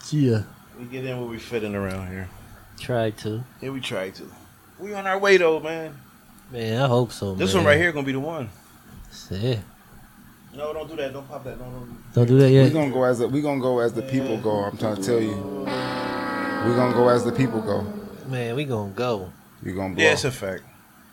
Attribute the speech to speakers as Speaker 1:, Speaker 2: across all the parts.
Speaker 1: See ya.
Speaker 2: We get in where we fit in around here.
Speaker 3: Try to.
Speaker 2: Yeah, we try to. We on our way though, man.
Speaker 3: Man, I hope so.
Speaker 2: This
Speaker 3: man.
Speaker 2: one right here gonna be the one.
Speaker 3: Yeah.
Speaker 2: No, don't do that. Don't pop that. Don't. don't.
Speaker 3: Don't do that
Speaker 4: We're
Speaker 3: yet.
Speaker 4: gonna go as the, we gonna go as the people go. I'm trying to tell you. We're gonna go as the people go.
Speaker 3: Man, we gonna go.
Speaker 4: You're gonna blow.
Speaker 2: Yeah, it's a fact.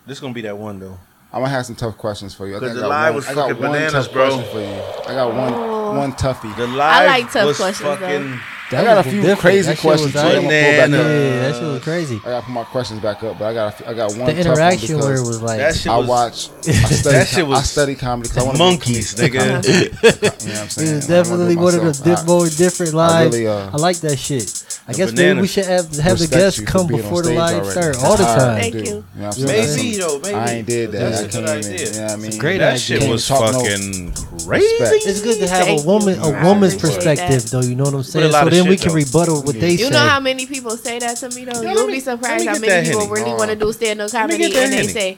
Speaker 2: This gonna be that one though.
Speaker 4: I'm gonna have some tough questions for you. I
Speaker 2: 'Cause
Speaker 4: think I
Speaker 2: the
Speaker 4: got
Speaker 2: lie
Speaker 4: one-
Speaker 2: was
Speaker 4: I got
Speaker 2: fucking
Speaker 4: one
Speaker 2: bananas,
Speaker 4: tough
Speaker 2: bro.
Speaker 4: question for you. I got one one toughie.
Speaker 2: The live
Speaker 5: like tough
Speaker 2: was
Speaker 5: questions, though.
Speaker 2: fucking.
Speaker 4: I got a
Speaker 3: was
Speaker 4: few
Speaker 3: different.
Speaker 4: crazy
Speaker 3: That shit
Speaker 4: questions
Speaker 3: was
Speaker 4: too. I'm gonna pull back
Speaker 2: bananas.
Speaker 4: up.
Speaker 3: Yeah, that shit was crazy.
Speaker 4: I gotta put my questions back up, but I got a few- I got
Speaker 3: The
Speaker 4: one tough one
Speaker 3: interaction where it
Speaker 4: because
Speaker 3: was like,
Speaker 2: That shit
Speaker 4: I
Speaker 2: was
Speaker 4: watch. I study,
Speaker 2: That shit
Speaker 4: I
Speaker 2: was
Speaker 4: study comedy because I want
Speaker 2: monkeys, nigga.
Speaker 4: You know what I'm
Speaker 3: it
Speaker 4: saying?
Speaker 3: was
Speaker 4: I wanna
Speaker 3: definitely
Speaker 4: do it
Speaker 3: one of
Speaker 4: myself.
Speaker 3: the di-
Speaker 4: I-
Speaker 3: more different lives. I,
Speaker 4: really, uh,
Speaker 3: like that shit. I
Speaker 2: the
Speaker 3: guess maybe we
Speaker 2: bananas
Speaker 3: should have, have the
Speaker 4: respect
Speaker 3: guests
Speaker 4: you for
Speaker 3: come
Speaker 4: being on
Speaker 3: before the
Speaker 4: stage
Speaker 3: live
Speaker 4: already.
Speaker 3: start all the
Speaker 4: That's how I
Speaker 3: time.
Speaker 5: Thank
Speaker 4: do.
Speaker 5: you.
Speaker 4: know what I'm
Speaker 3: You know what I'm
Speaker 4: saying?
Speaker 2: Maybe though. Maybe
Speaker 4: I ain't did that.
Speaker 2: That's a
Speaker 4: I came
Speaker 2: good
Speaker 4: in.
Speaker 2: idea.
Speaker 4: You know what I mean?
Speaker 3: great
Speaker 2: That
Speaker 3: idea.
Speaker 2: shit was
Speaker 4: Talk no-
Speaker 2: fucking
Speaker 4: Respect.
Speaker 2: crazy.
Speaker 3: It's good to have
Speaker 5: Thank
Speaker 3: a woman,
Speaker 5: you.
Speaker 3: a woman's
Speaker 5: I appreciate
Speaker 3: perspective,
Speaker 5: that.
Speaker 3: though. You know what I'm saying?
Speaker 2: lot
Speaker 3: So
Speaker 2: of
Speaker 3: then we
Speaker 2: shit,
Speaker 3: can
Speaker 2: though.
Speaker 3: rebuttal what they
Speaker 5: You
Speaker 3: say.
Speaker 5: know how many people say that to me though.
Speaker 2: Yeah, let
Speaker 5: You'll
Speaker 2: me-
Speaker 5: be
Speaker 2: let me
Speaker 5: surprised how
Speaker 2: get that
Speaker 5: many people
Speaker 2: Henny.
Speaker 5: really
Speaker 4: Oh.
Speaker 5: want to do stand up
Speaker 2: Let me
Speaker 5: comedy
Speaker 2: get that
Speaker 5: and they
Speaker 2: Henny.
Speaker 5: say,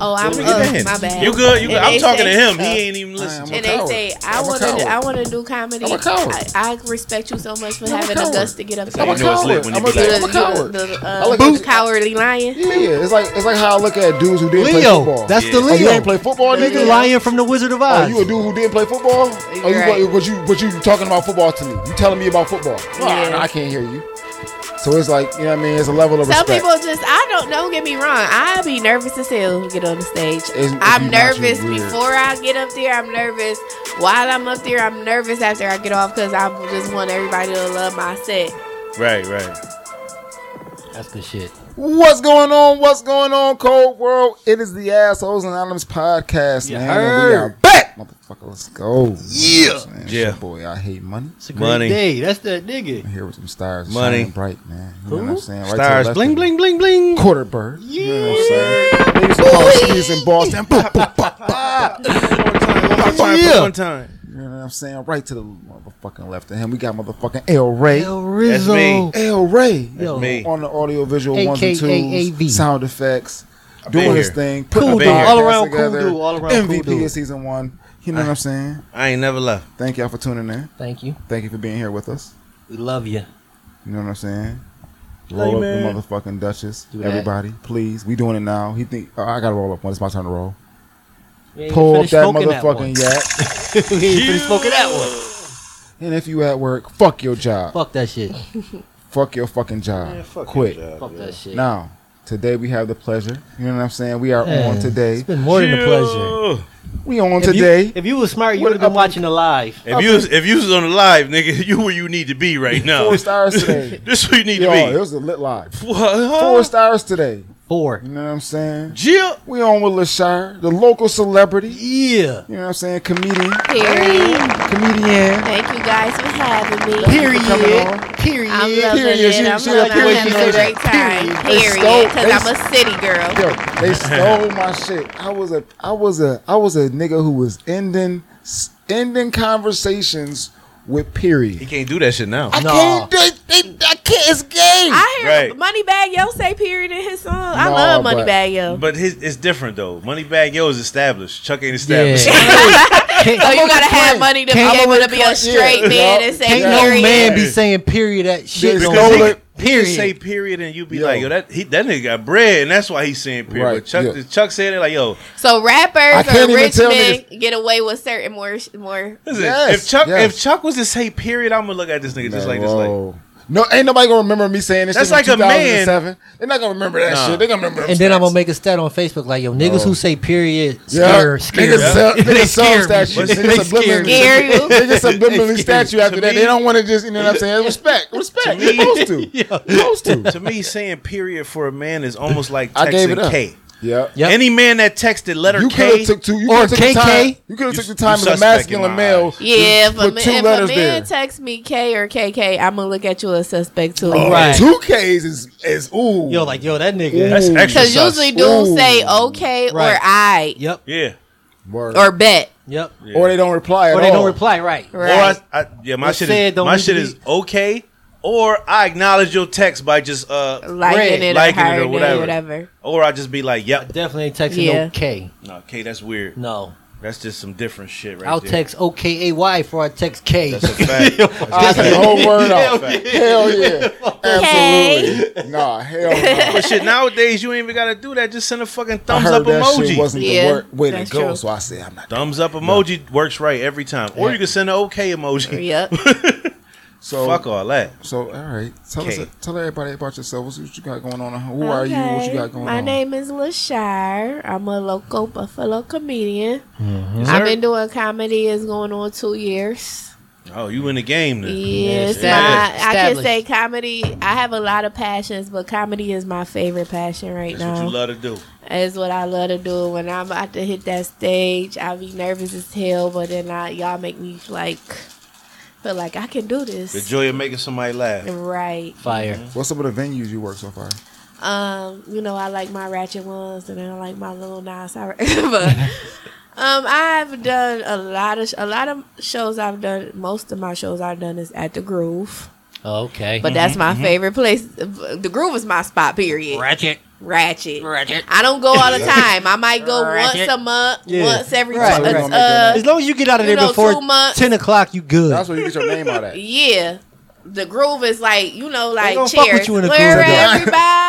Speaker 5: "Oh, I'm uh, my bad."
Speaker 2: You good? You good?
Speaker 5: And
Speaker 2: I'm
Speaker 5: they
Speaker 2: talking to
Speaker 5: say
Speaker 2: him. He
Speaker 5: stuff.
Speaker 2: ain't even listening.
Speaker 4: I'm a
Speaker 5: and they
Speaker 4: coward.
Speaker 5: say,
Speaker 4: I'm
Speaker 5: "I
Speaker 4: a
Speaker 5: want to,
Speaker 4: coward.
Speaker 5: I want to do comedy.
Speaker 4: I'm a coward.
Speaker 5: I, I respect you so much for
Speaker 4: I'm a
Speaker 5: having the
Speaker 4: coward.
Speaker 5: guts to get up
Speaker 2: I'm
Speaker 5: there."
Speaker 2: a
Speaker 5: You
Speaker 2: know it's lit
Speaker 4: coward.
Speaker 2: when
Speaker 4: I'm
Speaker 2: you
Speaker 4: a,
Speaker 2: be like,
Speaker 4: I'm a
Speaker 5: the,
Speaker 4: coward.
Speaker 5: the,
Speaker 4: I
Speaker 5: uh,
Speaker 4: look at you-
Speaker 5: cowardly lion.
Speaker 4: Yeah, it's like it's like how I look at dudes who didn't play
Speaker 3: Leo,
Speaker 4: football.
Speaker 3: that's the
Speaker 2: Yeah.
Speaker 4: Oh, you
Speaker 3: Leo,
Speaker 4: ain't play football,
Speaker 3: That's the
Speaker 4: nigga.
Speaker 3: lion from the Wizard of
Speaker 4: Oh,
Speaker 3: Oz.
Speaker 4: you a dude who didn't play football? Oh, you
Speaker 5: You're right.
Speaker 4: what you what you talking about football to me? You telling me about football? No,
Speaker 5: Yeah.
Speaker 4: I can't hear you. So it's like you know what I mean. It's a level of
Speaker 5: Some
Speaker 4: respect.
Speaker 5: people just, I don't, don't get me wrong. I be nervous as hell to get on the stage.
Speaker 4: It's- it's
Speaker 5: I'm
Speaker 4: not you,
Speaker 5: nervous
Speaker 4: weird.
Speaker 5: before I get up there. I'm nervous while I'm up there. I'm nervous after I get off because I just want everybody to love my set.
Speaker 2: Right, right.
Speaker 3: That's good shit.
Speaker 4: What's going on? What's going on, Cold World? It is the Assholes Anonymous podcast,
Speaker 3: You
Speaker 4: man. and we
Speaker 3: heard.
Speaker 4: are back, motherfucker. Let's go. Yeah, man, it's
Speaker 2: Yeah.
Speaker 4: your boy. I hate money.
Speaker 3: It's a great
Speaker 2: Money.
Speaker 3: day. That's that nigga.
Speaker 4: I'm here with some stars,
Speaker 2: Money.
Speaker 4: shining bright, man. You know what I'm
Speaker 3: Who?
Speaker 4: saying? Right to the
Speaker 2: Stars,
Speaker 4: left
Speaker 2: bling,
Speaker 4: of me.
Speaker 2: bling, bling, bling.
Speaker 4: Quarter bird. You know what I'm saying? They used to call skis in Boston. Boop, boop, boop, boop.
Speaker 2: One time, for
Speaker 3: Yeah.
Speaker 2: one time.
Speaker 4: You know what I'm saying? Right to the motherfucking left of him. We got motherfucking El Ray.
Speaker 3: El Rizzo.
Speaker 2: me.
Speaker 4: El Ray.
Speaker 3: Yo,
Speaker 2: me.
Speaker 4: On the audio visual ones and
Speaker 3: AKA AV.
Speaker 4: twos, sound effects,
Speaker 2: been
Speaker 4: doing his
Speaker 2: here.
Speaker 4: thing,
Speaker 3: Cool
Speaker 4: the
Speaker 2: dude,
Speaker 4: podcast
Speaker 2: all
Speaker 3: around cool
Speaker 4: together.
Speaker 3: dude, all around cool
Speaker 4: MVP
Speaker 3: dude.
Speaker 4: of season one. You know what I'm saying?
Speaker 2: I ain't never left.
Speaker 4: Thank y'all for tuning in.
Speaker 3: Thank you.
Speaker 4: Thank you for being here with us.
Speaker 3: We love you.
Speaker 4: You know what I'm saying?
Speaker 2: Hey,
Speaker 4: Roll
Speaker 2: man.
Speaker 4: up the motherfucking Duchess,
Speaker 3: Do that.
Speaker 4: everybody, please. We doing it now. He think oh, I gotta roll up one. It's my turn to roll.
Speaker 3: We ain't
Speaker 4: Pull up
Speaker 3: finished
Speaker 4: that
Speaker 3: smoking
Speaker 4: motherfucking
Speaker 3: that
Speaker 4: yak.
Speaker 3: one. we ain't finished smoking that one.
Speaker 4: And if you at work, fuck your job. Fuck,
Speaker 3: Fuck that shit.
Speaker 4: your fucking job.
Speaker 2: Man, fuck
Speaker 4: Quit.
Speaker 2: your job,
Speaker 3: Fuck
Speaker 2: yeah.
Speaker 3: that shit.
Speaker 4: Now, today we have the pleasure. You know what I'm saying? We are
Speaker 3: Yeah,
Speaker 4: on
Speaker 3: It's
Speaker 4: today.
Speaker 3: been more than a pleasure.
Speaker 2: Yeah.
Speaker 4: We on
Speaker 3: If you-
Speaker 4: today.
Speaker 3: if you was smart, you
Speaker 4: What
Speaker 3: would have been
Speaker 4: up-
Speaker 3: watching the live.
Speaker 2: If you was, if you was on the live, nigga, you where you need to be right now.
Speaker 4: Four stars today.
Speaker 2: this where you need
Speaker 4: Yo, it
Speaker 2: to
Speaker 4: was a lit live.
Speaker 2: be. What?
Speaker 4: Four stars today.
Speaker 3: Four.
Speaker 4: You know what I'm saying?
Speaker 2: Jill.
Speaker 4: We on with LaShire, the local celebrity.
Speaker 3: Yeah.
Speaker 4: You know what I'm saying? Comedian.
Speaker 5: Period.
Speaker 4: Comedian.
Speaker 5: Thank you guys for having me.
Speaker 4: Period.
Speaker 3: Period.
Speaker 5: I'm
Speaker 4: Yeah,
Speaker 5: loving
Speaker 4: period.
Speaker 5: it.
Speaker 4: She-
Speaker 5: I'm
Speaker 4: she
Speaker 5: loving
Speaker 4: like the way
Speaker 5: it.
Speaker 4: she
Speaker 5: I'm having
Speaker 4: said
Speaker 5: a great
Speaker 4: that. Period.
Speaker 5: time.
Speaker 4: They stole-
Speaker 5: Period. Because
Speaker 4: they
Speaker 5: I'm a city girl.
Speaker 4: Yo, they stole my shit. I was a I was a I was a nigga who was ending ending conversations with
Speaker 2: He
Speaker 4: period.
Speaker 2: can't do that shit now.
Speaker 4: I
Speaker 3: No.
Speaker 4: can't they, they, I can't it's gay.
Speaker 5: I hear
Speaker 2: Right.
Speaker 5: Moneybag Yo say period in his song. I
Speaker 4: No,
Speaker 5: love
Speaker 4: but-
Speaker 5: Moneybag Yo.
Speaker 2: But his, it's different though. Moneybag Yo is established. Chuck ain't established.
Speaker 5: so
Speaker 3: Can't,
Speaker 5: you gotta have
Speaker 4: complain.
Speaker 5: money to
Speaker 3: Can't-
Speaker 5: be able to
Speaker 4: I'm
Speaker 5: be
Speaker 4: gonna
Speaker 5: a straight
Speaker 4: complain.
Speaker 5: man
Speaker 4: Yeah.
Speaker 5: and say
Speaker 3: can't
Speaker 5: period.
Speaker 3: no man be saying period at shit.
Speaker 4: They
Speaker 3: no
Speaker 4: stole
Speaker 3: more.
Speaker 4: it.
Speaker 2: Period.
Speaker 3: Period.
Speaker 2: say period, and you be
Speaker 4: Yo.
Speaker 2: like, yo, that he, that nigga got bread, and that's why he's saying period.
Speaker 4: Right,
Speaker 2: But Chuck,
Speaker 4: yeah.
Speaker 2: Chuck said it like, yo,
Speaker 5: So
Speaker 4: I
Speaker 5: rappers
Speaker 4: can't
Speaker 5: or
Speaker 4: even
Speaker 5: rich
Speaker 4: tell
Speaker 5: men get away with certain more more.
Speaker 2: listen,
Speaker 4: Yes,
Speaker 2: if Chuck
Speaker 4: yes.
Speaker 2: if Chuck was to say period, I'm gonna look at this nigga just like this, like
Speaker 4: Whoa. No, ain't nobody gonna remember me saying this.
Speaker 2: That's like
Speaker 4: shit in
Speaker 2: a man.
Speaker 4: 2007. They're not gonna remember that
Speaker 2: Nah.
Speaker 4: shit. They're gonna remember.
Speaker 3: And then I'm gonna make a stat on Facebook like, yo, niggas
Speaker 4: No.
Speaker 3: who say period
Speaker 4: Yeah,
Speaker 3: scare, scare
Speaker 4: niggas
Speaker 3: me.
Speaker 4: sell,
Speaker 3: They
Speaker 4: niggas sell
Speaker 3: scare me.
Speaker 4: statues.
Speaker 2: They
Speaker 4: Niggas
Speaker 3: scare me.
Speaker 4: subliminally-
Speaker 5: Scare you.
Speaker 4: They just subliminally statue after
Speaker 2: To
Speaker 4: that.
Speaker 2: me-
Speaker 4: They don't want to just, you know what I'm saying? Respect, respect.
Speaker 2: To me-
Speaker 4: You're supposed to. You're supposed to.
Speaker 2: to me, saying period for a man is almost like
Speaker 4: I
Speaker 2: texting
Speaker 4: gave it up.
Speaker 2: K.
Speaker 4: Yeah.
Speaker 3: Yep.
Speaker 2: Any man that texted letter
Speaker 4: You could
Speaker 2: K,
Speaker 4: have took two. You
Speaker 3: Or
Speaker 4: could have took the time.
Speaker 3: KK.
Speaker 4: You could have
Speaker 2: You-
Speaker 4: took the
Speaker 2: you
Speaker 4: time as a
Speaker 2: suspect in my
Speaker 4: masculine
Speaker 2: eyes.
Speaker 4: male.
Speaker 5: Yeah, if
Speaker 4: with-
Speaker 5: a,
Speaker 4: with
Speaker 5: man,
Speaker 4: two
Speaker 5: if a
Speaker 4: letters
Speaker 5: man
Speaker 4: there.
Speaker 5: texts me K or KK, I'm gonna look at you as suspect too.
Speaker 3: Right.
Speaker 4: Two K's is is ooh.
Speaker 3: Yo, like, yo, that nigga.
Speaker 2: that's
Speaker 4: Ooh.
Speaker 2: extra.
Speaker 5: Because
Speaker 2: Sauce.
Speaker 5: usually dudes
Speaker 4: Ooh.
Speaker 5: say okay or
Speaker 3: Right.
Speaker 5: I
Speaker 3: Yep.
Speaker 2: yeah.
Speaker 4: Word.
Speaker 5: or bet.
Speaker 3: Yep.
Speaker 2: yeah.
Speaker 4: or they don't reply at
Speaker 3: Or they
Speaker 4: all.
Speaker 3: don't reply right.
Speaker 5: Right.
Speaker 2: Or I, I, yeah, my
Speaker 3: What's
Speaker 2: shit
Speaker 3: said
Speaker 2: is
Speaker 3: don't
Speaker 2: my
Speaker 3: need to
Speaker 2: shit
Speaker 3: be-
Speaker 2: is okay. Or I acknowledge your text by just uh,
Speaker 5: liking it
Speaker 2: liking
Speaker 5: or
Speaker 2: it or
Speaker 5: hiring
Speaker 2: whatever.
Speaker 5: whatever.
Speaker 2: or I just be like,
Speaker 3: I
Speaker 2: yep.
Speaker 3: definitely ain't texting
Speaker 5: Yeah.
Speaker 3: no K.
Speaker 2: No, K, that's weird.
Speaker 3: No.
Speaker 2: That's just some different shit right
Speaker 3: I'll
Speaker 2: there.
Speaker 3: text OKAY before I text K.
Speaker 2: That's a fact.
Speaker 4: I
Speaker 2: That's
Speaker 4: said the whole word
Speaker 2: a
Speaker 4: off.
Speaker 2: fact.
Speaker 4: Hell yeah. Absolutely. Nah, hell no.
Speaker 2: But shit, nowadays you ain't even gotta do that. Just send a fucking
Speaker 4: I
Speaker 2: thumbs
Speaker 4: heard
Speaker 2: up
Speaker 4: that shit
Speaker 2: emoji.
Speaker 4: wasn't
Speaker 5: Yeah,
Speaker 4: the wor- way to
Speaker 5: that's
Speaker 4: go,
Speaker 5: true.
Speaker 4: so I said I'm not.
Speaker 2: Thumbs up emoji works right every time. Or you can send an okay emoji.
Speaker 5: Yep.
Speaker 4: So
Speaker 2: Fuck all that.
Speaker 4: So all right, tell us,
Speaker 2: Okay.
Speaker 4: tell everybody about yourself. What's, what you got going on? Who are you? What you
Speaker 5: Okay.
Speaker 4: got going
Speaker 5: My
Speaker 4: on?
Speaker 5: name is LaShire. I'm a local Buffalo comedian.
Speaker 2: Yes,
Speaker 5: I've
Speaker 2: sir?
Speaker 5: been doing comedy. It's going on two years.
Speaker 2: Oh, you in the game then?
Speaker 5: Yes,
Speaker 3: Yeah,
Speaker 5: my- I can
Speaker 3: established.
Speaker 5: say comedy. I have a lot of passions, but comedy is my favorite passion right
Speaker 2: That's what you
Speaker 5: now.
Speaker 2: love to do.
Speaker 5: It's what I love to do. When I'm about to hit that stage, I be nervous as hell, but then I y'all make me like feel like I can do
Speaker 2: The
Speaker 5: this.
Speaker 2: joy of making somebody laugh. Oh,
Speaker 5: Right.
Speaker 3: Fire.
Speaker 4: What's some of the venues you work so far?
Speaker 5: Um, you know, I like my ratchet ones, and I like my little Nas. I- but um, I've done a lot of a lot of shows. I've done most of my shows I've done is at the Groove,
Speaker 3: Oh, Okay.
Speaker 5: but
Speaker 3: Mm-hmm,
Speaker 5: that's my favorite place. The Groove is my spot. Period.
Speaker 3: Ratchet.
Speaker 5: Ratchet.
Speaker 3: Ratchet.
Speaker 5: I don't go all the time. I might go
Speaker 3: Ratchet.
Speaker 5: once a month,
Speaker 3: Yeah.
Speaker 5: once every
Speaker 3: Right.
Speaker 5: two-
Speaker 4: So we gonna make that
Speaker 5: uh,
Speaker 3: As long as you get out of
Speaker 5: You
Speaker 3: there
Speaker 5: know,
Speaker 3: before
Speaker 5: two months.
Speaker 3: ten o'clock, you good.
Speaker 4: That's where you get your name out at.
Speaker 5: yeah. The groove is like you know, like
Speaker 3: gonna
Speaker 5: cheers.
Speaker 3: fuck with you in the
Speaker 5: Where
Speaker 3: groove, though.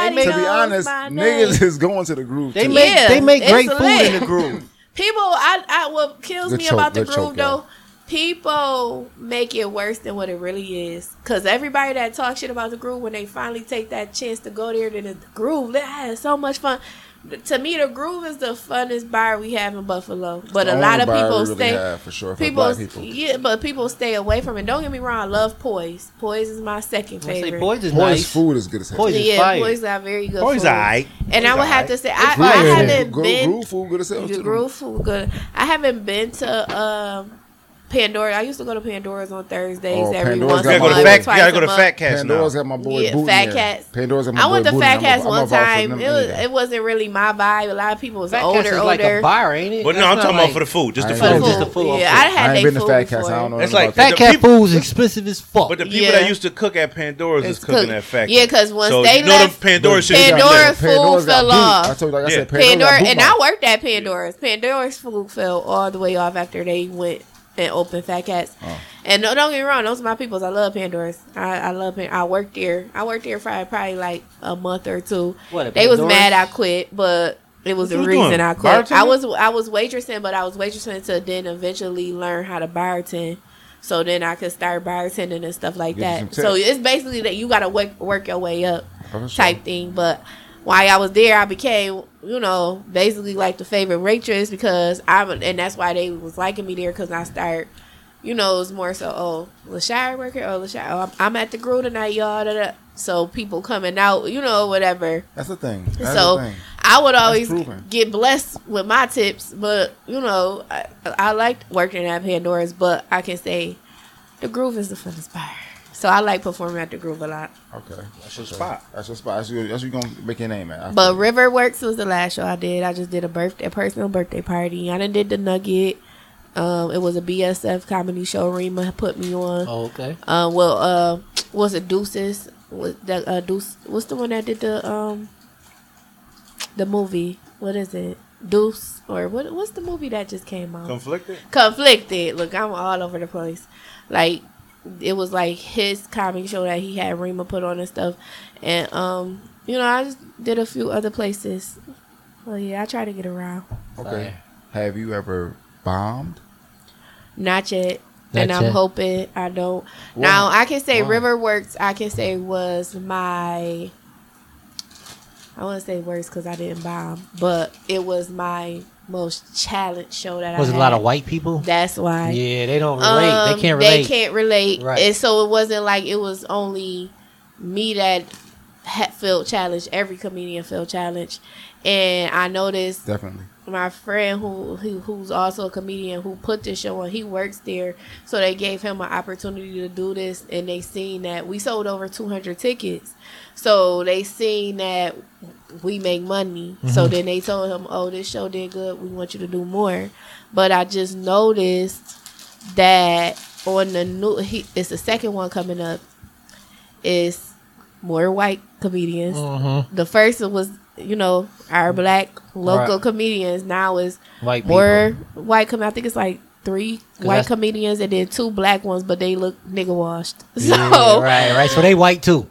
Speaker 5: everybody
Speaker 4: to be
Speaker 5: knows
Speaker 4: honest,
Speaker 5: my name.
Speaker 4: niggas is going to the groove.
Speaker 3: they
Speaker 4: too.
Speaker 3: make
Speaker 5: Yeah,
Speaker 3: they make
Speaker 5: it's
Speaker 3: great food
Speaker 5: lit.
Speaker 3: in the groove.
Speaker 5: People, I, I what kills
Speaker 4: Good
Speaker 5: me
Speaker 4: choke,
Speaker 5: about the
Speaker 4: good
Speaker 5: groove
Speaker 4: choke, y'all.
Speaker 5: though. People make it worse than what it really is. Cause everybody that talks shit about the groove, when they finally take that chance to go there, then the groove, I had so much fun. To me, the groove is the funnest bar we have in Buffalo. But a
Speaker 4: Only
Speaker 5: lot of
Speaker 4: bar
Speaker 5: people
Speaker 4: we really
Speaker 5: stay.
Speaker 4: have, for sure. For
Speaker 5: People,
Speaker 4: black people,
Speaker 5: yeah, but people stay away from it. Don't get me wrong, I love Poise. Poise is my second
Speaker 3: I say
Speaker 5: favorite.
Speaker 3: boys is
Speaker 4: Boys,
Speaker 3: nice.
Speaker 4: food is good as hell.
Speaker 3: Poise is
Speaker 5: yeah,
Speaker 3: fire.
Speaker 5: Poise got very good.
Speaker 2: Boy's
Speaker 5: food.
Speaker 2: alright.
Speaker 5: And I
Speaker 2: Poise
Speaker 5: would have
Speaker 2: alright.
Speaker 5: to say, I,
Speaker 4: Food
Speaker 5: I
Speaker 4: is good.
Speaker 5: haven't
Speaker 4: Gro-
Speaker 5: been
Speaker 4: groove food good as hell.
Speaker 5: the
Speaker 4: too.
Speaker 5: groove food good. I haven't been to um, Pandora. I used to go to Pandora's on Thursdays
Speaker 4: Oh,
Speaker 5: every
Speaker 4: Pandora's
Speaker 5: once
Speaker 2: You
Speaker 5: a
Speaker 2: gotta
Speaker 4: got
Speaker 2: go to
Speaker 5: month.
Speaker 4: my
Speaker 2: Fat, you
Speaker 5: twice
Speaker 2: gotta go
Speaker 5: a
Speaker 2: to
Speaker 5: month.
Speaker 2: fat Cats now.
Speaker 4: Pandora's had my boy
Speaker 5: Yeah,
Speaker 4: Booty
Speaker 5: Fat
Speaker 4: in.
Speaker 5: Cats.
Speaker 4: Pandora's had my
Speaker 5: I
Speaker 4: boy
Speaker 5: went to
Speaker 4: Booty
Speaker 5: Fat
Speaker 4: in. I'm a-
Speaker 5: Cats
Speaker 4: I'm a
Speaker 5: one
Speaker 4: vouch for
Speaker 5: time.
Speaker 4: them
Speaker 5: It was
Speaker 4: niggas.
Speaker 5: it wasn't really my vibe. A lot of people was
Speaker 3: Fat Cats
Speaker 5: older,
Speaker 3: is like
Speaker 5: older.
Speaker 3: a bar, ain't it?
Speaker 2: But no,
Speaker 3: That's
Speaker 2: I'm
Speaker 3: not
Speaker 2: talking
Speaker 3: like-
Speaker 2: about for the food, just the
Speaker 4: I
Speaker 2: food.
Speaker 4: ain't
Speaker 5: For
Speaker 3: just the
Speaker 5: food.
Speaker 3: food.
Speaker 5: Yeah, I
Speaker 4: I
Speaker 5: had
Speaker 4: ain't
Speaker 5: they
Speaker 4: been
Speaker 5: food
Speaker 4: to Fat
Speaker 5: before.
Speaker 4: Cats. I don't know.
Speaker 2: That's
Speaker 4: nothing
Speaker 2: like
Speaker 4: about
Speaker 3: Fat
Speaker 2: The
Speaker 3: cat
Speaker 2: people-
Speaker 3: food's expensive as fuck.
Speaker 2: But the people
Speaker 5: Yeah.
Speaker 2: that used to cook at Pandora's
Speaker 5: It's
Speaker 2: is cooking
Speaker 5: cooked.
Speaker 2: at Fat
Speaker 5: Yeah,
Speaker 2: Cats.
Speaker 5: 'cause once
Speaker 2: so
Speaker 5: they
Speaker 2: you know
Speaker 5: left-
Speaker 2: them Pandora's
Speaker 4: that.
Speaker 2: shit
Speaker 5: Pandora-
Speaker 2: got lit.
Speaker 5: Pandora's food
Speaker 4: got
Speaker 5: fell
Speaker 4: boot.
Speaker 5: off.
Speaker 4: I told you, like I
Speaker 2: Yeah.
Speaker 4: said,
Speaker 5: Pandora,
Speaker 4: Pandora's
Speaker 5: and I worked at Pandora's. Pandora's food fell all the way off after they went and opened Fat Cats.
Speaker 4: Oh.
Speaker 5: And no, don't get me wrong, those are my peoples. I love Pandora's. I, I love. Pan- I worked there. I worked there for probably like a month or two.
Speaker 3: What, at
Speaker 5: they was
Speaker 3: Pandora's?
Speaker 5: mad I quit, but it
Speaker 2: What
Speaker 5: was the
Speaker 2: you doing,
Speaker 5: reason I quit. I
Speaker 2: bartending?
Speaker 5: was I was waitressing, but I was waitressing to then eventually learn how to bartend. So then I could start bartending and stuff like
Speaker 4: Give you
Speaker 5: that.
Speaker 4: some
Speaker 5: So
Speaker 4: tips.
Speaker 5: it's basically that you gotta work work your way up
Speaker 4: Oh, sure.
Speaker 5: type thing. But while I was there, I became, you know, basically like the favorite waitress because I am and that's why they was liking me there because I start, you know, it was more so oh Lashire worker, oh Lashire, oh, I'm, I'm at the grill tonight, y'all. Da, da. So people coming out, you know, whatever.
Speaker 4: That's the thing. That's
Speaker 5: so
Speaker 4: the thing.
Speaker 5: I would always
Speaker 4: proven.
Speaker 5: get blessed with my tips, but you know, I, I liked working at Pandora's, but I can say the groove is the funnest part. So I like performing at the groove a lot.
Speaker 4: Okay. That's
Speaker 2: your spot.
Speaker 4: That's your spot. That's where that's where you gonna make your name at. I
Speaker 5: But
Speaker 4: feel you.
Speaker 5: Riverworks was the last show I did. I just did a birthday, a personal birthday party. I done did the Nugget. Um, it was a BSF comedy show. Rima put me on.
Speaker 3: Oh, okay.
Speaker 5: Um, well, uh, was it Deuces? Was the uh, Deuce? What's the one that did the um, the movie? What is it? Deuce or what? What's the movie that just came out?
Speaker 2: Conflicted?
Speaker 5: conflicted. Look, I'm all over the place. Like it was like his comedy show that he had Rima put on and stuff, and um, you know, I just did a few other places. Well, yeah, I try to get around.
Speaker 4: okay. Have you ever bombed?
Speaker 5: Not yet.
Speaker 3: Not
Speaker 5: and I'm
Speaker 3: yet.
Speaker 5: hoping I don't. Now I can say
Speaker 4: Why?
Speaker 5: Riverworks. I can say was my. I want to say worse because I didn't bomb, but it was my most challenged show that
Speaker 3: Was
Speaker 5: I
Speaker 3: it a lot
Speaker 5: had.
Speaker 3: of white people?
Speaker 5: That's why.
Speaker 3: Yeah, they don't relate.
Speaker 5: Um,
Speaker 3: they can't relate.
Speaker 5: can't relate.
Speaker 3: Right.
Speaker 5: And so it wasn't like it was only me that had felt challenged. Every comedian felt challenged. And I noticed
Speaker 4: Definitely.
Speaker 5: my friend who, who who's also a comedian who put this show on, he works there. So they gave him an opportunity to do this and they seen that we sold over 200 tickets. So they seen that we make money. So then they told him, "Oh, this show did good. We want you to do more." But I just noticed that on the new, he, it's the second one coming up. Is more white comedians.
Speaker 3: Oh. Mm-hmm.
Speaker 5: The first was, you know, our black local
Speaker 3: Right.
Speaker 5: comedians. Now is
Speaker 3: White
Speaker 5: more white com- I think it's like three white
Speaker 3: that's-
Speaker 5: comedians and then two black ones, but they look nigga washed. So
Speaker 3: Yeah, right, right. So they white too.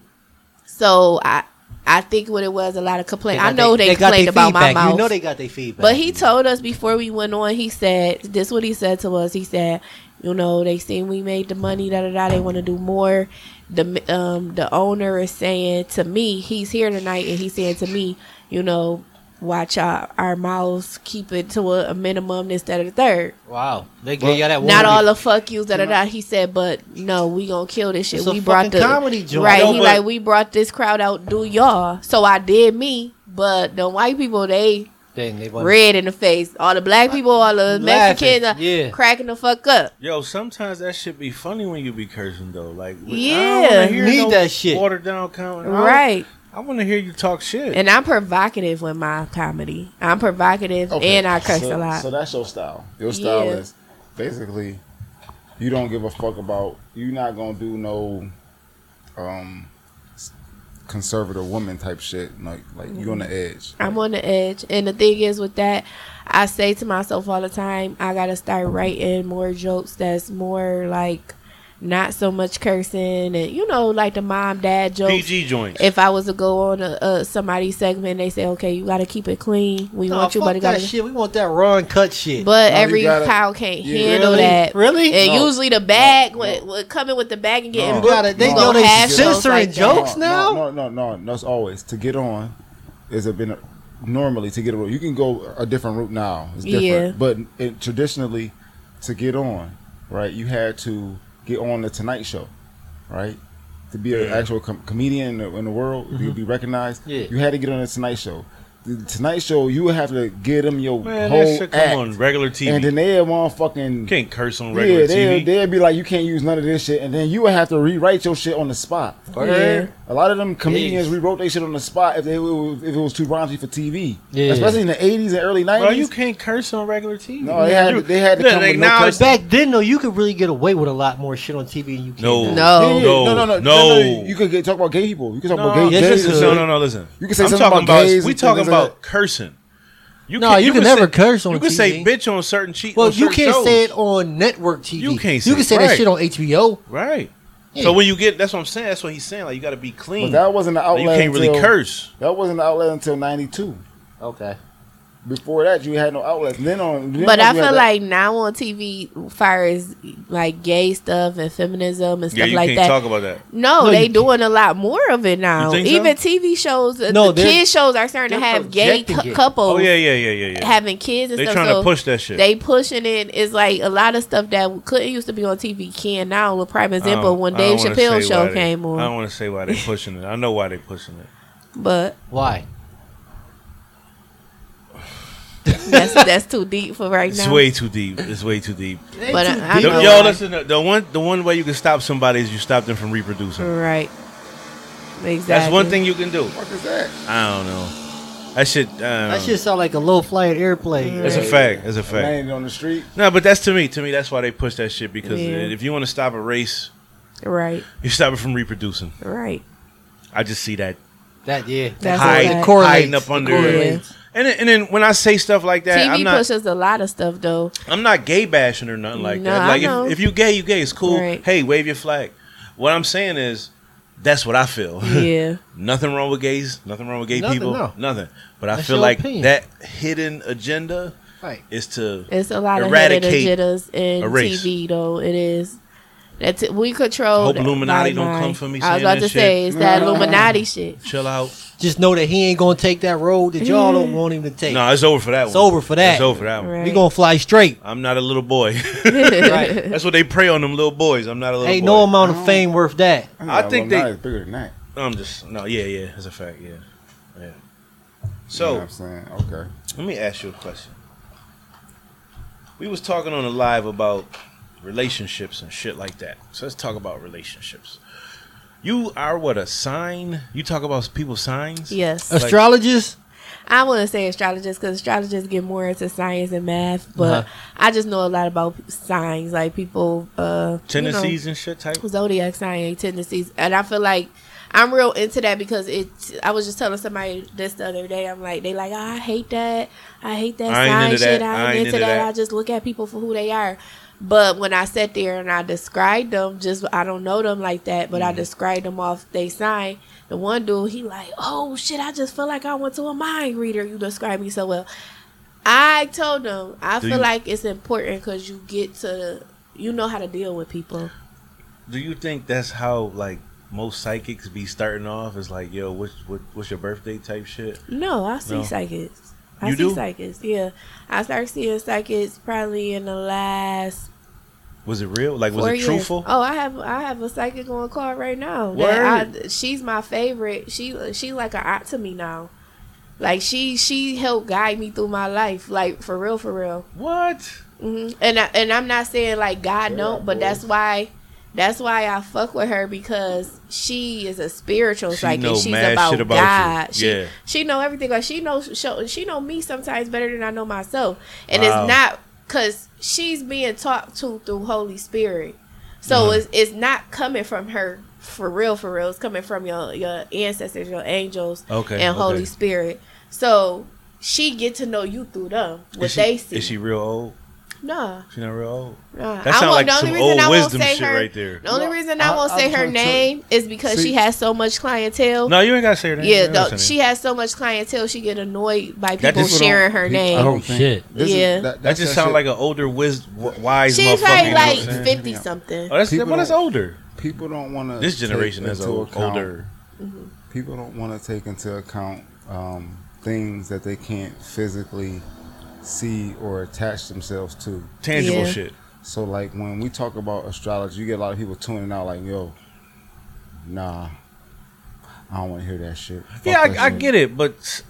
Speaker 5: so I I think what it was a lot of complaint. I
Speaker 3: got
Speaker 5: know they,
Speaker 3: got
Speaker 5: complained
Speaker 3: their
Speaker 5: about my
Speaker 3: feedback.
Speaker 5: mouth.
Speaker 3: You know they got their feedback.
Speaker 5: But he told us before we went on, he said, this what he said to us. He said, you know, they seen we made the money, da da da. They want to do more. The um the owner is saying to me, he's here tonight, and he's saying to me, you know, watch our, our mouths, keep it to a, a minimum, this, that, or the third.
Speaker 3: wow, they gave y'all that. warning.
Speaker 5: Not all the fuck yous, da da da. He said, but no, we gonna kill this shit.
Speaker 3: It's a
Speaker 5: we brought
Speaker 3: fucking
Speaker 5: the
Speaker 3: comedy joint.
Speaker 5: right.
Speaker 2: No,
Speaker 5: he
Speaker 2: but-
Speaker 5: like we brought this crowd out. Do y'all? So I did me, but the white people they
Speaker 3: Dang, they wasn't-
Speaker 5: red in the face. All the black people, all the
Speaker 3: Laughing,
Speaker 5: Mexicans are
Speaker 3: yeah.
Speaker 5: cracking the fuck up.
Speaker 2: Yo, sometimes that shit be funny when you be cursing though. Like, I don't
Speaker 5: Yeah,
Speaker 2: wanna hear
Speaker 3: need
Speaker 2: no
Speaker 3: that shit.
Speaker 2: Watered down comment. I don't-
Speaker 5: Right.
Speaker 2: I want to hear you talk shit.
Speaker 5: And I'm provocative with my comedy. I'm provocative and I curse
Speaker 4: so,
Speaker 5: a lot.
Speaker 4: So that's your style. Your style
Speaker 5: Yeah.
Speaker 4: is basically you don't give a fuck about. You're not gonna do no um s- conservative woman type shit. Like like you on the edge.
Speaker 5: I'm on the edge. And the thing is with that, I say to myself all the time, I gotta start writing more jokes that's more like not so much cursing and you know, like the mom dad jokes.
Speaker 2: PG joints.
Speaker 5: If I was to go on a, a somebody's segment, they say, "Okay, you got to keep it clean. We
Speaker 3: Nah,
Speaker 5: want you,
Speaker 3: fuck
Speaker 5: but you
Speaker 3: that
Speaker 5: got to
Speaker 3: shit. We want that raw and cut shit.
Speaker 5: But
Speaker 4: No, you
Speaker 5: every
Speaker 4: gotta-
Speaker 5: cow can't
Speaker 4: you
Speaker 5: handle
Speaker 3: really-
Speaker 5: that.
Speaker 3: really?
Speaker 5: And
Speaker 4: No,
Speaker 5: usually the bag,
Speaker 4: no,
Speaker 5: with, with coming with the bag and
Speaker 4: No.
Speaker 5: getting
Speaker 4: You
Speaker 5: booked,
Speaker 3: gotta- they-
Speaker 5: you
Speaker 4: yo,
Speaker 5: gonna
Speaker 4: they
Speaker 5: have shows
Speaker 3: censoring
Speaker 5: like that.
Speaker 3: jokes? jokes now?
Speaker 4: No, no, no, no. That's always to get on. Is it been a, normally to get a route? You can go a different route now. It's different,
Speaker 5: Yeah.
Speaker 4: but it, traditionally, to get on, right? You had to get on the Tonight Show, right? To be an
Speaker 2: Yeah. Mm-hmm.
Speaker 4: actual com- comedian in the, in the world, to be recognized,
Speaker 3: Yeah.
Speaker 4: you had to get on the Tonight Show. The Tonight Show, you would have to give them your
Speaker 2: Man,
Speaker 4: whole
Speaker 2: that shit come
Speaker 4: act,
Speaker 2: on regular TV.
Speaker 4: and then they have motherfucking
Speaker 2: can't curse on regular
Speaker 4: yeah, they'll,
Speaker 2: TV.
Speaker 4: they'll be like, you can't use none of this shit, and then you would have to rewrite your shit on the spot.
Speaker 5: Yeah.
Speaker 4: A lot of them comedians
Speaker 3: Jeez.
Speaker 4: rewrote their shit on the spot if they if it was too raunchy for TV,
Speaker 3: Yeah.
Speaker 4: especially in the eighties and early
Speaker 2: Bro, you
Speaker 4: nineties.
Speaker 2: can't curse on regular TV.
Speaker 4: No, they had to- they had to
Speaker 2: Look,
Speaker 4: come with no
Speaker 2: acknowledge-
Speaker 4: curse.
Speaker 3: back then, though, you could really get away with a lot more shit on TV than you can
Speaker 2: No.
Speaker 3: now.
Speaker 5: No.
Speaker 2: No, no.
Speaker 4: You could get, talk about gay people. You could talk about
Speaker 2: No,
Speaker 4: gay.
Speaker 3: yes,
Speaker 4: gays
Speaker 3: you
Speaker 4: and
Speaker 3: could.
Speaker 2: No,
Speaker 4: shit.
Speaker 2: no, no. Listen,
Speaker 4: You can say
Speaker 2: I'm
Speaker 4: something
Speaker 2: talking
Speaker 4: about
Speaker 2: about.
Speaker 4: gays
Speaker 2: we
Speaker 4: and things
Speaker 2: talking
Speaker 4: like
Speaker 2: about
Speaker 4: that.
Speaker 2: cursing. You
Speaker 3: No,
Speaker 2: can't-
Speaker 3: you can never
Speaker 2: say,
Speaker 3: curse on
Speaker 2: You can say
Speaker 3: TV.
Speaker 2: bitch on certain cheat.
Speaker 3: Well,
Speaker 2: on
Speaker 3: you
Speaker 2: certain
Speaker 3: can't
Speaker 2: shows.
Speaker 3: say it on network TV.
Speaker 2: You can't
Speaker 3: You can
Speaker 2: say
Speaker 3: say
Speaker 2: it.
Speaker 3: that shit on HBO.
Speaker 2: Right.
Speaker 3: Yeah.
Speaker 2: So when you get, that's what I'm saying. That's what he's saying. Like you got to be clean.
Speaker 4: But that wasn't the
Speaker 2: Like,
Speaker 4: outlet.
Speaker 2: you can't really
Speaker 4: until-
Speaker 2: curse.
Speaker 4: That wasn't the outlet until ninety two.
Speaker 3: Okay.
Speaker 4: Before that, you had no outlets. Then on, then
Speaker 5: But
Speaker 4: on
Speaker 5: I
Speaker 4: you had
Speaker 5: feel
Speaker 4: that-
Speaker 5: like now on TV, far as like gay stuff and feminism and
Speaker 2: Yeah,
Speaker 5: stuff
Speaker 2: you
Speaker 5: like
Speaker 2: can't
Speaker 5: that.
Speaker 2: talk about that.
Speaker 5: no,
Speaker 3: No,
Speaker 5: they
Speaker 3: you
Speaker 5: doing a lot more of it now.
Speaker 2: think so?
Speaker 5: Even TV shows,
Speaker 3: No,
Speaker 5: no, the
Speaker 3: they're-
Speaker 5: kids shows are starting to
Speaker 3: they're
Speaker 5: have gay
Speaker 3: projecting
Speaker 5: cou-
Speaker 3: it.
Speaker 5: couples
Speaker 2: Oh yeah, yeah, yeah, yeah, yeah.
Speaker 5: having kids and
Speaker 2: They
Speaker 5: stuff.
Speaker 2: trying
Speaker 5: so
Speaker 2: to push that shit.
Speaker 5: They pushing it. It's like a lot of stuff that couldn't used to be on TV can now. A prime
Speaker 2: I don't-
Speaker 5: example when
Speaker 2: Oh, I don't
Speaker 5: Dave
Speaker 2: wanna
Speaker 5: Chappelle
Speaker 2: say
Speaker 5: show
Speaker 2: why they-
Speaker 5: came
Speaker 2: I
Speaker 5: on,
Speaker 2: don't want to say why they pushing it. I know why they pushing it.
Speaker 5: but
Speaker 3: Why?
Speaker 5: that's that's too deep for right
Speaker 2: It's
Speaker 5: now.
Speaker 2: way too deep. It's way too deep.
Speaker 5: But I, I
Speaker 2: The-
Speaker 5: know
Speaker 2: yo,
Speaker 5: why.
Speaker 2: listen. The, the one, the one way you can stop somebody is you stop them from reproducing.
Speaker 5: right. Exactly.
Speaker 2: That's one thing you can do.
Speaker 4: What the fuck is that?
Speaker 2: I don't know. That shit. I don't
Speaker 3: That
Speaker 2: know.
Speaker 3: shit sound like a low flying airplane.
Speaker 2: It's a fact. It's a fact.
Speaker 4: Landed on the street.
Speaker 2: No, but that's to me. To me, that's why they push that shit because
Speaker 5: Yeah.
Speaker 2: if you want to stop a race,
Speaker 5: Right.
Speaker 2: you stop it from reproducing.
Speaker 5: Right.
Speaker 2: I just see that
Speaker 3: That yeah.
Speaker 5: That's
Speaker 2: hide,
Speaker 5: what I-
Speaker 2: hiding up under. it.
Speaker 5: correlates.
Speaker 2: And then, and then when I say stuff like that,
Speaker 5: TV
Speaker 2: I'm not
Speaker 5: pushes a lot of stuff though.
Speaker 2: I'm not gay bashing or nothing like
Speaker 5: No,
Speaker 2: that.
Speaker 5: I
Speaker 2: Like
Speaker 5: know.
Speaker 2: if, if you gay, you gay. It's cool.
Speaker 5: Right.
Speaker 2: Hey, wave your flag. What I'm saying is, that's what I feel.
Speaker 5: Yeah.
Speaker 2: nothing wrong with gays. Nothing wrong with gay
Speaker 3: Nothing,
Speaker 2: people.
Speaker 3: no.
Speaker 2: Nothing. But I
Speaker 3: That's
Speaker 2: feel
Speaker 3: your
Speaker 2: like
Speaker 3: opinion.
Speaker 2: that hidden agenda
Speaker 3: Right.
Speaker 2: is to
Speaker 5: It's a lot of
Speaker 2: Eradicate
Speaker 5: hidden agendas in
Speaker 2: a race.
Speaker 5: TV though. It is. That's it. we control.
Speaker 2: Hope Illuminati
Speaker 5: by
Speaker 2: don't
Speaker 5: mind.
Speaker 2: come for me
Speaker 5: I
Speaker 2: saying
Speaker 5: was about
Speaker 2: that
Speaker 5: to
Speaker 2: shit.
Speaker 5: say it's that Illuminati shit.
Speaker 2: chill out.
Speaker 3: Just know that he ain't gonna take that road that y'all don't want him to take.
Speaker 2: No, it's over for that
Speaker 3: It's
Speaker 2: one.
Speaker 3: over for that.
Speaker 2: It's over for that one.
Speaker 5: Right.
Speaker 3: We gonna fly straight.
Speaker 2: I'm not a little boy.
Speaker 3: Right.
Speaker 2: That's what they prey on them little boys. I'm not a little
Speaker 3: ain't
Speaker 2: boy.
Speaker 3: no amount of fame worth that.
Speaker 2: I think
Speaker 4: Alumni
Speaker 2: they-
Speaker 4: is bigger than that.
Speaker 2: I'm just no. Yeah, yeah. That's a fact. Yeah, yeah.
Speaker 4: you
Speaker 2: So
Speaker 4: know what I'm saying okay.
Speaker 2: Let me ask you a question. We was talking on the live about relationships and shit like that. So let's talk about relationships. You are what a sign? You talk about people's signs?
Speaker 5: Yes.
Speaker 2: Like-
Speaker 3: Astrologist?
Speaker 5: I wouldn't say astrologist because astrologists get more into science and math, but
Speaker 3: Uh-huh.
Speaker 5: I just know a lot about signs, like people uh, you know,
Speaker 2: Tendencies and shit type.
Speaker 5: zodiac sign and tendencies, and I feel like I'm real into that because it's. I was just telling somebody this the other day. I'm like, they like, oh, I hate that. I hate that
Speaker 2: I ain't
Speaker 5: sign
Speaker 2: into
Speaker 5: shit.
Speaker 2: that.
Speaker 5: I ain't into, that. I just look at people for who they are. But when I sat there and I described them, just I don't know them like that,
Speaker 2: Mm-hmm.
Speaker 5: but I described them off they sign. The one dude, he like, oh shit, I just feel like I went to a mind reader. You describe me so well. I told them I
Speaker 2: Do
Speaker 5: feel
Speaker 2: you-
Speaker 5: like it's important because you get to you know how to deal with people.
Speaker 2: Do you think that's how like most psychics be starting off? Is like, yo, what's what, what's your birthday type shit?
Speaker 5: No, I see
Speaker 2: No.
Speaker 5: psychics. I
Speaker 2: You
Speaker 5: see
Speaker 2: do?
Speaker 5: psychics. Yeah, I started seeing psychics probably in the last
Speaker 2: Was it real? Like, was
Speaker 5: four
Speaker 2: it
Speaker 5: years.
Speaker 2: truthful?
Speaker 5: Oh, I have I have a psychic on call right now.
Speaker 2: Word.
Speaker 5: That I, she's my favorite. She she's like an aunt to me now. Like she she helped guide me through my life. Like for real, for real.
Speaker 2: What?
Speaker 5: hmm And I, and I'm not saying like God
Speaker 4: Yeah,
Speaker 5: don't, but
Speaker 4: boy.
Speaker 5: that's why that's why I fuck with her because she is a spiritual
Speaker 2: She
Speaker 5: psychic.
Speaker 2: know
Speaker 5: She's
Speaker 2: mad
Speaker 5: about,
Speaker 2: shit about you.
Speaker 5: God. She
Speaker 2: Yeah.
Speaker 5: she know everything. Like she knows she, she know me sometimes better than I know myself, and
Speaker 2: Wow.
Speaker 5: it's not because she's being talked to through Holy Spirit. So
Speaker 2: Mhm.
Speaker 5: it's it's not coming from her for real, for real. It's coming from your your ancestors, your angels,
Speaker 2: Okay.
Speaker 5: and Holy
Speaker 2: okay.
Speaker 5: Spirit. So she get to know you through them, what
Speaker 2: is she,
Speaker 5: they see.
Speaker 2: Is she real old?
Speaker 5: Nah.
Speaker 2: She not real old.
Speaker 5: Nah,
Speaker 2: That
Speaker 5: I
Speaker 2: sounds
Speaker 5: won't-
Speaker 2: like
Speaker 5: the only
Speaker 2: some
Speaker 5: reason
Speaker 2: old
Speaker 5: I won't
Speaker 2: wisdom
Speaker 5: say
Speaker 2: shit
Speaker 5: her-
Speaker 2: right there.
Speaker 5: The only
Speaker 4: Well,
Speaker 5: reason I
Speaker 4: I-
Speaker 5: won't
Speaker 4: I
Speaker 5: say
Speaker 4: was
Speaker 5: her
Speaker 4: gonna
Speaker 5: name is because
Speaker 4: See-
Speaker 5: she has so much clientele.
Speaker 2: No, you ain't gotta say her name. You
Speaker 5: yeah,
Speaker 2: ain't gotta
Speaker 5: the,
Speaker 2: say
Speaker 5: she has so much clientele. She get annoyed by
Speaker 2: That
Speaker 5: people
Speaker 2: just-
Speaker 5: sharing her
Speaker 4: He- I
Speaker 5: name.
Speaker 4: don't
Speaker 3: Oh,
Speaker 4: think-
Speaker 3: shit.
Speaker 4: this is-
Speaker 5: Yeah.
Speaker 4: that,
Speaker 2: That just sounds like an older, wis- w- wise
Speaker 5: She's
Speaker 2: motherfucker.
Speaker 5: probably
Speaker 2: you know what
Speaker 5: like
Speaker 2: I'm saying?
Speaker 5: fifty something.
Speaker 2: Oh, that's,
Speaker 4: People
Speaker 2: well, that's
Speaker 4: don't-
Speaker 2: older.
Speaker 4: people don't want to.
Speaker 2: This generation is o- older.
Speaker 4: People don't want to take into account um, things that they can't physically see or attach themselves to.
Speaker 2: Tangible
Speaker 5: Yeah.
Speaker 2: shit.
Speaker 4: So, like when we talk about astrology, you get a lot of people tuning out, like, "Yo, nah, I don't want to hear that shit." Fuck
Speaker 2: Yeah,
Speaker 4: that
Speaker 2: I, I
Speaker 4: shit."
Speaker 2: get it, but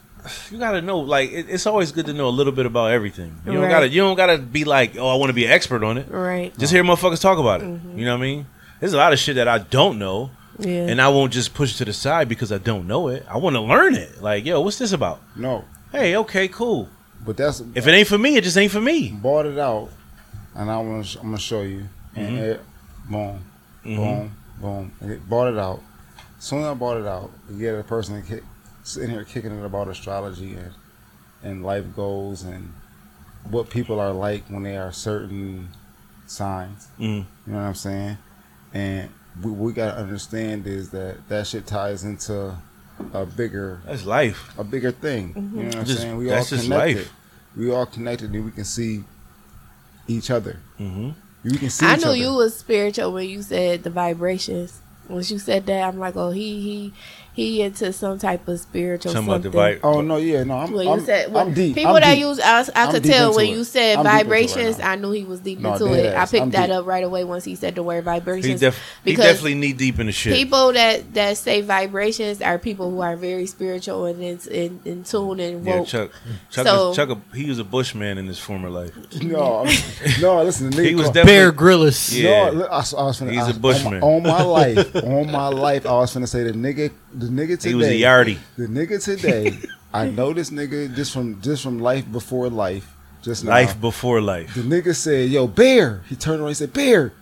Speaker 2: you gotta know. Like, it, it's always good to know a little bit about everything. You don't
Speaker 5: Right.
Speaker 2: gotta. You don't gotta be like, oh, I want to be an expert on it.
Speaker 5: Right.
Speaker 2: Just hear motherfuckers talk about it.
Speaker 5: Mm-hmm.
Speaker 2: You know what I mean? There's a lot of shit that I don't know,
Speaker 5: Yeah.
Speaker 2: and I won't just push it to the side because I don't know it. I want to learn it. Like, yo, what's this about?
Speaker 4: No,
Speaker 2: Hey, okay, cool.
Speaker 4: but that's
Speaker 2: If it ain't for me, it just ain't for me.
Speaker 4: bought it out, and I want to, I'm gonna show you. And it, boom,
Speaker 2: Mhm.
Speaker 4: boom, boom. And it bought it out. Soon as I bought it out, you get a person ki- sitting here kicking it about astrology and and life goals and what people are like when they are certain signs.
Speaker 2: Mm.
Speaker 4: You know what I'm saying? And we, we gotta understand is that that shit ties into a bigger
Speaker 2: That's life.
Speaker 4: a bigger thing.
Speaker 5: Mm-hmm.
Speaker 4: You know what I'm
Speaker 2: Just-
Speaker 4: saying? We
Speaker 2: that's
Speaker 4: all
Speaker 2: just
Speaker 4: connected.
Speaker 2: life.
Speaker 4: We all connected, and we can see each other.
Speaker 2: hmm
Speaker 4: We can see.
Speaker 5: I
Speaker 4: each
Speaker 5: knew
Speaker 4: other.
Speaker 5: you was spiritual when you said the vibrations. Once you said that, I'm like, oh, he he he into some type of spiritual
Speaker 2: Talking about
Speaker 5: something.
Speaker 2: the vibe.
Speaker 4: Oh no, yeah, no. I'm,
Speaker 5: When you
Speaker 4: I'm,
Speaker 5: said
Speaker 4: I'm deep.
Speaker 5: people
Speaker 4: I'm
Speaker 5: that
Speaker 4: deep.
Speaker 5: use, I, I
Speaker 4: I'm
Speaker 5: could
Speaker 4: deep
Speaker 5: tell
Speaker 4: into
Speaker 5: when
Speaker 4: it.
Speaker 5: you said
Speaker 4: I'm deep into it right
Speaker 5: vibrations,
Speaker 4: now.
Speaker 5: I knew he was deep
Speaker 4: No,
Speaker 5: into
Speaker 4: dead
Speaker 5: it. I
Speaker 4: ass.
Speaker 5: picked
Speaker 4: I'm
Speaker 5: that
Speaker 4: deep.
Speaker 5: up right away once he said the word
Speaker 2: he,
Speaker 5: vibrations.
Speaker 2: def- he
Speaker 5: because
Speaker 2: definitely knee deep in the shit.
Speaker 5: People that that say vibrations are people who are very spiritual and in, in, in tune and
Speaker 2: yeah,
Speaker 5: woke.
Speaker 2: Chuck. Chuck,
Speaker 5: So-
Speaker 2: is, Chuck a, he was a bushman in his former life.
Speaker 4: No, I'm, no. Listen, the nigga
Speaker 2: He was
Speaker 4: called-
Speaker 2: definitely.
Speaker 3: Bear Grylls.
Speaker 2: Yeah.
Speaker 4: No, look, I, was- I was finna,
Speaker 2: He's
Speaker 4: I,
Speaker 2: a bushman.
Speaker 4: On my, on my life, on my life, I was finna say the nigga, the nigga today.
Speaker 2: he was a yardie.
Speaker 4: The nigga today. I know this nigga just from just from life before life. Just now.
Speaker 2: Life before life.
Speaker 4: The nigga said, "Yo, bear." He turned around. He said, "Bear."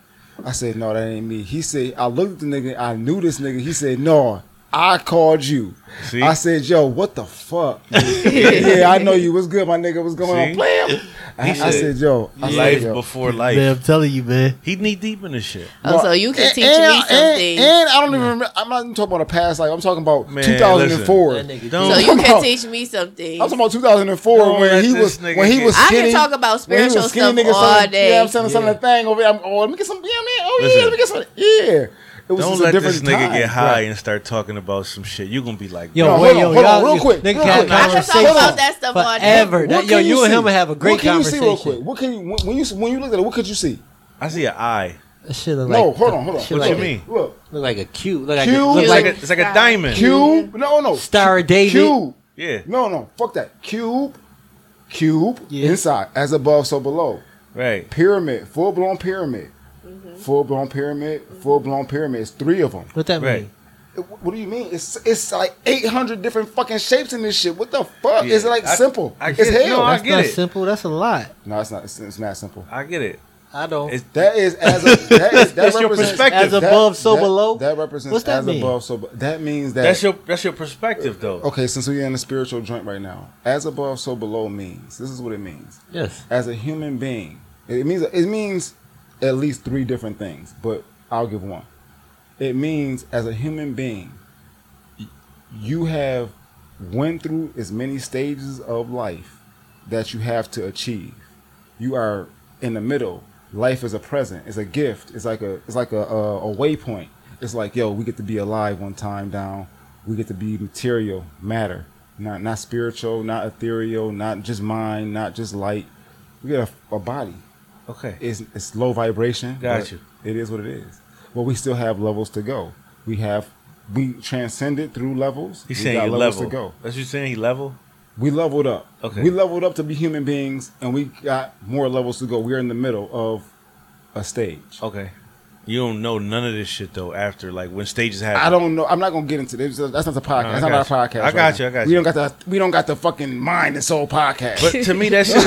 Speaker 4: I said, "No, that ain't me." He said, "I looked at the nigga. I knew this nigga." He said, "No, I called you."
Speaker 2: See?
Speaker 4: I said, "Yo, what the fuck?" yeah, I know you. What's good, my nigga? What's going
Speaker 2: See?
Speaker 4: on? Blam. I,
Speaker 2: He
Speaker 4: I
Speaker 2: said,
Speaker 4: said, "Yo, I
Speaker 2: Life
Speaker 4: said, yo.
Speaker 2: before
Speaker 3: Man,
Speaker 2: life.
Speaker 3: I'm telling you, man.
Speaker 2: He knee deep in the shit.
Speaker 5: Oh,
Speaker 4: Well,
Speaker 5: so you can
Speaker 4: and-
Speaker 5: teach
Speaker 4: and-
Speaker 5: me
Speaker 4: and-
Speaker 5: something.
Speaker 4: And, I don't even. Remember, I'm not even talking about the past. Like I'm talking about
Speaker 2: Man,
Speaker 4: 2004.
Speaker 3: That nigga
Speaker 2: Don't-
Speaker 5: so
Speaker 2: Oh,
Speaker 5: you
Speaker 4: come
Speaker 5: can
Speaker 4: on.
Speaker 5: teach me something.
Speaker 4: I'm talking about 2004
Speaker 2: Don't let
Speaker 4: when he
Speaker 2: this
Speaker 4: was
Speaker 2: nigga
Speaker 4: when he
Speaker 2: get-
Speaker 4: was
Speaker 5: I
Speaker 4: skinny.
Speaker 5: can talk about
Speaker 4: when he
Speaker 5: spiritual
Speaker 4: was skinny,
Speaker 5: stuff
Speaker 4: nigga,
Speaker 5: all
Speaker 4: selling,
Speaker 5: day.
Speaker 4: Yeah, I'm selling, selling
Speaker 3: Yeah.
Speaker 4: a thing over here. I'm, oh, let me get some. Yeah, man. Oh yeah,
Speaker 2: Listen.
Speaker 4: let me get some. Yeah. It was
Speaker 2: Don't
Speaker 4: just a
Speaker 2: let this
Speaker 4: different
Speaker 2: nigga
Speaker 4: time,
Speaker 2: get high
Speaker 4: bruh.
Speaker 2: and start talking about some shit. You're gonna be like,
Speaker 3: Yo,
Speaker 4: No,
Speaker 3: wait,
Speaker 4: hold on,
Speaker 3: yo,
Speaker 4: hold on,
Speaker 3: y'all-
Speaker 4: real quick,
Speaker 3: Nigga
Speaker 4: real
Speaker 3: can have
Speaker 4: quick. I
Speaker 5: can talk about
Speaker 3: conversations
Speaker 5: that stuff all day.
Speaker 3: forever. That,
Speaker 4: What
Speaker 3: yo,
Speaker 4: can
Speaker 3: you and
Speaker 4: see?
Speaker 3: him would have a great
Speaker 4: what can
Speaker 3: conversation.
Speaker 4: You see real quick? What can you when, when you when you looked at it? What could you see?
Speaker 2: I see an eye.
Speaker 3: That shit look
Speaker 4: no,
Speaker 3: like-
Speaker 4: hold on, hold on.
Speaker 3: shit
Speaker 2: What
Speaker 3: like
Speaker 2: you
Speaker 3: a-
Speaker 2: mean?
Speaker 4: Look,
Speaker 3: Look like a cube. Look like
Speaker 4: Cube?
Speaker 3: a, look
Speaker 2: It's
Speaker 3: like
Speaker 2: like a,
Speaker 3: a
Speaker 2: it's like a diamond.
Speaker 4: cube. No, no.
Speaker 3: Star of David.
Speaker 4: Cube.
Speaker 2: Yeah,
Speaker 4: No, no. Fuck that. Cube. Cube.
Speaker 3: Yeah.
Speaker 4: Inside, as above, so below.
Speaker 2: right.
Speaker 4: Pyramid. Full blown pyramid.
Speaker 3: Mm-hmm.
Speaker 4: Full blown pyramid. Full blown pyramid. It's three of them.
Speaker 3: What that
Speaker 2: Right.
Speaker 3: mean?
Speaker 4: What do you mean? It's it's like eight hundred different fucking shapes in this shit. What the fuck?
Speaker 2: Yeah,
Speaker 4: It's like
Speaker 2: I-
Speaker 4: simple.
Speaker 2: I
Speaker 4: it's
Speaker 2: get it.
Speaker 4: hell.
Speaker 2: No, I
Speaker 3: That's
Speaker 2: get
Speaker 3: not
Speaker 2: it.
Speaker 3: simple. That's a lot.
Speaker 4: No, it's not. It's, it's not simple.
Speaker 2: I get it.
Speaker 3: I don't.
Speaker 2: It's-
Speaker 4: That is as a, that is, that
Speaker 2: That's your
Speaker 4: represents-
Speaker 2: perspective. As
Speaker 3: above, so
Speaker 4: that-
Speaker 3: below?
Speaker 4: That represents
Speaker 3: What's that
Speaker 4: as
Speaker 3: mean?
Speaker 4: above, so be- that means that Oh,
Speaker 2: that's your that's your perspective though.
Speaker 4: okay. Since we're in the spiritual joint right now, as above, so below means this is what it means.
Speaker 3: yes.
Speaker 4: As a human being, it means it means at least three different things, but I'll give one. It means as a human being, you have went through as many stages of life that you have to achieve. You are in the middle. Life is a present. It's a gift. It's like a it's like a a, a waypoint. It's like yo, we get to be alive one time down. We get to be material matter, not not spiritual, not ethereal, not just mind, not just light. We get a, a body.
Speaker 2: Okay.
Speaker 4: It's it's low vibration.
Speaker 2: Got
Speaker 4: but
Speaker 2: you.
Speaker 4: It is what it is. But we still have levels to go. We have we transcended through levels.
Speaker 2: He's
Speaker 4: we
Speaker 2: saying
Speaker 4: got
Speaker 2: he
Speaker 4: levels
Speaker 2: level.
Speaker 4: to go.
Speaker 2: That's what you're saying. He level.
Speaker 4: We leveled up.
Speaker 2: Okay.
Speaker 4: We leveled up to be human beings, and we got more levels to go. We're in the middle of a stage.
Speaker 2: Okay. You don't know none of this shit though. After like when stages happen.
Speaker 4: I don't know. I'm not gonna get into this. That's not the podcast.
Speaker 2: No, I
Speaker 4: That's not our
Speaker 2: got you.
Speaker 4: podcast.
Speaker 2: I
Speaker 4: right
Speaker 2: got
Speaker 4: now.
Speaker 2: you, I got
Speaker 4: We
Speaker 2: you.
Speaker 4: don't got the. We don't got the fucking mind and soul podcast.
Speaker 2: But to me, that shit,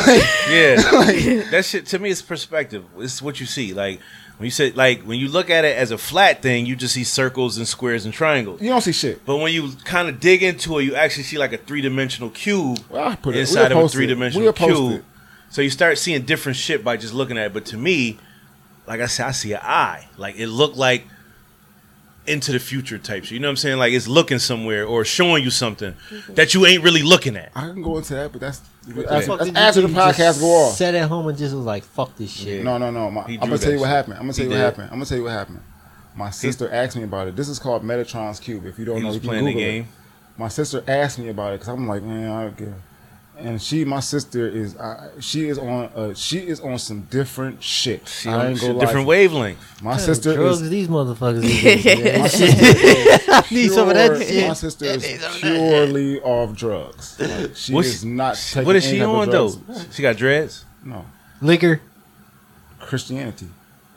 Speaker 2: is, yeah, that shit to me is perspective. It's what you see. Like when you say, like when you look at it as a flat thing, you just see circles and squares and triangles.
Speaker 4: you don't see shit.
Speaker 2: But when you kind of dig into it, you actually see like a three dimensional cube
Speaker 4: Well, I put it.
Speaker 2: inside of
Speaker 4: we'll
Speaker 2: a
Speaker 4: post it.
Speaker 2: three dimensional
Speaker 4: We'll post
Speaker 2: cube.
Speaker 4: it.
Speaker 2: So you start seeing different shit by just looking at it. But to me, like I said, I see an eye. Like it looked like into the future type shit. You know what I'm saying? Like it's looking somewhere or showing you something that you ain't really looking at.
Speaker 4: I can go into that, but that's
Speaker 2: the
Speaker 4: that's,
Speaker 2: fuck
Speaker 4: that's after the podcast go off.
Speaker 3: Sat at home and just was like, "Fuck this shit."
Speaker 4: No, no, no. My, I'm
Speaker 2: He drew
Speaker 4: gonna
Speaker 2: that
Speaker 4: tell you what
Speaker 2: shit.
Speaker 4: happened. I'm gonna tell
Speaker 2: He
Speaker 4: you what
Speaker 2: did.
Speaker 4: happened. I'm gonna tell you what happened. My sister asked me about it. This is called Metatron's Cube. If you don't
Speaker 2: He
Speaker 4: know,
Speaker 2: was
Speaker 4: you can
Speaker 2: playing the
Speaker 4: Google it.
Speaker 2: game.
Speaker 4: My sister asked me about it because I'm like, man, I don't care. And she, my sister, is I, she is on uh, she is on some different shit.
Speaker 2: She
Speaker 4: I
Speaker 2: on
Speaker 4: ain't
Speaker 2: she
Speaker 4: gonna
Speaker 2: a
Speaker 4: lie.
Speaker 2: different wavelength.
Speaker 4: My
Speaker 3: What kind of
Speaker 4: sister
Speaker 3: drugs
Speaker 4: is.
Speaker 3: these motherfuckers. is doing?
Speaker 4: My sister is
Speaker 3: Need some of that
Speaker 4: pure-
Speaker 3: shit.
Speaker 4: My sister is purely off drugs. Like, she
Speaker 2: What's-
Speaker 4: is not. Taking
Speaker 2: What is
Speaker 4: any
Speaker 2: she
Speaker 4: type of
Speaker 2: on
Speaker 4: drugs.
Speaker 2: though? She got dreads.
Speaker 4: No,
Speaker 3: Liquor.
Speaker 4: Christianity,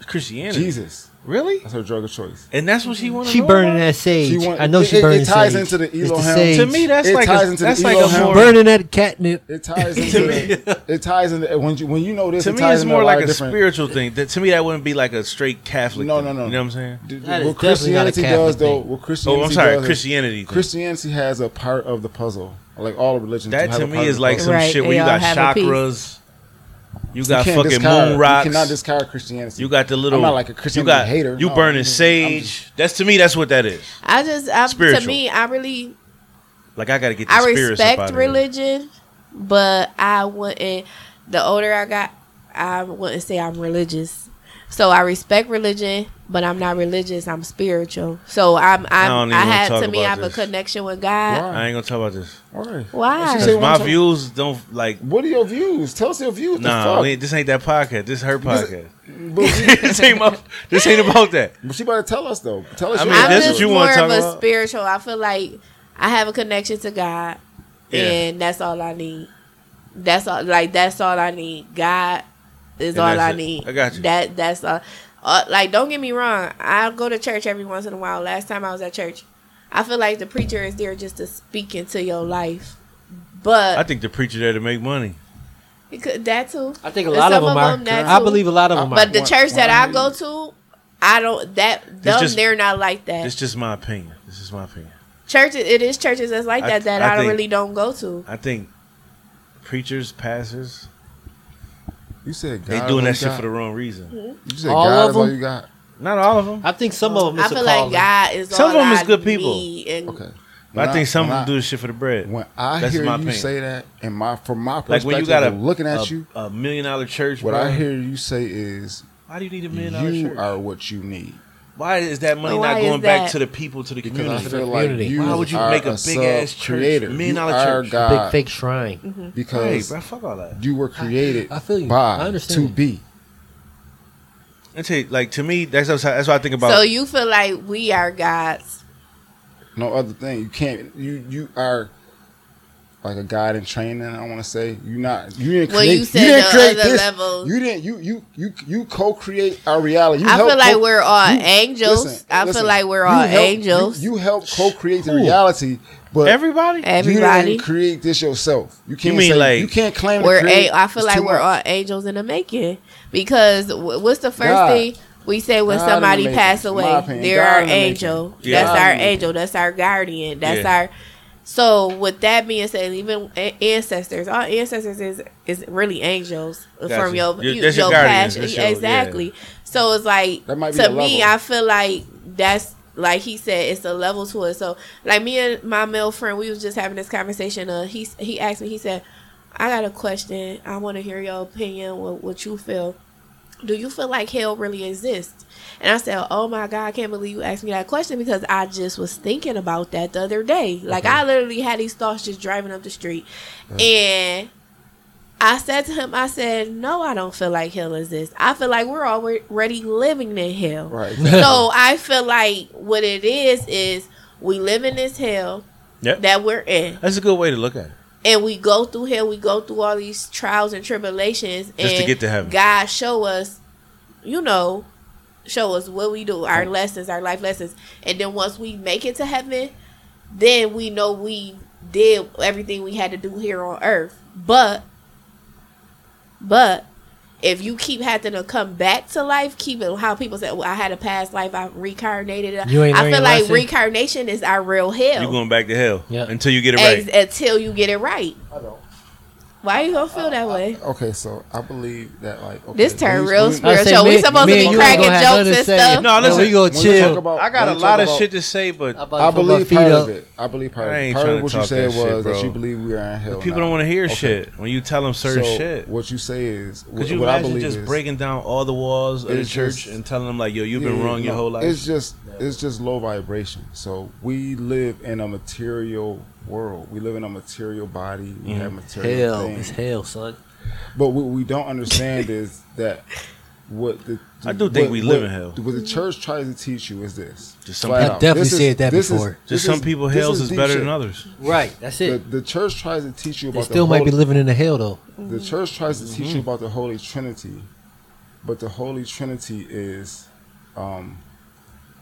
Speaker 2: Christianity.
Speaker 4: Jesus.
Speaker 2: Really?
Speaker 4: That's her drug of choice.
Speaker 2: And that's what she wanted.
Speaker 3: She burning that sage.
Speaker 4: She want-
Speaker 3: I know
Speaker 4: it-
Speaker 3: she
Speaker 4: it-
Speaker 3: burning
Speaker 4: it ties
Speaker 3: sage.
Speaker 4: into the
Speaker 3: It's
Speaker 4: Elohim. To
Speaker 3: sage.
Speaker 2: To me, that's
Speaker 4: It
Speaker 2: like
Speaker 4: ties
Speaker 2: a,
Speaker 4: into
Speaker 2: that's
Speaker 4: the
Speaker 2: like
Speaker 4: ego
Speaker 2: a
Speaker 4: hell.
Speaker 2: more.
Speaker 3: burning that catnip.
Speaker 4: It ties
Speaker 2: To
Speaker 4: into
Speaker 2: me-
Speaker 4: the, it ties into when you when you know this.
Speaker 2: To
Speaker 4: it
Speaker 2: me,
Speaker 4: ties
Speaker 2: it's
Speaker 4: into
Speaker 2: more
Speaker 4: lot
Speaker 2: like
Speaker 4: of
Speaker 2: a
Speaker 4: different-
Speaker 2: spiritual thing. That to me, that wouldn't be like a straight Catholic.
Speaker 4: No,
Speaker 2: thing.
Speaker 4: no, no.
Speaker 2: You know what I'm saying?
Speaker 4: d- d-
Speaker 3: That is
Speaker 4: What
Speaker 3: definitely not a
Speaker 4: Christianity
Speaker 3: Catholic
Speaker 4: does, though,
Speaker 3: thing.
Speaker 4: what Christianity
Speaker 2: Oh, I'm sorry,
Speaker 4: does, is-
Speaker 2: Christianity. thing.
Speaker 4: Christianity has a part of the puzzle, like all religions.
Speaker 2: that
Speaker 4: have
Speaker 2: to
Speaker 4: a part
Speaker 2: me
Speaker 4: of
Speaker 2: is
Speaker 4: the
Speaker 2: like
Speaker 4: puzzle.
Speaker 2: some
Speaker 5: Right,
Speaker 2: shit where
Speaker 5: they
Speaker 2: you
Speaker 5: all
Speaker 2: got
Speaker 5: have a piece.
Speaker 2: chakras, you
Speaker 4: You
Speaker 2: got
Speaker 4: can't
Speaker 2: fucking
Speaker 4: discard,
Speaker 2: moon rocks,
Speaker 4: You cannot discard Christianity.
Speaker 2: You got the little.
Speaker 4: I'm not like a
Speaker 2: you
Speaker 4: Christianity
Speaker 2: got
Speaker 4: hater.
Speaker 2: You
Speaker 4: No,
Speaker 2: burning
Speaker 4: I'm just- I'm
Speaker 2: sage. that's to me. That's what that is.
Speaker 5: I just, I, to
Speaker 2: Spiritual.
Speaker 5: me, I really,
Speaker 2: Like I gotta get. The
Speaker 5: I
Speaker 2: spirits up out
Speaker 5: respect
Speaker 2: of here.
Speaker 5: religion, but I wouldn't. The older I got, I wouldn't say I'm religious. So I respect religion, but I'm not religious. I'm spiritual. So I'm. I'm
Speaker 2: I
Speaker 5: I,
Speaker 2: don't even wanna
Speaker 5: have
Speaker 2: talk
Speaker 5: to me I
Speaker 2: about
Speaker 5: have
Speaker 2: this.
Speaker 5: a connection with God.
Speaker 2: I ain't gonna talk about this.
Speaker 4: All right.
Speaker 5: Why?
Speaker 4: She said-
Speaker 2: Cause my
Speaker 4: wanna-
Speaker 2: views don't like.
Speaker 4: What are your views? Tell us your views. The
Speaker 2: Nah,
Speaker 4: fuck?
Speaker 2: we ain't- this ain't that podcast. This is her podcast.
Speaker 4: But, she,
Speaker 2: this ain't my, This ain't about that.
Speaker 4: but she about to tell us though. Tell us.
Speaker 2: I
Speaker 4: your
Speaker 2: mean,
Speaker 5: I'm
Speaker 2: that's
Speaker 4: views.
Speaker 5: just
Speaker 2: what you
Speaker 5: more
Speaker 2: wanna
Speaker 5: of
Speaker 2: talk
Speaker 5: a
Speaker 2: about?
Speaker 5: spiritual. I feel like I have a connection to God,
Speaker 2: Yeah.
Speaker 5: and that's all I need. That's all. Like that's all I need. God is
Speaker 2: And
Speaker 5: all
Speaker 2: that's
Speaker 5: I
Speaker 2: it.
Speaker 5: need.
Speaker 2: I got you.
Speaker 5: That that's all. Uh, like don't get me wrong. I go to church every once in a while. Last time I was at church, I feel like the preacher is there just to speak into your life. But
Speaker 2: I think the preacher there to make money.
Speaker 5: it could- that too.
Speaker 3: I think a
Speaker 5: And
Speaker 3: lot of
Speaker 5: some
Speaker 3: them
Speaker 5: of
Speaker 3: are.
Speaker 5: them that
Speaker 3: I
Speaker 5: too.
Speaker 3: believe a lot of them are.
Speaker 5: But the
Speaker 4: Why-
Speaker 5: church that
Speaker 4: why
Speaker 5: I
Speaker 4: you-
Speaker 5: go to, I don't. That them
Speaker 2: just-
Speaker 5: they're not like that.
Speaker 2: It's just my opinion. This is my opinion.
Speaker 5: churches it is churches that's like
Speaker 2: I-
Speaker 5: that that
Speaker 2: I
Speaker 5: I, don't
Speaker 2: think-
Speaker 5: really don't go to.
Speaker 2: I think preachers, pastors,
Speaker 4: You said God.
Speaker 2: they doing that shit for the wrong reason.
Speaker 4: You said
Speaker 3: All
Speaker 4: God
Speaker 3: of
Speaker 4: is all
Speaker 3: them?
Speaker 4: you got.
Speaker 2: Not all of them.
Speaker 3: I think some of them.
Speaker 5: I
Speaker 3: Is a
Speaker 5: feel like
Speaker 3: calling.
Speaker 5: God is
Speaker 2: Some
Speaker 5: all
Speaker 2: of 'em is
Speaker 5: I
Speaker 2: good people.
Speaker 5: need, and
Speaker 4: Okay.
Speaker 2: But I think some of
Speaker 4: When I-
Speaker 2: them do this shit for the bread.
Speaker 4: When I
Speaker 2: That's
Speaker 4: hear you
Speaker 2: my opinion.
Speaker 4: say that, and my from my
Speaker 2: Like
Speaker 4: perspective,
Speaker 2: when you got a
Speaker 4: of looking at
Speaker 2: a-
Speaker 4: you,
Speaker 2: a million dollar church.
Speaker 4: what
Speaker 2: bro,
Speaker 4: I hear you say is,
Speaker 2: Why do you need a million dollar
Speaker 4: you
Speaker 2: church?
Speaker 4: are what you need.
Speaker 2: why is that money
Speaker 5: But
Speaker 2: not
Speaker 5: why is
Speaker 2: going back
Speaker 5: that?
Speaker 2: to the people to the
Speaker 4: Because I
Speaker 2: community?
Speaker 4: feel like
Speaker 3: Community.
Speaker 4: you
Speaker 2: Why would you
Speaker 4: are
Speaker 2: make a
Speaker 4: a
Speaker 2: big-ass
Speaker 4: sub
Speaker 2: church,
Speaker 4: creator.
Speaker 2: million
Speaker 4: You
Speaker 2: dollar
Speaker 4: are
Speaker 2: church?
Speaker 3: Big
Speaker 4: God
Speaker 3: fake shrine.
Speaker 2: Hey,
Speaker 4: because
Speaker 2: bro, fuck all that.
Speaker 4: you were created
Speaker 3: I feel you.
Speaker 4: by
Speaker 3: I
Speaker 4: to
Speaker 3: understand.
Speaker 4: be.
Speaker 2: I tell you, like to me, that's what, that's what I think about.
Speaker 5: so you feel like we are gods.
Speaker 4: No other thing. You can't. You you are like a guide in training. I want to say you're not you didn't
Speaker 5: Well,
Speaker 4: create.
Speaker 5: you said
Speaker 4: didn't
Speaker 5: the
Speaker 4: create
Speaker 5: other
Speaker 4: this.
Speaker 5: levels.
Speaker 4: You didn't you you you you co-create our reality. You
Speaker 5: I
Speaker 4: help
Speaker 5: feel like
Speaker 4: co-
Speaker 5: we're all
Speaker 4: you-
Speaker 5: angels.
Speaker 4: listen,
Speaker 5: I
Speaker 4: listen,
Speaker 5: feel like we're
Speaker 4: you
Speaker 5: all
Speaker 4: help- you-
Speaker 5: angels.
Speaker 4: You, help co-create the
Speaker 2: Who?
Speaker 4: reality, but
Speaker 2: Everybody?
Speaker 4: you
Speaker 5: Everybody.
Speaker 4: didn't create this yourself. You can't
Speaker 2: mean
Speaker 4: say,
Speaker 2: like-
Speaker 4: you can't claim to
Speaker 5: We're
Speaker 4: create.
Speaker 5: a- I feel
Speaker 4: It's
Speaker 5: like
Speaker 4: too
Speaker 5: we're
Speaker 4: much.
Speaker 5: all angels in the making because wh- what's the first
Speaker 4: God.
Speaker 5: thing we say when
Speaker 4: God in the
Speaker 5: somebody
Speaker 4: making.
Speaker 5: passed
Speaker 4: My
Speaker 5: away?
Speaker 4: opinion,
Speaker 5: They're
Speaker 4: God
Speaker 5: our
Speaker 4: in the making.
Speaker 5: angel.
Speaker 2: Yeah.
Speaker 5: That's
Speaker 4: God
Speaker 5: our
Speaker 4: in the
Speaker 5: angel. That's our guardian. That's
Speaker 2: Yeah.
Speaker 5: our. So with that being said, even a- ancestors, all ancestors is is really angels from
Speaker 2: Gotcha.
Speaker 5: your
Speaker 2: Your-
Speaker 5: you- your,
Speaker 2: that's your guardians.
Speaker 5: passion
Speaker 2: That's your- yeah.
Speaker 5: exactly. So it's like
Speaker 4: That might be
Speaker 5: to
Speaker 4: a
Speaker 5: me,
Speaker 4: level.
Speaker 5: I feel like that's like he said, it's a level to it. So like me and my male friend, we was just having this conversation. Uh, he he asked me, he said, "I got a question. I want to hear your opinion. What what you feel? Do you feel like hell really exists?" And I said, "Oh my God, I can't believe you asked me that question because I just was thinking about that the other day. Like I literally had these thoughts just driving up the street, and." I said to him, I said, no, I don't feel like hell exists. I feel like we're already living in hell.
Speaker 4: right.
Speaker 5: So I feel like what it is is we live in this hell
Speaker 2: Yep.
Speaker 5: that we're in,
Speaker 2: That's a good way to look at it.
Speaker 5: and we go through hell. We go through all these trials and tribulations,
Speaker 2: Just to
Speaker 5: and
Speaker 2: get to heaven.
Speaker 5: God show us, you know, show us what we do, our lessons, our life lessons, and then once we make it to heaven, then we know we did everything we had to do here on earth. But, but if you keep having to come back to life, keep it how people say, well, I had a past life, I reincarnated.
Speaker 3: You ain't
Speaker 5: I
Speaker 3: learn
Speaker 5: feel
Speaker 3: your
Speaker 5: like
Speaker 3: lesson?
Speaker 5: reincarnation is our real hell
Speaker 2: You're going back to hell
Speaker 3: Yeah.
Speaker 2: until you get it
Speaker 5: ex-
Speaker 2: right.
Speaker 5: until you get it right.
Speaker 4: I don't.
Speaker 5: Why you gonna feel that way?
Speaker 4: Okay, so I believe that like okay,
Speaker 5: This turned
Speaker 4: when-
Speaker 5: real
Speaker 4: when-
Speaker 5: spiritual.
Speaker 3: I say
Speaker 5: We
Speaker 3: me-
Speaker 5: supposed
Speaker 3: me and
Speaker 5: to be
Speaker 3: you ain't
Speaker 5: cracking
Speaker 3: gonna have
Speaker 5: jokes
Speaker 3: nothing
Speaker 5: and
Speaker 3: to say.
Speaker 5: stuff.
Speaker 2: No,
Speaker 3: No,
Speaker 2: listen.
Speaker 3: we gonna
Speaker 4: when we talk
Speaker 3: chill.
Speaker 4: about-
Speaker 2: I got a
Speaker 4: when we
Speaker 2: lot
Speaker 4: talk
Speaker 2: of
Speaker 4: about-
Speaker 2: shit to say, but
Speaker 4: I believe
Speaker 3: feet
Speaker 4: part
Speaker 3: up.
Speaker 4: of it. I believe part
Speaker 2: I
Speaker 4: of it.
Speaker 2: ain't
Speaker 4: Part
Speaker 2: tryna
Speaker 4: of what you
Speaker 2: talk
Speaker 4: said
Speaker 2: that shit,
Speaker 4: was
Speaker 2: bro.
Speaker 4: that you believe we are in hell.
Speaker 2: people
Speaker 4: now.
Speaker 2: don't want to hear
Speaker 4: Okay.
Speaker 2: shit when you tell them certain
Speaker 4: so
Speaker 2: shit.
Speaker 4: What you say is
Speaker 2: Could
Speaker 4: what,
Speaker 2: you
Speaker 4: what I
Speaker 2: imagine
Speaker 4: believe
Speaker 2: just
Speaker 4: is,
Speaker 2: breaking down all the walls of the
Speaker 4: It's
Speaker 2: church
Speaker 4: just-
Speaker 2: and telling them like, "Yo, you've
Speaker 4: Yeah,
Speaker 2: been
Speaker 4: yeah,
Speaker 2: wrong your
Speaker 4: no,
Speaker 2: whole life."
Speaker 4: It's just it's just low vibration. So we live in a material world. We live in a material body. We have material
Speaker 3: Hell,
Speaker 4: things.
Speaker 3: it's hell, son.
Speaker 4: But what we don't understand is that what the
Speaker 2: I do think
Speaker 4: what-
Speaker 2: we live
Speaker 4: what-
Speaker 2: in hell.
Speaker 4: What the church tries to teach you is this.
Speaker 2: Just some
Speaker 4: Flat
Speaker 2: people-
Speaker 3: I
Speaker 4: out.
Speaker 3: definitely
Speaker 4: This is-
Speaker 3: said that
Speaker 4: this is-
Speaker 3: before.
Speaker 4: this
Speaker 2: just some
Speaker 4: is-
Speaker 2: people,
Speaker 4: this
Speaker 2: hells is,
Speaker 4: deep
Speaker 2: better
Speaker 4: shit.
Speaker 2: than others.
Speaker 3: Right, that's
Speaker 4: The,
Speaker 3: it.
Speaker 4: the church tries to teach you
Speaker 3: They
Speaker 4: about
Speaker 3: still
Speaker 4: the
Speaker 3: might
Speaker 4: holy,
Speaker 3: be living in the hell though.
Speaker 4: the church tries to
Speaker 2: Mm-hmm.
Speaker 4: teach you about the Holy Trinity, but the Holy Trinity is um,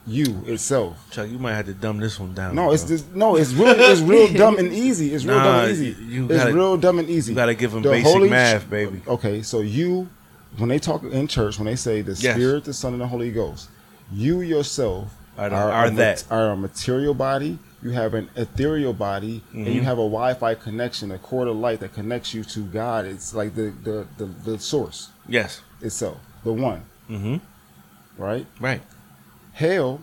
Speaker 4: you itself.
Speaker 2: Chuck, you might have to dumb this one down.
Speaker 4: No, it's
Speaker 2: bro.
Speaker 4: just no. It's real. It's real dumb and easy. It's real
Speaker 2: Nah,
Speaker 4: dumb and easy.
Speaker 2: you
Speaker 4: it's
Speaker 2: gotta-
Speaker 4: real dumb and easy.
Speaker 2: you gotta give 'em
Speaker 4: The
Speaker 2: basic
Speaker 4: Holy-
Speaker 2: math, baby.
Speaker 4: Okay, so you, when they talk in church, when they say the
Speaker 2: Yes.
Speaker 4: Spirit, the Son, and the Holy Ghost, you yourself
Speaker 2: Are the-
Speaker 4: a
Speaker 2: are
Speaker 4: mat-
Speaker 2: that.
Speaker 4: are a material body. You have an ethereal body, and you
Speaker 2: Mm-hmm.
Speaker 4: have a Wi-Fi connection, a cord of light that connects you to God. It's like the the the, the source
Speaker 2: yes,
Speaker 4: itself, the one,
Speaker 2: hmm
Speaker 4: right?
Speaker 2: right.
Speaker 4: Hell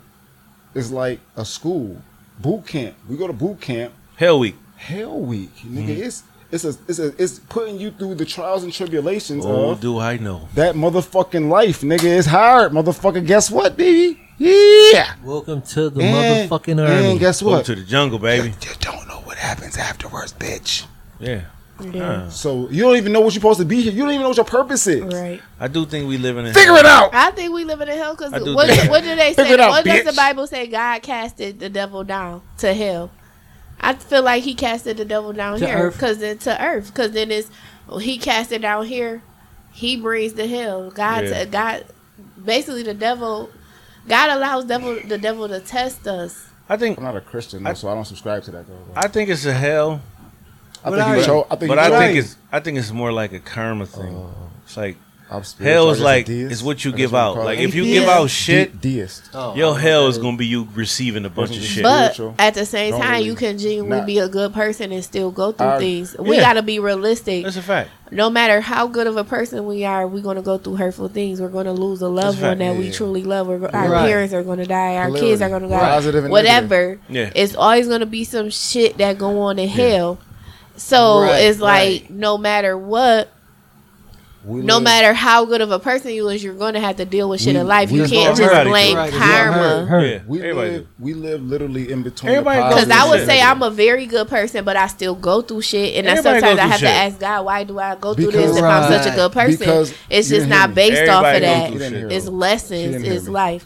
Speaker 4: is like a school boot camp. We go to boot camp.
Speaker 2: Hell week.
Speaker 4: Hell Week, nigga.
Speaker 2: Mm-hmm.
Speaker 4: It's it's a, it's a, it's putting you through the trials and tribulations
Speaker 2: Oh,
Speaker 4: of
Speaker 2: do I know?
Speaker 4: that motherfucking life, nigga. It's hard, motherfucker. Guess what, baby? Yeah.
Speaker 3: Welcome to the
Speaker 4: And-
Speaker 3: motherfucking
Speaker 4: And
Speaker 3: army.
Speaker 4: guess
Speaker 2: Welcome
Speaker 4: what?
Speaker 2: to the jungle, baby.
Speaker 4: You don't know what happens afterwards, bitch.
Speaker 2: Yeah. Uh,
Speaker 4: So you don't even know what you're supposed to be here. You don't even know what your purpose is.
Speaker 5: Right.
Speaker 2: I do think we live in a
Speaker 4: Figure it out.
Speaker 5: I think we live in a hell because
Speaker 2: I do
Speaker 5: what,
Speaker 2: think-
Speaker 5: what do they
Speaker 4: Figure
Speaker 5: say?
Speaker 4: it out,
Speaker 5: what does
Speaker 4: bitch.
Speaker 5: the Bible say? God casted the devil down to hell. I feel like he casted the devil down
Speaker 3: To
Speaker 5: here
Speaker 3: earth.
Speaker 5: because then to earth because then it's he cast it down here. He brings the hell. God,
Speaker 2: Yeah.
Speaker 5: God, basically the devil. God allows devil the devil to test us.
Speaker 2: I think
Speaker 4: I'm not a Christian, though,
Speaker 2: I-
Speaker 4: so I don't subscribe to that. Though.
Speaker 2: I think it's a hell,
Speaker 4: I
Speaker 3: but
Speaker 4: think you
Speaker 3: I-
Speaker 4: chose. I think
Speaker 2: but
Speaker 4: you Uh-huh.
Speaker 2: I
Speaker 4: chose.
Speaker 2: think it's I think it's more like a karma thing. it's like
Speaker 4: I'm spiritual,
Speaker 2: Uh, hell
Speaker 4: I
Speaker 2: is
Speaker 4: guess,
Speaker 2: like
Speaker 4: deist.
Speaker 2: is what you
Speaker 4: I guess
Speaker 2: give
Speaker 4: can
Speaker 2: out.
Speaker 4: call it.
Speaker 2: Like if you
Speaker 5: Atheist.
Speaker 2: give out shit,
Speaker 4: De- deist.
Speaker 3: Oh,
Speaker 2: your
Speaker 3: okay.
Speaker 2: hell is gonna be you receiving a bunch of
Speaker 4: But-
Speaker 2: shit.
Speaker 5: But
Speaker 4: spiritual.
Speaker 5: at the same
Speaker 4: Don't
Speaker 5: time,
Speaker 4: really-
Speaker 5: you can genuinely
Speaker 4: not-
Speaker 5: be a good person and still go through
Speaker 4: I-
Speaker 5: things. We
Speaker 2: yeah.
Speaker 5: got to be realistic.
Speaker 2: That's a fact.
Speaker 5: No matter how good of a person we are, we're going to go through hurtful things. We're going to lose a
Speaker 2: That's
Speaker 5: loved
Speaker 2: a fact.
Speaker 5: one that we
Speaker 4: Yeah.
Speaker 5: truly love. We're, go- our
Speaker 3: Right.
Speaker 5: parents are going to die. Our kids
Speaker 4: Polarity.
Speaker 5: are going to die.
Speaker 4: Positive and
Speaker 5: Whatever.
Speaker 2: Yeah.
Speaker 5: It's always going to be some shit that go on in hell. So
Speaker 3: Right,
Speaker 5: it's like
Speaker 3: right.
Speaker 5: no matter what,
Speaker 4: We
Speaker 5: no
Speaker 4: live-
Speaker 5: matter how good of a person you is, you're going to have to deal with shit
Speaker 4: We-
Speaker 5: in life.
Speaker 4: we
Speaker 5: You
Speaker 4: just
Speaker 5: can't
Speaker 2: gonna-
Speaker 5: just
Speaker 2: everybody
Speaker 5: blame
Speaker 2: do
Speaker 3: it.
Speaker 5: karma.
Speaker 3: Right, Hurt.
Speaker 2: Yeah,
Speaker 4: We
Speaker 2: everybody
Speaker 4: live,
Speaker 2: do.
Speaker 4: we live literally in between.
Speaker 2: Everybody
Speaker 4: the
Speaker 2: goes
Speaker 5: Because
Speaker 4: positive
Speaker 5: I would
Speaker 4: and
Speaker 5: say
Speaker 4: negative.
Speaker 5: I'm a very good person, but I still go through shit, and I
Speaker 2: Everybody
Speaker 5: sometimes
Speaker 2: go
Speaker 5: I
Speaker 2: through
Speaker 5: have
Speaker 2: shit.
Speaker 5: to ask God, why do I go through
Speaker 4: Because-
Speaker 5: this if I'm such a
Speaker 3: Right.
Speaker 5: good person?
Speaker 4: Because-
Speaker 5: it's
Speaker 4: you
Speaker 5: just
Speaker 4: didn't hear
Speaker 5: not
Speaker 4: me.
Speaker 5: based off
Speaker 2: Everybody
Speaker 5: of
Speaker 2: go
Speaker 5: that.
Speaker 2: through shit.
Speaker 5: It's
Speaker 4: She
Speaker 5: lessons,
Speaker 4: didn't hear
Speaker 5: it's
Speaker 4: me.
Speaker 5: life.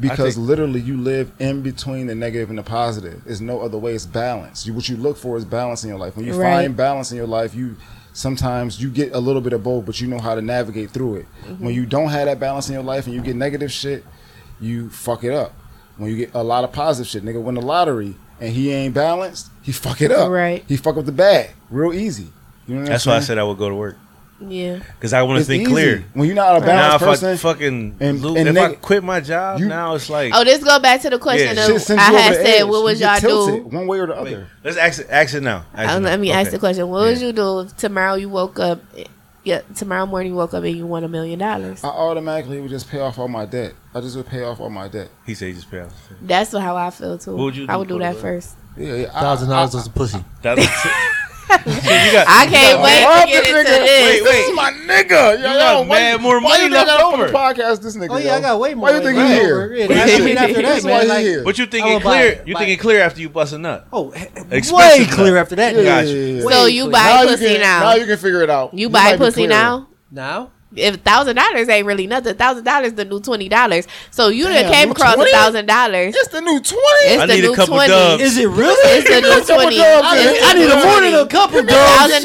Speaker 4: because
Speaker 2: think-
Speaker 4: literally you live in between the negative and the positive. There's no other way. It's balance. You, what you look for is balance in your life. When you
Speaker 5: Right.
Speaker 4: find balance in your life, you sometimes you get a little bit of both, but you know how to navigate through it.
Speaker 5: Mm-hmm.
Speaker 4: When you don't have that balance in your life and you get negative shit, you fuck it up. When you get a lot of positive shit, nigga win the lottery and he ain't balanced, he fuck it up.
Speaker 5: Right.
Speaker 4: He fuck up the bag real easy. You know what
Speaker 2: That's
Speaker 4: I'm
Speaker 2: why I
Speaker 4: saying?
Speaker 2: said I would go to work
Speaker 5: yeah.
Speaker 2: because I want to
Speaker 4: It's
Speaker 2: think
Speaker 4: easy.
Speaker 2: clear.
Speaker 4: When you're not a
Speaker 2: Now if
Speaker 4: balanced
Speaker 2: I
Speaker 4: person,
Speaker 2: fucking
Speaker 4: and-
Speaker 2: lo-
Speaker 4: and
Speaker 2: if I
Speaker 4: nigga-
Speaker 2: quit my job
Speaker 4: you-
Speaker 2: now, it's like
Speaker 5: Oh, this go back to the question
Speaker 2: Yeah.
Speaker 5: of,
Speaker 4: shit sends
Speaker 5: I
Speaker 4: you over
Speaker 5: had
Speaker 4: the
Speaker 5: said,
Speaker 4: edge.
Speaker 5: what would
Speaker 4: You
Speaker 5: y'all
Speaker 4: get
Speaker 5: do?
Speaker 4: tilted one way or the
Speaker 2: wait,
Speaker 4: other?
Speaker 2: let's ask it, ask it now. Ask it
Speaker 5: Um,
Speaker 2: now.
Speaker 5: let me ask
Speaker 2: Okay.
Speaker 5: the question. What would
Speaker 2: Yeah.
Speaker 5: you do if tomorrow you woke up? Yeah, tomorrow morning you woke up and you won a million dollars.
Speaker 4: I automatically would just pay off all my debt. I just would pay off all my debt.
Speaker 2: He said he just passed.
Speaker 5: That's how I feel too.
Speaker 2: What would you
Speaker 5: I
Speaker 2: do
Speaker 5: would do
Speaker 2: for
Speaker 5: that
Speaker 2: the-
Speaker 5: first.
Speaker 4: Yeah, yeah. I-
Speaker 3: Thousand
Speaker 4: I-
Speaker 3: dollars was a pussy.
Speaker 2: That was So you got,
Speaker 5: I can't
Speaker 4: I-
Speaker 5: wait
Speaker 4: What
Speaker 5: to get
Speaker 4: the
Speaker 5: into
Speaker 4: nigga-
Speaker 5: this.
Speaker 2: Wait,
Speaker 4: This
Speaker 2: wait.
Speaker 4: is my nigga. Yo,
Speaker 2: You got
Speaker 4: yo, why
Speaker 2: mad
Speaker 4: you-
Speaker 2: more
Speaker 4: why
Speaker 2: money
Speaker 4: you think
Speaker 2: left
Speaker 4: I gotta
Speaker 2: over.
Speaker 4: fucking Podcast this nigga.
Speaker 3: Oh yeah,
Speaker 4: yo?
Speaker 3: I got way more.
Speaker 4: Why you think he
Speaker 3: way
Speaker 4: here?
Speaker 3: Yeah, that shit after that,
Speaker 4: That's
Speaker 3: man,
Speaker 4: why he
Speaker 3: like-
Speaker 4: here.
Speaker 2: But you
Speaker 3: I
Speaker 2: thinking
Speaker 3: would buy
Speaker 2: clear?
Speaker 3: it.
Speaker 2: You
Speaker 3: Buy
Speaker 2: thinking
Speaker 3: it.
Speaker 2: clear after you bust a nut?
Speaker 3: Oh, way
Speaker 2: Expensive
Speaker 3: clear
Speaker 2: nut.
Speaker 3: after that.
Speaker 4: Yeah,
Speaker 3: nigga.
Speaker 4: yeah, yeah, yeah.
Speaker 3: Way
Speaker 5: So you
Speaker 3: clear.
Speaker 5: buy-
Speaker 4: now you
Speaker 5: pussy
Speaker 4: can,
Speaker 5: now.
Speaker 4: Now you can figure it out.
Speaker 5: You buy
Speaker 4: might be
Speaker 5: pussy
Speaker 4: clearer.
Speaker 5: now?
Speaker 3: now?
Speaker 5: If thousand dollars ain't really nothing, thousand dollars the new twenty dollars. So you done
Speaker 4: Damn,
Speaker 5: came
Speaker 4: new
Speaker 5: across
Speaker 4: 20?
Speaker 5: thousand dollars.
Speaker 4: It's the new twenty.
Speaker 5: It's
Speaker 2: I
Speaker 5: the
Speaker 2: need a
Speaker 5: new
Speaker 2: couple
Speaker 5: 20.
Speaker 2: dubs.
Speaker 3: Is it real?
Speaker 5: It's the new
Speaker 4: That's what
Speaker 5: twenty.
Speaker 4: dubs
Speaker 3: I
Speaker 4: is.
Speaker 3: need, I need a more than a couple
Speaker 5: Thousand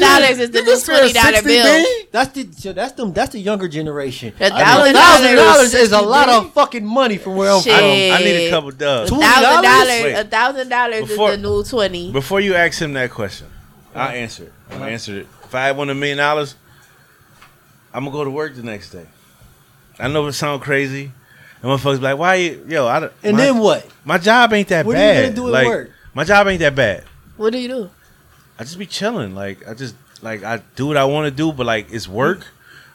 Speaker 3: dollars.
Speaker 5: dollars is the
Speaker 4: You
Speaker 5: new
Speaker 4: just spent
Speaker 5: twenty dollar
Speaker 4: 60
Speaker 5: bill.
Speaker 4: B?
Speaker 3: That's the so that's them that's the younger generation.
Speaker 5: A
Speaker 3: A
Speaker 5: thousand
Speaker 3: thousand
Speaker 5: dollars.
Speaker 3: dollars is a lot
Speaker 4: $60.
Speaker 3: of fucking money from where I'm
Speaker 5: Shit.
Speaker 2: I,
Speaker 3: from.
Speaker 2: don't- I need a
Speaker 5: Shit.
Speaker 2: couple
Speaker 5: A
Speaker 2: dubs.
Speaker 3: Two-
Speaker 5: thousand
Speaker 2: Wait.
Speaker 5: dollars. A thousand dollars is
Speaker 2: Before-
Speaker 5: the new twenty.
Speaker 2: Before you ask him that question, I answer it. I answered it. If I had won a million dollars, I'm gonna go to work the next day. I know it sounds crazy, and motherfuckers be like, "Why you, yo?" I, don't-
Speaker 3: And
Speaker 2: my,
Speaker 3: then what?
Speaker 2: my job ain't that
Speaker 3: What are you
Speaker 2: bad.
Speaker 3: gonna do at
Speaker 2: like,
Speaker 3: work?
Speaker 2: My job ain't that bad.
Speaker 5: What do you do?
Speaker 2: I just be chilling. Like I just like I do what I want to do, but like it's work.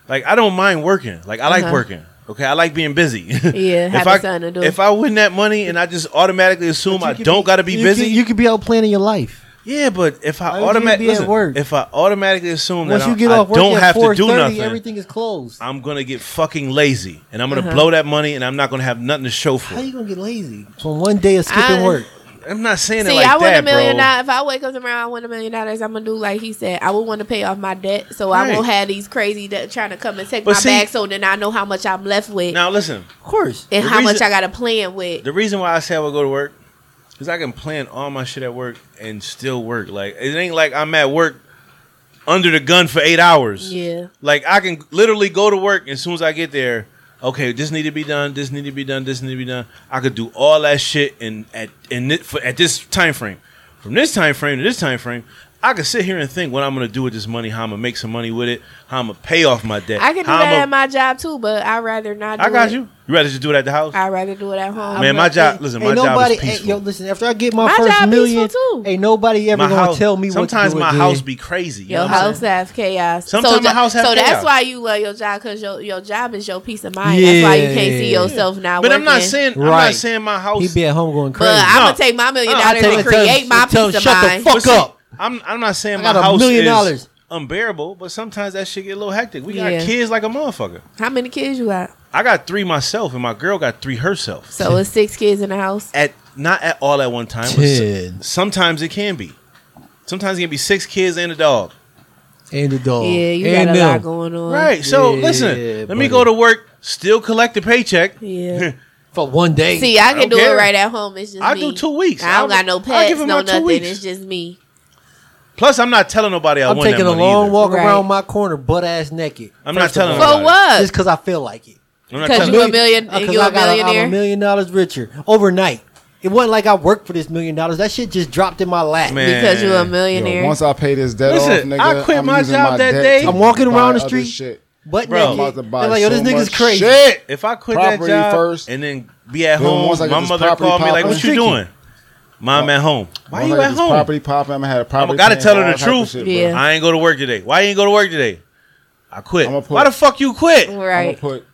Speaker 2: Like I don't mind working. Like I like
Speaker 5: Uh-huh.
Speaker 2: working. Okay, I like being busy.
Speaker 5: Yeah,
Speaker 2: if
Speaker 5: having
Speaker 2: I
Speaker 5: something to do.
Speaker 2: if I win that money and I just automatically assume
Speaker 3: But you
Speaker 2: I
Speaker 3: could
Speaker 2: don't gotta be
Speaker 3: you
Speaker 2: busy,
Speaker 3: Could, you could be out planning your life.
Speaker 2: yeah. But if I
Speaker 3: Why would you
Speaker 2: automatically
Speaker 3: be at work?
Speaker 2: if I automatically assume
Speaker 3: Once
Speaker 2: that
Speaker 3: you get
Speaker 2: I,
Speaker 3: off
Speaker 2: I
Speaker 3: work
Speaker 2: don't
Speaker 3: at
Speaker 2: have to
Speaker 3: four
Speaker 2: do
Speaker 3: thirty,
Speaker 2: nothing,
Speaker 3: everything is closed.
Speaker 2: I'm gonna get fucking lazy and I'm gonna
Speaker 5: Uh-huh.
Speaker 2: blow that money and I'm not gonna have nothing to show for.
Speaker 3: How
Speaker 2: it.
Speaker 3: you gonna get lazy from one day of skipping
Speaker 5: I-
Speaker 3: work?
Speaker 2: I'm not saying it
Speaker 5: See,
Speaker 2: like
Speaker 5: I want
Speaker 2: that,
Speaker 5: a million
Speaker 2: bro.
Speaker 5: dollars. If I wake up tomorrow, I want a million dollars. I'm gonna do like he said. I would want to pay off my debt, so I
Speaker 2: Right.
Speaker 5: won't have these crazy that trying to come and take
Speaker 2: But
Speaker 5: my
Speaker 2: see-
Speaker 5: bag. So then I know how much I'm left with
Speaker 2: Now listen,
Speaker 3: Of course.
Speaker 5: and
Speaker 2: the
Speaker 5: how much
Speaker 2: reason-
Speaker 5: I got to plan with.
Speaker 2: The reason why I say I would go to work is I can plan all my shit at work and still work. Like it ain't like I'm at work under the gun for eight hours.
Speaker 5: Yeah,
Speaker 2: Like I can literally go to work and as soon as I get there. Okay, this need to be done. This need to be done. This need to be done. I could do all that shit in at in it, for, at this time frame. From this time frame to this time frame, I could sit here and think what I'm gonna do with this money, how I'm gonna make some money with it, how I'm gonna pay off my debt.
Speaker 5: I can do
Speaker 2: how
Speaker 5: that
Speaker 2: I'ma-
Speaker 5: at my job too, but I would rather not. Do
Speaker 2: I got
Speaker 5: it.
Speaker 2: you. You rather just do it at the house?
Speaker 5: I'd rather do it at home.
Speaker 2: Man,
Speaker 3: I'm
Speaker 2: my
Speaker 3: not-
Speaker 2: job-
Speaker 3: ain't-
Speaker 2: listen,
Speaker 3: ain't
Speaker 2: my job is
Speaker 3: nobody- ain't-
Speaker 2: peaceful.
Speaker 3: Yo, listen, after I get my,
Speaker 5: My
Speaker 3: first
Speaker 5: job
Speaker 3: million,
Speaker 5: peaceful too.
Speaker 3: ain't nobody ever
Speaker 2: my
Speaker 3: gonna
Speaker 2: house.
Speaker 3: tell me.
Speaker 2: Sometimes
Speaker 3: what to do
Speaker 2: my
Speaker 3: again.
Speaker 2: house be crazy. You
Speaker 5: Your
Speaker 2: know what I'm
Speaker 5: house have chaos.
Speaker 2: Sometimes
Speaker 5: so
Speaker 2: my
Speaker 5: tha-
Speaker 2: house have
Speaker 5: So
Speaker 2: chaos.
Speaker 5: that's why you love your job because your your job is your peace of mind. That's why you can't see
Speaker 3: Yeah.
Speaker 5: yourself now.
Speaker 2: But I'm not
Speaker 5: working.
Speaker 2: saying I'm not
Speaker 3: Right.
Speaker 2: saying my house.
Speaker 3: He be at home going
Speaker 5: But
Speaker 3: crazy.
Speaker 5: I'm
Speaker 2: No.
Speaker 5: gonna take my million
Speaker 2: No, I
Speaker 5: dollars
Speaker 2: tell
Speaker 5: and
Speaker 3: him- tell him-
Speaker 5: create my
Speaker 3: tell him
Speaker 5: peace of
Speaker 3: shut the
Speaker 5: mind.
Speaker 3: fuck
Speaker 2: But see,
Speaker 3: up.
Speaker 2: I'm I'm not
Speaker 3: I
Speaker 2: saying my
Speaker 3: got a
Speaker 2: house
Speaker 3: million
Speaker 2: is
Speaker 3: dollars.
Speaker 2: unbearable, but sometimes that shit get a little hectic. We got
Speaker 5: Yeah.
Speaker 2: kids like a motherfucker.
Speaker 5: How many kids you got?
Speaker 2: I got three myself, and my girl got three herself.
Speaker 5: So it's six kids in the house.
Speaker 2: at not at all at one time. but s-
Speaker 3: Ten.
Speaker 2: Sometimes it can be. Sometimes it can be six kids and a dog.
Speaker 3: and the dog.
Speaker 5: Yeah, you
Speaker 3: and
Speaker 5: got a
Speaker 3: them.
Speaker 5: lot going on.
Speaker 2: Oh, Right. So
Speaker 3: Yeah,
Speaker 2: listen, let me
Speaker 3: buddy.
Speaker 2: go to work, still collect the paycheck.
Speaker 5: Yeah.
Speaker 3: for one day.
Speaker 5: See, I can
Speaker 2: don't
Speaker 5: do
Speaker 2: care.
Speaker 5: it right at home. It's just
Speaker 2: I
Speaker 5: me.
Speaker 2: do two weeks.
Speaker 5: I don't
Speaker 2: I-
Speaker 5: got no
Speaker 2: I give
Speaker 5: pets,
Speaker 2: him
Speaker 5: no
Speaker 2: my two
Speaker 5: nothing.
Speaker 2: weeks.
Speaker 5: It's just me.
Speaker 2: Plus, I'm not telling nobody I
Speaker 3: I'm
Speaker 2: won that
Speaker 3: taking a
Speaker 2: money
Speaker 3: long
Speaker 2: either.
Speaker 3: walk
Speaker 5: Right.
Speaker 3: around my corner, butt ass naked.
Speaker 2: I'm not
Speaker 3: First of
Speaker 2: telling
Speaker 3: all.
Speaker 5: For
Speaker 2: nobody.
Speaker 3: Just
Speaker 5: what?
Speaker 3: because I feel like it.
Speaker 2: I'm not
Speaker 5: 'Cause
Speaker 2: telling
Speaker 5: you a million-
Speaker 3: Uh, 'cause
Speaker 5: you a
Speaker 3: I got I'm
Speaker 5: millionaire?
Speaker 3: a million dollars richer overnight. It wasn't like I worked for this million dollars. That shit just dropped in my lap.
Speaker 2: Man.
Speaker 5: Because you're
Speaker 4: Yo,
Speaker 5: a millionaire.
Speaker 4: once I pay this debt
Speaker 2: Listen,
Speaker 4: off, nigga,
Speaker 2: I quit
Speaker 4: I'm
Speaker 2: my
Speaker 4: using
Speaker 2: job
Speaker 4: my
Speaker 2: that
Speaker 4: debt
Speaker 2: day.
Speaker 4: to
Speaker 3: I'm walking
Speaker 4: buy
Speaker 3: around the
Speaker 4: other
Speaker 3: street.
Speaker 4: Shit.
Speaker 3: But
Speaker 2: Bro.
Speaker 3: Bro,
Speaker 4: I'm about to buy
Speaker 3: like, yo, this
Speaker 4: so
Speaker 3: nigga's
Speaker 4: much
Speaker 3: crazy.
Speaker 4: shit.
Speaker 2: If I quit that
Speaker 4: Property
Speaker 2: job
Speaker 4: first.
Speaker 2: and then be at
Speaker 4: Then
Speaker 2: home,
Speaker 4: once I get
Speaker 2: my
Speaker 4: this
Speaker 2: mother
Speaker 4: property
Speaker 2: called me like,
Speaker 4: popping-
Speaker 2: "What you doing?" Mom at home. Why you at home?
Speaker 4: Property popping. I'm gonna have a property.
Speaker 2: I gotta
Speaker 4: plan,
Speaker 2: tell her
Speaker 4: all
Speaker 2: the
Speaker 4: type of
Speaker 2: truth.
Speaker 4: shit,
Speaker 5: Yeah.
Speaker 4: bro.
Speaker 2: I ain't go to work today. Why you ain't go to work today? I quit.
Speaker 4: I'ma put-
Speaker 2: Why the fuck you quit?
Speaker 4: I'm gonna
Speaker 5: right.
Speaker 4: put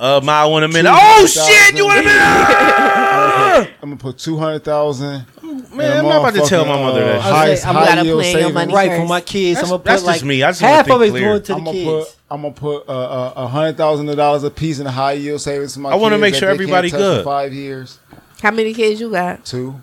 Speaker 2: Uh, my one a minute.
Speaker 4: Two
Speaker 2: Oh
Speaker 4: thousand.
Speaker 2: shit, you want a minute?
Speaker 4: I'm gonna put two hundred thousand.
Speaker 2: Man, I'm not about to tell my mother that shit.
Speaker 3: I
Speaker 4: High,
Speaker 3: was like, I'm
Speaker 4: uh, high
Speaker 5: gotta
Speaker 4: yield
Speaker 5: plan your
Speaker 4: savings.
Speaker 5: money.
Speaker 3: right for
Speaker 5: first.
Speaker 3: my kids.
Speaker 2: That's-
Speaker 3: I'm gonna put
Speaker 2: that's just
Speaker 3: like
Speaker 2: me. I just wanna
Speaker 3: half
Speaker 2: think
Speaker 3: of it's
Speaker 2: clear.
Speaker 3: going to the
Speaker 4: I'm gonna
Speaker 3: kids.
Speaker 4: put I'm gonna put uh, uh, a hundred thousand dollars a piece in a high yield savings for my.
Speaker 2: I wanna
Speaker 4: kids
Speaker 2: make
Speaker 4: that
Speaker 2: sure
Speaker 4: they
Speaker 2: everybody
Speaker 4: can't touch
Speaker 2: good.
Speaker 4: In five years,
Speaker 5: How many kids you got?
Speaker 4: two.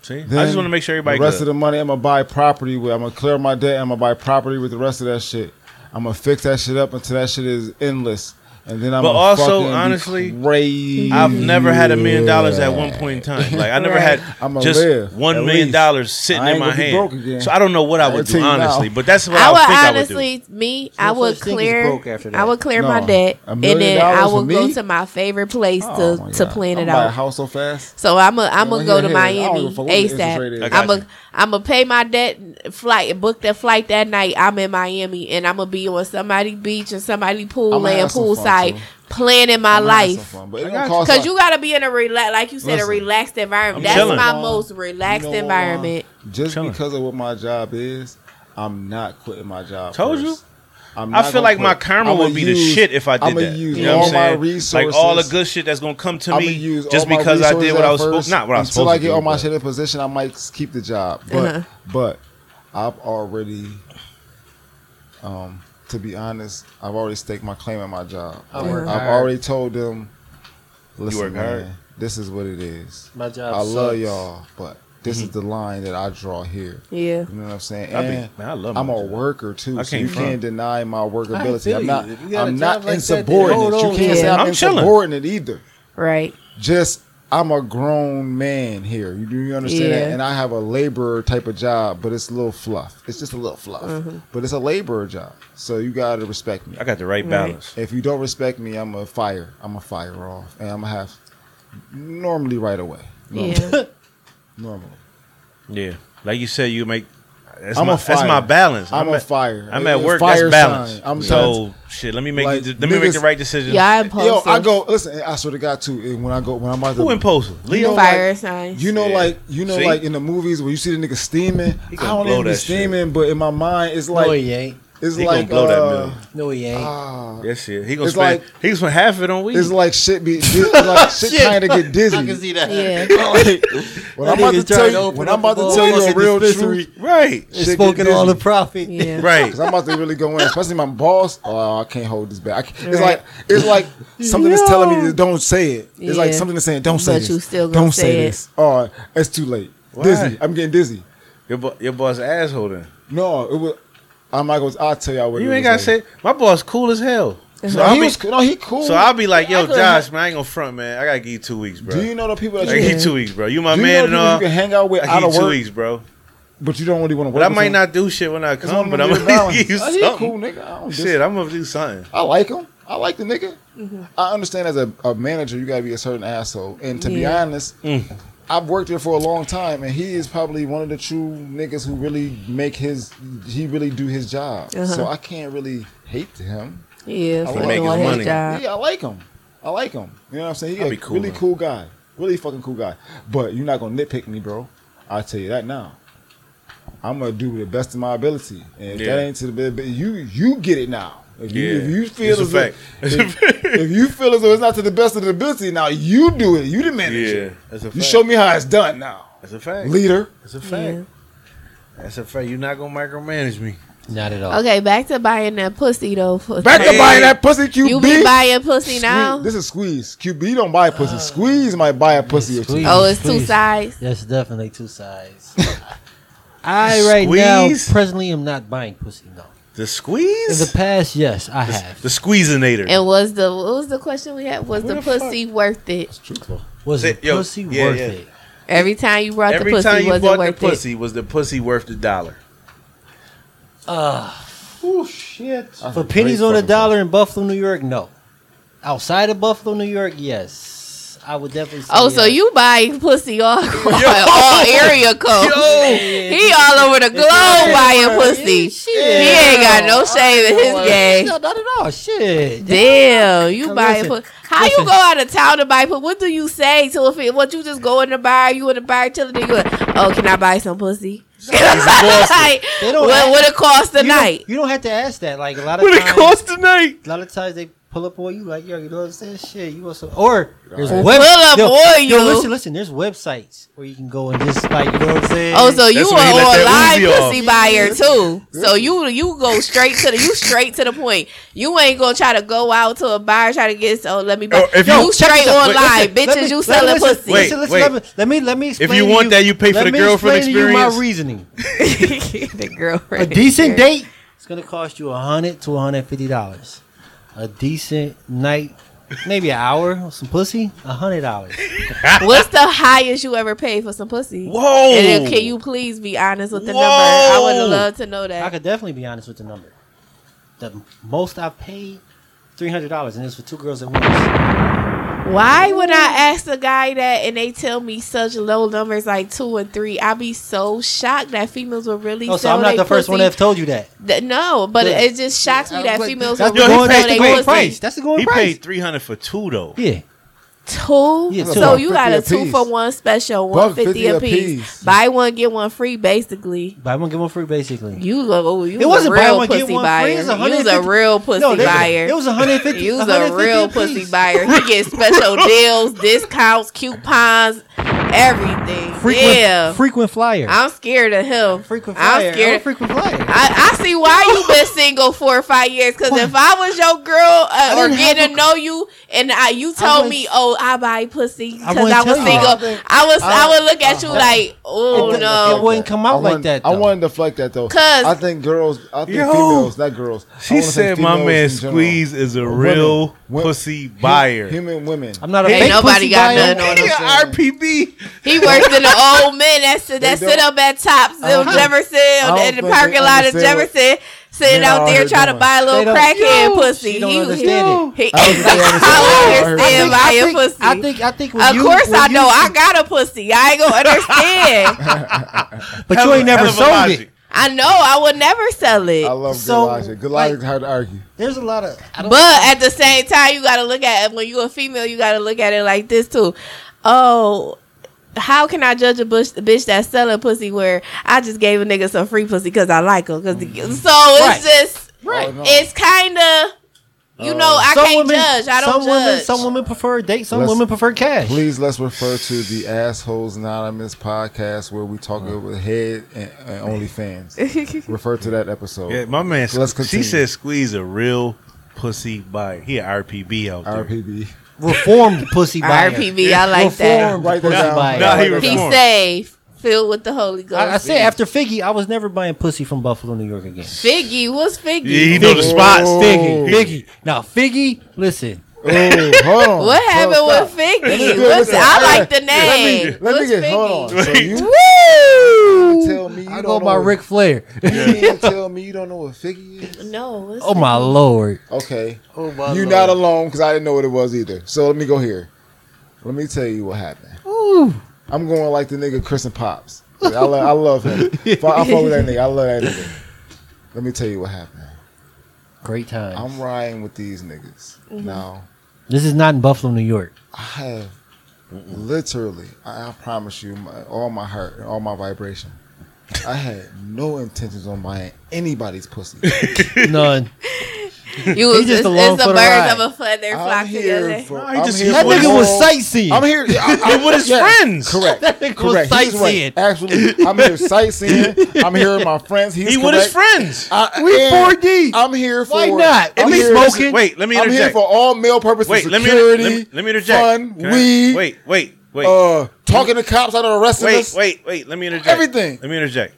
Speaker 2: See, I
Speaker 4: Then
Speaker 2: just want to make sure everybody.
Speaker 4: The rest
Speaker 2: good.
Speaker 4: of the money I'm gonna buy property with. I'm gonna clear my debt. I'm gonna buy property with the rest of that shit. I'm gonna fix that shit up until that shit is endless. And then I'm
Speaker 2: But
Speaker 4: gonna
Speaker 2: also,
Speaker 4: fucking be
Speaker 2: honestly,
Speaker 4: crazy. Oh
Speaker 2: I've never had a million dollars at one point in time. Like I never had
Speaker 5: Right.
Speaker 4: I'ma
Speaker 2: just
Speaker 4: live,
Speaker 2: one
Speaker 4: at
Speaker 2: million
Speaker 4: least.
Speaker 2: dollars sitting
Speaker 4: I
Speaker 2: in
Speaker 4: ain't
Speaker 2: my
Speaker 4: gonna be broke again.
Speaker 2: hand. So I don't know what I
Speaker 4: I'll
Speaker 2: would
Speaker 4: tell
Speaker 2: do
Speaker 4: you now.
Speaker 2: honestly, but that's what I,
Speaker 5: I
Speaker 2: would think
Speaker 5: would
Speaker 2: I would do.
Speaker 5: honestly, me,
Speaker 3: no
Speaker 5: I would
Speaker 3: such thing as
Speaker 5: clear,
Speaker 3: broke after that.
Speaker 5: I would clear
Speaker 4: No.
Speaker 5: my debt,
Speaker 4: A
Speaker 5: and
Speaker 4: million
Speaker 5: then I
Speaker 4: dollars for
Speaker 5: would go
Speaker 4: me?
Speaker 5: to my favorite place
Speaker 4: Oh my
Speaker 5: to, to
Speaker 4: God.
Speaker 5: plan
Speaker 4: I'm
Speaker 5: it
Speaker 4: gonna buy a
Speaker 5: out.
Speaker 4: house so fast.
Speaker 5: So I'm a I'm gonna
Speaker 4: Yeah,
Speaker 5: go
Speaker 4: yeah,
Speaker 5: to
Speaker 4: yeah. I don't
Speaker 5: Miami
Speaker 4: give a fuck what the interest rate is.
Speaker 5: ASAP.
Speaker 2: I
Speaker 5: I'm
Speaker 2: got
Speaker 5: a I'm gonna pay my debt flight, book the flight that night. I'm in Miami and I'm gonna be on somebody beach and somebody pool,
Speaker 4: I'ma
Speaker 5: laying
Speaker 4: have some fun,
Speaker 5: poolside,
Speaker 4: too.
Speaker 5: planning my
Speaker 4: I'm gonna have some
Speaker 5: life.
Speaker 4: fun, but
Speaker 2: I
Speaker 4: it don't
Speaker 2: got you.
Speaker 4: cost
Speaker 5: Cause
Speaker 4: a-
Speaker 5: you gotta be in a relax, like you said,
Speaker 4: Listen,
Speaker 5: a relaxed environment.
Speaker 2: I'm
Speaker 5: That's
Speaker 2: chilling.
Speaker 5: my most relaxed
Speaker 4: You know uh, what,
Speaker 5: environment.
Speaker 4: Ron? Just
Speaker 2: Chilling.
Speaker 4: because of what my job is, I'm not quitting my job.
Speaker 2: Told
Speaker 4: first.
Speaker 2: you.
Speaker 4: I'm
Speaker 2: I
Speaker 4: not
Speaker 2: feel
Speaker 4: gonna
Speaker 2: like my
Speaker 4: quit.
Speaker 2: karma
Speaker 4: I'ma
Speaker 2: would be the
Speaker 4: use-
Speaker 2: shit if I did
Speaker 4: I'ma
Speaker 2: that.
Speaker 4: use
Speaker 2: you know what I'm
Speaker 4: all my
Speaker 2: saying?
Speaker 4: resources.
Speaker 2: Like all the good shit that's gonna come to
Speaker 4: I'ma
Speaker 2: me
Speaker 4: use
Speaker 2: just
Speaker 4: all my
Speaker 2: because I did
Speaker 4: resources
Speaker 2: what
Speaker 4: at
Speaker 2: I was supposed
Speaker 4: first
Speaker 2: not what I was
Speaker 4: until
Speaker 2: supposed
Speaker 4: I
Speaker 2: to
Speaker 4: get
Speaker 2: do.
Speaker 4: all my
Speaker 2: but-
Speaker 4: shit in position. I might s- keep the job, but
Speaker 5: Uh-huh.
Speaker 4: but I've already, um, to be honest, I've already staked my claim at my job.
Speaker 3: I
Speaker 4: Like,
Speaker 3: work
Speaker 4: I've
Speaker 3: hard.
Speaker 4: already told them. Listen,
Speaker 2: work
Speaker 4: man,
Speaker 2: hard.
Speaker 4: this is what it is.
Speaker 3: My job.
Speaker 4: I love
Speaker 3: sucks.
Speaker 4: y'all, but this is the line that I draw here.
Speaker 5: Yeah.
Speaker 4: You know what I'm saying?
Speaker 2: I be-
Speaker 4: And
Speaker 2: man, I love
Speaker 4: I'm
Speaker 2: my
Speaker 4: a
Speaker 2: job.
Speaker 4: worker too.
Speaker 2: I
Speaker 4: so
Speaker 2: can't
Speaker 4: you
Speaker 2: front.
Speaker 4: can't deny my workability.
Speaker 3: feel
Speaker 4: I'm
Speaker 3: you.
Speaker 4: not.
Speaker 3: If you got a
Speaker 4: I'm
Speaker 3: job
Speaker 4: not
Speaker 3: like that, then hold
Speaker 4: insubordinate. you
Speaker 3: on.
Speaker 4: can't say
Speaker 5: Yeah.
Speaker 4: I'm,
Speaker 2: I'm chilling.
Speaker 4: insubordinate either.
Speaker 5: Right.
Speaker 4: Just I'm a grown man here. You do you understand
Speaker 5: Yeah.
Speaker 4: that? And I have a laborer type of job, but it's a little fluff. It's just a little fluff,
Speaker 5: Mm-hmm.
Speaker 4: but it's a laborer job. So you gotta respect me.
Speaker 2: I got the right balance.
Speaker 4: If you don't respect me, I'm a fire. I'm a fire off, and I'm gonna have normally right away. Normally,
Speaker 5: Yeah.
Speaker 4: normally.
Speaker 2: Yeah, like you said, you make. That's
Speaker 4: I'm
Speaker 2: my,
Speaker 4: on fire.
Speaker 2: That's my balance.
Speaker 4: I'm on
Speaker 2: at,
Speaker 4: fire.
Speaker 2: I'm at
Speaker 4: A
Speaker 2: work. that's
Speaker 4: fire
Speaker 2: balance.
Speaker 4: sign. I'm
Speaker 2: so shit. Let me make.
Speaker 4: Like,
Speaker 2: the, let me make the
Speaker 4: niggas-
Speaker 2: right decision.
Speaker 5: Yeah, I
Speaker 4: Yo,
Speaker 5: impulsive.
Speaker 4: I go listen. I swear to God too. And when I go, when I'm out
Speaker 2: Who
Speaker 4: to,
Speaker 2: imposed it? Leo.
Speaker 4: know,
Speaker 5: Fire
Speaker 4: like,
Speaker 5: signs.
Speaker 4: you know,
Speaker 2: Yeah.
Speaker 4: like you know,
Speaker 2: See?
Speaker 4: like in the movies where you see the nigga steaming. I
Speaker 2: He gonna
Speaker 4: don't
Speaker 2: blow
Speaker 4: even be
Speaker 2: that shit.
Speaker 4: steaming, but in my mind, it's
Speaker 3: no,
Speaker 4: like
Speaker 3: he ain't.
Speaker 4: it's
Speaker 2: he
Speaker 4: like
Speaker 2: gonna blow
Speaker 4: uh,
Speaker 2: that million.
Speaker 3: No, he ain't.
Speaker 4: ah,
Speaker 2: Yes, yeah. He gonna
Speaker 4: it's
Speaker 2: spend.
Speaker 4: like-
Speaker 2: he's gonna half it on weed.
Speaker 4: it's like shit. Be it's like shit, kind of get dizzy.
Speaker 1: I can see that.
Speaker 5: Yeah.
Speaker 4: Like, when I'm
Speaker 3: That
Speaker 4: about
Speaker 3: nigga's
Speaker 4: to
Speaker 3: trying
Speaker 4: tell
Speaker 3: to
Speaker 4: you,
Speaker 3: open
Speaker 4: when
Speaker 3: up
Speaker 4: I'm about
Speaker 3: the
Speaker 4: to
Speaker 3: ball.
Speaker 4: tell you
Speaker 1: Almost
Speaker 4: a
Speaker 1: a
Speaker 4: real
Speaker 1: dispensary.
Speaker 4: truth,
Speaker 2: right,
Speaker 4: shit get
Speaker 3: Spoken on the
Speaker 4: dizzy.
Speaker 3: profit.
Speaker 5: Yeah.
Speaker 2: right.
Speaker 4: Cause I'm about to really go in, especially my boss. Oh, I can't hold this back. I can't- It's
Speaker 5: Right.
Speaker 4: like it's like something that's telling me
Speaker 5: Yeah.
Speaker 4: to don't say it. It's like
Speaker 5: Yeah.
Speaker 4: something that's saying don't say
Speaker 5: But
Speaker 4: this.
Speaker 5: you still gonna
Speaker 4: don't
Speaker 5: say it.
Speaker 4: this. Oh, it's too late. Dizzy. I'm getting dizzy.
Speaker 2: Your bo- your boss asshole. Then
Speaker 4: No, it was. I'm not gonna. I'll tell y'all what.
Speaker 2: you
Speaker 4: it
Speaker 2: ain't gotta
Speaker 4: was like.
Speaker 2: say. My boss cool as hell. So
Speaker 4: No,
Speaker 2: I'll
Speaker 4: he
Speaker 2: be.
Speaker 4: was cool. No, he cool.
Speaker 2: So I'll be like, yo,
Speaker 5: I could've-
Speaker 2: Josh, man, I ain't gonna front, man. I gotta give you two weeks, bro.
Speaker 4: Do you know the people that
Speaker 2: I
Speaker 4: you,
Speaker 2: give you two weeks, bro. You my
Speaker 4: do you
Speaker 2: man and
Speaker 4: know the people
Speaker 2: all.
Speaker 4: you can hang out with
Speaker 2: I
Speaker 4: out
Speaker 2: give
Speaker 4: of
Speaker 2: you two
Speaker 4: work,
Speaker 2: weeks, bro.
Speaker 4: but you don't really want to work?
Speaker 2: But I
Speaker 4: with
Speaker 2: might
Speaker 4: them?
Speaker 2: not do shit when I
Speaker 4: That's one
Speaker 2: come.
Speaker 4: of
Speaker 2: But
Speaker 4: them
Speaker 2: I'm
Speaker 4: weird
Speaker 2: gonna
Speaker 4: balances.
Speaker 2: give you
Speaker 4: Oh, he cool,
Speaker 2: something.
Speaker 4: nigga. I don't dis-
Speaker 2: Shit, I'm gonna do something.
Speaker 4: I like him. I like the nigga.
Speaker 5: Mm-hmm.
Speaker 4: I understand as a, a manager, you gotta be a certain asshole. And to be
Speaker 5: Yeah.
Speaker 4: honest,
Speaker 2: Mm.
Speaker 4: I've worked there for a long time, and he is probably one of the true niggas who really make his. He really do his job, so
Speaker 5: Uh-huh.
Speaker 4: I can't really hate him.
Speaker 5: Yeah,
Speaker 4: For
Speaker 5: fucking
Speaker 2: making
Speaker 5: on his
Speaker 2: money.
Speaker 5: job.
Speaker 4: Yeah, I like him. I like him. You know what I'm saying?
Speaker 2: I'll
Speaker 4: He's a
Speaker 2: be cool
Speaker 4: really
Speaker 2: with him.
Speaker 4: cool guy. Really fucking cool guy. But you're not gonna nitpick me, bro. I tell you that now. I'm gonna do the best of my ability, and if
Speaker 2: Yeah.
Speaker 4: that ain't to the best, but you you get it now. If you,
Speaker 2: Yeah.
Speaker 4: if you feel
Speaker 2: It's a
Speaker 4: as though-
Speaker 2: fact.
Speaker 4: if, if you feel as though it's not to the best of the ability, now you do it. You the manager.
Speaker 2: Yeah, that's a fact.
Speaker 4: You show me how it's done now,
Speaker 2: That's a fact.
Speaker 4: leader.
Speaker 2: That's a fact. That's a fact. You're not gonna micromanage me.
Speaker 3: Not at all.
Speaker 5: Okay, back to buying that pussy though. For-
Speaker 4: Back
Speaker 2: Hey.
Speaker 4: to buying that pussy, QB.
Speaker 5: You be buying pussy
Speaker 4: Squeeze-
Speaker 5: now?
Speaker 4: This is squeeze. QB don't buy pussy. Squeeze might buy a pussy. or two.
Speaker 3: Squeeze.
Speaker 5: oh, it's two
Speaker 3: Please.
Speaker 5: sides.
Speaker 3: That's definitely two sides. I right
Speaker 2: Squeeze?
Speaker 3: now presently am not buying pussy. No. In
Speaker 2: The
Speaker 3: the
Speaker 2: squeeze.
Speaker 3: past, yes, I have.
Speaker 2: The squeezinator.
Speaker 5: And was the what was the question we had? Was
Speaker 2: Where
Speaker 5: the
Speaker 2: the fuck?
Speaker 5: pussy worth it?
Speaker 3: Was
Speaker 2: Say-
Speaker 3: it
Speaker 2: yo,
Speaker 3: pussy
Speaker 2: yeah,
Speaker 3: worth
Speaker 2: yeah.
Speaker 3: it?
Speaker 5: Every time you brought
Speaker 2: Every
Speaker 5: the pussy,
Speaker 2: time you
Speaker 5: was
Speaker 2: bought
Speaker 5: it
Speaker 2: the
Speaker 5: worth it?
Speaker 2: pussy, was the pussy worth the dollar?
Speaker 3: Uh,
Speaker 2: Oh shit!
Speaker 4: That's
Speaker 3: for
Speaker 4: a
Speaker 3: pennies
Speaker 4: great
Speaker 3: on a
Speaker 4: fucking
Speaker 3: dollar in Buffalo, New York, no. Outside of Buffalo, New York, yes, I would definitely. Say
Speaker 5: Oh, so
Speaker 3: yes.
Speaker 5: you buying pussy all, all area code? he all over the globe buying pussy. He ain't got no shame in his game.
Speaker 3: No, not at all. Oh, Shit.
Speaker 5: Damn, you
Speaker 3: Now
Speaker 5: buying
Speaker 3: listen,
Speaker 5: pussy. How
Speaker 3: listen.
Speaker 5: you go out of town to buy pussy? What do you say to a fit? What you just go in the bar? You in the bar chilling? then You like, oh, can I buy some pussy? like,
Speaker 3: They don't
Speaker 5: what
Speaker 3: ask-
Speaker 5: would it cost
Speaker 3: You don't-
Speaker 5: tonight?
Speaker 3: You don't have to ask that. Like a lot of
Speaker 2: What it
Speaker 3: times,
Speaker 2: cost tonight?
Speaker 3: a lot of times they pull up on you, like yo, you know what I'm saying? Shit, you want some? Or there's
Speaker 4: Pull
Speaker 3: web-
Speaker 5: up
Speaker 3: yo,
Speaker 5: on
Speaker 3: yo,
Speaker 5: you.
Speaker 3: listen, listen. There's websites where you can go and just like you know what I'm saying.
Speaker 5: Oh, so you
Speaker 2: That's
Speaker 5: are
Speaker 2: when he let
Speaker 5: a
Speaker 2: that
Speaker 5: live
Speaker 2: Uzi off.
Speaker 5: pussy buyer too. So you you go straight to the you straight to the point. You ain't gonna try to go out to a bar try to get so let me buy.
Speaker 2: Or Oh, if
Speaker 5: you,
Speaker 2: you- check
Speaker 5: straight
Speaker 2: this out.
Speaker 5: on
Speaker 2: Wait,
Speaker 3: Let
Speaker 5: live, bitches.
Speaker 3: me-
Speaker 5: you
Speaker 3: let-
Speaker 5: selling
Speaker 3: listen,
Speaker 5: pussy.
Speaker 2: Wait,
Speaker 3: Listen, listen,
Speaker 2: wait.
Speaker 3: Let, me, let me let me explain.
Speaker 2: you
Speaker 3: to
Speaker 2: want that, you pay for
Speaker 3: let
Speaker 2: the
Speaker 3: me
Speaker 2: girlfriend
Speaker 3: explain to you
Speaker 2: experience.
Speaker 3: my reasoning.
Speaker 5: the girlfriend.
Speaker 3: A decent date is going to cost you a hundred to hundred fifty dollars. a decent night, maybe an hour, on some pussy, a hundred dollars.
Speaker 5: What's the highest you ever paid for some pussy?
Speaker 2: Whoa.
Speaker 5: And then can you please be honest with the number? I
Speaker 2: Whoa.
Speaker 5: would love to know
Speaker 3: I
Speaker 5: that.
Speaker 3: could definitely be honest with the number. The most I paid, three hundred dollars, and it was for two girls at once.
Speaker 5: Why would I ask a guy that and they tell me such low numbers like two and three? I'd be so shocked that females will really.
Speaker 3: Oh, so
Speaker 5: sell
Speaker 3: I'm not
Speaker 5: they
Speaker 3: the first one
Speaker 5: pussy.
Speaker 3: that have told you that.
Speaker 5: Th- No, but
Speaker 3: Yeah.
Speaker 5: it just shocks me that
Speaker 4: But
Speaker 5: females
Speaker 4: that's
Speaker 5: will
Speaker 3: That's the
Speaker 2: the going
Speaker 5: really
Speaker 3: going,
Speaker 5: sell
Speaker 2: that's
Speaker 3: that's
Speaker 2: the
Speaker 3: the
Speaker 5: they
Speaker 2: going
Speaker 3: going
Speaker 5: pussy.
Speaker 3: price. That's the going
Speaker 2: He
Speaker 3: price.
Speaker 2: paid three hundred for two though.
Speaker 3: Yeah,
Speaker 5: Two.
Speaker 3: Yeah, two.
Speaker 5: So you got a
Speaker 4: 50
Speaker 5: two
Speaker 4: apiece.
Speaker 5: for one special, one
Speaker 4: Buck
Speaker 5: fifty
Speaker 4: 50
Speaker 5: a
Speaker 4: apiece.
Speaker 5: piece. Buy one get one free, basically.
Speaker 3: buy one get one free, basically.
Speaker 5: You go. You
Speaker 3: It
Speaker 5: was a
Speaker 3: wasn't buy
Speaker 5: real
Speaker 3: one, get
Speaker 5: pussy
Speaker 3: one free.
Speaker 5: buyer.
Speaker 3: It was
Speaker 5: You was a
Speaker 3: 150
Speaker 5: real pussy
Speaker 3: they-
Speaker 5: buyer.
Speaker 3: It was 150.
Speaker 5: You was a
Speaker 3: 150
Speaker 5: real
Speaker 3: piece.
Speaker 5: pussy buyer. He gets special deals, discounts, coupons, everything.
Speaker 3: Frequent,
Speaker 5: yeah,
Speaker 3: frequent flyer.
Speaker 5: I'm scared of him.
Speaker 3: frequent flyer.
Speaker 5: I'm
Speaker 3: a
Speaker 5: scared.
Speaker 3: frequent flyer.
Speaker 5: I, I see why you been single four or five years. Because if I was your girl uh, or
Speaker 3: didn't
Speaker 5: getting
Speaker 3: have
Speaker 5: to
Speaker 3: a-
Speaker 5: know you, and I, you
Speaker 3: I
Speaker 5: told
Speaker 3: wouldn't-
Speaker 5: me, "Oh, I buy pussy," because
Speaker 3: wouldn't
Speaker 5: I, was
Speaker 3: tell you.
Speaker 5: single,
Speaker 4: I think-
Speaker 5: I was I,
Speaker 4: I- uh-huh.
Speaker 5: would look at you
Speaker 4: I-
Speaker 5: like, "Oh
Speaker 3: It-
Speaker 5: no."
Speaker 3: it wouldn't come out
Speaker 4: I
Speaker 3: like
Speaker 4: wanted-
Speaker 3: that,
Speaker 4: I
Speaker 3: though.
Speaker 4: wanted to deflect that though.
Speaker 5: 'Cause-
Speaker 4: I think girls, I think
Speaker 2: Yo.
Speaker 4: females, not girls. I
Speaker 2: She
Speaker 4: wanna say
Speaker 2: said my
Speaker 4: females
Speaker 2: man
Speaker 4: in general.
Speaker 2: Squeeze is a
Speaker 4: Women.
Speaker 2: real
Speaker 4: Wo-
Speaker 2: pussy
Speaker 4: hu-
Speaker 2: buyer.
Speaker 4: Human women.
Speaker 3: I'm not a
Speaker 5: Ain't
Speaker 3: fake
Speaker 5: nobody
Speaker 3: pussy
Speaker 5: got
Speaker 3: buyer.
Speaker 5: nothing on
Speaker 2: He
Speaker 5: us.
Speaker 2: got RPB.
Speaker 5: He works in the old men that sit, that
Speaker 4: They
Speaker 5: sit
Speaker 4: don't-
Speaker 5: up at Tops
Speaker 4: I
Speaker 5: in
Speaker 4: don't think-
Speaker 5: Jefferson
Speaker 4: I don't
Speaker 5: in the
Speaker 4: think
Speaker 5: parking
Speaker 4: they
Speaker 5: lot of
Speaker 4: understand what
Speaker 5: Jefferson, sitting
Speaker 4: men
Speaker 5: out
Speaker 4: out
Speaker 5: there
Speaker 4: here
Speaker 5: trying to
Speaker 4: doing.
Speaker 5: buy a
Speaker 3: They
Speaker 5: little
Speaker 3: don't-
Speaker 5: crackhead
Speaker 3: Yo,
Speaker 5: pussy.
Speaker 3: she don't
Speaker 5: he,
Speaker 3: understand it.
Speaker 5: he, he,
Speaker 4: I don't think they
Speaker 5: I
Speaker 4: understand.
Speaker 5: understand
Speaker 3: I
Speaker 5: buy a
Speaker 3: think-
Speaker 5: pussy.
Speaker 3: I think I think when
Speaker 5: of
Speaker 3: you-
Speaker 5: course
Speaker 3: when
Speaker 5: I
Speaker 3: you-
Speaker 5: know. I got a pussy. I ain't gonna understand.
Speaker 3: But you ain't never sold it.
Speaker 5: I know. I would never sell it.
Speaker 4: I love
Speaker 3: So,
Speaker 4: Goliath. Goliath is hard to argue.
Speaker 3: There's a lot of. I don't,
Speaker 5: But at the same time, you gotta look at it. when you're a female, you gotta look at it like this too. Oh, how can I judge a bush, bitch that's selling pussy where I just gave a nigga some free pussy because I like her? Cause the, so
Speaker 3: Right.
Speaker 5: it's just
Speaker 4: Right. Oh, no.
Speaker 5: it's kind of you know I
Speaker 3: some
Speaker 5: can't
Speaker 3: women-
Speaker 5: judge. I don't
Speaker 3: some
Speaker 5: judge.
Speaker 3: Women, some women prefer date. Some
Speaker 4: Let's-
Speaker 3: women prefer cash.
Speaker 4: Please let's refer to the Assholes Anonymous podcast where we talk
Speaker 3: Uh-huh.
Speaker 4: over head and, and OnlyFans. refer to that episode.
Speaker 2: Yeah, my man.
Speaker 4: So Oh. let's
Speaker 2: she
Speaker 4: continue.
Speaker 2: said Squeeze a real pussy buyer. He a RPB out there.
Speaker 4: RPB.
Speaker 3: Reformed pussy buyer.
Speaker 5: RPB, I like that.
Speaker 3: Reformed
Speaker 4: Write that
Speaker 3: pussy
Speaker 4: down.
Speaker 3: buyer.
Speaker 2: Nah, he
Speaker 4: Write that
Speaker 5: He
Speaker 4: down.
Speaker 2: reformed.
Speaker 5: safe, filled with the Holy Ghost.
Speaker 3: I, I said after Figgy, I was never buying pussy from Buffalo, New York again.
Speaker 5: Figgy, what's Figgy?
Speaker 2: Yeah, he know the spots.
Speaker 4: Figgy,
Speaker 3: Figgy. Now Figgy, listen.
Speaker 4: Oh, hold on.
Speaker 5: What happened
Speaker 4: Hold on,
Speaker 5: with
Speaker 4: stop.
Speaker 5: Figgy?
Speaker 4: Let's do
Speaker 5: What's,
Speaker 4: this.
Speaker 5: I like the
Speaker 4: Let me-
Speaker 5: name.
Speaker 4: Let me
Speaker 5: What's
Speaker 4: get.
Speaker 5: Figgy?
Speaker 4: Hold on. So you
Speaker 3: Woo!
Speaker 4: tell me you
Speaker 3: I go
Speaker 4: don't know
Speaker 3: by
Speaker 4: what-
Speaker 3: Ric Flair.
Speaker 4: You can't tell me you don't know what figgy is.
Speaker 5: No. what's
Speaker 3: Oh my lord.
Speaker 4: Okay.
Speaker 3: Oh my.
Speaker 4: You're not alone because I didn't know what it was either. So let me go here. Let me tell you what happened.
Speaker 3: Ooh.
Speaker 4: I'm going like the nigga Chris and Pops. I, lo- I love him. If I, I fuck with that nigga. I love that nigga. Let me tell you what happened.
Speaker 3: Great time.
Speaker 4: I'm riding with these niggas.
Speaker 3: Mm-hmm.
Speaker 4: Now,
Speaker 3: This is not in Buffalo, New York.
Speaker 4: I have literally, I, I promise you, my, all my heart and all my vibration, I had no intentions on buying anybody's pussy.
Speaker 3: None.
Speaker 5: You was
Speaker 3: He just
Speaker 5: just
Speaker 3: along
Speaker 5: it's the
Speaker 3: for the
Speaker 5: birds
Speaker 3: ride.
Speaker 5: of a feather flock
Speaker 4: I'm here
Speaker 5: together.
Speaker 4: for.
Speaker 2: Nah, he
Speaker 4: I'm
Speaker 2: just-
Speaker 4: here
Speaker 3: that
Speaker 4: for
Speaker 3: nigga was
Speaker 4: all-
Speaker 3: sightseeing.
Speaker 4: I'm here. I, I,
Speaker 2: With his
Speaker 4: yeah,
Speaker 2: friends.
Speaker 4: Correct.
Speaker 3: That nigga was
Speaker 4: correct. He's
Speaker 3: sightseeing.
Speaker 4: right. Actually, I'm here sightseeing. I'm here with my friends. He's
Speaker 2: He
Speaker 4: correct.
Speaker 2: with his friends.
Speaker 4: I,
Speaker 3: We
Speaker 4: and
Speaker 3: 4D.
Speaker 4: I'm here for.
Speaker 3: Why not? At
Speaker 4: I'm
Speaker 3: least
Speaker 4: here,
Speaker 3: smoking.
Speaker 4: listen,
Speaker 2: Wait, let me
Speaker 4: I'm here
Speaker 2: interject.
Speaker 4: for all male purposes.
Speaker 2: wait, let me, let
Speaker 4: security,
Speaker 2: me let me interject.
Speaker 4: Fun,
Speaker 2: Can I-
Speaker 4: weed.
Speaker 2: Wait, wait, wait,
Speaker 4: Uh, talking to cops out of arresting
Speaker 2: wait,
Speaker 4: us.
Speaker 2: wait, wait. Let me interject.
Speaker 4: Everything.
Speaker 2: Let me interject.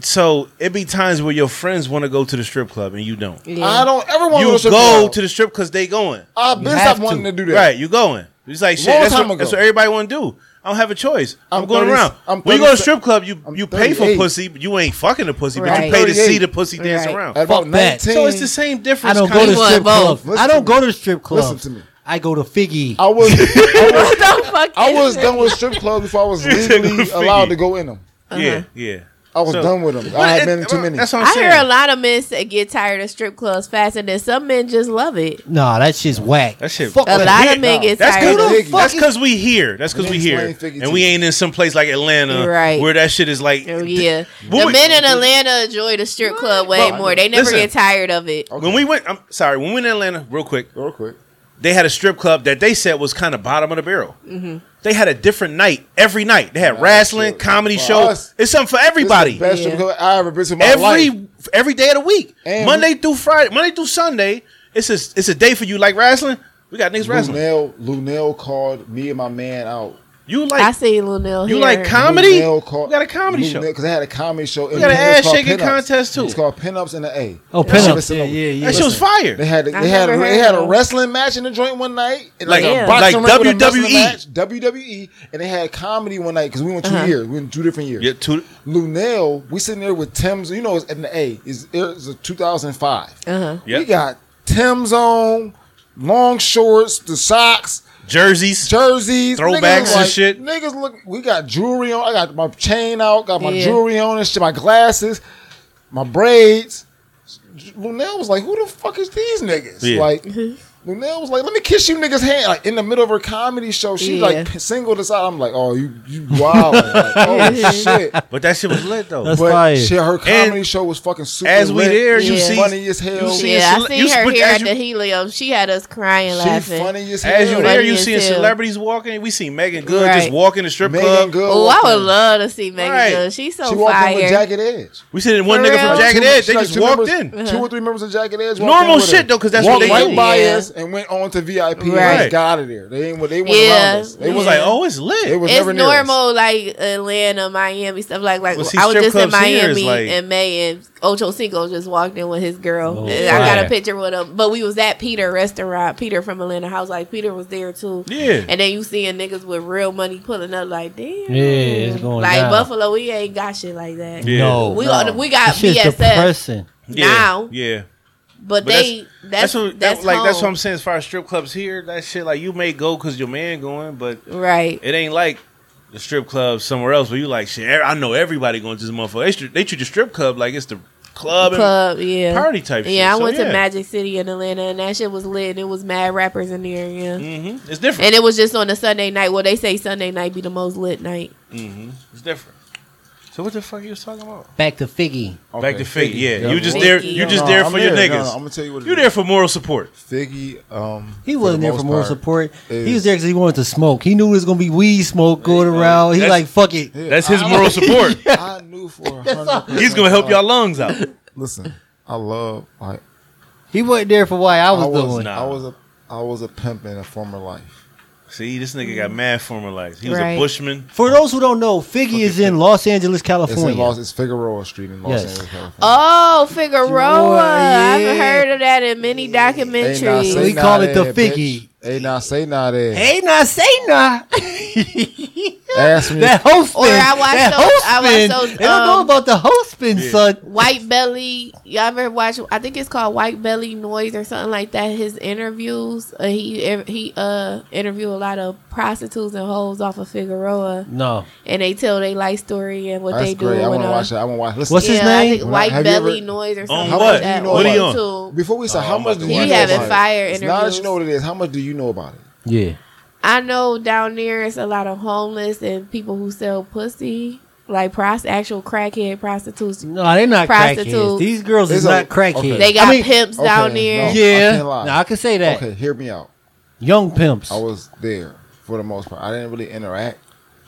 Speaker 2: So it be times where your friends want to go to the strip club and you don't.
Speaker 5: Yeah.
Speaker 4: I don't ever want
Speaker 2: You
Speaker 4: to
Speaker 2: go to the strip because they going.
Speaker 4: I've
Speaker 3: You
Speaker 4: been stopped
Speaker 3: have
Speaker 4: wanting
Speaker 3: to.
Speaker 4: to do that.
Speaker 2: Right, you going. It's like shit.
Speaker 4: Long
Speaker 2: That's
Speaker 4: time
Speaker 2: what,
Speaker 4: ago.
Speaker 2: that's what everybody want to do. I don't have a choice. I'm,
Speaker 4: I'm
Speaker 2: going
Speaker 4: 30
Speaker 2: around.
Speaker 4: I'm
Speaker 2: when you go to
Speaker 4: 30
Speaker 2: strip club, you
Speaker 4: I'm
Speaker 2: you pay for
Speaker 4: 38.
Speaker 2: pussy, but you ain't fucking the pussy, but you
Speaker 5: Right.
Speaker 2: pay to see
Speaker 4: 38.
Speaker 2: the pussy dance
Speaker 5: Right.
Speaker 4: At
Speaker 2: around.
Speaker 4: about
Speaker 3: Fuck that.
Speaker 4: 19,
Speaker 2: So it's the same
Speaker 3: I
Speaker 2: difference.
Speaker 3: don't go to
Speaker 2: kinda.
Speaker 5: want
Speaker 3: strip
Speaker 5: both.
Speaker 3: clubs.
Speaker 4: Listen
Speaker 3: I don't
Speaker 4: to me.
Speaker 3: go to the strip clubs.
Speaker 4: Listen to me.
Speaker 3: I go to Figgy.
Speaker 4: I was, I was,
Speaker 5: What the fuck
Speaker 4: I
Speaker 5: is
Speaker 4: was
Speaker 5: that?
Speaker 4: done with strip clubs before I was
Speaker 2: said no
Speaker 4: legally
Speaker 2: figgy.
Speaker 4: allowed to go in them.
Speaker 3: Uh-huh.
Speaker 2: Yeah, yeah.
Speaker 4: I was
Speaker 2: So-
Speaker 4: done with them.
Speaker 2: But
Speaker 4: I
Speaker 2: it-
Speaker 4: had been in too many.
Speaker 2: That's what I'm
Speaker 5: I
Speaker 2: saying.
Speaker 5: hear a lot of men say get tired of strip clubs fast, and then some men just love it.
Speaker 3: Nah, that shit's whack.
Speaker 2: That shit-
Speaker 3: Fuck
Speaker 5: A
Speaker 3: that.
Speaker 5: lot of
Speaker 2: Nah,
Speaker 5: men get
Speaker 2: That's
Speaker 5: tired.
Speaker 4: good
Speaker 5: of
Speaker 4: on-
Speaker 5: it.
Speaker 2: because
Speaker 4: Figgy.
Speaker 2: that's because we here. That's because
Speaker 4: Let
Speaker 2: we
Speaker 4: me
Speaker 2: here,
Speaker 4: explain Figgy
Speaker 2: and
Speaker 4: to
Speaker 2: we
Speaker 4: you.
Speaker 2: ain't in some place like Atlanta,
Speaker 5: Right.
Speaker 2: Where that shit is like,
Speaker 5: Oh, yeah,
Speaker 2: What
Speaker 5: the
Speaker 2: we-
Speaker 5: men in Atlanta enjoy the strip club way
Speaker 2: Well,
Speaker 5: more. They never
Speaker 2: listen.
Speaker 5: get tired of it.
Speaker 2: When we went, I'm sorry. When we went in Atlanta, real quick,
Speaker 4: Real quick.
Speaker 2: they had a strip club that they said was kind of bottom of the barrel.
Speaker 5: Mm-hmm.
Speaker 2: They had a different night every night. They had wrestling,
Speaker 4: sure.
Speaker 2: comedy
Speaker 4: For
Speaker 2: show.
Speaker 4: us,
Speaker 2: it's something for
Speaker 4: This is
Speaker 2: everybody.
Speaker 4: the best strip
Speaker 5: Yeah.
Speaker 4: club I ever been to in my
Speaker 2: Every
Speaker 4: life.
Speaker 2: every day of the week,
Speaker 4: And
Speaker 2: Monday through Friday, Monday through Sunday. It's a it's a day for you like wrestling. We got niggas wrestling.
Speaker 4: Lunel, Lunel called me and my man out
Speaker 2: You
Speaker 5: I
Speaker 2: like
Speaker 5: see Lil Nell.
Speaker 2: you
Speaker 5: here.
Speaker 2: like comedy?
Speaker 4: Lil
Speaker 2: we got a comedy show.
Speaker 4: Because I had a comedy show.
Speaker 2: We got an ass shaking contest, too.
Speaker 4: It's called Pinups and the A.
Speaker 3: Oh,
Speaker 4: That shit
Speaker 3: Pinups.
Speaker 4: was still
Speaker 3: Yeah,
Speaker 4: over.
Speaker 3: yeah, yeah.
Speaker 2: that shit was
Speaker 4: Listen, They
Speaker 2: fire.
Speaker 4: had a,
Speaker 5: I
Speaker 4: they had a,
Speaker 5: never
Speaker 4: they
Speaker 5: heard
Speaker 4: had a
Speaker 5: of them.
Speaker 4: wrestling match in the joint one night, and
Speaker 2: Like E.
Speaker 5: a-
Speaker 4: a
Speaker 5: Yeah.
Speaker 4: boxing
Speaker 2: like
Speaker 4: ring with a wrestling
Speaker 2: WWE.
Speaker 4: match, WWE, and they had comedy one night because we went
Speaker 5: Uh-huh.
Speaker 4: 2 years, we went two different years.
Speaker 2: Yeah, two,
Speaker 4: Lunel, we sitting there with Tim's. You know, it's in the A. Is it's a 2005.
Speaker 5: Uh-huh.
Speaker 2: Yep.
Speaker 4: We got Tim's on, long shorts, the socks,
Speaker 2: jerseys.
Speaker 4: jerseys,
Speaker 2: Throwbacks
Speaker 4: Niggas look
Speaker 2: and shit.
Speaker 4: Niggas look. We got jewelry on. I got my chain out. Got my
Speaker 5: Yeah.
Speaker 4: jewelry on and shit. My glasses, my braids. Lunel was like, "Who the fuck is these niggas?"
Speaker 2: Yeah.
Speaker 4: Like.
Speaker 5: Mm-hmm.
Speaker 4: Lunel was like, "Let me kiss you niggas' hand." Like in the middle of her comedy show, she
Speaker 5: Yeah.
Speaker 4: like p- singled us out. I'm like, "Oh, you you wild! Like, oh shit!"
Speaker 2: But that shit was lit though.
Speaker 3: That's-
Speaker 4: But
Speaker 3: fire.
Speaker 4: shit, her comedy
Speaker 2: And
Speaker 4: show was fucking super.
Speaker 2: as we
Speaker 4: lit.
Speaker 2: there, you
Speaker 5: Yeah.
Speaker 2: see,
Speaker 4: funny as hell.
Speaker 2: you see-
Speaker 4: she
Speaker 5: Yeah,
Speaker 2: cele-
Speaker 5: I
Speaker 2: you
Speaker 5: seen her
Speaker 2: sp-
Speaker 5: here
Speaker 2: as
Speaker 5: at
Speaker 2: you-
Speaker 5: the Helium. She had us crying, laughing.
Speaker 4: funny as hell.
Speaker 2: as you there, you
Speaker 5: Funny
Speaker 2: seeing
Speaker 5: as hell.
Speaker 2: celebrities walking. We see Megan Good just
Speaker 5: Right.
Speaker 2: walking the strip
Speaker 4: Megan
Speaker 2: club.
Speaker 4: Good.
Speaker 5: Oh, I would
Speaker 4: walking.
Speaker 5: love to see Megan
Speaker 2: Right.
Speaker 5: Good. She's so
Speaker 4: She walked in with
Speaker 5: fire.
Speaker 4: Jagged Edge.
Speaker 2: We see one
Speaker 5: For
Speaker 2: nigga
Speaker 5: real?
Speaker 2: from
Speaker 5: Like
Speaker 2: Jagged
Speaker 4: Two-
Speaker 2: Edge. They
Speaker 4: she like
Speaker 2: just
Speaker 4: two
Speaker 2: walked
Speaker 4: members-
Speaker 2: in.
Speaker 4: Two or three members of Jagged Edge. walked
Speaker 2: Normal
Speaker 4: in with
Speaker 2: shit,
Speaker 4: her.
Speaker 2: though, 'cause that's
Speaker 4: walked
Speaker 2: what they
Speaker 4: right
Speaker 2: do.
Speaker 4: by
Speaker 5: Yeah.
Speaker 4: us and went on to VIP.
Speaker 5: Right.
Speaker 4: And just got out of there. They ain't. They went
Speaker 5: Yeah.
Speaker 4: around us. They
Speaker 2: It was
Speaker 4: was
Speaker 5: Yeah.
Speaker 2: like, oh, it's lit.
Speaker 4: It was
Speaker 5: It's
Speaker 4: never near us.
Speaker 5: normal, like Atlanta, Miami, stuff like like.
Speaker 2: Well, see,
Speaker 5: I was
Speaker 2: strip
Speaker 5: just in
Speaker 2: clubs here is
Speaker 5: Miami
Speaker 2: like-
Speaker 5: in May, and Ocho Cinco just walked in with his girl.
Speaker 3: Oh,
Speaker 5: and I got
Speaker 2: fire.
Speaker 5: a picture with him, but we was at Peter restaurant. Peter from Atlanta House, like Peter was there too.
Speaker 2: Yeah.
Speaker 5: And then you seeing niggas with real money pulling up, like damn,
Speaker 3: Yeah, it's going
Speaker 5: like
Speaker 3: down.
Speaker 5: Buffalo. We ain't got shit like that.
Speaker 2: Yeah.
Speaker 3: No,
Speaker 5: We
Speaker 3: no.
Speaker 5: got we got
Speaker 3: That shit's
Speaker 5: BSF,
Speaker 3: depressing.
Speaker 2: yeah.
Speaker 5: now.
Speaker 2: Yeah.
Speaker 5: but,
Speaker 2: But
Speaker 5: they that's that's,
Speaker 2: what, that- like that's what
Speaker 5: home.
Speaker 2: I'm saying as far as strip clubs here. That shit like you may go because your man going, but
Speaker 5: right.
Speaker 2: it ain't like the strip club somewhere else where you like shit. I know everybody going to this motherfucker. They, tr- they treat the strip club like it's the club,
Speaker 5: Club,
Speaker 2: and
Speaker 5: yeah.
Speaker 2: party type. shit.
Speaker 5: Yeah, I
Speaker 2: So,
Speaker 5: went
Speaker 2: yeah.
Speaker 5: to Magic City in Atlanta, and that shit was lit. And it was mad rappers in there, yeah.
Speaker 2: Mm-hmm. It's different.
Speaker 5: And it was just on a Sunday night. Well, they say Sunday night be the most lit night.
Speaker 2: mm-hmm. It's different. So what the fuck you was talking about?
Speaker 3: Back to Figgy.
Speaker 2: Back to Figgy. Yeah, you just
Speaker 5: Figgy.
Speaker 2: there. You just there for your niggas.
Speaker 4: I'm gonna tell you what.
Speaker 2: you there for moral support.
Speaker 4: Figgy. Um,
Speaker 3: He wasn't there for more support. he was
Speaker 4: is-
Speaker 3: there because he wanted to smoke. He knew there was gonna be weed smoke going
Speaker 2: Yeah,
Speaker 3: around. He
Speaker 2: that's-
Speaker 3: like fuck it.
Speaker 2: That's his moral support.
Speaker 4: I knew for. a hundred
Speaker 2: He's gonna help y'all
Speaker 4: percent,
Speaker 2: lungs out.
Speaker 4: like, Listen, I love like
Speaker 3: He wasn't there for why I was, doing.
Speaker 2: not.
Speaker 4: I was a I was a pimp in a former life.
Speaker 2: See, this nigga got mad formalized. He was
Speaker 5: Right.
Speaker 2: a bushman.
Speaker 3: For those who don't know, Figgy is in Los Angeles,
Speaker 4: It's
Speaker 3: California.
Speaker 4: in Los. It's Figueroa Street in Los
Speaker 3: Oh, Yes. Uh,
Speaker 4: Angeles, California.
Speaker 5: Oh, Figueroa!
Speaker 3: Figueroa,
Speaker 5: I've
Speaker 3: yeah.
Speaker 5: heard of that in many
Speaker 4: Ain't not say
Speaker 5: documentaries.
Speaker 3: We call
Speaker 4: not
Speaker 3: it the
Speaker 4: that,
Speaker 3: Figgy.
Speaker 4: bitch. Ain't not say not that.
Speaker 3: Hey, nah, say nah.
Speaker 4: Ask me.
Speaker 3: that host
Speaker 5: Or I watched
Speaker 3: that
Speaker 5: those-
Speaker 3: host
Speaker 5: I watched
Speaker 3: spin.
Speaker 5: those,
Speaker 3: They don't know
Speaker 5: um,
Speaker 3: about the host spin,
Speaker 2: Yeah.
Speaker 3: son.
Speaker 5: White Belly, y'all ever watch? I think it's called White Belly Noise or something like that. His interviews, uh, he he uh interviewed a lot of prostitutes and hoes off of Figueroa,
Speaker 3: No.
Speaker 5: and they tell their life story and what
Speaker 4: That's
Speaker 5: they do.
Speaker 4: great. I
Speaker 5: and
Speaker 4: want to
Speaker 5: all.
Speaker 4: watch that. I want to watch. Listen,
Speaker 3: What's his
Speaker 5: yeah,
Speaker 3: name?
Speaker 5: I think
Speaker 4: Well,
Speaker 5: White
Speaker 4: have you
Speaker 5: Belly
Speaker 4: ever-
Speaker 5: noise or
Speaker 2: On
Speaker 5: something
Speaker 2: what?
Speaker 5: like that.
Speaker 2: What are you on?
Speaker 5: YouTube.
Speaker 4: Before we said,
Speaker 2: Oh,
Speaker 4: how
Speaker 2: I'm
Speaker 4: much
Speaker 2: about
Speaker 4: do
Speaker 2: to
Speaker 4: you
Speaker 2: watch
Speaker 4: know
Speaker 5: He having
Speaker 4: about it?
Speaker 5: fire
Speaker 4: Now that
Speaker 5: interviews.
Speaker 4: you know what it is, how much do you know about it?
Speaker 3: Yeah.
Speaker 5: I know down there it's a lot of homeless and people who sell pussy, like pros- actual crackhead prostitutes.
Speaker 3: No, they're not crackheads.
Speaker 5: Prostitutes.
Speaker 3: These girls
Speaker 4: It's
Speaker 3: is
Speaker 4: a-
Speaker 3: not crackheads.
Speaker 4: okay.
Speaker 5: They got
Speaker 3: I mean,
Speaker 5: pimps down there.
Speaker 4: no. I
Speaker 3: yeah.
Speaker 4: can't lie.
Speaker 3: Now I can say that.
Speaker 4: Okay, hear me out.
Speaker 3: Young pimps.
Speaker 4: I was there for the most part. I didn't really interact,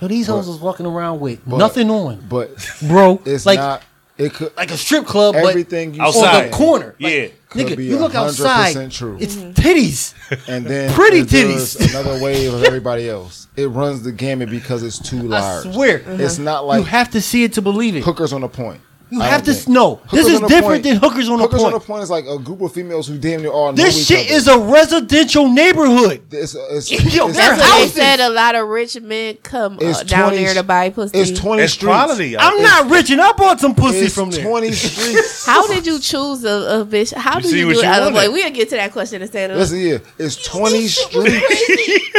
Speaker 3: Yo, these hoes
Speaker 4: But-
Speaker 3: was walking around with
Speaker 4: but-
Speaker 3: nothing on,
Speaker 4: but
Speaker 3: bro.
Speaker 4: it's
Speaker 3: like
Speaker 4: not. It could
Speaker 3: like a strip club,
Speaker 4: everything you
Speaker 3: but on the
Speaker 2: Outside.
Speaker 3: corner. Like,
Speaker 2: Yeah.
Speaker 4: Could
Speaker 3: nigga,
Speaker 4: be
Speaker 3: you look
Speaker 4: 100%
Speaker 3: outside.
Speaker 4: true.
Speaker 3: It's titties.
Speaker 4: and then
Speaker 3: Pretty
Speaker 4: there's
Speaker 3: titties.
Speaker 4: Another wave of everybody else. It runs the gamut because it's too large.
Speaker 3: I swear. Uh-huh.
Speaker 4: It's not
Speaker 3: you
Speaker 4: like
Speaker 3: have to see it to believe it.
Speaker 4: hookers on the point.
Speaker 3: You
Speaker 4: I
Speaker 3: have
Speaker 4: don't
Speaker 3: to
Speaker 4: think.
Speaker 3: know. This
Speaker 4: Hookers
Speaker 3: is
Speaker 4: on the
Speaker 3: different
Speaker 4: Point-
Speaker 3: than hookers on the
Speaker 4: hookers on the
Speaker 3: point.
Speaker 4: point is like a group of females who damn near all know
Speaker 3: This
Speaker 4: each
Speaker 3: shit
Speaker 4: other.
Speaker 3: is a residential neighborhood.
Speaker 4: It's, it's,
Speaker 3: Yo,
Speaker 4: it's,
Speaker 3: their
Speaker 5: That's what they
Speaker 3: houses.
Speaker 5: said. A lot of rich men come uh,
Speaker 4: It's
Speaker 5: down
Speaker 4: 20
Speaker 5: there to buy pussy.
Speaker 4: it's twenty
Speaker 2: It's
Speaker 4: streets.
Speaker 2: quality. out
Speaker 3: I'm
Speaker 2: there.
Speaker 3: not rich, and I bought some pussy
Speaker 4: It's
Speaker 3: from there.
Speaker 4: twenty streets.
Speaker 5: How did you choose a, a bitch? How
Speaker 2: You
Speaker 5: do
Speaker 2: see
Speaker 5: you
Speaker 2: what
Speaker 5: do it?
Speaker 2: you
Speaker 5: I was
Speaker 2: wanted.
Speaker 5: like, we'll get to that question instead of.
Speaker 4: Listen here, it's twenty streets.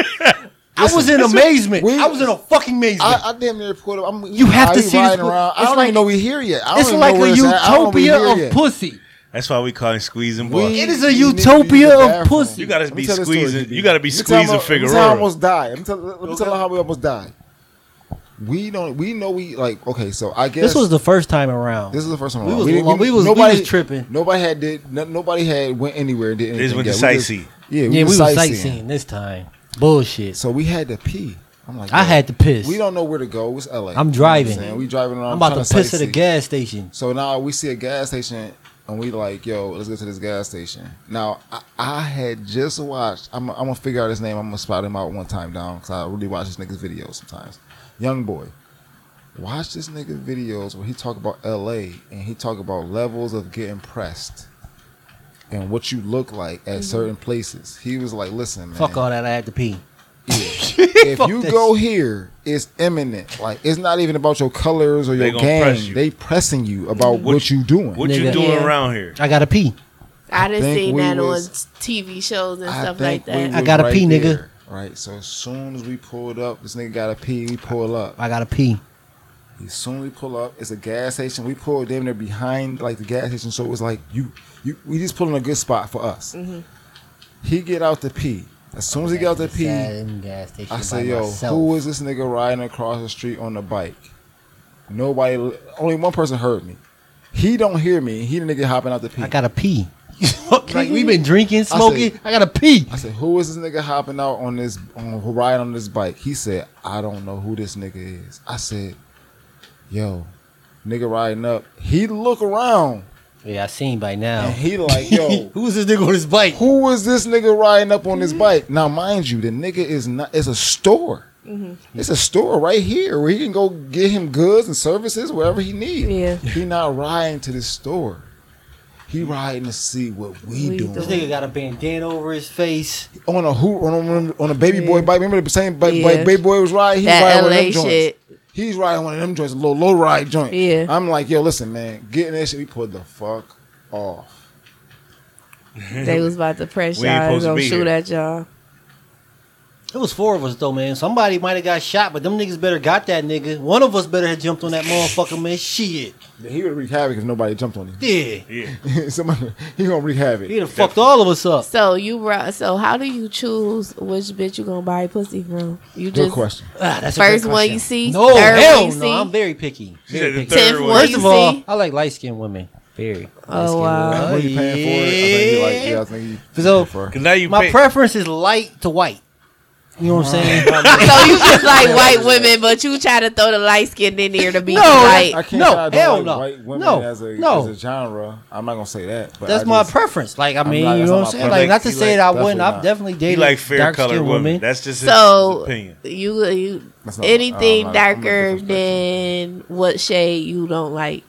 Speaker 3: I was in amazement.
Speaker 4: we-
Speaker 3: I was in a fucking amazement.
Speaker 4: I, I damn near pulled up. I'm,
Speaker 3: You have
Speaker 4: I
Speaker 3: to
Speaker 4: be
Speaker 3: see this
Speaker 4: riding
Speaker 3: pl-
Speaker 4: around. I
Speaker 3: it's
Speaker 4: don't
Speaker 3: like-
Speaker 4: even know we here yet. I don't
Speaker 3: it's
Speaker 4: even
Speaker 3: like
Speaker 4: know where
Speaker 3: a
Speaker 4: it's at. I don't know
Speaker 3: utopia
Speaker 4: we here
Speaker 3: of
Speaker 4: yet.
Speaker 3: pussy.
Speaker 2: That's why we call him squeezing boy.
Speaker 4: We
Speaker 3: It is a
Speaker 4: need to use the
Speaker 3: utopia of
Speaker 4: bathroom.
Speaker 3: pussy.
Speaker 2: You gotta
Speaker 4: Let me
Speaker 2: be
Speaker 4: tell this story,
Speaker 2: squeezing-
Speaker 4: DB.
Speaker 2: you gotta be
Speaker 4: Let me tell
Speaker 2: squeezing
Speaker 4: how- let me tell
Speaker 2: Figueroa.
Speaker 4: how I almost died. Let me tell, let me tell how we almost died. We don't. We know we like. Okay, so I guess
Speaker 3: This was the first time around.
Speaker 4: This is the first time.
Speaker 3: We
Speaker 4: around.
Speaker 3: was
Speaker 4: didn't-
Speaker 3: lo- we was- we was tripping.
Speaker 4: Nobody had did. No, nobody had went anywhere. and Did anything.
Speaker 2: went to
Speaker 4: yet. We
Speaker 2: sightsee.
Speaker 4: Yeah, we
Speaker 3: yeah, we
Speaker 4: was
Speaker 3: was
Speaker 4: sightseeing.
Speaker 3: sightseeing this time. Bullshit.
Speaker 4: So we had to pee. I'm like,
Speaker 3: I
Speaker 4: yo,
Speaker 3: had to piss.
Speaker 4: We don't know where to go. It's LA.
Speaker 3: I'm driving.
Speaker 4: You know what saying? we driving around.
Speaker 3: I'm about
Speaker 4: trying
Speaker 3: to piss at a
Speaker 4: sightsee.
Speaker 3: gas station.
Speaker 4: So now we see a gas station and we like, yo, let's go to this gas station. Now, I, I had just watched. I'm, I'm gonna figure out his name. I'm gonna spot him out one time down because I really watch this nigga's videos sometimes. Young boy, watch this nigga videos where he talk about L.A. and he talk about levels of getting pressed and what you look like at certain places. He was like, listen, man,
Speaker 3: Fuck all that. I had to pee.
Speaker 4: if
Speaker 3: Fuck
Speaker 4: you
Speaker 3: that
Speaker 4: go
Speaker 3: shit.
Speaker 4: here, it's imminent. Like it's not even about your colors or
Speaker 2: They
Speaker 4: your
Speaker 2: gonna
Speaker 4: gang.
Speaker 2: press you.
Speaker 4: They pressing you about what,
Speaker 2: What-
Speaker 4: you doing.
Speaker 2: What you
Speaker 3: Nigga.
Speaker 2: doing
Speaker 5: Yeah.
Speaker 2: around here?
Speaker 3: I gotta pee.
Speaker 5: I done
Speaker 4: think
Speaker 5: seen
Speaker 4: we
Speaker 5: that
Speaker 4: was-
Speaker 5: on TV shows and stuff like
Speaker 4: think we
Speaker 5: that.
Speaker 3: I
Speaker 4: was
Speaker 3: gotta pee, nigga.
Speaker 4: there, Right. So as soon as we pulled up, this nigga got to pee. We pull up.
Speaker 3: I gotta pee.
Speaker 4: As soon as we pull up, it's a gas station. We pulled damn near behind like the gas station, so it was like you, you. We just pulling a good spot for us.
Speaker 3: Mm-hmm.
Speaker 4: He get out to pee. As soon as he get out to pee, I say, yo, who is this nigga riding across the street on a bike? Nobody, only one person heard me. He don't hear me. He the nigga hopping out the pee.
Speaker 3: I gotta pee. like we've been drinking,
Speaker 4: said-
Speaker 3: smoking. I, gotta pee.
Speaker 4: I said, who is this nigga hopping out on this, on, who ride on this bike? He said, I don't know who this nigga is. I said, yo, nigga riding up. He look around
Speaker 3: Yeah, I seen by
Speaker 4: and
Speaker 3: now.
Speaker 4: he like, yo,
Speaker 3: Who's this nigga on his bike?
Speaker 4: Who was this nigga riding up on his bike? Now, mind you, the nigga is not. It's a store.
Speaker 5: Mm-hmm.
Speaker 4: It's a store right here where he can go get him goods and services wherever he need.
Speaker 5: Yeah.
Speaker 4: He not riding to the store. He riding to see what we,
Speaker 5: We
Speaker 4: doing
Speaker 3: This
Speaker 5: doing.
Speaker 3: nigga got a bandana over his face.
Speaker 4: on a who on a, on a baby boy
Speaker 5: Yeah.
Speaker 4: bike. Remember the same bike,
Speaker 5: Yeah.
Speaker 4: bike baby boy was riding. He was
Speaker 5: That
Speaker 4: riding one of
Speaker 5: LA
Speaker 4: them joints.
Speaker 5: shit.
Speaker 4: He's riding one of them joints, a little low ride joint.
Speaker 5: Yeah.
Speaker 4: I'm like, yo, listen, man, getting that shit, we put the fuck off.
Speaker 5: They was about to press
Speaker 2: We ain't
Speaker 5: y'all and
Speaker 2: supposed to
Speaker 5: gonna
Speaker 2: be here.
Speaker 5: shoot at y'all.
Speaker 3: It was four of us though, man. Somebody might have got shot, but them niggas better got that nigga. One of us better have jumped on that motherfucker, man. Shit.
Speaker 4: He would wreak havoc if nobody jumped on
Speaker 3: Yeah.
Speaker 2: Yeah.
Speaker 4: him. Somebody, he gonna wreak havoc.
Speaker 3: He'd have fucked all of us up.
Speaker 5: So you brought. So how do you choose which bitch you gonna buy pussy from? You
Speaker 4: Good
Speaker 5: just
Speaker 4: question.
Speaker 3: Ah, that's a
Speaker 5: First
Speaker 3: good
Speaker 5: one
Speaker 3: question.
Speaker 5: you see,
Speaker 3: No,
Speaker 5: third one
Speaker 3: hell
Speaker 5: you
Speaker 3: no.
Speaker 5: see.
Speaker 3: I'm very picky.
Speaker 2: She
Speaker 3: Very
Speaker 2: said the
Speaker 3: picky.
Speaker 2: third
Speaker 5: Tenth
Speaker 2: one.
Speaker 5: one
Speaker 3: First
Speaker 5: you
Speaker 3: of all,
Speaker 5: see.
Speaker 3: I like light skinned women. Very.
Speaker 5: Oh, wow.
Speaker 4: When you paying for it, I think you like. Yeah, I think you pay
Speaker 3: So-
Speaker 4: for it.
Speaker 2: Cause now you
Speaker 3: My
Speaker 2: pay-
Speaker 3: preference is light to white. You know what I'm saying?
Speaker 5: So you just like white women, but you try to throw the light skin in there to be
Speaker 3: No.
Speaker 5: white.
Speaker 4: I can't
Speaker 3: No,
Speaker 4: say I don't
Speaker 3: hell
Speaker 4: like
Speaker 3: no.
Speaker 4: White women
Speaker 3: No,
Speaker 4: as a,
Speaker 3: no.
Speaker 4: as a genre. I'm not gonna say that. But
Speaker 3: that's
Speaker 4: I
Speaker 3: my
Speaker 4: just-
Speaker 3: preference. Like I
Speaker 4: I'm
Speaker 3: mean,
Speaker 4: not-
Speaker 3: you
Speaker 4: that's
Speaker 3: know what
Speaker 4: not my
Speaker 3: I'm saying?
Speaker 4: preference.
Speaker 3: Like not to
Speaker 4: He
Speaker 3: say
Speaker 4: like-
Speaker 3: that I wouldn't.
Speaker 4: definitely
Speaker 3: I've
Speaker 4: not.
Speaker 3: definitely
Speaker 2: He
Speaker 3: dated
Speaker 2: like fair
Speaker 3: dark-skinned
Speaker 2: colored women.
Speaker 3: women.
Speaker 2: That's just his, his
Speaker 5: So
Speaker 2: opinion.
Speaker 5: you you
Speaker 4: That's not-
Speaker 5: anything
Speaker 4: Oh, I'm not- I'm not
Speaker 5: darker
Speaker 4: disrespectful.
Speaker 5: than what shade you don't like?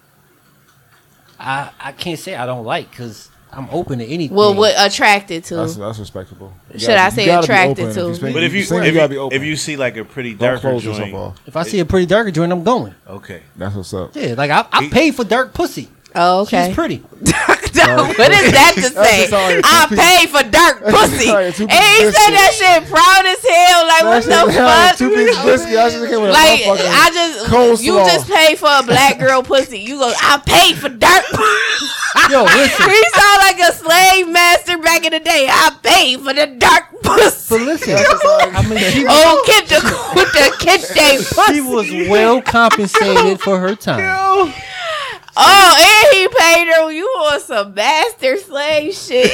Speaker 3: I I can't say I don't like because I'm open to anything.
Speaker 5: Well, what attracted to?
Speaker 4: Mm. That's, that's respectable. You
Speaker 5: Should
Speaker 4: gotta-
Speaker 5: I
Speaker 4: you
Speaker 5: say
Speaker 4: gotta be
Speaker 5: attracted
Speaker 4: open.
Speaker 5: to?
Speaker 4: you speak-
Speaker 2: But if you
Speaker 4: sing,
Speaker 2: if
Speaker 4: gotta be
Speaker 2: you,
Speaker 4: open.
Speaker 2: if you see like a pretty
Speaker 4: don't
Speaker 2: darker
Speaker 4: close yourself
Speaker 2: joint,
Speaker 4: off.
Speaker 3: If I see a pretty darker joint, I'm going.
Speaker 2: okay.
Speaker 4: That's what's up.
Speaker 3: Yeah, like I, I
Speaker 2: He-
Speaker 3: paid for dark pussy.
Speaker 5: Oh, okay.
Speaker 3: She's pretty.
Speaker 5: No, what is that to say?
Speaker 4: just all your two
Speaker 5: I
Speaker 4: people-
Speaker 5: paid for dark
Speaker 4: That's just
Speaker 5: pussy.
Speaker 4: all
Speaker 5: And
Speaker 4: your two
Speaker 5: he said
Speaker 4: people
Speaker 5: that shit proud as hell. Like, what the fuck?
Speaker 4: Two piece biscuit. I should have came with
Speaker 5: Like
Speaker 4: a motherfucker.
Speaker 5: I just
Speaker 4: coleslaw.
Speaker 5: you just paid for a black girl pussy. You go I paid for dark pussy.
Speaker 3: Yo, listen.
Speaker 5: he sound like a slave master back in the day. I paid for the dark
Speaker 3: But
Speaker 5: pussy.
Speaker 3: listen, I mean, she,
Speaker 5: Oh, get the with the
Speaker 3: she
Speaker 5: kitchen pussy.
Speaker 3: was well compensated for her time.
Speaker 5: Oh, and he paid her. You on some master slave shit?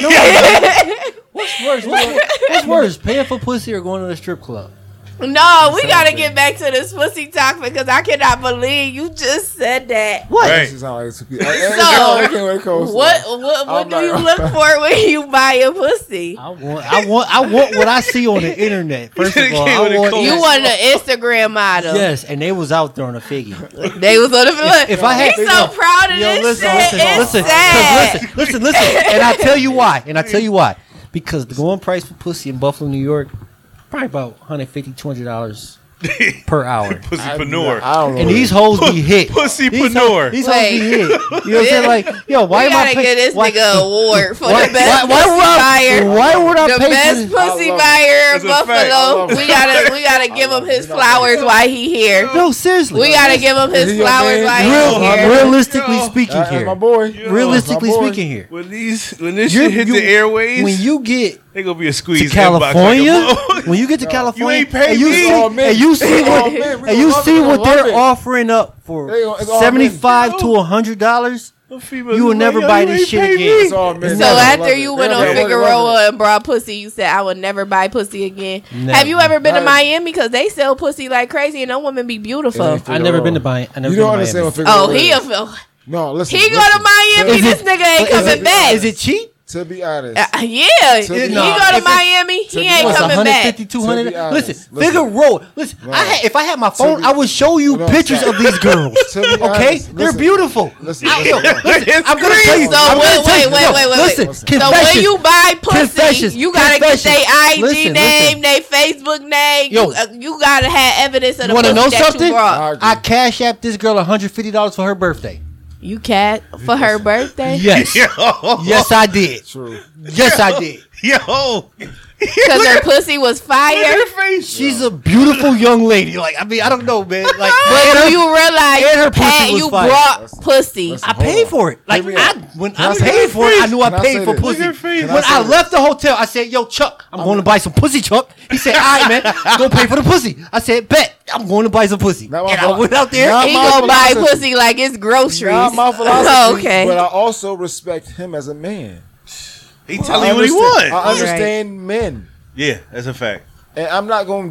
Speaker 3: What's worse? What's, what's worse? Paying for pussy or going to the strip club?
Speaker 5: No, we gotta get back to this pussy talk because I cannot believe you just said that.
Speaker 3: What?
Speaker 2: Right.
Speaker 4: She sound like a two piece. I came with a coleslaw.
Speaker 5: What
Speaker 4: I'm
Speaker 5: what what do
Speaker 4: not-
Speaker 5: you look for when you buy a pussy?
Speaker 3: I want, I want, I want what I see on the internet. First of all,
Speaker 2: Came with
Speaker 3: I
Speaker 2: a
Speaker 3: want
Speaker 2: cold-
Speaker 5: You want an Instagram model?
Speaker 3: Yes, and they was out there on a figgy.
Speaker 5: They was on the look.
Speaker 3: if I had-
Speaker 5: he's so proud of this shit. it's
Speaker 3: listen, 'cause
Speaker 5: sad.
Speaker 3: listen, listen, listen, and I tell you why, and I tell you why, because the going price for pussy in Buffalo, New York, probably about 150 dollars per hour.
Speaker 2: Pussypreneur.
Speaker 4: I don't know.
Speaker 3: And these hoes be hit. These hoes,
Speaker 2: Pussypreneur.
Speaker 3: these hoes be
Speaker 5: Wait.
Speaker 3: hit. You know what I'm saying? Like, yo, why
Speaker 5: we
Speaker 3: am
Speaker 5: gotta
Speaker 3: I
Speaker 5: get
Speaker 3: paying?
Speaker 5: this
Speaker 3: Why,
Speaker 5: nigga an award for
Speaker 3: why,
Speaker 5: the
Speaker 3: why-
Speaker 5: best
Speaker 3: why
Speaker 5: pussy
Speaker 3: would I,
Speaker 5: buyer.
Speaker 3: why would I
Speaker 5: the
Speaker 3: pay
Speaker 5: best
Speaker 3: for this?
Speaker 4: I
Speaker 5: pussy
Speaker 4: love
Speaker 5: buyer in
Speaker 2: It's a fact. I
Speaker 5: Buffalo.
Speaker 4: love it.
Speaker 5: We gotta we gotta give him his flowers while he here.
Speaker 3: No, seriously.
Speaker 5: We gotta give him
Speaker 4: Is
Speaker 5: his
Speaker 4: he your
Speaker 5: flowers
Speaker 4: man?
Speaker 5: while
Speaker 3: Real,
Speaker 5: he's here.
Speaker 3: realistically
Speaker 2: Yo.
Speaker 3: speaking
Speaker 4: That's my
Speaker 3: here.
Speaker 4: boy.
Speaker 3: Realistically
Speaker 4: That's my boy.
Speaker 3: speaking here.
Speaker 2: When these when this
Speaker 3: you're-
Speaker 2: shit hit
Speaker 3: you-
Speaker 2: the airways,
Speaker 3: When you get
Speaker 2: they gonna be a
Speaker 3: to
Speaker 2: squeeze
Speaker 3: California,
Speaker 2: inbox like
Speaker 3: when you get to California,
Speaker 2: ain't paid
Speaker 3: and you
Speaker 2: me.
Speaker 3: see,
Speaker 4: Oh, man.
Speaker 3: and you see
Speaker 4: Oh,
Speaker 3: what,
Speaker 4: man, we
Speaker 3: and you
Speaker 4: gonna
Speaker 3: see
Speaker 4: love it,
Speaker 3: what
Speaker 4: gonna
Speaker 3: they're
Speaker 4: love it.
Speaker 3: offering up
Speaker 4: They gonna-
Speaker 3: for
Speaker 4: it's all men.
Speaker 3: seventy-five to hundred dollars.
Speaker 2: a female.
Speaker 3: You will never buy this shit again.
Speaker 4: It's all men.
Speaker 5: So
Speaker 3: Love it,
Speaker 5: after you went on
Speaker 2: Love it, love
Speaker 5: Figueroa and brought pussy, you said I would never buy pussy again.
Speaker 3: Never.
Speaker 5: Have you ever been to
Speaker 4: Never.
Speaker 5: Miami? Because they sell pussy like crazy, and them women be beautiful.
Speaker 4: It ain't
Speaker 3: I never been to Miami. I never
Speaker 4: you
Speaker 3: been
Speaker 4: don't
Speaker 3: to
Speaker 4: understand what
Speaker 3: Miami.
Speaker 4: Figueroa
Speaker 5: Oh, he
Speaker 4: is.
Speaker 5: a
Speaker 4: No, listen.
Speaker 5: He go
Speaker 4: listen.
Speaker 5: to Miami.
Speaker 4: To,
Speaker 3: Is
Speaker 5: this
Speaker 3: it-
Speaker 5: nigga ain't
Speaker 3: is
Speaker 5: coming
Speaker 4: it-
Speaker 5: back.
Speaker 3: Is it cheap?
Speaker 4: to be honest,
Speaker 5: Uh, yeah,
Speaker 4: To be-
Speaker 5: he go
Speaker 3: Nah,
Speaker 5: to
Speaker 3: if
Speaker 5: Miami. He
Speaker 4: be
Speaker 5: ain't
Speaker 4: honest,
Speaker 5: coming back.
Speaker 3: 150, 200.
Speaker 4: To be honest,
Speaker 3: listen,
Speaker 4: listen.
Speaker 3: figure road. Listen, I
Speaker 4: Right.
Speaker 3: had, if I had my phone,
Speaker 4: be-
Speaker 3: I would show you
Speaker 4: No,
Speaker 3: pictures
Speaker 4: stop.
Speaker 3: of these girls.
Speaker 4: To be
Speaker 3: okay,
Speaker 4: honest,
Speaker 3: they're
Speaker 4: listen.
Speaker 3: beautiful.
Speaker 4: Listen,
Speaker 3: I-
Speaker 4: listen.
Speaker 3: yo, listen, I'm gonna tell you.
Speaker 5: So
Speaker 3: I'm
Speaker 5: wait,
Speaker 3: gonna tell
Speaker 5: wait,
Speaker 3: you.
Speaker 5: wait,
Speaker 3: yo,
Speaker 5: wait, wait.
Speaker 3: Listen,
Speaker 5: So
Speaker 3: confessions.
Speaker 5: when you buy pussy,
Speaker 3: Confessions.
Speaker 5: you gotta get
Speaker 3: Confessions.
Speaker 5: their IG
Speaker 3: Listen,
Speaker 5: name,
Speaker 3: listen.
Speaker 5: their Facebook name.
Speaker 3: Yo.
Speaker 5: You, uh, you gotta have evidence of the
Speaker 3: you want
Speaker 5: pussy
Speaker 3: to know
Speaker 5: that
Speaker 3: something?
Speaker 5: you brought.
Speaker 4: agree.
Speaker 3: I cash app this girl 150 dollars for her birthday.
Speaker 5: You cat for her birthday?
Speaker 3: Yes,
Speaker 2: Yo,
Speaker 3: yes, I did.
Speaker 4: true.
Speaker 3: Yes, I did.
Speaker 2: yo,
Speaker 5: because her pussy was fire.
Speaker 3: She's a beautiful young lady. Like I mean, I don't know, man. Like, but
Speaker 5: But do you realize
Speaker 3: and her pussy
Speaker 5: Pat,
Speaker 3: was
Speaker 5: you
Speaker 3: fire.
Speaker 5: brought
Speaker 4: Listen,
Speaker 5: pussy?
Speaker 4: listen.
Speaker 3: I paid for it. Like
Speaker 4: Hear me
Speaker 3: I,
Speaker 4: out.
Speaker 3: when
Speaker 4: Can
Speaker 3: I,
Speaker 4: I say
Speaker 3: paid
Speaker 4: this?
Speaker 3: for it, I knew I
Speaker 4: Can I
Speaker 3: paid
Speaker 4: say
Speaker 3: for
Speaker 4: this?
Speaker 3: pussy.
Speaker 2: Look at Fade.
Speaker 3: When
Speaker 4: Can I
Speaker 3: I,
Speaker 4: say
Speaker 3: left the hotel, I said, "Yo, Chuck, I'm, going to buy some pussy, Chuck." He said, "All right, man, go pay for the pussy." I said, "Bet, I'm going to buy some pussy."
Speaker 4: Now my
Speaker 3: and I
Speaker 4: fault.
Speaker 3: went out there.
Speaker 4: Now
Speaker 5: He
Speaker 4: my
Speaker 5: gonna buy
Speaker 4: philosophy-
Speaker 5: pussy like it's groceries.
Speaker 4: Not my philosophy,
Speaker 5: okay.
Speaker 4: but I also respect him as a man.
Speaker 2: he
Speaker 4: I
Speaker 2: telling Oh, you what he
Speaker 4: understand-
Speaker 2: want.
Speaker 4: I understand men,
Speaker 2: Yeah, that's a fact.
Speaker 4: and I'm not going.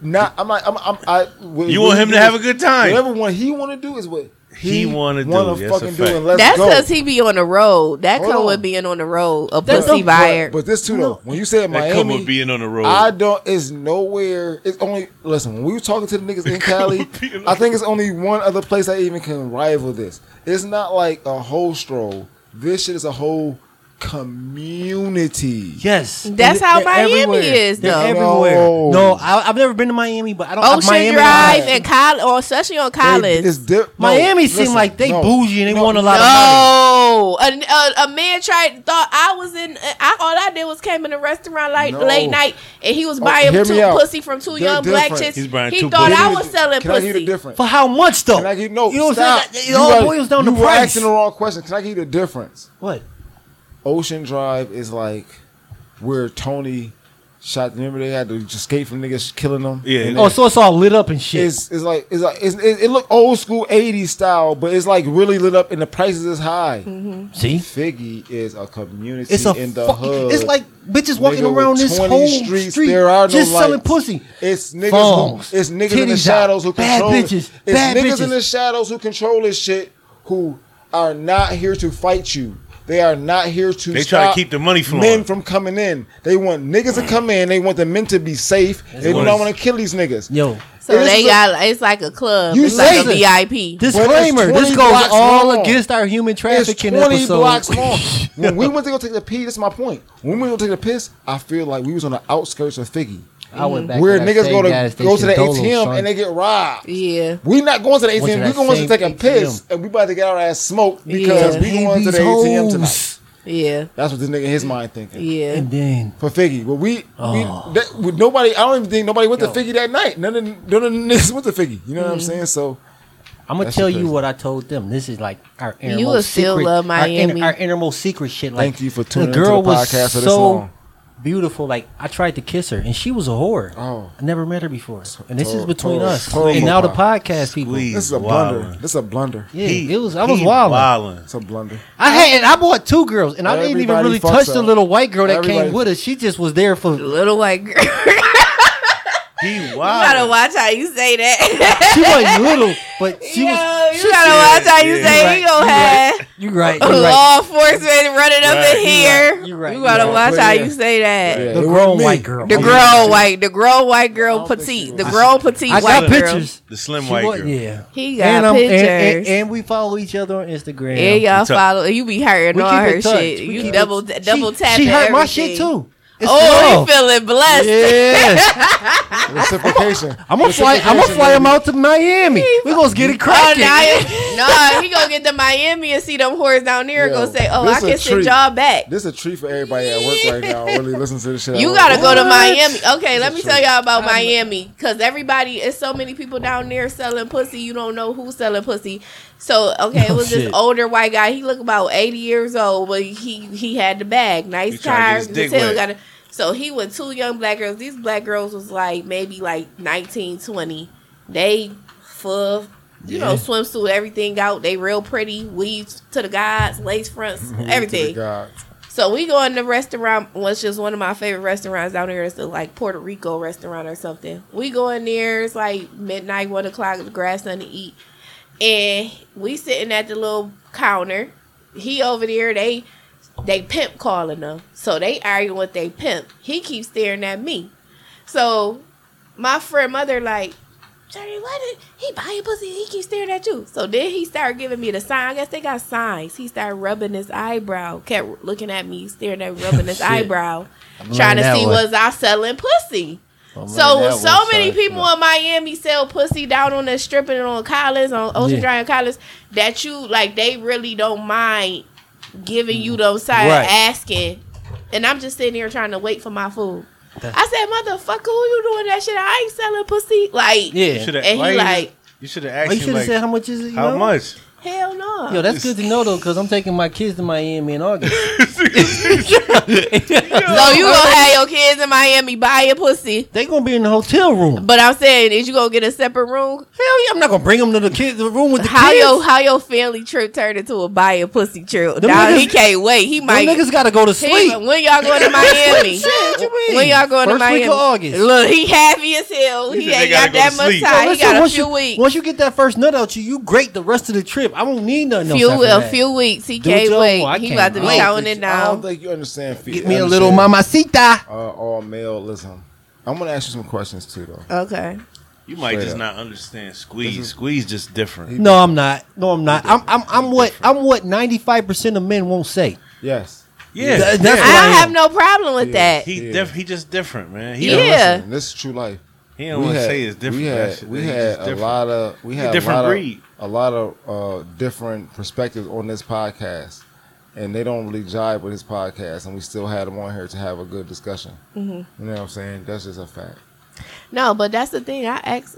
Speaker 4: to Not I'm not. I'm. I'm I, what-
Speaker 2: You
Speaker 4: what
Speaker 2: want
Speaker 4: he
Speaker 2: him to
Speaker 4: do-
Speaker 2: have a good time.
Speaker 4: Whatever one he want to do is what
Speaker 2: He wanna do,
Speaker 4: wanna
Speaker 2: yes, a
Speaker 4: fucking do,
Speaker 2: fact.
Speaker 4: and let's
Speaker 5: That's
Speaker 4: go.
Speaker 5: because he be on the road. That
Speaker 4: Hold
Speaker 5: come
Speaker 4: on.
Speaker 5: with being on the road. A
Speaker 4: But-
Speaker 5: pussy
Speaker 4: but-
Speaker 5: buyer.
Speaker 4: But this too though. When you said
Speaker 2: That come with
Speaker 4: Miami,
Speaker 2: being on the road.
Speaker 4: I don't. It's nowhere. It's only. Listen, when we were talking to the niggas in Cali,
Speaker 2: with being on
Speaker 4: I think it's only one other place that even can rival this. It's not like a whole stroll. This shit is a whole community.
Speaker 3: Yes,
Speaker 5: That's
Speaker 3: And
Speaker 5: how
Speaker 3: they're
Speaker 5: Miami
Speaker 3: everywhere.
Speaker 5: is,
Speaker 3: They're
Speaker 5: though.
Speaker 3: everywhere.
Speaker 4: No.
Speaker 3: No, I, I've never been to Miami, but I
Speaker 2: Oh,
Speaker 3: don't.
Speaker 5: Ocean
Speaker 3: Miami
Speaker 5: Drive
Speaker 4: Miami.
Speaker 5: and college, or especially on college.
Speaker 4: They- it's di- no,
Speaker 3: Miami seem
Speaker 4: listen,
Speaker 3: like they
Speaker 4: no,
Speaker 3: bougie and they
Speaker 4: no,
Speaker 3: want a lot of money.
Speaker 5: no, a, Oh, uh, a, a man tried thought I was in. I all I did was came in a restaurant like
Speaker 4: No. Oh,
Speaker 5: late night, and he was buying
Speaker 4: hear
Speaker 5: two
Speaker 4: me out.
Speaker 5: pussy from 2
Speaker 4: They're
Speaker 5: young black
Speaker 4: different.
Speaker 5: chicks.
Speaker 2: He's buying
Speaker 5: he
Speaker 2: two
Speaker 5: thought
Speaker 2: pussy.
Speaker 5: I
Speaker 4: Can
Speaker 5: was
Speaker 4: you-
Speaker 5: selling
Speaker 4: Can I
Speaker 5: pussy.
Speaker 4: give you the difference?
Speaker 3: For how much though?
Speaker 4: Can I give no?
Speaker 3: you know what
Speaker 4: stop.
Speaker 3: I'm saying? It all
Speaker 4: you are-
Speaker 3: boils down to
Speaker 4: you were
Speaker 3: price.
Speaker 4: asking the wrong question. Can I give you the difference?
Speaker 3: What?
Speaker 4: Ocean Drive is like where Tony shot. Remember they had to escape from niggas killing them.
Speaker 2: Yeah.
Speaker 4: And
Speaker 3: Oh, so it's all lit up and shit.
Speaker 4: it's it's like it's like it's, it, it look old school '80s style, but it's like really lit up and the prices is high.
Speaker 3: See,
Speaker 4: Figgy is a community
Speaker 3: Mm-hmm. It's a
Speaker 4: in the
Speaker 3: fuck-
Speaker 4: hood.
Speaker 3: It's like bitches walking
Speaker 4: Nigga,
Speaker 3: around
Speaker 4: with
Speaker 3: this
Speaker 4: 20
Speaker 3: whole
Speaker 4: streets,
Speaker 3: street
Speaker 4: there are no
Speaker 3: just selling
Speaker 4: lights.
Speaker 3: pussy.
Speaker 4: It's niggas.
Speaker 3: Phones,
Speaker 4: who, it's niggas in
Speaker 3: titties
Speaker 4: the
Speaker 3: out,
Speaker 4: shadows who
Speaker 3: bad
Speaker 4: control.
Speaker 3: bitches,
Speaker 4: it's
Speaker 3: bad
Speaker 4: niggas
Speaker 3: bitches.
Speaker 4: in the shadows who control this shit. Who are not here to fight you. They are not here to.
Speaker 2: They try to
Speaker 4: stop
Speaker 2: keep the money flowing.
Speaker 4: Men from coming in. They want niggas to come in. They want the men to be safe. They do
Speaker 2: what
Speaker 4: not
Speaker 2: it's-
Speaker 4: want to kill these niggas.
Speaker 3: Yo,
Speaker 5: so
Speaker 4: This
Speaker 5: they
Speaker 4: is a-
Speaker 5: got it's like a club.
Speaker 4: You
Speaker 5: It's like
Speaker 4: listen.
Speaker 5: a VIP.
Speaker 3: disclaimer:
Speaker 4: it's
Speaker 3: This
Speaker 4: 20
Speaker 3: goes
Speaker 4: blocks
Speaker 3: all
Speaker 4: long.
Speaker 3: against our human
Speaker 4: It's
Speaker 3: trafficking
Speaker 4: 20
Speaker 3: episode.
Speaker 4: blocks long. when we went to go take the pee, that's my point. When we went to take the piss, I feel like we was on the outskirts of Figgy.
Speaker 3: I went back to
Speaker 4: Where
Speaker 3: that
Speaker 4: niggas
Speaker 3: same
Speaker 4: go
Speaker 3: gas
Speaker 4: to go to
Speaker 3: station,
Speaker 4: the
Speaker 3: Dolo,
Speaker 4: ATM
Speaker 3: son.
Speaker 4: and they get robbed.
Speaker 5: yeah.
Speaker 4: We not going to the
Speaker 3: Went to
Speaker 4: ATM.
Speaker 3: that
Speaker 4: we going to
Speaker 3: same
Speaker 4: take a piss
Speaker 3: ATM.
Speaker 4: and we about to get our ass smoked because
Speaker 5: Yeah.
Speaker 4: we going to the
Speaker 3: Babies,
Speaker 4: ATM tonight.
Speaker 3: hoes.
Speaker 5: Yeah.
Speaker 4: That's what this nigga in his mind thinking.
Speaker 5: Yeah.
Speaker 3: And then
Speaker 4: For Figgy, but we,
Speaker 3: Oh.
Speaker 4: we that, with nobody. I don't even think nobody went
Speaker 3: Yo.
Speaker 4: to Figgy that night. None of none of the niggas went to Figgy. You know what I'm saying? So
Speaker 3: I'm gonna
Speaker 4: That's
Speaker 3: tell
Speaker 4: crazy.
Speaker 3: you what I told them. This is like our innermost
Speaker 5: will still
Speaker 3: secret,
Speaker 5: love
Speaker 3: our inner-
Speaker 5: Miami.
Speaker 3: Our, innermost secret shit. Like,
Speaker 4: Thank you for tuning into the podcast for this long.
Speaker 3: beautiful. Like I tried to kiss her, and she was a whore.
Speaker 4: Oh.
Speaker 3: I never met her before, and this is
Speaker 4: Total-
Speaker 3: between
Speaker 4: total-
Speaker 3: us
Speaker 4: total
Speaker 3: and now the
Speaker 4: pop.
Speaker 3: podcast people.
Speaker 2: Squeeze.
Speaker 4: this is a
Speaker 2: Wildin'.
Speaker 4: blunder. This is a blunder.
Speaker 3: Yeah,
Speaker 2: He-
Speaker 3: it was. I was
Speaker 2: he
Speaker 3: wilding.
Speaker 2: wildin'.
Speaker 4: It's a blunder.
Speaker 3: I had. And I bought two girls, and I didn't even
Speaker 4: Everybody
Speaker 3: really
Speaker 4: fucks
Speaker 3: touch the
Speaker 4: up.
Speaker 3: little white girl that
Speaker 4: Everybody-
Speaker 3: came with us. She just was there for. She
Speaker 5: Little white girl.
Speaker 2: He
Speaker 5: You gotta
Speaker 2: wild.
Speaker 5: watch how you say that.
Speaker 3: wasn't little, but she
Speaker 5: Yo,
Speaker 3: was.
Speaker 5: you gotta watch how you
Speaker 2: yeah.
Speaker 5: say
Speaker 3: You right,
Speaker 5: you gonna
Speaker 3: you
Speaker 5: have
Speaker 3: You right. You right.
Speaker 5: law enforcement running up
Speaker 2: Right,
Speaker 5: in
Speaker 2: you
Speaker 5: here.
Speaker 3: right, you right,
Speaker 5: You
Speaker 3: you
Speaker 5: gotta
Speaker 3: right.
Speaker 5: watch
Speaker 4: But
Speaker 5: how
Speaker 4: yeah.
Speaker 5: you say that.
Speaker 4: Yeah.
Speaker 3: The
Speaker 4: It
Speaker 3: grown
Speaker 4: wasn't me.
Speaker 3: white girl.
Speaker 5: The
Speaker 3: Oh,
Speaker 5: grown white, the grown white girl
Speaker 4: don't think she
Speaker 5: petite,
Speaker 4: was.
Speaker 5: the grown petite
Speaker 3: I
Speaker 5: white
Speaker 3: got
Speaker 5: girl.
Speaker 3: pictures.
Speaker 2: The slim
Speaker 3: She
Speaker 2: white
Speaker 3: was-
Speaker 2: girl.
Speaker 3: Yeah.
Speaker 5: He got
Speaker 3: and, I'm, and,
Speaker 5: pictures.
Speaker 3: and, and we follow each other on Instagram.
Speaker 5: yeah, y'all
Speaker 2: We talk-
Speaker 5: follow. You be hurting
Speaker 3: We
Speaker 5: all
Speaker 3: keep in
Speaker 5: her
Speaker 3: touch.
Speaker 5: shit.
Speaker 3: We
Speaker 5: You
Speaker 3: keep
Speaker 5: double
Speaker 3: in-
Speaker 5: double
Speaker 3: she,
Speaker 5: tap.
Speaker 3: She
Speaker 5: at
Speaker 3: hurt my
Speaker 5: everything.
Speaker 3: shit too. It's
Speaker 5: Oh,
Speaker 3: love.
Speaker 5: you feeling blessed?
Speaker 3: Yeah,
Speaker 4: Reciprocation.
Speaker 3: I'm gonna fly. I'm gonna fly him out to Miami. We gonna get it
Speaker 5: Oh,
Speaker 3: cracking.
Speaker 5: now, no, he gonna get to Miami and see them whores down there and
Speaker 4: Yo,
Speaker 5: gonna say, "Oh, I
Speaker 4: this a
Speaker 5: can send
Speaker 4: treat.
Speaker 5: y'all back."
Speaker 4: This is a treat for everybody at work right now. Really listen to this shit. at
Speaker 5: You
Speaker 4: work.
Speaker 5: gotta go to
Speaker 3: What?
Speaker 5: Miami. Okay, let me
Speaker 4: true.
Speaker 5: tell y'all about Miami because everybody, it's so many people down there selling pussy. You don't know who's selling pussy. So okay, it
Speaker 3: No
Speaker 2: Oh,
Speaker 5: was
Speaker 3: shit.
Speaker 5: this older white guy. He looked about eighty years old, but he he had the bag,
Speaker 2: He
Speaker 5: nice
Speaker 2: tried to get
Speaker 5: car.
Speaker 2: his
Speaker 5: You
Speaker 2: dick
Speaker 5: could tell
Speaker 2: wet.
Speaker 5: got a- So he with two young black girls. These black girls was like maybe like 19, 20. They full, you know,
Speaker 3: Yeah.
Speaker 5: swimsuit, everything out. They real pretty, weaves to the gods, lace fronts,
Speaker 4: Glory to
Speaker 5: everything.
Speaker 4: God.
Speaker 5: So we go in the restaurant, which is one of my favorite restaurants down here. It's the, like Puerto Rico restaurant or something. We go in there. It's like midnight, one o'clock. The grass nothing to eat. and we sitting at the little counter. He over there, they they pimp calling them. So they arguing with they pimp. He keeps staring at me. So my friend mother like, Jerry, why did he buy your pussy? He keeps staring at you. So then he started giving me the sign. I guess they got signs. He started rubbing his eyebrow, kept looking at me, staring at rubbing his
Speaker 3: Shit.
Speaker 5: eyebrow,
Speaker 3: I'm learning
Speaker 5: trying to
Speaker 3: that
Speaker 5: see
Speaker 3: one.
Speaker 5: was I selling pussy.
Speaker 3: I'm learning
Speaker 5: So
Speaker 3: that
Speaker 5: so
Speaker 3: one,
Speaker 5: many
Speaker 3: son.
Speaker 5: people in Miami sell pussy down on the stripping and on collars on Ocean
Speaker 3: Yeah.
Speaker 5: Drive collars that you like they really don't mind giving you those side
Speaker 3: Right.
Speaker 5: asking, and I'm just sitting here trying to wait for my food.
Speaker 3: That's-
Speaker 5: I said, "Motherfucker, who you doing that shit? I ain't selling pussy." Like,
Speaker 2: You
Speaker 3: Yeah.
Speaker 2: shoulda-
Speaker 5: and
Speaker 2: why
Speaker 5: he
Speaker 2: you-
Speaker 5: like,
Speaker 2: you should have
Speaker 3: Oh, you
Speaker 2: asked
Speaker 3: should
Speaker 2: him
Speaker 3: have
Speaker 2: like,
Speaker 3: said how much is it? You
Speaker 2: how
Speaker 3: know?
Speaker 2: much?
Speaker 5: "Hell no."
Speaker 3: Yo, that's good to know though, because I'm taking my kids to Miami in August.
Speaker 5: so you gonna have your kids in Miami buy your pussy?
Speaker 3: they gonna be in the hotel room.
Speaker 5: But I'm saying, is you gonna get a separate room?
Speaker 3: Hell yeah, I'm not gonna bring them to the kids the room with the
Speaker 5: How
Speaker 3: kids.
Speaker 5: your how your family trip turned into a buy a pussy trip?
Speaker 3: Them
Speaker 5: Dog,
Speaker 3: niggas-
Speaker 5: he can't wait. He
Speaker 3: Them
Speaker 5: might.
Speaker 3: niggas gotta go to sleep.
Speaker 5: Hey, when y'all going to Miami?
Speaker 3: Shit, you mean?
Speaker 5: When y'all going to
Speaker 3: First
Speaker 5: Miami?
Speaker 3: week of August. Oh,
Speaker 5: Look, he happy as hell.
Speaker 2: He
Speaker 5: He,
Speaker 2: said they
Speaker 5: ain't
Speaker 2: gotta
Speaker 5: got
Speaker 2: go
Speaker 5: that
Speaker 2: to
Speaker 5: much
Speaker 2: sleep.
Speaker 5: time. he
Speaker 3: Listen,
Speaker 5: got a
Speaker 3: once
Speaker 5: few
Speaker 3: you,
Speaker 5: weeks.
Speaker 3: Once you get that first nut out you, you great the rest of the trip. I won't need nothing
Speaker 5: few
Speaker 3: else. after
Speaker 5: a
Speaker 3: that.
Speaker 5: few weeks. He
Speaker 3: Do
Speaker 5: can't
Speaker 3: your-
Speaker 5: wait.
Speaker 3: I
Speaker 5: he
Speaker 3: can't
Speaker 5: about to be
Speaker 3: wait.
Speaker 5: counting it
Speaker 4: I don't
Speaker 5: down.
Speaker 4: think you understand. Fe-
Speaker 3: Get me a
Speaker 4: understand,
Speaker 3: little mamacita.
Speaker 4: Uh, all male. Listen, I'm gonna ask you some questions too, though.
Speaker 5: Okay.
Speaker 2: You might
Speaker 4: Straight
Speaker 2: just
Speaker 4: up.
Speaker 2: not understand squeeze.
Speaker 4: This is-
Speaker 2: squeeze just different.
Speaker 3: No, I'm not. No, I'm not. I'm I'm, I'm what I'm what 95 percent of men won't say.
Speaker 4: Yes.
Speaker 2: Yeah,
Speaker 3: Th-
Speaker 2: yeah.
Speaker 3: that's what
Speaker 5: I
Speaker 3: I
Speaker 5: don't have
Speaker 3: am.
Speaker 5: no problem with
Speaker 4: Yeah.
Speaker 5: that.
Speaker 2: He
Speaker 4: Yeah.
Speaker 2: diff- he just different, man. He
Speaker 5: Yeah.
Speaker 2: don't,
Speaker 4: Listen, this is true life.
Speaker 2: he don't want to say it's different.
Speaker 4: We
Speaker 2: that
Speaker 4: had,
Speaker 2: shit,
Speaker 4: we
Speaker 2: man. He
Speaker 4: had
Speaker 2: just
Speaker 4: a
Speaker 2: different.
Speaker 4: lot of we had a,
Speaker 2: different
Speaker 4: lot
Speaker 2: breed.
Speaker 4: of a lot of uh, different perspectives on this podcast, and they don't really jive with this podcast. And we still had them on here to have a good discussion. Mm-hmm. You know what I'm saying? That's just a fact.
Speaker 5: No, but that's the thing. I ask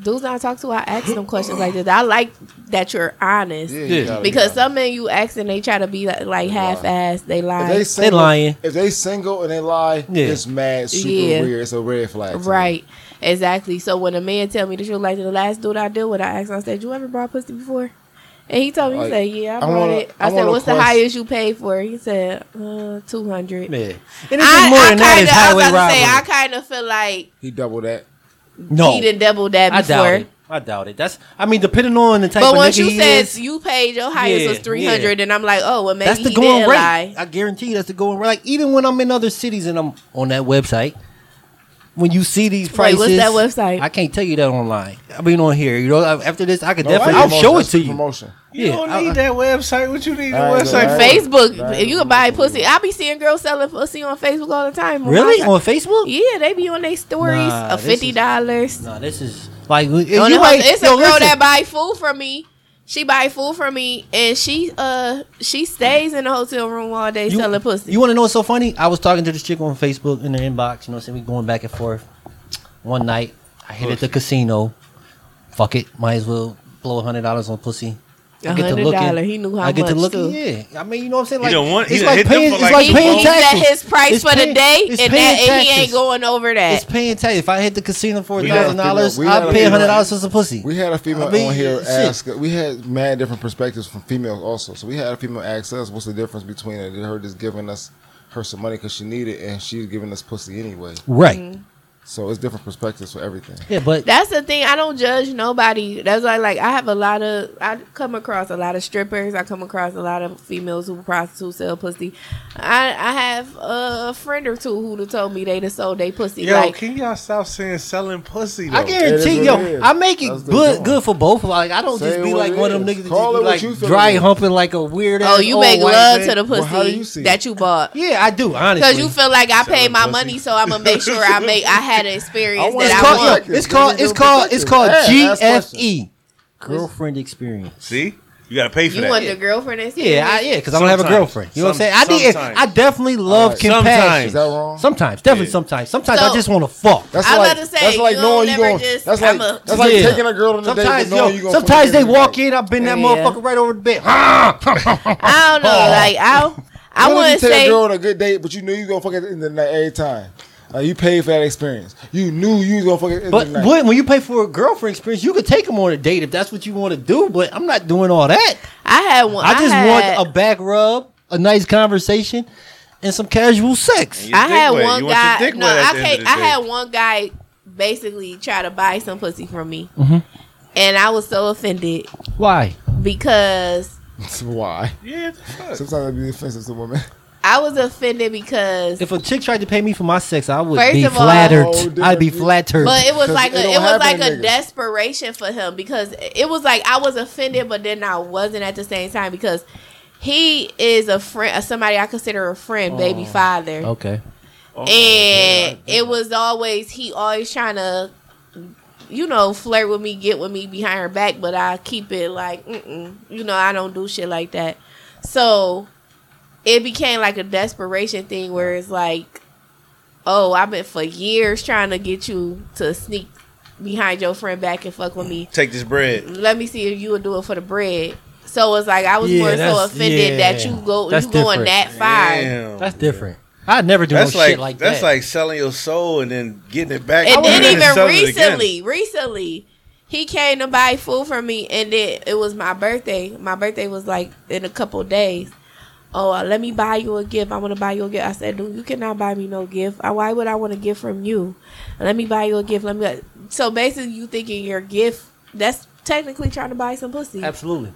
Speaker 5: dudes I talk to. I ask them questions like this. I like that you're honest
Speaker 4: Yeah, you
Speaker 2: Oh,
Speaker 3: Yeah.
Speaker 4: gotta be
Speaker 5: because
Speaker 4: honest.
Speaker 5: some men you ask and they try to be like, like
Speaker 4: They lie.
Speaker 5: half-assed. They
Speaker 4: If
Speaker 5: lie.
Speaker 4: single-
Speaker 3: lying.
Speaker 4: If they single and they lie,
Speaker 3: Yeah.
Speaker 4: it's mad, super
Speaker 5: Yeah.
Speaker 4: weird. It's a red flag. to me.
Speaker 5: Right. Exactly. So when a man tell me the truth, like the last dude I deal with, I asked him, I said, You ever brought pussy before? And he told me, he
Speaker 4: Like,
Speaker 5: said, Yeah, I
Speaker 4: I
Speaker 5: bought
Speaker 4: wanna-
Speaker 5: it. I,
Speaker 4: I
Speaker 5: said,
Speaker 4: wanna
Speaker 5: What's the
Speaker 4: quest-
Speaker 5: highest you paid for? it?" He said, uh, two hundred.
Speaker 3: Yeah. And it's just more than that is highway robbery.
Speaker 5: I kinda feel like
Speaker 4: He doubled that.
Speaker 3: no,
Speaker 5: he didn't double that
Speaker 3: I doubt
Speaker 5: before.
Speaker 3: it. I doubt it. That's I mean, depending on the type
Speaker 5: But
Speaker 3: of
Speaker 5: once
Speaker 3: nigga
Speaker 5: you
Speaker 3: he
Speaker 5: said
Speaker 3: is,
Speaker 5: you paid your highest
Speaker 3: Yeah,
Speaker 5: was three hundred, and I'm like, Oh well maybe
Speaker 3: that's the
Speaker 5: he
Speaker 3: going
Speaker 5: did
Speaker 3: rate.
Speaker 5: lie.
Speaker 3: I guarantee you that's the going rate. Like even when I'm in other cities and I'm on that website, when you see these
Speaker 5: Wait,
Speaker 3: prices,
Speaker 5: what's that website?
Speaker 3: I can't tell you that online. I mean on here. You know, after this, I could
Speaker 4: No,
Speaker 3: definitely.
Speaker 4: that's
Speaker 3: I'll
Speaker 4: promotion.
Speaker 3: show it
Speaker 4: That's
Speaker 3: to you.
Speaker 4: Promotion.
Speaker 2: You
Speaker 3: Yeah,
Speaker 2: don't
Speaker 3: I-
Speaker 2: need
Speaker 3: I-
Speaker 2: that website. What you need a
Speaker 4: Alright,
Speaker 2: website
Speaker 4: alright.
Speaker 2: for?
Speaker 5: Facebook,
Speaker 4: Right.
Speaker 5: you can buy pussy. I be seeing girls selling pussy on Facebook all the time.
Speaker 3: Really on Facebook?
Speaker 5: Yeah, they be on their stories
Speaker 3: Nah,
Speaker 5: of
Speaker 3: this is-
Speaker 5: fifty dollars.
Speaker 3: No, this is like you
Speaker 5: On the
Speaker 3: might-
Speaker 5: hustle- Oh, it's a
Speaker 3: yo,
Speaker 5: girl
Speaker 3: listen.
Speaker 5: that buy food from me. She buy food from me, and she uh she stays in the hotel room all day selling pussy.
Speaker 3: You want to know what's so funny? I was talking to this chick on Facebook in the inbox. You know, what I'm saying we going back and forth. One night, I hit at the casino. Fuck it, might as well blow a hundred dollars on pussy.
Speaker 5: A
Speaker 3: I get to
Speaker 5: hundred
Speaker 3: looking.
Speaker 5: dollar. He knew how
Speaker 3: I get
Speaker 5: much
Speaker 3: to looking.
Speaker 5: too.
Speaker 3: Yeah, I mean, you know what I'm saying.
Speaker 2: He
Speaker 3: Like,
Speaker 2: done won- he
Speaker 3: it's
Speaker 2: done
Speaker 3: like
Speaker 2: hit them
Speaker 3: paying.
Speaker 2: for
Speaker 3: It's
Speaker 2: like
Speaker 3: like
Speaker 5: He,
Speaker 2: twelve
Speaker 3: paying
Speaker 5: he set
Speaker 3: taxes.
Speaker 5: his price
Speaker 3: It's
Speaker 5: for the
Speaker 3: paying-
Speaker 5: day, and
Speaker 3: it's
Speaker 5: that
Speaker 3: paying
Speaker 5: and he ain't
Speaker 3: taxes.
Speaker 5: going over
Speaker 3: It's
Speaker 5: that.
Speaker 3: paying taxes. If I hit the casino for
Speaker 4: We gotta
Speaker 3: thousand dollars,
Speaker 4: figure out- we
Speaker 3: I pay
Speaker 4: gotta figure
Speaker 3: hundred
Speaker 4: out-
Speaker 3: dollars for some pussy.
Speaker 4: We had a female
Speaker 3: I mean,
Speaker 4: on here
Speaker 3: shit.
Speaker 4: ask. We had mad different perspectives from females also. So we had a female ask us, "What's the difference between her just giving us her some money because she needed it, and she's giving us pussy anyway?"
Speaker 3: Right.
Speaker 5: Mm-hmm.
Speaker 4: So it's different perspectives for everything.
Speaker 3: Yeah, but
Speaker 5: That's the thing. I don't judge nobody. That's why, like, I have a lot of. I come across a lot of strippers. I come across a lot of females who prostitute sell pussy. I I have a friend or two who done told me they done sold they pussy.
Speaker 2: Yo,
Speaker 5: like,
Speaker 2: can y'all stop saying selling pussy? Though?
Speaker 3: I
Speaker 4: It
Speaker 3: guarantee
Speaker 4: is
Speaker 3: yo,
Speaker 4: what it is.
Speaker 3: I make it
Speaker 4: That's the
Speaker 3: good
Speaker 4: joint.
Speaker 3: good for both of us. Like I don't
Speaker 4: Say
Speaker 3: just be
Speaker 4: what
Speaker 3: like
Speaker 4: it
Speaker 3: one of them
Speaker 4: is.
Speaker 3: niggas
Speaker 4: Call it
Speaker 3: that
Speaker 4: what
Speaker 3: just be
Speaker 4: you
Speaker 3: like
Speaker 4: feel
Speaker 3: dry
Speaker 4: it is.
Speaker 3: humping like a weird.
Speaker 5: oh,
Speaker 3: ass
Speaker 5: you
Speaker 3: old
Speaker 5: make
Speaker 3: white
Speaker 5: love
Speaker 3: man.
Speaker 5: to the pussy
Speaker 4: Well, how do you see it?
Speaker 5: that you bought.
Speaker 3: Yeah, I do honestly.
Speaker 5: Because you feel like I paid my
Speaker 2: Selling pussy.
Speaker 5: money, so I'm gonna make sure I make I had an experience
Speaker 4: I
Speaker 3: it's,
Speaker 4: wanna
Speaker 5: that I
Speaker 3: called,
Speaker 5: want.
Speaker 3: yo, it's called it's called it's called E.
Speaker 4: Yeah, that's
Speaker 3: GFE, girlfriend experience.
Speaker 2: See, you gotta pay for
Speaker 5: You
Speaker 2: that.
Speaker 5: want the girlfriend experience?
Speaker 3: Yeah, I, yeah, because I don't have a
Speaker 2: Sometimes.
Speaker 3: girlfriend. You know what I'm saying? I
Speaker 2: Some-
Speaker 3: did.
Speaker 2: sometimes.
Speaker 3: I definitely love
Speaker 4: Alright.
Speaker 3: compassion.
Speaker 4: Is that wrong?
Speaker 3: Sometimes, definitely
Speaker 2: Yeah.
Speaker 3: sometimes. Sometimes
Speaker 5: So-
Speaker 3: I just want to fuck.
Speaker 4: That's
Speaker 5: I was
Speaker 4: like
Speaker 5: about to say,
Speaker 4: that's like
Speaker 5: you
Speaker 4: knowing
Speaker 5: don't
Speaker 4: you going.
Speaker 5: ever just-
Speaker 4: That's like
Speaker 5: I'm a-
Speaker 4: that's like
Speaker 3: Yeah.
Speaker 4: taking a girl on the date and
Speaker 3: Sometimes,
Speaker 4: knowing you
Speaker 3: yo,
Speaker 4: gonna.
Speaker 3: sometimes
Speaker 4: fuck
Speaker 3: they
Speaker 4: her
Speaker 3: walk
Speaker 4: anyway.
Speaker 3: in. I've been that
Speaker 5: Yeah.
Speaker 3: motherfucker right over the bed. I
Speaker 5: I don't know. Like I, I
Speaker 4: Why don't you
Speaker 5: wouldn't
Speaker 4: take
Speaker 5: say.
Speaker 4: a girl on a good date, but you knew you gonna fuck it in the night every time. Like you paid for that experience. You knew you was gonna fuck it in
Speaker 3: But
Speaker 4: the night.
Speaker 3: when, when you pay for a girlfriend experience, you could take them on a date if that's what you want to do. But I'm not doing all that.
Speaker 5: I had one.
Speaker 3: I just
Speaker 5: had,
Speaker 3: want a back rub, a nice conversation, and some casual sex.
Speaker 2: You-
Speaker 5: I
Speaker 2: Your dick
Speaker 5: had
Speaker 2: wet.
Speaker 5: one
Speaker 2: You want your
Speaker 5: guy.
Speaker 2: dick
Speaker 5: No,
Speaker 2: wet at
Speaker 5: I
Speaker 2: the end
Speaker 5: can't.
Speaker 2: of the
Speaker 5: I
Speaker 2: day.
Speaker 3: Mm-hmm.
Speaker 5: had one guy basically try to buy some pussy from me, and I was so offended
Speaker 3: Why?
Speaker 5: because
Speaker 4: That's why.
Speaker 2: Yeah, the fuck.
Speaker 4: Sometimes it be offensive to women.
Speaker 5: I was offended because
Speaker 3: If a chick tried to pay me for my sex, I would
Speaker 5: First
Speaker 3: be
Speaker 5: of all-
Speaker 3: flattered.
Speaker 4: Oh, dude,
Speaker 3: I'd be
Speaker 4: you-
Speaker 3: flattered.
Speaker 5: But it was
Speaker 4: 'Cause
Speaker 5: like
Speaker 4: it
Speaker 5: a,
Speaker 4: don't
Speaker 5: it was
Speaker 4: happen
Speaker 5: like
Speaker 4: to
Speaker 5: a
Speaker 4: niggas.
Speaker 5: desperation for him because it was like I was offended, but then I wasn't at the same time because he is a friend, somebody I consider a friend, baby father,
Speaker 3: okay.
Speaker 2: Oh,
Speaker 5: and
Speaker 2: yeah, I-
Speaker 5: it was always he always trying to, you know, flirt with me, get with me behind her back, but I keep it like, mm-mm, you know, I don't do shit like that. So it became like a desperation thing where it's like, oh, I've been for years trying to get you to sneak behind your friend back and fuck with me.
Speaker 2: Take this bread.
Speaker 5: Let me see if you would do it for the bread. So it's like I was
Speaker 3: Yeah,
Speaker 5: more so
Speaker 3: that's-
Speaker 5: offended that
Speaker 3: yeah.
Speaker 5: you go
Speaker 3: That's
Speaker 5: you going
Speaker 3: different.
Speaker 5: that far.
Speaker 2: Damn.
Speaker 3: That's different. I'd never do
Speaker 2: That's
Speaker 3: no
Speaker 2: like,
Speaker 3: shit like
Speaker 2: that's
Speaker 3: that.
Speaker 2: like selling your soul and then getting it back. I
Speaker 5: And
Speaker 2: wouldn't
Speaker 5: then even
Speaker 2: sell it again.
Speaker 5: recently, recently, he came to buy food for me, and then it was my birthday. My birthday was like in a couple days. Oh, uh, let me buy you a gift. I want to buy you a gift. I said, dude, you cannot buy me no gift. Uh, Why would I want a gift from you? Let me buy you a gift. Let me. uh, So basically, you thinking your gift that's technically trying to buy some pussy.
Speaker 3: Absolutely.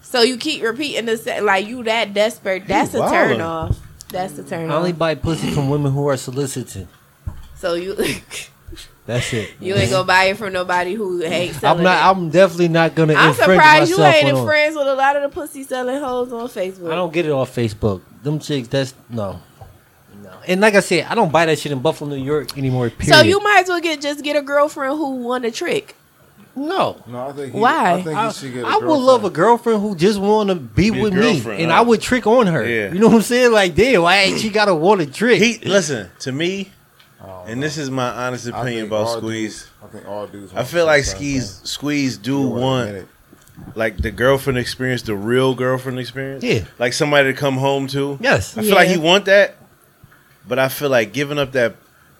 Speaker 5: So you keep repeating this like you that desperate. That's a
Speaker 2: wildin'.
Speaker 5: turn off. That's a turn
Speaker 3: I only
Speaker 5: off.
Speaker 3: buy pussy from women who are soliciting.
Speaker 5: So you
Speaker 3: That's it.
Speaker 5: you ain't gonna buy it from nobody who hates.
Speaker 3: I'm
Speaker 5: selling
Speaker 3: not.
Speaker 5: it.
Speaker 3: I'm definitely not gonna.
Speaker 5: I'm
Speaker 3: infringe
Speaker 5: surprised you
Speaker 3: myself
Speaker 5: ain't
Speaker 3: on-
Speaker 5: in friends with a lot of the pussy selling hoes on Facebook.
Speaker 3: I don't get it off Facebook. Them chicks. That's no. No. And like I said, I don't buy that shit in Buffalo, New York anymore. Period.
Speaker 5: so you might as well get just get a girlfriend who won a trick.
Speaker 3: no.
Speaker 4: No, I think. He,
Speaker 5: Why?
Speaker 4: I think
Speaker 3: I,
Speaker 4: he should get. a
Speaker 3: I would love a girlfriend who just want to be,
Speaker 2: Be a
Speaker 3: with me,
Speaker 2: girlfriend,
Speaker 3: and
Speaker 2: huh?
Speaker 3: I would trick on her.
Speaker 2: Yeah.
Speaker 3: You know what I'm saying? Like, damn, why ain't she got a water trick?
Speaker 2: He listen to me,
Speaker 4: girlfriend.
Speaker 2: and this is my honest
Speaker 4: I
Speaker 2: opinion
Speaker 4: think
Speaker 2: about
Speaker 4: all
Speaker 2: Squeeze.
Speaker 4: I think all dudes.
Speaker 2: I feel like Squeeze Squeeze do want like the girlfriend experience, the real girlfriend experience.
Speaker 3: Yeah.
Speaker 2: like somebody to come home to.
Speaker 3: yes.
Speaker 2: I feel like
Speaker 5: Yeah.
Speaker 2: he want that, but I feel like giving up that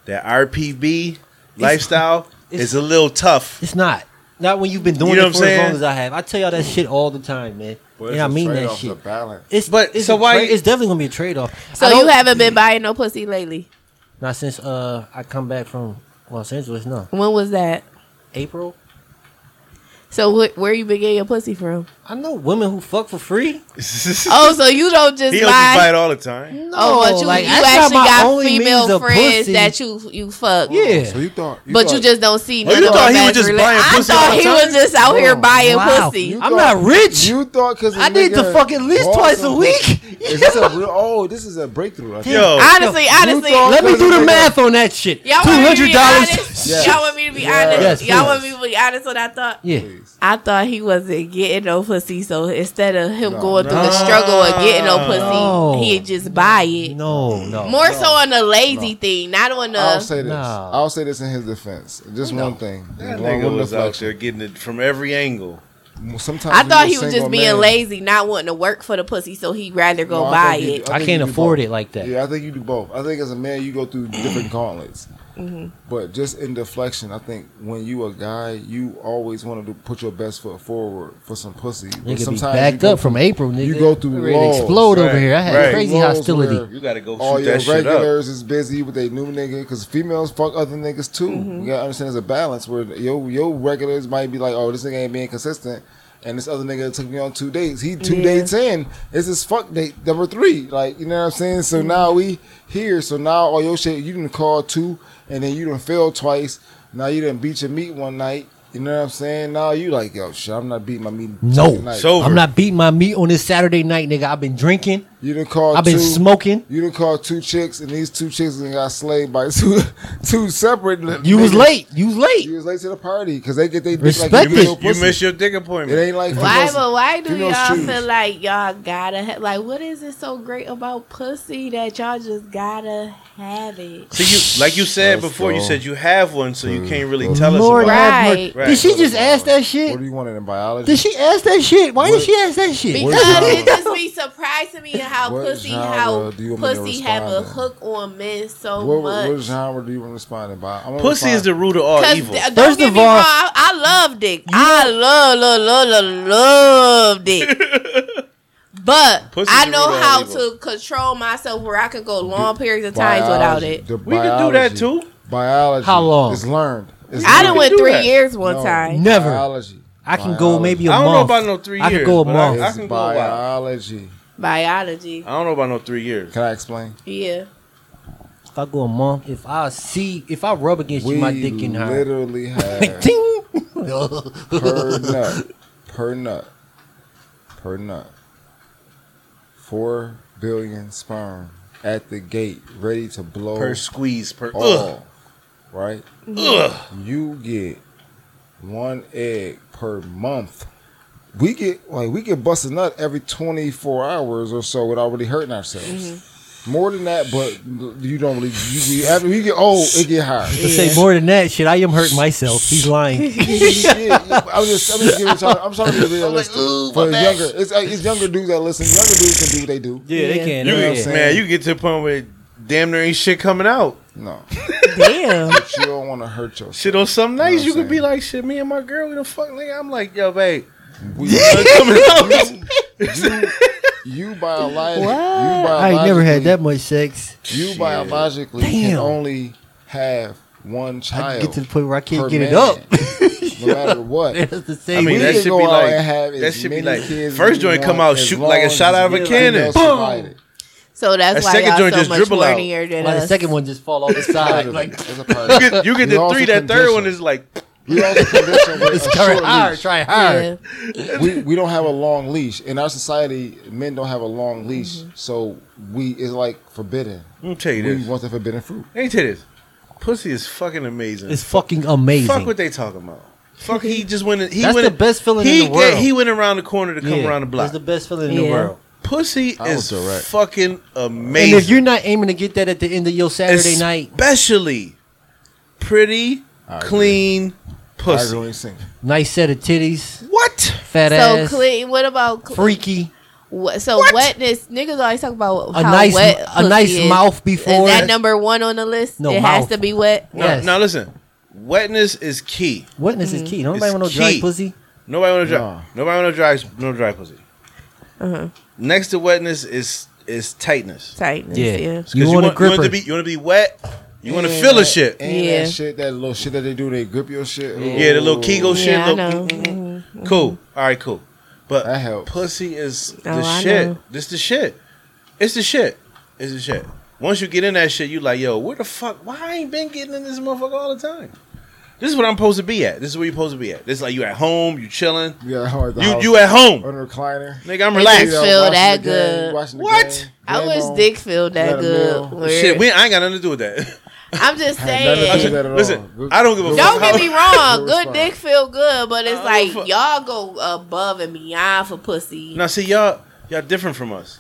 Speaker 2: that RPB lifestyle
Speaker 3: it's-
Speaker 2: is a little tough.
Speaker 3: It's not. Not when you've been doing
Speaker 2: You know
Speaker 3: it
Speaker 2: what I'm
Speaker 3: for as
Speaker 2: saying?
Speaker 3: long as I have. I tell y'all that shit all the time, man. and I mean that shit.
Speaker 4: balance.
Speaker 3: It's
Speaker 2: But,
Speaker 3: it's
Speaker 2: so
Speaker 3: a
Speaker 2: why-
Speaker 3: trade- it's definitely gonna be a trade off.
Speaker 5: So you haven't been buying no pussy lately.
Speaker 3: not since uh I come back from Los Angeles. No,
Speaker 5: When was that?
Speaker 3: April.
Speaker 5: So wh- where you been getting your pussy from?
Speaker 3: I know women who fuck for free.
Speaker 2: oh,
Speaker 5: Oh, so you don't just
Speaker 2: he don't just buy
Speaker 5: buy.
Speaker 2: it all the time.
Speaker 5: Oh, but you,
Speaker 3: like,
Speaker 5: you
Speaker 3: that's not
Speaker 5: actually
Speaker 3: my
Speaker 5: got
Speaker 3: only means
Speaker 5: female
Speaker 3: of
Speaker 5: friends
Speaker 3: pussy.
Speaker 5: that you you fuck.
Speaker 3: Yeah.
Speaker 4: So you thought, you
Speaker 5: but
Speaker 4: thought,
Speaker 5: you just don't see.
Speaker 2: Oh, you
Speaker 5: none of
Speaker 2: thought
Speaker 5: them
Speaker 2: he was
Speaker 5: as
Speaker 2: just
Speaker 5: rela-
Speaker 2: buying
Speaker 5: I
Speaker 2: pussy all
Speaker 5: thought
Speaker 2: the
Speaker 5: he
Speaker 2: time?
Speaker 5: was just out here
Speaker 3: Oh,
Speaker 5: buying
Speaker 3: wow.
Speaker 5: pussy.
Speaker 3: I'm not rich.
Speaker 4: You thought because
Speaker 3: I need to fuck at least twice a week.
Speaker 4: Is this a real? Oh, this is a breakthrough. I think.
Speaker 2: Yo,
Speaker 5: Oh. Honestly,
Speaker 3: You
Speaker 5: honestly,
Speaker 4: thought-
Speaker 3: Let me do the math on that shit. Two
Speaker 5: y'all want me to
Speaker 3: hundred
Speaker 5: be honest.
Speaker 3: dollars.
Speaker 4: Yes.
Speaker 5: Y'all want me to be
Speaker 4: Yes.
Speaker 5: honest.
Speaker 3: Yes,
Speaker 5: Y'all want me
Speaker 3: yes.
Speaker 5: to be honest on that thought.
Speaker 3: Yeah.
Speaker 4: Please.
Speaker 5: I thought he wasn't getting no pussy, so instead of him
Speaker 4: No.
Speaker 5: going through the struggle of getting no pussy,
Speaker 3: No.
Speaker 5: he'd just buy it.
Speaker 3: No, no.
Speaker 5: More so on the lazy thing, not on
Speaker 4: I'll
Speaker 5: the.
Speaker 4: say this.
Speaker 3: No.
Speaker 4: I'll say this in his defense. Just
Speaker 3: No.
Speaker 4: one thing.
Speaker 2: that
Speaker 4: One-
Speaker 2: nigga
Speaker 4: one
Speaker 2: was out there
Speaker 4: reflection.
Speaker 2: getting it from every angle.
Speaker 4: Sometimes
Speaker 5: I
Speaker 4: when you're
Speaker 5: thought he
Speaker 4: a
Speaker 5: was just
Speaker 4: single
Speaker 5: being
Speaker 4: man-
Speaker 5: lazy, not wanting to work for the pussy, so he'd rather go
Speaker 4: No, I
Speaker 5: buy
Speaker 4: think you- uh,
Speaker 5: it.
Speaker 4: I
Speaker 3: I
Speaker 4: think
Speaker 3: can't
Speaker 4: you do
Speaker 3: afford
Speaker 4: both.
Speaker 3: it like that.
Speaker 4: Yeah, I think you do both. I think as a man, you go through different gauntlets.
Speaker 3: Mm-hmm.
Speaker 4: But just in deflection, I think when you a guy, you always want to do, put your best foot forward for some pussy. But
Speaker 3: Nigga be
Speaker 4: sometimes you
Speaker 3: backed
Speaker 4: go
Speaker 3: up from April, nigga.
Speaker 4: you go through
Speaker 3: I'm ready to
Speaker 4: walls,
Speaker 3: explode over
Speaker 2: right,
Speaker 3: here. I had
Speaker 2: right.
Speaker 3: crazy
Speaker 4: Walls
Speaker 3: hostility.
Speaker 4: where
Speaker 2: You gotta go
Speaker 4: all
Speaker 2: shoot
Speaker 4: your
Speaker 2: that shit up.
Speaker 4: regulars is busy with their new nigga because females fuck other niggas too.
Speaker 3: Mm-hmm.
Speaker 4: You gotta understand there's a balance where your your regulars might be like, oh, this nigga ain't being consistent, and this other nigga took me on two dates. He two
Speaker 5: Yeah.
Speaker 4: dates in. This is fuck date number three. Like you know what I'm saying.
Speaker 3: Mm-hmm.
Speaker 4: So now we here. So now all your shit you didn't call two, and then you done fail twice. Now you done beat your meat one night. You know what I'm saying? Now you like, yo, shit, I'm not beating my meat.
Speaker 3: No.
Speaker 4: tonight.
Speaker 2: So- Over.
Speaker 3: I'm not beating my meat on this Saturday night, nigga. I've been drinking.
Speaker 4: you done call.
Speaker 3: I've been
Speaker 4: two.
Speaker 3: smoking.
Speaker 4: You done called two chicks, and these two chicks done got slayed by two two separate.
Speaker 3: You was
Speaker 4: niggas.
Speaker 3: late. You was
Speaker 4: You
Speaker 3: late.
Speaker 4: was late to the party because they get they dick
Speaker 3: Respect
Speaker 4: like
Speaker 2: You
Speaker 3: it.
Speaker 4: you
Speaker 2: miss,
Speaker 4: no
Speaker 2: you
Speaker 4: pussy.
Speaker 2: miss your dick
Speaker 4: It
Speaker 2: appointment.
Speaker 4: ain't like
Speaker 5: Why,
Speaker 4: females-
Speaker 5: but why do
Speaker 4: females
Speaker 5: y'all
Speaker 4: choose.
Speaker 5: feel like y'all gotta ha- like? What is it so great about pussy that y'all just gotta have it?
Speaker 2: So you, like you said
Speaker 4: Let's
Speaker 2: before, you
Speaker 4: go. Mm.
Speaker 2: said you have one, so you can't really
Speaker 4: Lord
Speaker 2: tell us.
Speaker 3: Lord
Speaker 2: about it.
Speaker 3: have
Speaker 5: Right.
Speaker 3: mercy.
Speaker 2: Right.
Speaker 3: Did she just ask that
Speaker 4: What do
Speaker 3: shit?
Speaker 4: you want it in biology?
Speaker 3: Did she ask that shit? Why
Speaker 4: What-
Speaker 3: did she ask that shit?
Speaker 4: What
Speaker 5: Because
Speaker 4: genre?
Speaker 5: it just be surprised to me how
Speaker 4: What
Speaker 5: pussy
Speaker 4: genre
Speaker 5: how
Speaker 4: do you want me to
Speaker 5: pussy have a
Speaker 4: respond in?
Speaker 5: hook on men so
Speaker 4: what,
Speaker 5: much.
Speaker 4: what genre do you want to respond about? I'm gonna
Speaker 2: Pussy
Speaker 4: respond-
Speaker 2: is the root of all
Speaker 5: Cause
Speaker 2: Oh, evil.
Speaker 5: th- don't
Speaker 3: First
Speaker 5: get
Speaker 3: of
Speaker 5: me
Speaker 3: all,
Speaker 5: wrong, I, I love dick. I love, love, love, love, love dick. but
Speaker 2: Pussy's
Speaker 5: I
Speaker 2: the
Speaker 5: know
Speaker 2: root of
Speaker 5: how
Speaker 2: all evil.
Speaker 5: to control myself where I can go long periods of times without
Speaker 4: Biology.
Speaker 5: it.
Speaker 4: The
Speaker 2: We can do that
Speaker 4: biology.
Speaker 2: too.
Speaker 4: Biology.
Speaker 3: How long?
Speaker 4: It's learned. It's
Speaker 5: I
Speaker 4: learned.
Speaker 5: done
Speaker 2: can
Speaker 5: went
Speaker 2: do
Speaker 5: three
Speaker 2: that.
Speaker 5: years one
Speaker 4: No,
Speaker 5: time.
Speaker 3: Never.
Speaker 4: Biology.
Speaker 3: I can go maybe a
Speaker 2: I
Speaker 3: month.
Speaker 2: don't know about no three
Speaker 3: I could
Speaker 2: years,
Speaker 3: go a
Speaker 2: but I-
Speaker 3: month.
Speaker 2: I
Speaker 4: It's
Speaker 2: can go a while.
Speaker 4: biology.
Speaker 5: Biology.
Speaker 2: I don't know about no three years.
Speaker 4: Can I explain?
Speaker 5: Yeah.
Speaker 3: if I go a month, if I see, if I rub against you, my dick getting hard.
Speaker 4: literally have
Speaker 3: Ting!
Speaker 4: per nut, per nut, per nut, four billion sperm at the gate, ready to blow
Speaker 2: Per squeeze, per ugh,
Speaker 4: all. Right?
Speaker 2: ugh.
Speaker 4: You get one egg per month. We get like we get bust a nut every twenty four hours or so without really hurting ourselves.
Speaker 2: Mm-hmm.
Speaker 4: More than that, but you don't really. You, you, after you get old, it get higher.
Speaker 3: To say more than that, shit, I am hurting myself. He's lying.
Speaker 4: Shit, I'm just, I'm just giving y'all, I'm trying to be realistic. For the younger, it's, uh, it's younger dudes that listen. Younger dudes can do what they do.
Speaker 3: Yeah, they
Speaker 5: Yeah.
Speaker 3: can.
Speaker 2: You
Speaker 4: know what I'm
Speaker 2: get,
Speaker 3: Yeah.
Speaker 4: saying?
Speaker 2: man, you get to the point where damn near ain't shit coming out.
Speaker 4: No,
Speaker 5: Damn.
Speaker 4: but you don't want to hurt yourself.
Speaker 2: Shit on some
Speaker 4: what
Speaker 2: nights
Speaker 4: I'm
Speaker 2: you could be
Speaker 4: saying?
Speaker 2: like, shit, me and my girl, we done fuck nigga. I'm like, yo, babe,
Speaker 4: We-
Speaker 2: nothing coming out.
Speaker 4: you, you biologically,
Speaker 5: What?
Speaker 4: you
Speaker 3: I ain't
Speaker 4: biologically,
Speaker 3: never had that much sex.
Speaker 4: You biologically can
Speaker 3: Damn.
Speaker 4: only have one
Speaker 3: I
Speaker 4: child.
Speaker 3: can get to the point where I can't
Speaker 4: per
Speaker 3: get it
Speaker 4: man.
Speaker 3: up.
Speaker 4: no matter what.
Speaker 3: That's the thing.
Speaker 2: I mean,
Speaker 4: We
Speaker 2: that
Speaker 4: can
Speaker 2: should
Speaker 4: go
Speaker 2: be
Speaker 4: out
Speaker 2: like-
Speaker 4: and have
Speaker 2: that
Speaker 4: as
Speaker 2: should be
Speaker 4: many
Speaker 2: like,
Speaker 4: kids as
Speaker 2: first
Speaker 4: we
Speaker 2: joint come
Speaker 4: want,
Speaker 2: out,
Speaker 4: as
Speaker 2: shoot like a
Speaker 4: long
Speaker 2: shot
Speaker 4: as
Speaker 2: out of a
Speaker 4: you
Speaker 2: cannon.
Speaker 4: survive it.
Speaker 5: So that's
Speaker 2: That
Speaker 5: why
Speaker 2: second
Speaker 5: y'all
Speaker 2: joint
Speaker 5: so
Speaker 2: just
Speaker 5: much
Speaker 2: dribble out.
Speaker 5: hornier than
Speaker 3: Like, the
Speaker 5: us.
Speaker 3: second one just fall off the
Speaker 4: Part
Speaker 3: side.
Speaker 4: of it.
Speaker 3: Like,
Speaker 4: That's a part of
Speaker 2: You
Speaker 4: it.
Speaker 2: get, you get
Speaker 4: We
Speaker 2: the
Speaker 4: also
Speaker 2: three, that third
Speaker 4: conditioned-
Speaker 2: one is like,
Speaker 4: We also conditioned with
Speaker 3: it's
Speaker 4: a
Speaker 3: try
Speaker 4: short
Speaker 3: hard,
Speaker 4: leash.
Speaker 3: try hard.
Speaker 5: yeah.
Speaker 4: we we don't have a long leash in our society. Men don't have a long leash,
Speaker 5: Mm-hmm.
Speaker 4: so we it's like forbidden.
Speaker 2: let me tell you
Speaker 4: We
Speaker 2: this.
Speaker 4: want the forbidden fruit.
Speaker 2: Let me tell you this. Pussy is fucking amazing.
Speaker 3: It's fucking amazing.
Speaker 2: Fuck what they talking about. Fuck, he just went. in- He
Speaker 3: That's
Speaker 2: went,
Speaker 3: the best feeling in
Speaker 2: he
Speaker 3: the world.
Speaker 2: Get, he went around the corner to come
Speaker 3: Yeah,
Speaker 2: around the block.
Speaker 3: It's the best feeling in the
Speaker 5: Yeah.
Speaker 3: world.
Speaker 2: Pussy
Speaker 4: I
Speaker 2: is
Speaker 4: was direct.
Speaker 2: fucking
Speaker 3: And
Speaker 2: amazing.
Speaker 3: if you're not aiming to get that at the end of your Saturday night,
Speaker 2: especially pretty,
Speaker 4: I agree.
Speaker 2: clean
Speaker 4: I
Speaker 2: pussy.
Speaker 4: really sing.
Speaker 3: nice set of titties,
Speaker 2: What?
Speaker 3: fat
Speaker 5: So
Speaker 3: ass,
Speaker 5: clean. What about cl-
Speaker 3: freaky,
Speaker 5: What, so
Speaker 2: What?
Speaker 5: wetness? Niggas always talk about
Speaker 3: a
Speaker 5: how
Speaker 3: nice,
Speaker 5: wet
Speaker 3: a
Speaker 5: pussy
Speaker 3: nice
Speaker 5: is.
Speaker 3: mouth
Speaker 5: Is
Speaker 3: before.
Speaker 5: that number one on the list?
Speaker 3: No,
Speaker 5: it has
Speaker 3: mouth.
Speaker 5: to be wet.
Speaker 2: No,
Speaker 3: Yes.
Speaker 2: Now listen, wetness is key.
Speaker 3: Wetness is key. Don't nobody
Speaker 2: It's
Speaker 3: want no dry
Speaker 2: key.
Speaker 3: pussy.
Speaker 2: Nobody want to dry.
Speaker 4: No.
Speaker 2: Nobody want to dry. No dry pussy.
Speaker 5: Uh-huh.
Speaker 2: Next to wetness is is tightness.
Speaker 5: Tightness.
Speaker 3: Yeah.
Speaker 5: Yeah.
Speaker 2: It's 'cause
Speaker 3: You want a
Speaker 2: you want
Speaker 3: gripper.
Speaker 2: to be you want to be wet. You want to
Speaker 4: And
Speaker 2: feel the
Speaker 4: that-
Speaker 2: shit.
Speaker 4: And
Speaker 5: Yeah.
Speaker 4: that shit, that little shit that they do, they grip your shit.
Speaker 2: Yeah, the little Kegel shit.
Speaker 5: Yeah, I
Speaker 2: little- mm,
Speaker 5: know. Mhm.
Speaker 2: Cool. All right, cool. But
Speaker 4: That helps.
Speaker 2: pussy is the
Speaker 5: Oh, I
Speaker 2: shit.
Speaker 5: know.
Speaker 2: This the shit. It's the shit. It's the shit. Once you get in that shit, you like, yo, where the fuck? Why I ain't been getting in this motherfucker all the time? This is what I'm supposed to be at. This is where you're supposed to be at. This is like you at home, you chilling,
Speaker 4: Yeah, how at the
Speaker 2: you
Speaker 4: house,
Speaker 2: you at home,
Speaker 4: on a recliner.
Speaker 2: nigga. I'm
Speaker 5: It
Speaker 2: relaxed.
Speaker 5: is-
Speaker 4: You know,
Speaker 5: feel
Speaker 4: watching
Speaker 5: that
Speaker 4: the game,
Speaker 5: good.
Speaker 4: watching the
Speaker 2: What?
Speaker 4: game,
Speaker 5: I
Speaker 4: game
Speaker 5: wish
Speaker 4: on.
Speaker 5: dick felt that
Speaker 4: Got a
Speaker 5: good.
Speaker 4: meal.
Speaker 5: Where-
Speaker 2: Shit, we I ain't got nothing to do with that.
Speaker 5: I'm just
Speaker 4: Had nothing to do
Speaker 5: saying.
Speaker 4: with that at
Speaker 2: Listen,
Speaker 4: all. Good-
Speaker 2: I don't give a
Speaker 4: good
Speaker 2: fuck
Speaker 5: Don't
Speaker 4: response.
Speaker 5: get me wrong. Good
Speaker 4: response.
Speaker 5: dick feel good, but it's
Speaker 2: I
Speaker 5: like
Speaker 2: don't fu-
Speaker 5: y'all go above and beyond for pussy.
Speaker 2: now see y'all y'all different from us.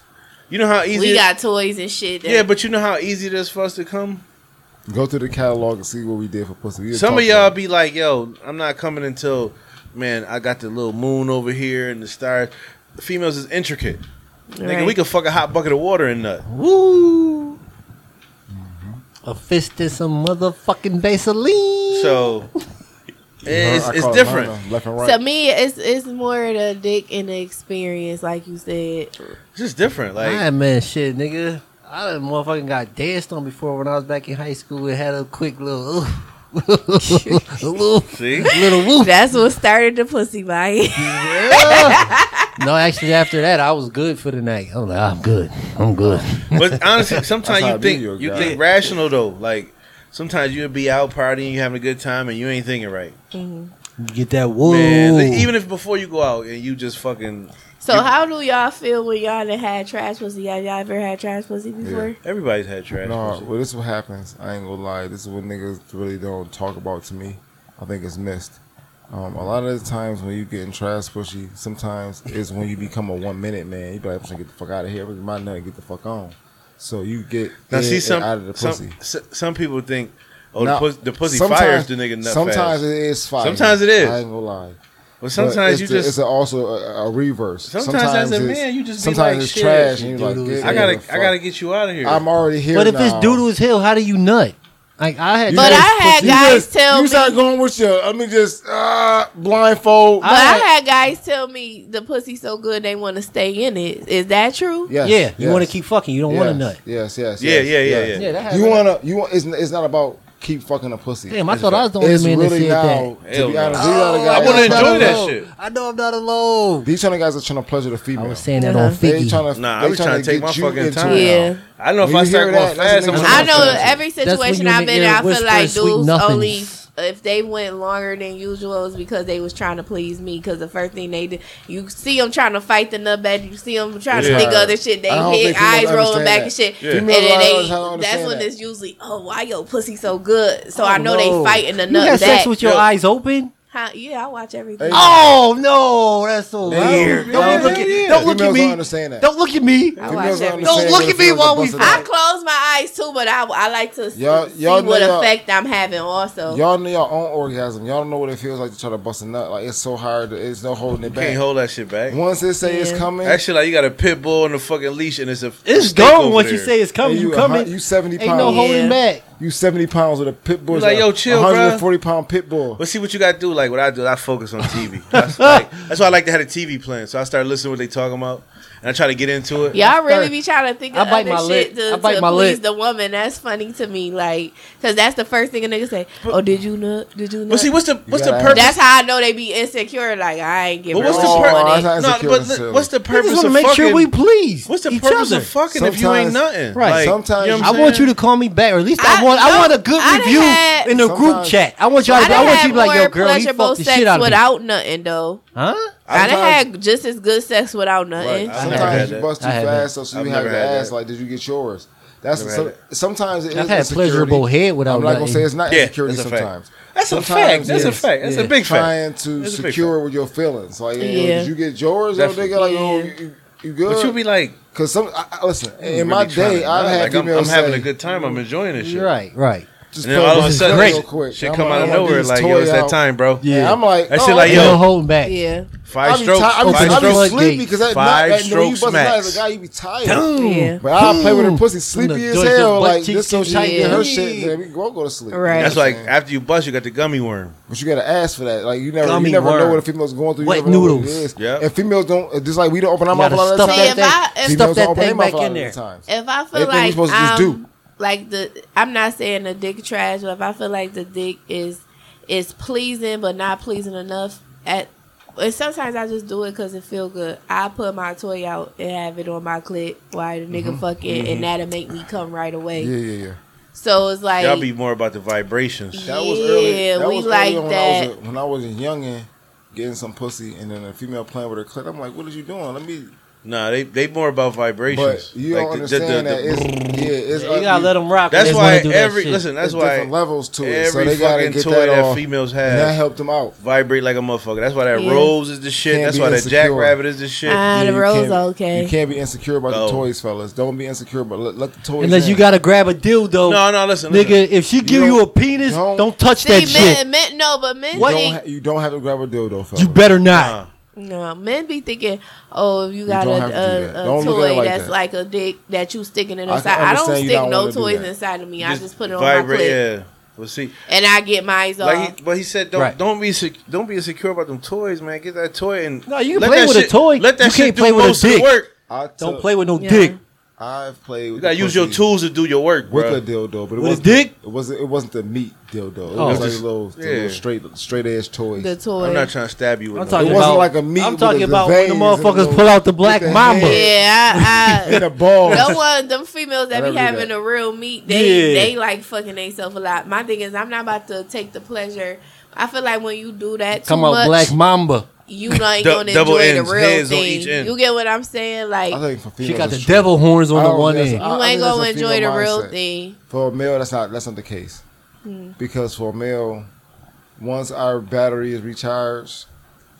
Speaker 2: You know how easy
Speaker 5: we
Speaker 2: it-
Speaker 5: got toys and shit. that-
Speaker 2: yeah, but you know how easy it is for us to come.
Speaker 4: Go through the catalog and see what we did for pussy. We didn't
Speaker 2: Some
Speaker 4: talk
Speaker 2: of y'all
Speaker 4: about it.
Speaker 2: be like, "Yo, I'm not coming until, man, I got the little moon over here and the stars." The females is intricate. Nigga,
Speaker 5: Right.
Speaker 2: we could fuck a hot bucket of water in nut.
Speaker 3: Woo! A fist is some motherfucking Vaseline.
Speaker 2: So it's,
Speaker 4: I
Speaker 2: it's
Speaker 4: call it
Speaker 2: different.
Speaker 4: mine, Left and right.
Speaker 5: To me, it's it's more the dick and the experience, like you said.
Speaker 2: It's just different. Like
Speaker 3: Alright, man, shit, nigga. I done motherfucking got danced on before when I was back in high school. It had a quick little, oof. a little,
Speaker 2: see,
Speaker 3: little woof.
Speaker 5: That's what started the pussy bite.
Speaker 3: No, actually, after that, I was good for the night. I'm like, I'm good. I'm good.
Speaker 2: but honestly,
Speaker 4: That's
Speaker 2: sometimes
Speaker 4: how I
Speaker 2: you
Speaker 4: be,
Speaker 2: think
Speaker 4: you're a
Speaker 2: you
Speaker 4: guy.
Speaker 2: think rational though. Like sometimes you'll be out partying, you having a good time, and you ain't thinking right.
Speaker 5: Mm-hmm.
Speaker 3: You get that woo.
Speaker 2: Man, li- even if before you go out and you just fucking
Speaker 5: So how do y'all feel when y'all done had trash pussy? Y'all, y'all ever had trash pussy before?
Speaker 2: everybody's had trash.
Speaker 4: No,
Speaker 2: pussy.
Speaker 4: well, this is what happens. I ain't gonna lie. This is what niggas really don't talk about to me. I think it's missed. Um, a lot of the times when you get in trash pushy, sometimes is when you become a one minute man. You be like, I'm trying to get the fuck out of here. Look at my nut and get the fuck on. So you get
Speaker 2: Now
Speaker 4: in
Speaker 2: see
Speaker 4: and
Speaker 2: some
Speaker 4: out of the pussy.
Speaker 2: some s- some people think oh
Speaker 4: Now,
Speaker 2: the pussy, the pussy
Speaker 4: sometimes-
Speaker 2: fires the nigga nut
Speaker 4: Sometimes
Speaker 2: fast.
Speaker 4: it is fire.
Speaker 2: Sometimes it is.
Speaker 4: I ain't gonna lie.
Speaker 2: But
Speaker 4: But
Speaker 2: sometimes
Speaker 4: it's
Speaker 2: you
Speaker 4: the-
Speaker 2: just
Speaker 4: it's a- also a, a reverse.
Speaker 2: Sometimes as a
Speaker 4: it's-
Speaker 2: man, you just be
Speaker 4: sometimes
Speaker 2: like,
Speaker 4: it's
Speaker 2: "Shit,
Speaker 4: trash. And you like,
Speaker 3: doodles.
Speaker 4: "Get
Speaker 2: I
Speaker 4: the
Speaker 2: gotta
Speaker 4: fuck."
Speaker 2: I gotta get you out of here.
Speaker 4: I'm already here.
Speaker 3: but if it's
Speaker 4: now.
Speaker 3: doodle as hell, how do you nut? Like I had,
Speaker 4: You
Speaker 5: But
Speaker 4: just-
Speaker 5: I had
Speaker 4: you
Speaker 5: guys
Speaker 4: just-
Speaker 5: tell
Speaker 4: you
Speaker 5: me-
Speaker 4: start going with your. Let me just uh, blindfold.
Speaker 5: But I
Speaker 3: I-
Speaker 5: had, guys tell me the pussy so good they want to stay in it. Is that true?
Speaker 4: yes,
Speaker 3: yeah, you
Speaker 4: yes,
Speaker 3: want to keep fucking. You don't
Speaker 4: yes,
Speaker 3: want to nut.
Speaker 4: Yes, yes,
Speaker 2: Yeah,
Speaker 4: yes,
Speaker 2: yeah, yeah,
Speaker 4: yes.
Speaker 2: yeah.
Speaker 3: that
Speaker 4: You wanna. You want. It's, it's not about keep fucking a pussy.
Speaker 3: Damn, I thought I was the only
Speaker 4: it's
Speaker 3: man that
Speaker 4: really
Speaker 3: said
Speaker 4: now,
Speaker 3: that.
Speaker 4: To
Speaker 2: Hell
Speaker 4: be
Speaker 2: no.
Speaker 4: honest, these other
Speaker 2: I
Speaker 4: guys,
Speaker 2: wanna
Speaker 4: these
Speaker 2: enjoy
Speaker 4: other
Speaker 2: that
Speaker 4: guys-
Speaker 2: shit.
Speaker 3: I know I'm not alone.
Speaker 4: These other guys are trying to pleasure the female.
Speaker 3: I was saying that
Speaker 5: Yeah.
Speaker 3: on
Speaker 4: they
Speaker 3: Figgy.
Speaker 4: trying to,
Speaker 2: Nah,
Speaker 4: they
Speaker 2: I was trying to
Speaker 4: trying
Speaker 2: take my
Speaker 4: get you
Speaker 2: fucking
Speaker 4: into
Speaker 2: time.
Speaker 4: it.
Speaker 5: Yeah.
Speaker 2: I don't know if
Speaker 4: When
Speaker 2: I
Speaker 4: you
Speaker 2: start
Speaker 4: hear
Speaker 2: going
Speaker 4: that,
Speaker 2: fast.
Speaker 4: that's an
Speaker 2: I'm
Speaker 5: I
Speaker 2: gonna
Speaker 4: example.
Speaker 5: know
Speaker 2: start-
Speaker 5: every
Speaker 3: when
Speaker 5: situation
Speaker 3: you
Speaker 5: I've
Speaker 3: in
Speaker 5: been in,
Speaker 3: your
Speaker 5: I feel
Speaker 3: whisper
Speaker 5: like
Speaker 3: sweet
Speaker 5: dudes
Speaker 3: nothings.
Speaker 5: only if they went longer than usual is because they was trying to please me. Because the first thing they did, you see them trying to fight the nutbag, you see them trying
Speaker 2: Yeah.
Speaker 5: to think other shit. They
Speaker 4: I don't
Speaker 5: hit
Speaker 4: think females
Speaker 5: eyes rolling
Speaker 4: understand
Speaker 5: back
Speaker 4: that.
Speaker 5: and shit,
Speaker 2: Yeah.
Speaker 5: and
Speaker 4: Females
Speaker 5: then
Speaker 4: don't- don't
Speaker 5: they. That's
Speaker 4: understand
Speaker 5: when
Speaker 4: that. Oh,
Speaker 5: it's usually, oh, why your pussy so good? So I
Speaker 3: no.
Speaker 5: know they fighting the
Speaker 3: You had
Speaker 5: nutbag.
Speaker 3: sex with your
Speaker 2: Yo.
Speaker 3: eyes open?
Speaker 5: Huh? Yeah, I watch everything.
Speaker 4: Hey.
Speaker 3: Oh no, that's so
Speaker 4: Yeah.
Speaker 3: weird.
Speaker 4: Yeah.
Speaker 3: Don't look
Speaker 2: Yeah.
Speaker 3: at, don't look at
Speaker 4: Females
Speaker 3: me.
Speaker 4: don't understand that.
Speaker 3: Don't look at me.
Speaker 5: I
Speaker 4: Females
Speaker 5: watch
Speaker 4: don't
Speaker 5: everything.
Speaker 4: understand
Speaker 3: Don't look
Speaker 4: when
Speaker 3: at
Speaker 4: a
Speaker 3: me
Speaker 4: female's
Speaker 3: while
Speaker 4: a
Speaker 3: we
Speaker 4: busted
Speaker 3: fuck.
Speaker 5: I
Speaker 4: out.
Speaker 5: close my eyes too, but I, I like to s-
Speaker 4: Y'all-
Speaker 5: see
Speaker 4: y'all
Speaker 5: what
Speaker 4: know y'all-
Speaker 5: effect I'm having also.
Speaker 4: Y'all know your own orgasm. Y'all don't know what it feels like to try to bust a nut. Like it's so hard. to- It's no holding it
Speaker 2: Can't
Speaker 4: back.
Speaker 2: hold that shit back.
Speaker 4: Once it say it's
Speaker 5: Yeah.
Speaker 4: coming,
Speaker 2: Actually, like you got a pit bull on the fucking leash, and it's a
Speaker 3: It's
Speaker 2: steak
Speaker 3: gone
Speaker 2: over
Speaker 3: once you
Speaker 2: there.
Speaker 3: say it's coming.
Speaker 4: and
Speaker 3: You,
Speaker 4: a
Speaker 3: coming.
Speaker 4: hun- You seventy
Speaker 3: Ain't no
Speaker 4: pounds.
Speaker 5: hole.
Speaker 3: holding
Speaker 5: Yeah.
Speaker 3: back.
Speaker 4: You seventy pounds with a pit bull.
Speaker 2: You like,
Speaker 4: a-
Speaker 2: yo, chill, bruh.
Speaker 4: One hundred forty pound pit bull.
Speaker 2: But see what you gotta do. Like what I do, I focus on TV. That's, like, that's why I like to have a TV playing. So I start listening to what they talking about, and I try to get into it.
Speaker 3: I'm
Speaker 5: Y'all really
Speaker 3: sorry.
Speaker 5: be trying to think
Speaker 3: I
Speaker 5: of
Speaker 3: bite
Speaker 5: other
Speaker 3: my lip.
Speaker 5: shit to,
Speaker 3: I bite
Speaker 5: to
Speaker 3: my
Speaker 5: please
Speaker 3: lip.
Speaker 5: the woman. That's funny to me, like, cause that's the first thing a nigga say. oh, did you nut? Did you nut?
Speaker 2: But see, what's the what's the
Speaker 4: gotta
Speaker 2: purpose?
Speaker 5: that's how I know they be insecure. Like I ain't giving
Speaker 2: But what's
Speaker 5: her
Speaker 2: the
Speaker 5: shit
Speaker 2: purpose?
Speaker 4: Oh, that's
Speaker 5: on it.
Speaker 4: not
Speaker 2: no,
Speaker 4: insecure
Speaker 2: but
Speaker 4: necessarily.
Speaker 2: look, what's the
Speaker 3: We just
Speaker 2: purpose
Speaker 3: want to
Speaker 2: of
Speaker 3: make
Speaker 2: fucking?
Speaker 3: sure we please
Speaker 2: what's the
Speaker 3: each
Speaker 2: purpose
Speaker 3: other.
Speaker 2: of fucking if you ain't
Speaker 4: Sometimes-
Speaker 2: nothing?
Speaker 3: Right.
Speaker 2: Like,
Speaker 4: Sometimes-
Speaker 2: you know what
Speaker 3: I
Speaker 2: I'm
Speaker 3: want
Speaker 2: saying?
Speaker 3: you to call me back, or at least I,
Speaker 5: I-
Speaker 3: want. I
Speaker 5: no,
Speaker 3: want a good
Speaker 5: I done
Speaker 3: review
Speaker 5: had-
Speaker 3: in the group
Speaker 4: Sometimes-
Speaker 3: chat. I want y'all.
Speaker 5: I
Speaker 3: I,
Speaker 5: done
Speaker 3: want you
Speaker 5: had
Speaker 3: to be like, yo,
Speaker 5: more
Speaker 3: girl, he
Speaker 5: pleasurable
Speaker 3: fucked the shit
Speaker 5: sex
Speaker 3: out of me.
Speaker 5: without nothing though.
Speaker 3: Huh?
Speaker 5: I done
Speaker 4: Sometimes-
Speaker 5: had just as good sex without nothing.
Speaker 2: Right. I never had
Speaker 4: Sometimes you
Speaker 2: that.
Speaker 4: bust too
Speaker 3: I had that.
Speaker 4: fast, so, so
Speaker 2: I've
Speaker 4: you
Speaker 2: never
Speaker 4: have to
Speaker 2: had that.
Speaker 4: ask, like, did you get yours? That's
Speaker 2: Never
Speaker 4: so,
Speaker 2: had
Speaker 4: sometimes it is
Speaker 3: I've had
Speaker 4: insecurity.
Speaker 3: pleasurable head without
Speaker 4: I'm not gonna
Speaker 3: nothing.
Speaker 4: say it's not
Speaker 2: Yeah,
Speaker 4: insecurity
Speaker 2: that's a fact.
Speaker 4: sometimes.
Speaker 2: That's a
Speaker 4: Sometimes
Speaker 2: fact. That's a
Speaker 4: it's
Speaker 2: fact. That's
Speaker 3: yeah.
Speaker 2: a big fact.
Speaker 4: Trying to
Speaker 2: That's a big
Speaker 4: secure with your feelings, like, yeah.
Speaker 5: Yeah.
Speaker 4: did you get yours? Yo,
Speaker 2: Definitely.
Speaker 4: nigga, like, oh,
Speaker 5: Yeah.
Speaker 4: you, you- you good?
Speaker 2: But you be like,
Speaker 4: Cause some, I, I- listen, in
Speaker 2: really
Speaker 4: my
Speaker 2: trying
Speaker 4: day,
Speaker 2: to-
Speaker 4: I've had
Speaker 2: like, I'm,
Speaker 4: females
Speaker 2: I'm having
Speaker 4: say,
Speaker 2: a good time. I'm enjoying this shit.
Speaker 3: Right. Right.
Speaker 4: Just
Speaker 2: And then all of a
Speaker 4: this
Speaker 2: sudden,
Speaker 4: real
Speaker 3: great.
Speaker 4: quick.
Speaker 2: shit
Speaker 4: I'm
Speaker 2: come out of
Speaker 4: I'm gonna do
Speaker 2: nowhere.
Speaker 4: this
Speaker 2: Like,
Speaker 4: toy
Speaker 2: yo, it's that
Speaker 4: out.
Speaker 2: time, bro.
Speaker 4: Yeah, I'm like,
Speaker 2: That shit
Speaker 4: oh,
Speaker 2: like,
Speaker 3: Ain't
Speaker 2: yo,
Speaker 3: no holding back.
Speaker 5: Yeah,
Speaker 2: Five
Speaker 4: I be, ti-
Speaker 2: strokes.
Speaker 4: I be,
Speaker 2: five
Speaker 4: I be
Speaker 2: strokes.
Speaker 4: sleepy
Speaker 3: floodgates.
Speaker 4: because that
Speaker 2: Five
Speaker 4: night, that, when you
Speaker 2: strokes
Speaker 4: bust a nut
Speaker 2: max.
Speaker 4: as a guy, you be tired.
Speaker 5: yeah,
Speaker 4: But I'll play with her
Speaker 3: Boom.
Speaker 4: pussy,
Speaker 3: From
Speaker 4: sleepy
Speaker 3: the
Speaker 4: as
Speaker 3: doors, your
Speaker 4: hell.
Speaker 3: butt
Speaker 4: Like
Speaker 3: cheeks
Speaker 4: this so
Speaker 3: to
Speaker 4: tight
Speaker 5: the-
Speaker 4: to her shit, then we go go to sleep.
Speaker 5: Right.
Speaker 4: You know
Speaker 2: That's
Speaker 4: what
Speaker 2: like
Speaker 4: I'm saying?
Speaker 2: after you bust, you got the gummy worm.
Speaker 4: but you gotta ask for that. Like you never,
Speaker 3: Gummy
Speaker 4: you never know
Speaker 3: worm.
Speaker 4: what a female's going through. You
Speaker 3: Wet
Speaker 4: never know what
Speaker 3: noodles.
Speaker 4: it is.
Speaker 2: Yeah.
Speaker 4: And females don't just like we don't open our
Speaker 3: You
Speaker 4: mouth a
Speaker 3: gotta
Speaker 4: lot of
Speaker 3: stuff
Speaker 4: the
Speaker 5: See,
Speaker 4: time.
Speaker 5: if I-
Speaker 3: that
Speaker 5: if-
Speaker 3: thing.
Speaker 4: Females
Speaker 3: Stuff
Speaker 4: don't
Speaker 3: that
Speaker 4: open their
Speaker 3: thing
Speaker 4: mouth
Speaker 3: back
Speaker 4: a lot
Speaker 3: in
Speaker 4: of the
Speaker 3: there.
Speaker 4: times.
Speaker 5: If I
Speaker 4: They
Speaker 5: feel
Speaker 4: think we
Speaker 5: like
Speaker 4: supposed to just
Speaker 5: um,
Speaker 4: do.
Speaker 5: like the I'm not saying the dick trash, but if I feel like the dick is is pleasing but not pleasing enough at and sometimes I just do it because it feel good. I put my toy out and have it on my clit while the nigga fuck it, and that'll make me come right away.
Speaker 4: Mm-hmm. Yeah, yeah, yeah.
Speaker 5: So it's like,
Speaker 2: Y'all be more about the vibrations.
Speaker 4: That was early.
Speaker 5: Yeah,
Speaker 4: that
Speaker 5: we
Speaker 4: was
Speaker 5: like
Speaker 4: early on
Speaker 5: that.
Speaker 4: When I, was a, when I was a youngin, getting some pussy, and then a female playing with her clit. I'm like, what are you doing? Let me.
Speaker 2: Nah, they they more about vibrations.
Speaker 4: But you don't
Speaker 2: Like, the- the-
Speaker 4: understand
Speaker 2: the-
Speaker 4: that it's yeah, it's
Speaker 3: You gotta
Speaker 4: ugly.
Speaker 3: let them rock. when
Speaker 2: That's
Speaker 3: they
Speaker 2: why
Speaker 3: wanna do that
Speaker 2: every
Speaker 3: shit.
Speaker 2: listen. That's
Speaker 4: There's
Speaker 2: why
Speaker 4: different levels to it, so
Speaker 2: every
Speaker 4: they gotta
Speaker 2: fucking
Speaker 4: get
Speaker 2: toy
Speaker 4: that
Speaker 2: that,
Speaker 4: off.
Speaker 2: females
Speaker 4: And that
Speaker 2: have
Speaker 4: helped them out.
Speaker 2: vibrate like a motherfucker. That's why that
Speaker 5: Yeah.
Speaker 2: rose is the shit.
Speaker 4: Can't
Speaker 2: That's
Speaker 4: be
Speaker 2: why that
Speaker 4: insecure.
Speaker 2: jackrabbit is the shit.
Speaker 5: Ah, the
Speaker 4: you
Speaker 5: rose
Speaker 4: can't-
Speaker 5: okay.
Speaker 4: You can't be insecure about
Speaker 2: Oh.
Speaker 4: the toys, fellas. Don't be insecure, but let, let the toys.
Speaker 3: Unless
Speaker 4: in.
Speaker 3: you gotta grab a dildo,
Speaker 2: no, no, listen, listen.
Speaker 3: nigga. If she give you,
Speaker 4: don't-
Speaker 3: a penis,
Speaker 4: don't-
Speaker 3: don't, touch
Speaker 5: see,
Speaker 3: that shit.
Speaker 5: men, men, no, but men
Speaker 4: You
Speaker 5: what?
Speaker 4: don't,
Speaker 5: think,
Speaker 4: ha- you don't have to grab a dildo, fellas.
Speaker 3: You better not.
Speaker 2: Nah.
Speaker 5: no, men be thinking, oh, if you got
Speaker 4: don't have to do
Speaker 5: a,
Speaker 4: that.
Speaker 5: a, a
Speaker 4: Don't look at it
Speaker 5: toy
Speaker 4: like
Speaker 5: that's
Speaker 4: that.
Speaker 5: like a dick that you sticking it
Speaker 4: I can
Speaker 5: inside. I, don't
Speaker 4: understand
Speaker 5: stick
Speaker 4: you not
Speaker 5: no
Speaker 4: wanna do
Speaker 5: toys
Speaker 4: that.
Speaker 5: inside of me. I just put it on
Speaker 2: vibrate,
Speaker 5: my clit
Speaker 2: Yeah, well, see,
Speaker 5: and I get mine off.
Speaker 2: like, he, but he said, don't
Speaker 3: Right.
Speaker 2: don't be sec- don't be insecure about them toys, man. Get that toy and
Speaker 3: No, you can
Speaker 2: let
Speaker 3: play
Speaker 2: that
Speaker 3: with a
Speaker 2: shit-
Speaker 3: toy.
Speaker 2: Let that
Speaker 3: You
Speaker 2: shit
Speaker 3: can't
Speaker 2: do
Speaker 3: play with a
Speaker 2: most of the
Speaker 3: dick.
Speaker 2: work.
Speaker 4: I took,
Speaker 3: Don't play with no
Speaker 5: Yeah.
Speaker 3: dick.
Speaker 4: I've played. With
Speaker 2: You gotta
Speaker 4: the
Speaker 2: use your
Speaker 4: pussy
Speaker 2: tools to do your work,
Speaker 4: with
Speaker 2: bro.
Speaker 4: a dildo, but
Speaker 3: With
Speaker 4: it
Speaker 3: a
Speaker 4: wasn't
Speaker 3: dick?
Speaker 4: It wasn't. It wasn't the meat dildo. It
Speaker 3: Oh.
Speaker 4: was like
Speaker 2: Just-
Speaker 4: little, the
Speaker 2: yeah.
Speaker 4: little straight, straight edge toys.
Speaker 5: the toy.
Speaker 2: I'm not trying to stab you. With
Speaker 3: I'm
Speaker 2: no-
Speaker 3: talking
Speaker 4: It wasn't
Speaker 3: about
Speaker 4: like a meat
Speaker 3: I'm
Speaker 4: with
Speaker 3: talking
Speaker 4: the
Speaker 3: about when the
Speaker 4: veins and
Speaker 3: motherfuckers
Speaker 4: the-
Speaker 3: pull out the
Speaker 4: with
Speaker 3: black
Speaker 4: the
Speaker 3: mamba.
Speaker 4: hand.
Speaker 5: Yeah,
Speaker 4: and
Speaker 5: I,
Speaker 4: a ball.
Speaker 5: I no one them females that
Speaker 4: I never
Speaker 5: be
Speaker 4: do
Speaker 5: having
Speaker 4: that.
Speaker 5: the real meat, they
Speaker 3: Yeah.
Speaker 5: they like fucking themselves a lot. My thing is I'm not about to take the pleasure. I feel like when you do that too
Speaker 3: Come out
Speaker 5: much,
Speaker 3: black mamba.
Speaker 5: you not
Speaker 2: Du-
Speaker 5: gonna
Speaker 2: double
Speaker 5: enjoy
Speaker 2: ends,
Speaker 5: the real
Speaker 2: heads on each
Speaker 5: thing.
Speaker 2: end.
Speaker 5: You get what I'm saying? Like
Speaker 4: I think for females,
Speaker 3: She got the
Speaker 4: it's true.
Speaker 3: devil horns on
Speaker 4: I
Speaker 3: the
Speaker 4: don't
Speaker 3: one
Speaker 4: think
Speaker 3: end.
Speaker 4: that's-
Speaker 5: you
Speaker 4: I- I
Speaker 5: ain't
Speaker 4: think that's
Speaker 5: gonna
Speaker 4: a
Speaker 5: enjoy the
Speaker 4: female
Speaker 5: real
Speaker 4: mindset.
Speaker 5: thing.
Speaker 4: For a male, that's not that's not the case,
Speaker 5: Hmm.
Speaker 4: because for a male, once our battery is recharged,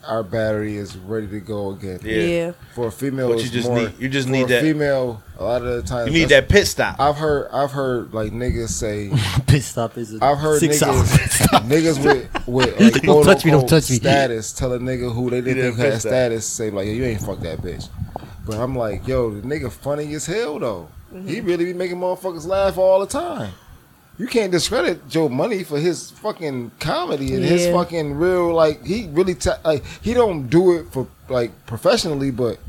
Speaker 4: our battery is ready to go again.
Speaker 2: Yeah.
Speaker 5: Yeah.
Speaker 4: For a female,
Speaker 2: But you
Speaker 4: it's
Speaker 2: just
Speaker 4: more-
Speaker 2: need- you just
Speaker 4: for
Speaker 2: need
Speaker 4: a
Speaker 2: that-
Speaker 4: female. A lot of the times,
Speaker 2: You need
Speaker 4: that's-
Speaker 2: that pit stop.
Speaker 4: I've heard I've heard like niggas say
Speaker 3: Pissed off is a
Speaker 4: I've heard
Speaker 3: six
Speaker 4: niggas
Speaker 3: hours.
Speaker 4: niggas with with like,
Speaker 3: Don't touch me, don't
Speaker 4: quote-unquote
Speaker 3: touch me.
Speaker 4: status tell a nigga who they
Speaker 2: didn't
Speaker 4: didn't think had
Speaker 2: fix that.
Speaker 4: status say like yo you ain't fuck that bitch. But I'm like yo the nigga funny as hell though. He
Speaker 2: Mm-hmm.
Speaker 4: really be making motherfuckers laugh all the time. You can't discredit Joe Money for his fucking comedy and his
Speaker 5: Yeah.
Speaker 4: fucking real like he really ta like he don't do it for like professionally but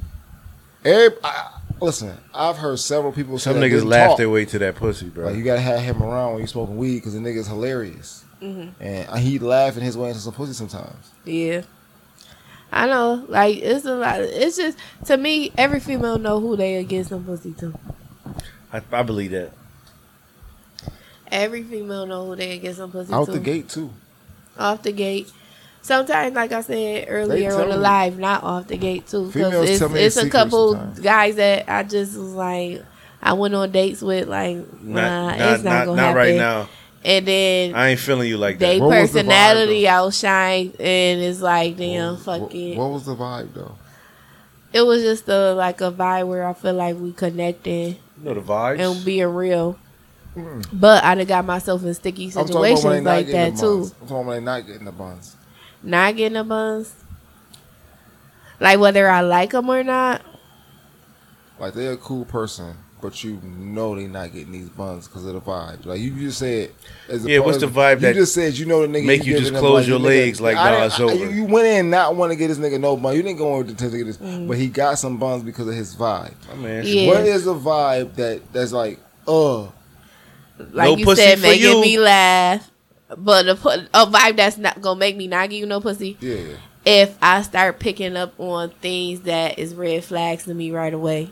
Speaker 4: every, I, I- Listen, I've heard several people say
Speaker 2: Some
Speaker 4: that
Speaker 2: niggas
Speaker 4: they
Speaker 2: laugh
Speaker 4: talk.
Speaker 2: their way to that pussy, bro.
Speaker 4: Like you gotta have him around when you smoking weed because the nigga's hilarious,
Speaker 5: Mm-hmm.
Speaker 4: and uh, he laughing his way into some pussy sometimes.
Speaker 5: Yeah. I know, like it's a lot. It's just to me, every female know who they against some pussy to.
Speaker 2: I, I believe that.
Speaker 5: Every female know who they against some pussy
Speaker 4: Out
Speaker 5: to.
Speaker 4: the gate too.
Speaker 5: Off the gate. Sometimes, like I said earlier
Speaker 4: tell
Speaker 5: on the
Speaker 4: me.
Speaker 5: live, not off the gate too,
Speaker 4: Females
Speaker 5: because it's,
Speaker 4: tell me their
Speaker 5: it's a
Speaker 4: secrets
Speaker 5: couple
Speaker 4: sometimes.
Speaker 5: guys that I just was like, I went on dates with, like, nah,
Speaker 2: Not, not,
Speaker 5: it's not,
Speaker 2: not,
Speaker 5: gonna
Speaker 2: not
Speaker 5: happen.
Speaker 2: right now.
Speaker 5: And then
Speaker 2: I ain't feeling you like
Speaker 5: they
Speaker 2: that.
Speaker 4: What was the vibe,
Speaker 5: personality outshine, and it's like, damn,
Speaker 4: What-
Speaker 5: fuck it.
Speaker 4: What was the vibe though?
Speaker 5: It was just a like a vibe where I feel like we connecting
Speaker 2: You know the vibes.
Speaker 5: and being real. But I done got myself in sticky
Speaker 4: Mm. I'm talking about
Speaker 5: situations
Speaker 4: when they not
Speaker 5: like
Speaker 4: getting the
Speaker 5: that too.
Speaker 4: buns. I'm talking about when they not getting the buns.
Speaker 5: Not getting the buns, like whether I like them or not.
Speaker 4: Like they're a cool person, but you know they not getting these buns because of the vibe. Like you just said, as
Speaker 2: Yeah, what's the vibe
Speaker 4: you
Speaker 2: that
Speaker 4: just said? You know the nigga
Speaker 2: make you just
Speaker 4: giving them,
Speaker 2: close
Speaker 4: like,
Speaker 2: your
Speaker 4: nigga-
Speaker 2: legs like,
Speaker 4: I
Speaker 2: nah,
Speaker 4: didn't-
Speaker 2: it's
Speaker 4: I-
Speaker 2: over.
Speaker 4: You went in not want to get this nigga no bun. You didn't go in to to get this,
Speaker 5: Mm-hmm.
Speaker 4: but he got some buns because of his vibe.
Speaker 2: My man,
Speaker 5: Yeah.
Speaker 4: What is a vibe that that's like, uh,
Speaker 5: Like
Speaker 2: No
Speaker 5: you
Speaker 2: pussy
Speaker 5: said,
Speaker 2: for
Speaker 5: making
Speaker 2: you.
Speaker 5: me laugh. But a, pu- a vibe that's not gonna make me not give you no pussy.
Speaker 4: yeah,
Speaker 5: if I start picking up on things that is red flags to me right away.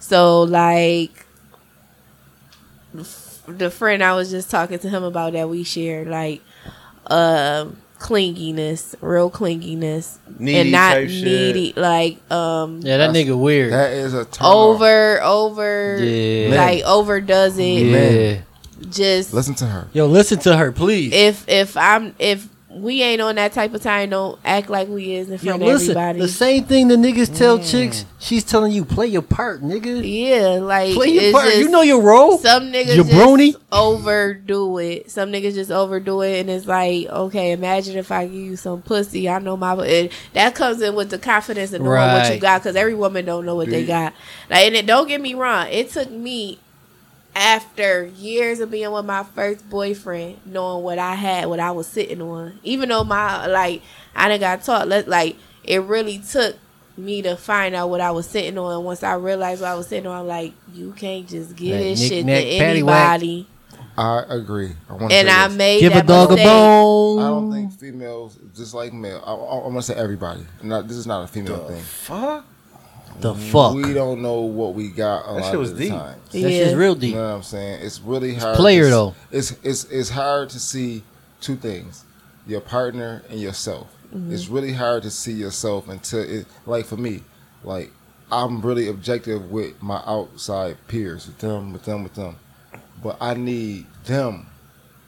Speaker 5: So like the friend I was just talking to him about that we share like um clinginess, real clinginess
Speaker 2: needy
Speaker 5: and not
Speaker 2: type
Speaker 5: needy
Speaker 2: shit.
Speaker 5: like um
Speaker 3: Yeah, that
Speaker 4: That's-
Speaker 3: nigga weird.
Speaker 4: that is a turn Off.
Speaker 5: over over
Speaker 3: Yeah.
Speaker 5: like overdoes it
Speaker 3: yeah.
Speaker 4: man.
Speaker 5: just
Speaker 4: Listen to her.
Speaker 3: Yo, listen to her, please.
Speaker 5: if if I'm if we ain't on that type of time don't act like we is in
Speaker 3: Yo,
Speaker 5: front of
Speaker 3: listen.
Speaker 5: everybody.
Speaker 3: The same thing the niggas tell chicks. She's telling you, play your part, nigga.
Speaker 5: yeah, like
Speaker 3: Play your
Speaker 5: it's
Speaker 3: part. you
Speaker 5: just-
Speaker 3: know your role.
Speaker 5: Some niggas
Speaker 3: Jabroni.
Speaker 5: just overdo it. Some niggas just overdo it, and it's like, okay, imagine if I give you some pussy. I know my it, that comes in with the confidence and knowing what you
Speaker 3: Right.
Speaker 5: got, because every woman don't know what they
Speaker 4: Dude.
Speaker 5: got. Like, and it, don't get me wrong, it took me after years of being with my first boyfriend, knowing what I had, what I was sitting on, even though my like I done got taught, let like it really took me to find out what I was sitting on. Once I realized what I was sitting on, I'm like, you can't just give
Speaker 3: Like
Speaker 5: this shit
Speaker 3: knick-knack,
Speaker 5: to
Speaker 3: paddywhack.
Speaker 5: anybody.
Speaker 4: I agree. I want to
Speaker 5: And I made
Speaker 3: Give a
Speaker 5: that
Speaker 3: dog a
Speaker 5: mistake.
Speaker 3: bone.
Speaker 4: I don't think females just like male. I, I, I'm gonna say everybody. Not this is not a female
Speaker 2: The
Speaker 4: thing.
Speaker 2: fuck?
Speaker 3: the fuck.
Speaker 4: We don't know what we got a
Speaker 2: That
Speaker 4: lot
Speaker 2: shit was
Speaker 4: of the
Speaker 2: deep.
Speaker 4: time.
Speaker 3: That shit's
Speaker 5: Yeah.
Speaker 3: real
Speaker 4: You
Speaker 3: deep.
Speaker 4: know what I'm saying? It's really hard.
Speaker 3: player,
Speaker 4: it's,
Speaker 3: though.
Speaker 4: It's it's it's hard to see two things: your partner and yourself. It's really hard to see yourself until it. Like for me, like I'm really objective with my outside peers, with them, with them, with them. But I need them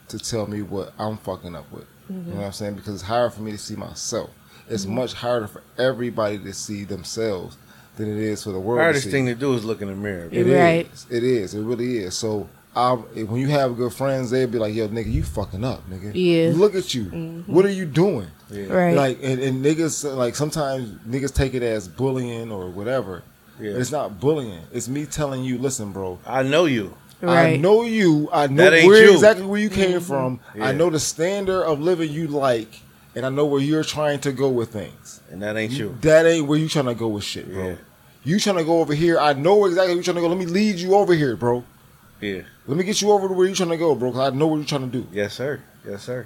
Speaker 4: to tell me what I'm fucking up with. You know what I'm saying? Because it's hard for me to see myself. It's much harder for everybody to see themselves than it is for the world. to
Speaker 2: Hardest
Speaker 4: see.
Speaker 2: thing to do is look in the mirror. bro.
Speaker 5: Yeah.
Speaker 4: It
Speaker 5: You're
Speaker 4: is.
Speaker 5: right.
Speaker 4: It is. It really is. So I, when you have good friends, they'd be like, "Yo, nigga, you fucking up, nigga.
Speaker 5: Yeah. Mm-hmm.
Speaker 4: Look at you. What are you doing?
Speaker 2: Yeah.
Speaker 5: Right.
Speaker 4: Like, and, and niggas, uh, like sometimes niggas take it as bullying or whatever.
Speaker 2: Yeah.
Speaker 4: It's not bullying. It's me telling you, listen, bro.
Speaker 2: I know you.
Speaker 5: right. Mm-hmm.
Speaker 4: I know you. I know
Speaker 2: That ain't
Speaker 4: where
Speaker 2: you.
Speaker 4: exactly where you came from.
Speaker 2: Yeah.
Speaker 4: I know the standard of living you like, and I know where you're trying to go with things.
Speaker 2: And that ain't you.
Speaker 4: That ain't where you trying to go with shit, bro.
Speaker 2: Yeah.
Speaker 4: You trying to go over here. I know exactly where you trying to go. Let me lead you over here, bro.
Speaker 2: Yeah.
Speaker 4: Let me get you over to where you trying to go, bro. Cause I know what you trying to do.
Speaker 2: Yes, sir. Yes, sir.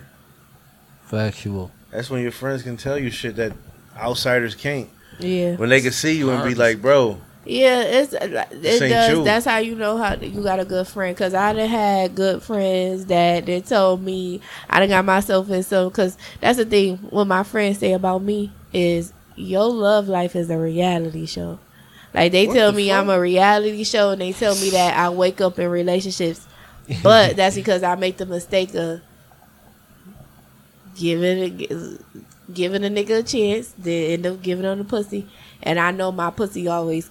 Speaker 3: Factual.
Speaker 2: That's when your friends can tell you shit that outsiders can't.
Speaker 5: Yeah.
Speaker 2: When they can see you and be like, bro,
Speaker 5: Yeah, it's uh,
Speaker 2: This
Speaker 5: it
Speaker 2: ain't
Speaker 5: does.
Speaker 2: you.
Speaker 5: That's how you know how you got a good friend. Cause I done had good friends that they told me I done got myself in some. Cause that's the thing. What my friends say about me is your love life is a reality show. Like they
Speaker 2: What
Speaker 5: tell
Speaker 2: the
Speaker 5: me
Speaker 2: fuck?
Speaker 5: I'm a reality show, and they tell me that I wake up in relationships, but that's because I make the mistake of giving a, giving a nigga a chance, then end up giving on the pussy, and I know my pussy always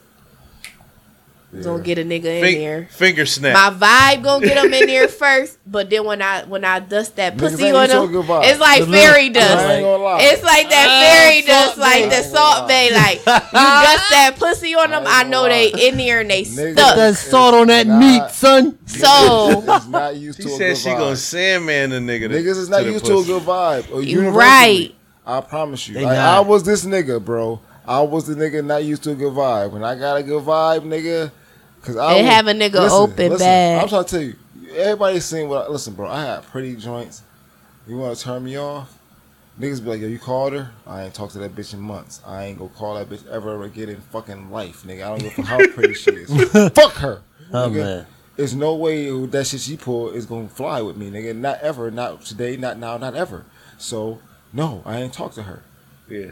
Speaker 5: gonna get a nigga in
Speaker 2: fin-
Speaker 5: there.
Speaker 2: finger snap.
Speaker 5: My vibe gonna get him in there first, but then when I when I dust that
Speaker 4: Niggas
Speaker 5: pussy
Speaker 4: ain't
Speaker 5: on
Speaker 4: so
Speaker 5: him,
Speaker 4: good vibe.
Speaker 5: it's like
Speaker 3: The little-
Speaker 5: fairy dust.
Speaker 4: I ain't gonna lie.
Speaker 5: It's like that fairy dust, like the
Speaker 4: that. I ain't
Speaker 5: salt
Speaker 4: gonna
Speaker 5: bay. Like you dust that pussy on them,
Speaker 4: ain't
Speaker 5: I,
Speaker 4: gonna
Speaker 5: know
Speaker 4: lie.
Speaker 5: they in there and they
Speaker 4: Niggas-
Speaker 5: stuck.
Speaker 3: That salt on that
Speaker 4: Nah.
Speaker 3: meat, son.
Speaker 5: So
Speaker 4: Niggas is not used
Speaker 2: she
Speaker 4: to a
Speaker 2: said
Speaker 4: good
Speaker 2: she
Speaker 4: vibe.
Speaker 2: gonna sandman the nigga. to-
Speaker 4: Niggas is not
Speaker 2: the
Speaker 4: used
Speaker 2: pussy.
Speaker 4: to a good vibe. Or
Speaker 5: You
Speaker 4: universally.
Speaker 5: right.
Speaker 4: I promise you.
Speaker 3: They
Speaker 4: Like,
Speaker 3: not.
Speaker 4: I was this nigga, bro. I was the nigga not used to a good vibe. When I got a good vibe, nigga, Cause I
Speaker 5: They
Speaker 4: was-
Speaker 5: have a nigga open bag.
Speaker 4: I'm trying to tell you, everybody seen what. I, listen, bro, I had pretty joints. You want to turn me off? Niggas be like, yo, you called her? I ain't talked to that bitch in months. I ain't gonna call that bitch ever again in fucking life, nigga. I don't give a fuck how pretty she is. Fuck her.
Speaker 3: Oh,
Speaker 4: nigga.
Speaker 3: man.
Speaker 4: There's no way that shit she pulled is gonna fly with me, nigga. Not ever. Not today. Not now. Not ever. So no, I ain't talked to her.
Speaker 2: Yeah.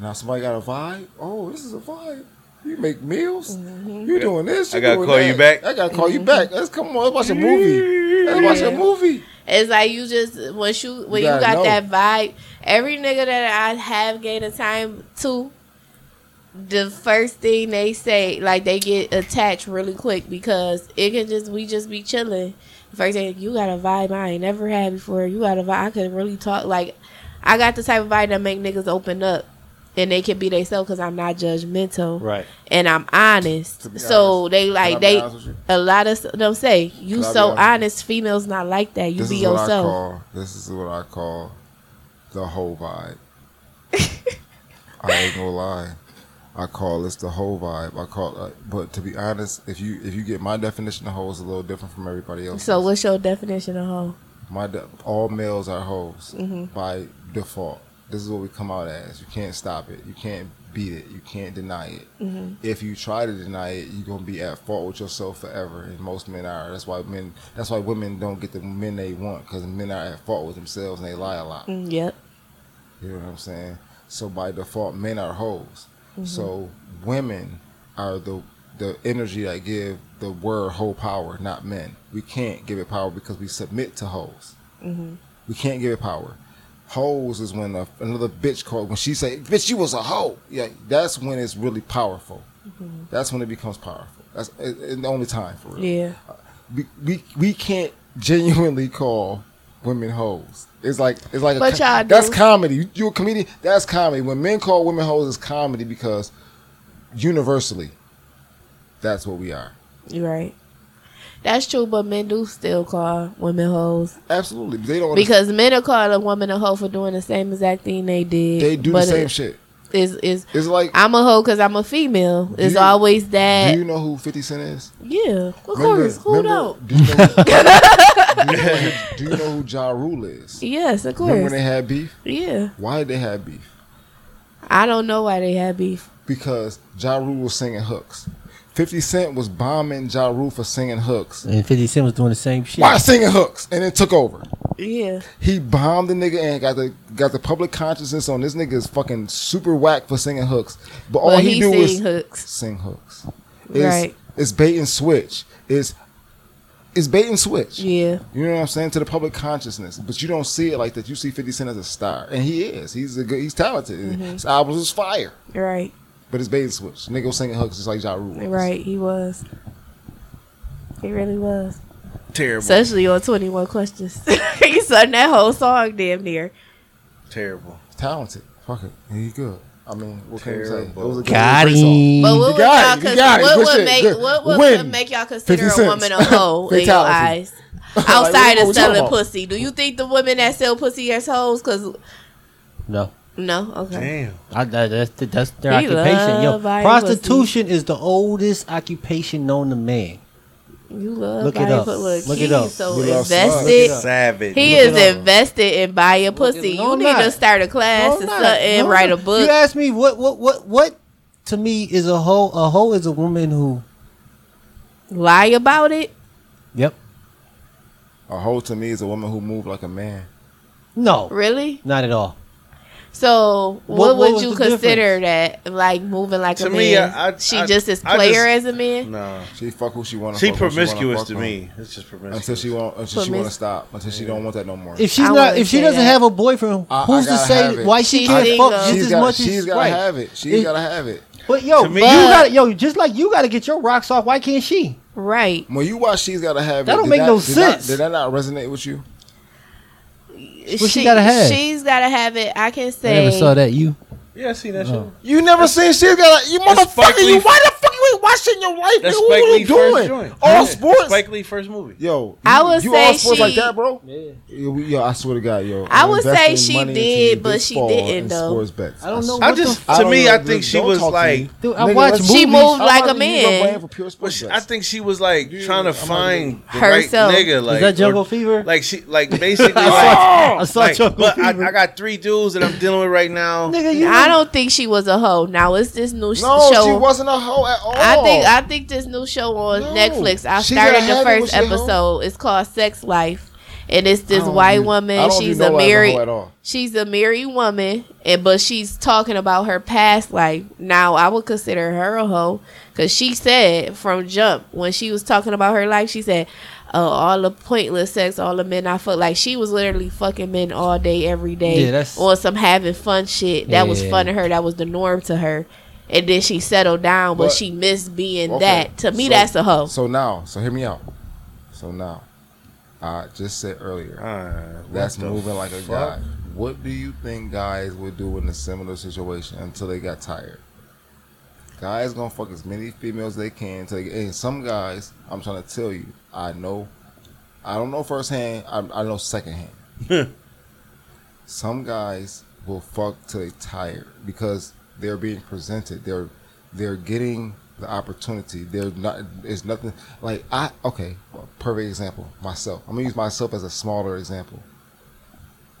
Speaker 4: Now somebody got a vibe. Oh, this is a vibe. You make meals.
Speaker 5: Mm-hmm.
Speaker 4: You doing this?
Speaker 2: I
Speaker 4: you
Speaker 2: gotta
Speaker 4: doing
Speaker 2: call
Speaker 4: that.
Speaker 2: you back.
Speaker 4: I gotta call you back. Let's come on. Let's watch a movie. Let's watch a
Speaker 5: Yeah.
Speaker 4: movie.
Speaker 5: It's like you just once you when
Speaker 4: You
Speaker 5: you,
Speaker 4: gotta
Speaker 5: got
Speaker 4: know.
Speaker 5: that vibe. Every nigga that I have gained a time to, the first thing they say like they get attached really quick because it can just we just be chilling. First thing you got a vibe I ain't never had before. You got a vibe I could really talk like I got the type of vibe that make niggas open up and they can be themselves because I'm not judgmental
Speaker 3: Right.
Speaker 5: and I'm honest.
Speaker 4: To be
Speaker 5: so
Speaker 4: honest.
Speaker 5: they
Speaker 4: Can I
Speaker 5: like
Speaker 4: be
Speaker 5: they
Speaker 4: honest with you?
Speaker 5: a lot of s- them say you
Speaker 4: Can I be
Speaker 5: so
Speaker 4: honest?
Speaker 5: honest. Females not like that. You
Speaker 4: this
Speaker 5: be
Speaker 4: is what I
Speaker 5: yourself.
Speaker 4: call. This is what I call the whole vibe. I ain't gonna lie. I call this the whole vibe. I call, uh, but to be honest, if you if you get my definition of hoe is a little different from everybody else.
Speaker 5: So what's your definition of hoe?
Speaker 4: My de- all males are hoes by default. This is what we come out as. You can't stop it. You can't beat it. You can't deny it. If you try to deny it, you're gonna be at fault with yourself forever. And most men are. That's why men. That's why women don't get the men they want because men are at fault with themselves and they lie a lot.
Speaker 5: Mm, yep.
Speaker 4: You know what I'm saying? So by default, men are hoes. So women are the the energy that give the word hoe power, not men. We can't give it power because we submit to hoes. We can't give it power. Hoes is when a, another bitch called when she say, "Bitch, you was a hoe." Yeah, that's when it's really powerful. That's when it becomes powerful. That's it, it- the only time for real.
Speaker 5: Yeah.
Speaker 4: We, we we can't genuinely call women hoes. It's like it's like
Speaker 5: But
Speaker 4: co-
Speaker 5: y'all do.
Speaker 4: that's comedy. You, you a comedian? That's comedy. When men call women hoes, it's comedy because universally, that's what we are.
Speaker 5: You're right. That's true, but men do still call women hoes
Speaker 4: Absolutely, they don't.
Speaker 5: because men will call a woman a hoe for doing the same exact thing they did.
Speaker 4: they do the
Speaker 5: but
Speaker 4: same
Speaker 5: it-
Speaker 4: shit.
Speaker 5: Is is
Speaker 4: It's like
Speaker 5: I'm a hoe because I'm a female. It's
Speaker 4: you-
Speaker 5: always that.
Speaker 4: do you know who Fifty Cent is?
Speaker 5: yeah, of
Speaker 4: Remember-
Speaker 5: course. Who
Speaker 4: remember-
Speaker 5: don't?
Speaker 4: Do you know who, do, you know who, do you know who Ja Rule is?
Speaker 5: Yes, of
Speaker 4: Remember when
Speaker 5: course.
Speaker 4: they had beef?
Speaker 5: Yeah,
Speaker 4: Why did they have beef?
Speaker 5: I don't know why they had beef.
Speaker 4: because Ja Rule was singing hooks. 50 Cent was bombing Ja Rule for singing hooks.
Speaker 3: And 50 Cent was doing the same shit.
Speaker 4: Why singing hooks? And it took over.
Speaker 5: Yeah,
Speaker 4: He bombed the nigga and got the got the public consciousness on this nigga is fucking super whack for singing hooks. But all
Speaker 5: but
Speaker 4: he,
Speaker 5: he,
Speaker 4: do
Speaker 5: sing
Speaker 4: is
Speaker 5: hooks.
Speaker 4: sing hooks. It's,
Speaker 5: Right.
Speaker 4: it's bait and switch. It's it's bait and switch.
Speaker 5: Yeah.
Speaker 4: You know what I'm saying to the public consciousness, but you don't see it like that. You see 50 Cent as a star, and he is. He's a good. He's talented.
Speaker 5: Mm-hmm.
Speaker 4: His albums is fire,
Speaker 5: Right,
Speaker 4: but it's bait and switch. Nigga was singing hooks just like Ja Rule. was.
Speaker 5: right. He was. He really was.
Speaker 2: Terrible.
Speaker 5: Especially on 21 Questions. he sung that whole song damn near.
Speaker 2: Terrible.
Speaker 4: talented. Fuck it, he good. I mean, what can you say? It
Speaker 2: Terrible.
Speaker 4: was a good
Speaker 3: Got
Speaker 4: great song.
Speaker 3: him.
Speaker 5: But what
Speaker 4: You
Speaker 5: would
Speaker 4: got
Speaker 5: y'all
Speaker 4: it, you
Speaker 5: cons-
Speaker 4: got it.
Speaker 5: what
Speaker 4: Good
Speaker 5: would
Speaker 4: shit,
Speaker 5: make
Speaker 4: good.
Speaker 5: what would
Speaker 4: Win.
Speaker 5: make y'all consider
Speaker 4: 50
Speaker 5: a woman a
Speaker 4: cents.
Speaker 5: hoe in your
Speaker 4: Fatality.
Speaker 5: eyes?
Speaker 4: Like,
Speaker 5: Outside
Speaker 4: what we
Speaker 5: of selling
Speaker 4: talking about?
Speaker 5: pussy. Do you think the women that sell pussy as hoes? Because,
Speaker 3: No.
Speaker 5: no? Okay.
Speaker 2: Damn.
Speaker 3: I, that, that's, that's their
Speaker 5: He
Speaker 3: occupation. Yo,
Speaker 5: love buying
Speaker 3: prostitution is the oldest occupation known to man.
Speaker 5: You love
Speaker 3: Look it
Speaker 5: buying
Speaker 3: up.
Speaker 5: pu- Look,
Speaker 3: Look
Speaker 5: he
Speaker 3: it up.
Speaker 5: so
Speaker 4: You love slugs. Look
Speaker 5: invested.
Speaker 4: it up.
Speaker 2: Savage.
Speaker 5: He
Speaker 2: Look at
Speaker 5: is
Speaker 2: all.
Speaker 5: invested in buying pussy.
Speaker 3: no,
Speaker 5: you
Speaker 3: I'm
Speaker 5: need to
Speaker 3: not.
Speaker 5: start a class
Speaker 4: Oh,
Speaker 3: No,
Speaker 5: or
Speaker 3: I'm not.
Speaker 5: something,
Speaker 3: No,
Speaker 5: write
Speaker 3: no.
Speaker 5: a book.
Speaker 3: You ask me what what what what to me is a hoe. A hoe is a woman who.
Speaker 5: Lie about it.
Speaker 3: Yep.
Speaker 4: A hoe to me is a woman who moved like a man.
Speaker 3: No,
Speaker 5: Really?
Speaker 3: not at all.
Speaker 5: So
Speaker 3: What-
Speaker 5: what,
Speaker 3: what
Speaker 5: would
Speaker 3: was
Speaker 5: you
Speaker 3: the
Speaker 5: consider that like moving like
Speaker 2: To
Speaker 5: a
Speaker 2: me,
Speaker 5: man?
Speaker 2: I- I-
Speaker 5: she
Speaker 2: I-
Speaker 5: just as
Speaker 2: I
Speaker 5: player
Speaker 2: just-
Speaker 5: as a man.
Speaker 2: Nah.
Speaker 4: She fuck who she want.
Speaker 2: She promiscuous to me. It's just promiscuous.
Speaker 4: until she want until she want to
Speaker 5: Promiscu-
Speaker 4: stop until she don't want that no more.
Speaker 3: If she's
Speaker 5: I
Speaker 3: not,
Speaker 5: wouldn't
Speaker 3: if she
Speaker 5: say
Speaker 3: doesn't
Speaker 5: that.
Speaker 3: have a boyfriend,
Speaker 4: I- I
Speaker 3: who's to
Speaker 4: gotta have
Speaker 3: say
Speaker 4: it.
Speaker 3: why she
Speaker 5: She's
Speaker 3: can't
Speaker 5: single.
Speaker 3: fuck just
Speaker 4: she's
Speaker 3: as
Speaker 4: got
Speaker 3: much
Speaker 4: she's
Speaker 3: as
Speaker 4: gotta
Speaker 3: right.
Speaker 4: have it. She's
Speaker 3: It-
Speaker 4: gotta have it.
Speaker 3: But yo,
Speaker 2: To me-
Speaker 3: you
Speaker 2: But-
Speaker 3: got yo, just like you got to get your rocks off. Why can't she?
Speaker 5: Right.
Speaker 4: When you watch, she's gotta have
Speaker 3: That
Speaker 4: it.
Speaker 3: don't
Speaker 4: did
Speaker 3: make no
Speaker 4: did that-
Speaker 3: sense.
Speaker 4: did that not resonate with you?
Speaker 3: she gotta have?
Speaker 5: She's gotta have it. I
Speaker 3: I
Speaker 5: can
Speaker 3: never
Speaker 5: say
Speaker 3: saw that. You
Speaker 2: Yeah, I seen that shit.
Speaker 4: You never seen she's gotta you
Speaker 2: motherfucker,
Speaker 4: motherfucker.
Speaker 2: sparkly- you-
Speaker 4: why the fuck you ain't watch shit in your life,
Speaker 2: That's
Speaker 4: nigga. What
Speaker 2: Spike
Speaker 4: are
Speaker 2: Lee
Speaker 4: you
Speaker 2: first
Speaker 4: doing?
Speaker 2: joint.
Speaker 4: All
Speaker 2: Yeah.
Speaker 4: sports.
Speaker 2: Spike Lee first movie.
Speaker 4: Yo,
Speaker 5: I
Speaker 4: you-
Speaker 5: would
Speaker 4: you
Speaker 5: say
Speaker 4: all sports like
Speaker 5: she-
Speaker 4: that, bro.
Speaker 3: Yeah.
Speaker 4: Yo, yo, I swear to God, yo.
Speaker 5: I would
Speaker 4: invested
Speaker 5: say
Speaker 4: in
Speaker 5: she
Speaker 4: money into
Speaker 5: did, but
Speaker 4: this
Speaker 5: she
Speaker 4: fall
Speaker 5: didn't,
Speaker 4: in
Speaker 5: though.
Speaker 4: Sports bets.
Speaker 3: I don't know
Speaker 4: swear.
Speaker 3: what
Speaker 2: I
Speaker 3: the f-
Speaker 2: just, to
Speaker 4: don't
Speaker 2: me,
Speaker 4: know,
Speaker 2: I think
Speaker 4: dude,
Speaker 2: she
Speaker 4: don't
Speaker 2: was
Speaker 4: talk to
Speaker 2: like,
Speaker 4: me.
Speaker 3: Dude, I
Speaker 4: Nigga,
Speaker 3: watch
Speaker 4: let's-
Speaker 3: movies.
Speaker 5: She moved
Speaker 4: I'm not
Speaker 5: like a
Speaker 4: giving you no blame
Speaker 5: man.
Speaker 4: for pure
Speaker 2: But
Speaker 4: sports
Speaker 2: she, I
Speaker 4: bets.
Speaker 2: think she was like
Speaker 4: Yeah,
Speaker 2: trying to
Speaker 4: I'm not
Speaker 2: find the
Speaker 5: Herself.
Speaker 2: right nigga. Like
Speaker 3: that Jungle
Speaker 2: or-
Speaker 3: Fever?
Speaker 2: Like she, like basically,
Speaker 3: I
Speaker 2: like,
Speaker 3: saw, I saw
Speaker 2: like,
Speaker 3: Jungle
Speaker 2: but I,
Speaker 3: Fever.
Speaker 2: I got three dudes that I'm dealing with right now.
Speaker 3: Nigga, you
Speaker 5: I don't think she was a hoe. Now it's this new sh-
Speaker 4: No,
Speaker 5: show.
Speaker 4: she wasn't a hoe at all.
Speaker 5: I think I think this new show on
Speaker 4: No.
Speaker 5: Netflix. I
Speaker 4: She
Speaker 5: started
Speaker 4: gotta
Speaker 5: the
Speaker 4: have it when
Speaker 5: first
Speaker 4: she a hoe.
Speaker 5: episode. It's called Sex Life, and it's
Speaker 4: I
Speaker 5: this
Speaker 4: don't
Speaker 5: white
Speaker 4: view- I
Speaker 5: woman.
Speaker 4: don't view
Speaker 5: She's
Speaker 4: no
Speaker 5: a
Speaker 4: hoe as
Speaker 5: married.
Speaker 4: hoe at all.
Speaker 5: She's a married woman, and but she's talking about her past life. Now I would consider her a hoe because she said from jump when she was talking about her life, she said, "Oh, all the pointless sex, all the men I fucked." Like she was literally fucking men all day, every day,
Speaker 3: Yeah, that's-
Speaker 5: on some having fun shit. That was
Speaker 3: Yeah.
Speaker 5: fun to her. That was the norm to her. And then she settled down, but,
Speaker 4: But-
Speaker 5: she missed being
Speaker 4: Okay,
Speaker 5: that. To me,
Speaker 4: so-
Speaker 5: that's a hoe.
Speaker 4: So now, so hear me out. So now, I just said earlier,
Speaker 2: Uh,
Speaker 4: that's
Speaker 2: what the
Speaker 4: moving like a
Speaker 2: fuck?
Speaker 4: guy. What do you think guys would do in a similar situation until they got tired? Guys gonna fuck as many females they can until they get. And some guys, I'm trying to tell you, I know, I don't know firsthand. I, I know secondhand. some guys will fuck till they tired because they're being presented. They're they're getting the opportunity. They're not. It's nothing like I. Okay, perfect example. Myself. I'm gonna use myself as a smaller example.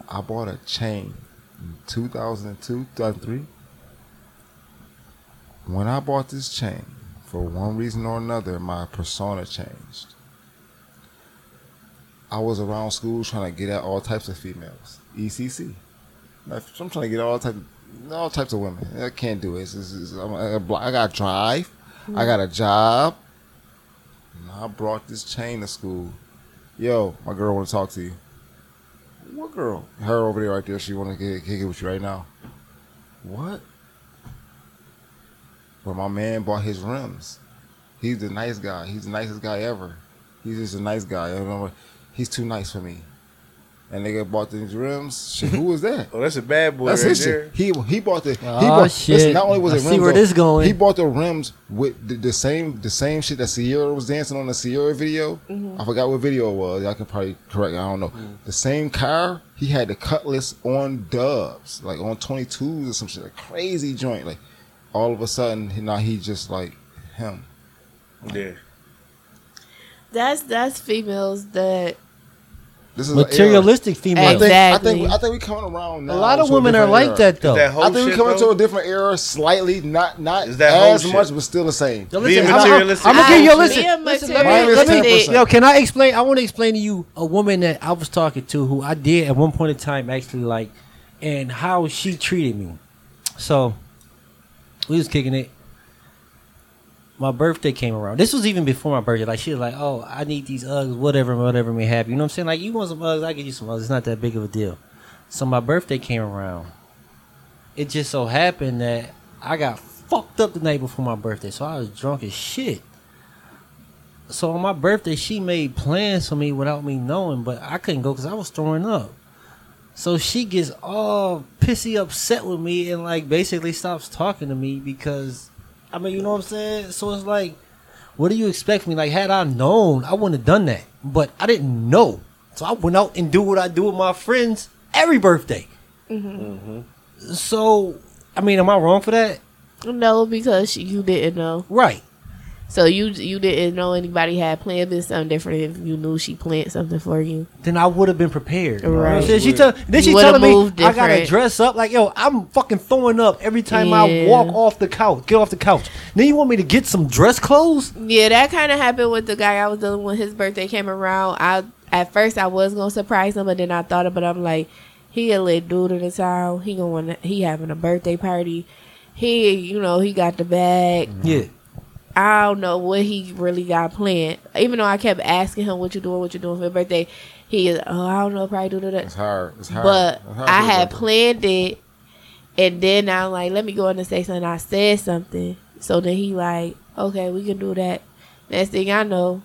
Speaker 4: I bought a chain in 2002, 2003. When I bought this chain, for one reason or another, my persona changed. I was around school trying to get at all types of females, E ECC. Now, if I'm trying to get all types, all types of women. I can't do it. It's, it's, it's, I'm, I got bl- I got drive. I got a job. And I brought this chain to school. Yo, my girl want to talk to you. What girl? Her over there, right there. She want to get kick it with you right now. What? But my man bought his rims. He's the nice guy. He's the nicest guy ever. He's just a nice guy. I don't know. He's too nice for me. And nigga bought these rims. Shit, who was that?
Speaker 2: Oh, that's a bad boy
Speaker 4: That's
Speaker 2: right
Speaker 4: his
Speaker 2: there.
Speaker 4: shit. He he bought the. He
Speaker 3: Aw,
Speaker 4: bought,
Speaker 3: shit.
Speaker 4: Listen, not only was
Speaker 3: I
Speaker 4: it
Speaker 3: see
Speaker 4: rims,
Speaker 3: where
Speaker 4: though,
Speaker 3: this going.
Speaker 4: He bought the rims with the, the same the same shit that Sierra was dancing on the Sierra video.
Speaker 2: Mm-hmm.
Speaker 4: I forgot what video it was. Y'all can probably correct. me. I don't know.
Speaker 3: Mm.
Speaker 4: The same car. He had the Cutlass on dubs, like on twenty twos or some shit, like crazy joint. Like all of a sudden, now he just like him.
Speaker 2: Yeah.
Speaker 5: That's that's females that
Speaker 4: This is an era.
Speaker 3: Materialistic
Speaker 4: I
Speaker 3: female.
Speaker 4: think, I
Speaker 5: Exactly.
Speaker 4: think I think we coming around now.
Speaker 3: a lot of
Speaker 4: to
Speaker 3: women are
Speaker 4: different
Speaker 3: like
Speaker 4: era.
Speaker 3: that though.
Speaker 2: That whole
Speaker 4: I think we
Speaker 2: shit,
Speaker 4: coming to
Speaker 2: though,
Speaker 4: a different era, slightly, not not
Speaker 2: Is that whole
Speaker 4: as
Speaker 2: shit?
Speaker 4: much, but still the same.
Speaker 3: Yo,
Speaker 2: Being
Speaker 3: I'm- I'm-
Speaker 2: materialistic.
Speaker 3: I'm, gonna give you a
Speaker 5: Ouch.
Speaker 3: listen.
Speaker 5: Being
Speaker 3: listen let me-
Speaker 4: materialistic.
Speaker 3: let me-
Speaker 4: Minus 10%.
Speaker 3: yo, can I explain? I want to explain to you a woman that I was talking to who I did at one point in time actually like, and how she treated me. So we was kicking it. My birthday came around. This was even before my birthday. Like she was like, "Oh, I need these Uggs, whatever, whatever may have." You know what I'm saying? Like you want some Uggs, I get you some Uggs. It's not that big of a deal. So my birthday came around. It just so happened that I got fucked up the night before my birthday, so I was drunk as shit. So on my birthday, she made plans for me without me knowing, but I couldn't go because I was throwing up. So she gets all pissy upset with me and like basically stops talking to me because I mean, you know what I'm saying? So it's like, what do you expect from me? Like, had I known, I wouldn't have done that. But I didn't know. So I went out and do what I do with my friends every birthday. So, I mean, am I wrong for that?
Speaker 5: no, because you didn't know.
Speaker 3: Right.
Speaker 5: So you you didn't know anybody had planned this something different if you knew she planned something for you.
Speaker 3: Then I would have been prepared. You know what I'm
Speaker 5: Right.
Speaker 3: saying? She tell, then
Speaker 5: You
Speaker 3: she
Speaker 5: would've
Speaker 3: telling me
Speaker 5: moved
Speaker 3: I gotta
Speaker 5: different.
Speaker 3: dress up like yo. I'm fucking throwing up every time I
Speaker 5: Yeah.
Speaker 3: walk off the couch. Get off the couch. Then you want me to get some dress clothes?
Speaker 5: Yeah, that kind of happened with the guy I was dealing with. His birthday came around. I at first I was gonna surprise him, but then I thought about. it, I'm like, he a lit dude in the town. He going. He having a birthday party. He, you know, he got the bag.
Speaker 3: Yeah.
Speaker 5: I don't know what he really got planned. Even though I kept asking him, "What you doing? What you doing for your birthday?" He, is, oh, I don't know, probably do that
Speaker 4: It's hard. It's hard.
Speaker 5: but
Speaker 4: It's hard
Speaker 5: I
Speaker 4: to
Speaker 5: had
Speaker 4: work.
Speaker 5: planned it, and then I'm like, let me go in and say something. I said something, so then he like, okay, we can do that. Next thing I know,